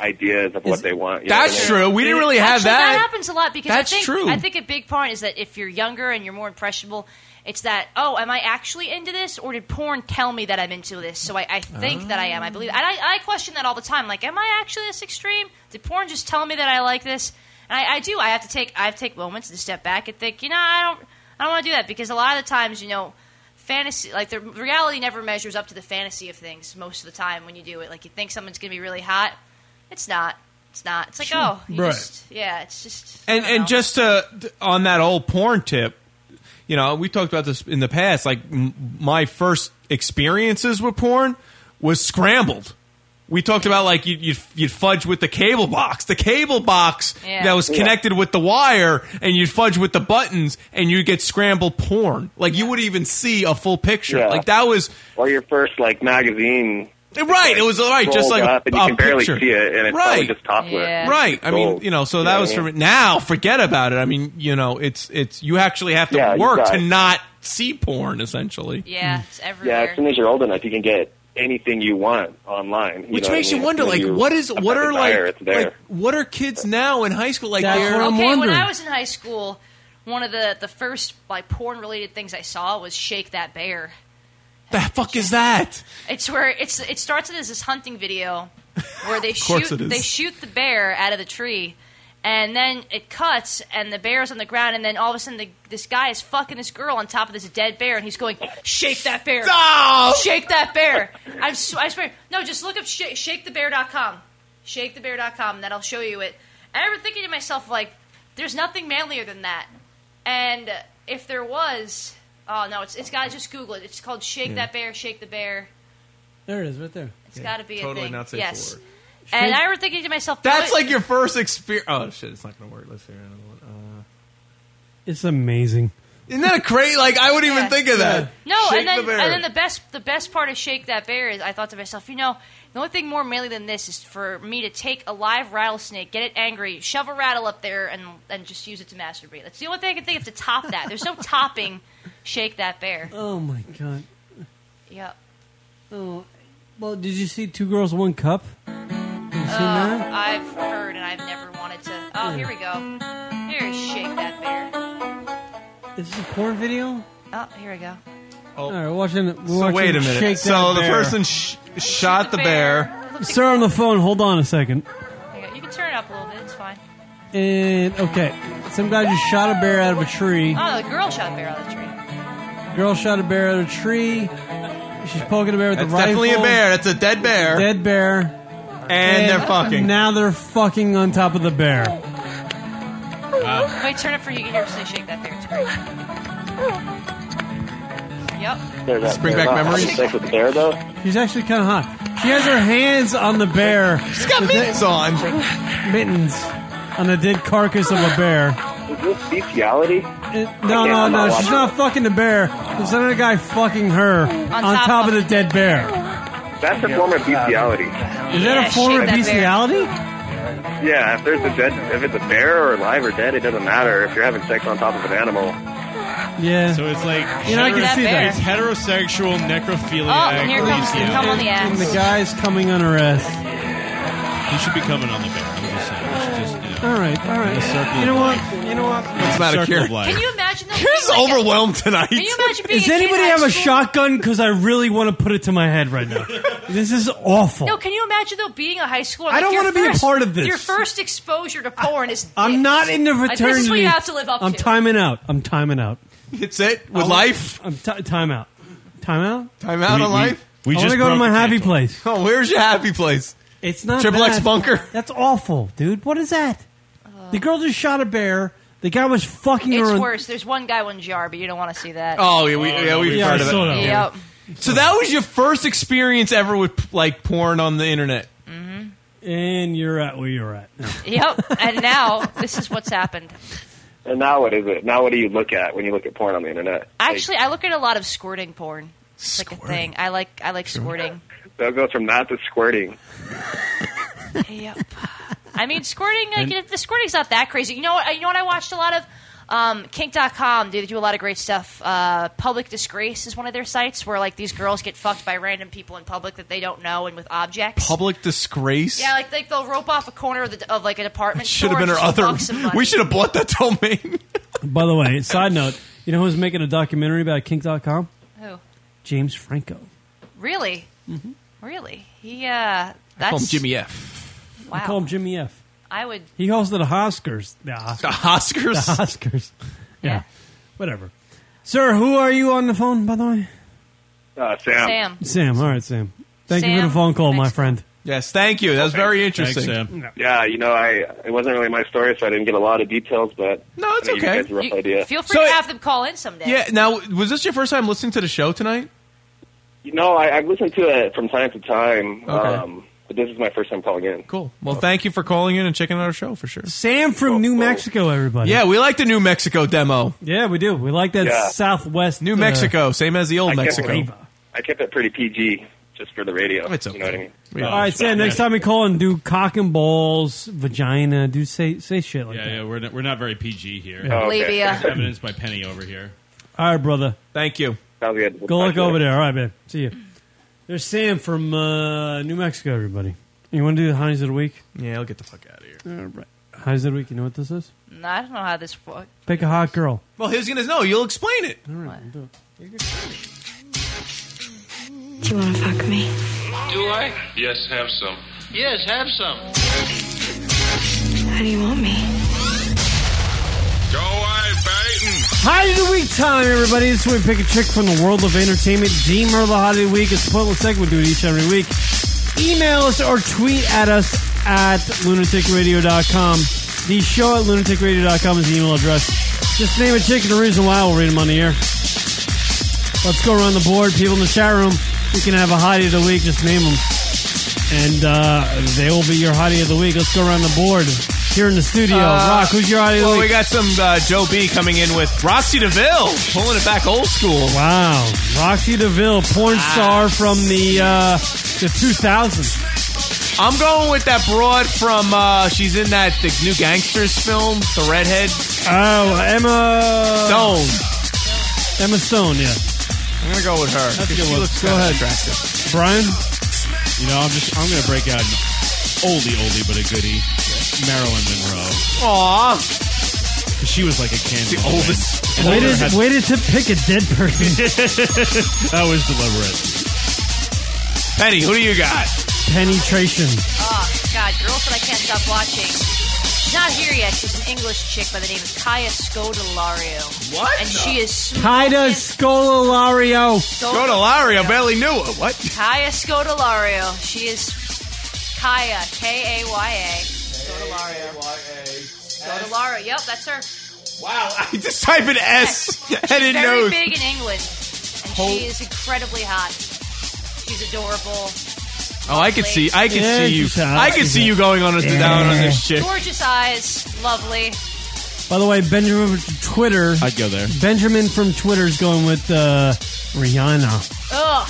S3: ideas of what they want. you know
S11: That's
S3: what I mean?
S11: true. We didn't really have
S9: Actually,
S11: that.
S9: happens a lot because
S11: That's
S9: I think
S11: true.
S9: I think a big part is that if you're younger and you're more impressionable, it's that oh, am I actually into this, or did porn tell me that I'm into this? So I, I think that I am. I believe, and I, I question that all the time. Like, am I actually this extreme? Did porn just tell me that I like this? And I, I do. I have to take I have to take moments to step back and think. You know, I don't I don't want to do that because a lot of the times, you know. Fantasy, like the reality, never measures up to the fantasy of things. Most of the time, when you do it, like you think someone's going to be really hot, it's not. It's not. It's like
S11: Sure.
S9: oh, you
S11: Right.
S9: just yeah, it's just
S11: And and just to, on that old porn tip, you know, we talked about this in the past. Like m- my first experiences with porn was scrambled. We talked about like you you'd, you'd fudge with the cable box, the cable box
S32: Yeah.
S11: that was
S32: Yeah.
S11: connected with the wire, and you'd fudge with the buttons, and you'd get scrambled porn. Like you would even see a full picture.
S3: Yeah.
S11: Like that was
S3: Or your first like magazine.
S11: right. It was all right, just
S3: rolled
S11: like
S3: up and you
S11: a
S3: can barely
S11: picture.
S3: see it, and it's
S11: Right.
S3: probably just topless.
S11: Right. I mean,
S3: Gold.
S11: you know, so that
S3: Yeah,
S11: was
S3: yeah.
S11: for me. Now, forget about it. I mean, you know, it's it's you actually have to
S3: Yeah, you
S11: work
S3: got
S11: to
S3: it.
S11: not see porn essentially.
S9: yeah, it's everywhere.
S3: Yeah, as soon as you're old enough, you can get anything you want online.
S11: Which makes you wonder, like, what is what are like, like what are kids now in high school like? they're-
S9: okay, when I was in high school, one of the the first like porn related things I saw was Shake That Bear.
S11: the fuck is that?
S9: It's where it's it starts as this hunting video where they
S11: course
S9: shoot
S11: it is.
S9: they shoot the bear out of the tree. And then it cuts, and the bear's on the ground, and then all of a sudden, the, this guy is fucking this girl on top of this dead bear, and he's going, "Shake that bear,
S10: Stop!"
S9: shake that bear." I'm, sw- I swear, no, just look up sh- shakethebear.com, shakethebear.com, and that'll show you it. I remember thinking to myself, like, there's nothing manlier than that. And if there was, oh no, it's it's got to just Google it. It's called Shake
S12: Yeah.
S9: That Bear, Shake the Bear.
S12: There it is, right there.
S9: It's got to be
S11: totally
S9: a thing.
S11: not safe
S9: yes.
S11: for work.
S9: And I remember thinking to myself,
S11: That's
S9: that-
S11: like your first experience. Oh shit, it's not gonna work. Let's figure out another one. Uh,
S12: It's amazing.
S11: isn't that great? Like I wouldn't
S9: Yeah.
S11: even think of that.
S9: No,
S11: Shake
S9: and then
S11: the bear.
S9: and then the best the best part of shake that bear is I thought to myself, you know, the only thing more manly than this is for me to take a live rattlesnake, get it angry, shove a rattle up there, and and just use it to masturbate. That's the only thing I can think of to top that. There's no topping shake that bear.
S12: Oh my god.
S9: Yep.
S12: Oh, well, did you see Two Girls One Cup? You seen
S9: Uh,
S12: that?
S9: I've heard and I've never wanted to. Oh, here we go. Here's shake that bear.
S12: Is this a porn video?
S9: Oh, here we go.
S12: All right, we're watching. We're
S11: oh. So
S12: watching
S11: wait a minute.
S12: Shake
S11: so
S12: That
S11: the
S12: Bear.
S11: person sh- shot the bear.
S12: Sir on the phone, hold on a second.
S9: Here you go. You can turn it up a little bit. It's fine.
S12: And okay, some guy just shot a bear out of a tree.
S9: Oh, the girl shot a bear out of the tree.
S12: Girl shot a bear out of a tree. She's poking a bear with
S11: That's
S12: a rifle.
S11: definitely a bear. That's a dead bear.
S12: Dead bear.
S11: And, they're fucking.
S12: Now they're fucking on top of the bear. Ah.
S9: Wait, turn it for you. You can hear somebody shake that bear. It's great. Yep.
S12: Does this bring back memories?
S3: Sex with the bear, though.
S12: She's actually kind of hot. She has her hands on the bear. She's got mittens
S11: on.
S12: Mittens on the dead carcass of a bear.
S3: Is this bestiality?
S12: Uh, No, no, no. She's not fucking the bear. There's another guy fucking her on, top, of the dead bear.
S3: That's a form of bestiality.
S12: Is that a form of bestiality?
S3: Yeah, if there's a dead, if it's a bear or alive or dead, it doesn't matter. If you're having sex on top of an animal,
S12: Yeah.
S4: So it's like
S12: You know, I can see that.
S4: It's heterosexual necrophiliac.
S9: Oh, and here comes the
S4: bestiality.
S9: cum on the
S12: And the
S9: ass.
S12: guy's coming on her ass.
S4: You should be coming on the bear. I'm just saying. You should just, you know,
S12: All right, all
S4: in the circle
S12: right. You
S4: of
S12: know what?
S4: life.
S12: You know what?
S4: It's not a Circle of care. life.
S9: Can you imagine the
S11: Here's overwhelmed tonight.
S9: Can you imagine being
S12: Does
S9: a kid
S12: anybody
S9: in high
S12: have a
S9: school?
S12: shotgun? Because I really want to put it to my head right now. This is awful.
S9: No, can you imagine though being a high schooler?
S12: I don't
S9: your
S12: wanna be a
S9: first-
S12: part of this.
S9: Your first exposure to porn is.
S12: I'm
S9: dicks.
S12: not in the
S9: Like,
S12: fraternity.
S9: This is what you have to live up
S12: I'm
S9: to.
S12: timing out. I'm timing out.
S11: It's it with
S12: I'll-
S11: life.
S12: I'm ti time out. Time out.
S11: Time out We- on we- life? we
S12: I want
S11: just
S12: to go to
S11: broke
S12: my
S11: the
S12: happy place.
S11: Oh, where's your happy place?
S12: It's not
S11: Triple X
S12: bad.
S11: bunker.
S12: That's awful, dude. What is that? the girl just shot a bear. The guy was fucking
S9: Uh, It's
S12: her. on-
S9: worse. There's one guy, one jar, but you don't want to see that. Um,
S11: Oh yeah, we, yeah, we've
S12: yeah,
S11: heard
S12: I
S11: of
S12: saw
S11: it.
S12: that one.
S9: Yep.
S11: So that was your first experience ever with like porn on the internet.
S12: And you're at where you're at.
S9: Yep. mm-hmm. And now this is what's happened.
S3: and now what is it? Now what do you look at when you look at porn on the internet?
S9: Actually, I look at a lot of squirting porn. It's like a thing. I like I like squirting.
S3: So it goes from that to squirting.
S9: yep. I mean, squirting. Like, the squirting's not that crazy. You know what? You know what? I watched a lot of um, Kink.com. They do a lot of great stuff. Uh, Public Disgrace is one of their sites where like these girls get fucked by random people in public that they don't know and with objects.
S11: Public disgrace.
S9: Yeah, like, like they'll rope off a corner of, the, of like a department
S11: should have
S9: store
S11: been
S9: and
S11: our
S9: just
S11: other.
S9: fuck somebody.
S11: We should have bought that domain.
S12: By the way, side note, you know who's making a documentary about kink.com?
S9: Who?
S12: James Franco.
S9: Really?
S11: Mm-hmm.
S9: Really? He. Uh,
S11: I call him
S9: that's
S11: Jimmy F.
S9: Wow.
S12: I call him Jimmy F.
S9: I would.
S12: He hosted the Oscars. The Oscars.
S11: The Oscars?
S12: The Oscars. Yeah. Whatever. Sir, who are you on the phone, by the way?
S3: Uh,
S9: Sam.
S3: Sam.
S12: Sam. All right, Sam. Thank you for
S3: Sam,
S12: the phone call, my friend.
S11: Yes, thank you. That was very interesting.
S3: Yeah, you know, I it wasn't really my story, so I didn't get a lot of details, but
S11: no,
S9: it's
S3: You
S11: okay.
S3: guys have a rough idea.
S9: Feel free to have them call in someday.
S11: Yeah. Now, was this your first time listening to the show tonight?
S3: You know, I, I've listened to it from time to time,
S11: Okay.
S3: um, but this is my first time calling in.
S11: Cool. Well, thank you for calling in and checking out our show for sure.
S12: Sam from New Mexico, everybody.
S11: Yeah, we like the New Mexico demo.
S12: Yeah, we do. We like that
S3: Yeah.
S12: Southwest
S11: New
S12: uh,
S11: Mexico, same as the old
S3: I kept
S11: Mexico.
S3: it- I kept it pretty PG just for the radio. It's okay. You know what I mean?
S12: All right, Sam. Next time we call and do cock and balls, vagina. Do say say shit like
S4: Yeah,
S12: that.
S4: yeah, we're not, we're not very PG here.
S12: Yeah. Oh, okay. Labia.
S4: It's Evidence by Penny over here.
S12: All right, brother.
S11: Thank you.
S3: Sounds good.
S12: Go look over there. All right, man. See you. There's Sam from uh, New Mexico. Everybody, you want to do the highs of the week?
S11: Yeah, I'll get the fuck out of here.
S12: All right. Highs of the week. You know what this is?
S9: No, I don't know how this works.
S12: Pick a hot girl.
S11: Well, he's gonna know. You'll explain it.
S12: All right, do
S10: Do you want to fuck me?
S17: Do I? Yes, have some. Yes, have some.
S10: How do you want me?
S12: Hottie of the week time, everybody. This is where we pick a chick from the world of entertainment. Deemer the hottie of the week. It's a pointless segment we do it each and every week. Email us or tweet at us at lunaticradio.com. The show at lunaticradio.com is the email address. Just name a chick and a reason why we'll read them on the air. Let's go around the board. People in the chat room, you can have a hottie of the week. Just name them. And uh, they will be your hottie of the week. Let's go around the board here in the studio.
S11: Uh,
S12: Rock, who's your hottie of the
S11: Well,
S12: week?
S11: we got some uh, Joe B coming in with Roxy DeVille, pulling it back old school.
S12: Wow, Roxy DeVille, porn
S11: Ah.
S12: star from the uh, the 2000s.
S11: I'm going with that broad from uh, she's in that the new gangsters film, the redhead.
S12: Oh, Emma Stone. Emma Stone, yeah.
S11: I'm gonna go with her.
S12: That's a good
S11: because she
S12: one.
S11: looks
S12: Go
S11: kinda
S12: ahead,
S11: attractive.
S12: Brian.
S4: You know, I'm just I'm gonna break out an oldie oldie but a goodie. Marilyn Monroe.
S11: Aw,
S4: 'Cause She was like a
S11: the
S4: candy.
S11: oldest.
S12: Waited, waited to pick a dead person.
S4: that was deliberate.
S11: Penny, who do you got?
S12: Penetration.
S9: Oh, God, girls that I can't stop watching. She's not here yet. She's an English chick by the name of Kaya Scodelario. What? And she is smoking.
S12: Kaida Scolario.
S11: Go to Larry. I barely knew it. What?
S9: Kaya Scodelario. She is Kaya, K A Y A. Scodelario. Scodelario. Yep, that's her.
S11: Wow. I just type in S.
S9: She's
S11: and it
S9: very
S11: knows.
S9: big in England, and
S11: Hol-
S9: she is incredibly hot. She's adorable.
S11: Oh, I could see. I could
S12: Yeah,
S11: see you.
S12: she's hot.
S11: I could
S12: She's
S11: see
S12: hot.
S11: you going on a,
S12: Yeah.
S11: down on this chick.
S9: Gorgeous eyes, lovely.
S12: By the way, Benjamin from Twitter.
S11: I'd go there.
S12: Benjamin from Twitter is going with uh, Rihanna.
S9: Ugh.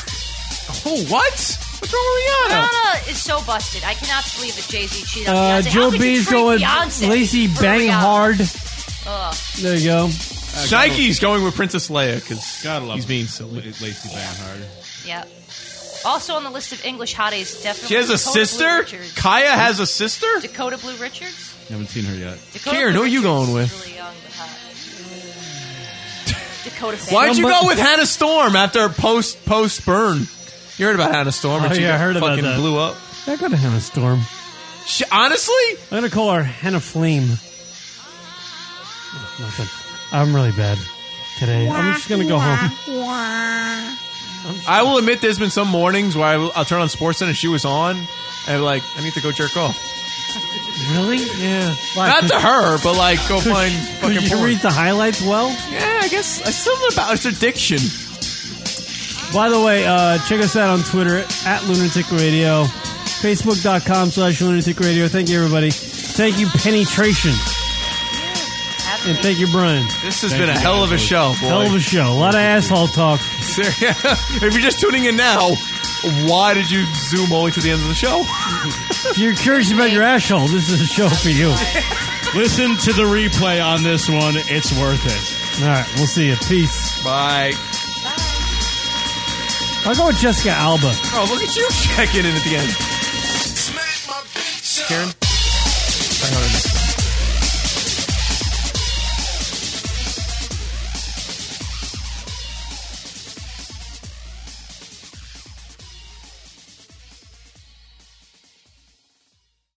S11: Oh, what? What's wrong with Rihanna?
S9: Rihanna is so busted. I cannot believe that Jay Z cheated on
S12: Uh,
S9: Beyonce. How
S12: Joe
S9: could
S12: B
S9: you
S12: is
S9: trade
S12: going
S9: Beyonce
S12: Lacey
S9: for
S12: Banghard.
S9: Rihanna? Ugh.
S12: There you go.
S11: Nike's going with Princess Leia because
S4: Uh, gotta love
S11: he's being silly.
S4: Lacey Banhard.
S9: Yep. Also on the list of English hotties, definitely.
S11: She has a
S9: Dakota Blue
S11: sister.
S9: Richards.
S11: Kaya has a sister.
S9: Dakota Blue Richards.
S4: Haven't seen her yet.
S9: Dakota
S11: Karen, who
S9: Blue
S11: are you
S9: Richards
S11: going
S9: is
S11: with?
S9: Really young but hot. Dakota. Fanning.
S11: Why'd you go with Hannah Storm after post post burn? You heard about Hannah Storm? and
S12: Oh,
S11: she
S12: yeah, I
S11: got
S12: heard about
S11: fucking
S12: that.
S11: blew up.
S12: I got to Hannah Storm.
S11: She, honestly,
S12: I'm gonna call her Hannah Flame. Nothing. I'm really bad today. Um, I'm just gonna go home.
S11: I will admit there's been some mornings where I will, I'll turn on SportsCenter and she was on, and I'm like, I need to go jerk off.
S12: Really? Yeah.
S11: Not to her, but like go find
S12: Could
S11: fucking
S12: you
S11: porn.
S12: read the highlights well?
S11: yeah, I guess it's something about it's addiction.
S12: By the way, uh, check us out on Twitter at Lunatic Radio, Facebook.com slash Lunatic Radio. Thank you, everybody. Thank you, Penetration. And thank you, Brian.
S11: This has been a hell of a show. Boy.
S12: Hell of a show. A lot of asshole talk.
S11: if you're just tuning in now, why did you zoom only to the end of the show?
S12: If you're curious about your asshole, this is a show for you. All
S4: Listen to the replay on this one. It's worth it.
S12: right, we'll see you. Peace.
S11: Bye.
S12: I'll go with Jessica Alba.
S11: Oh, look at you checking in at the end. Karen? I heard it.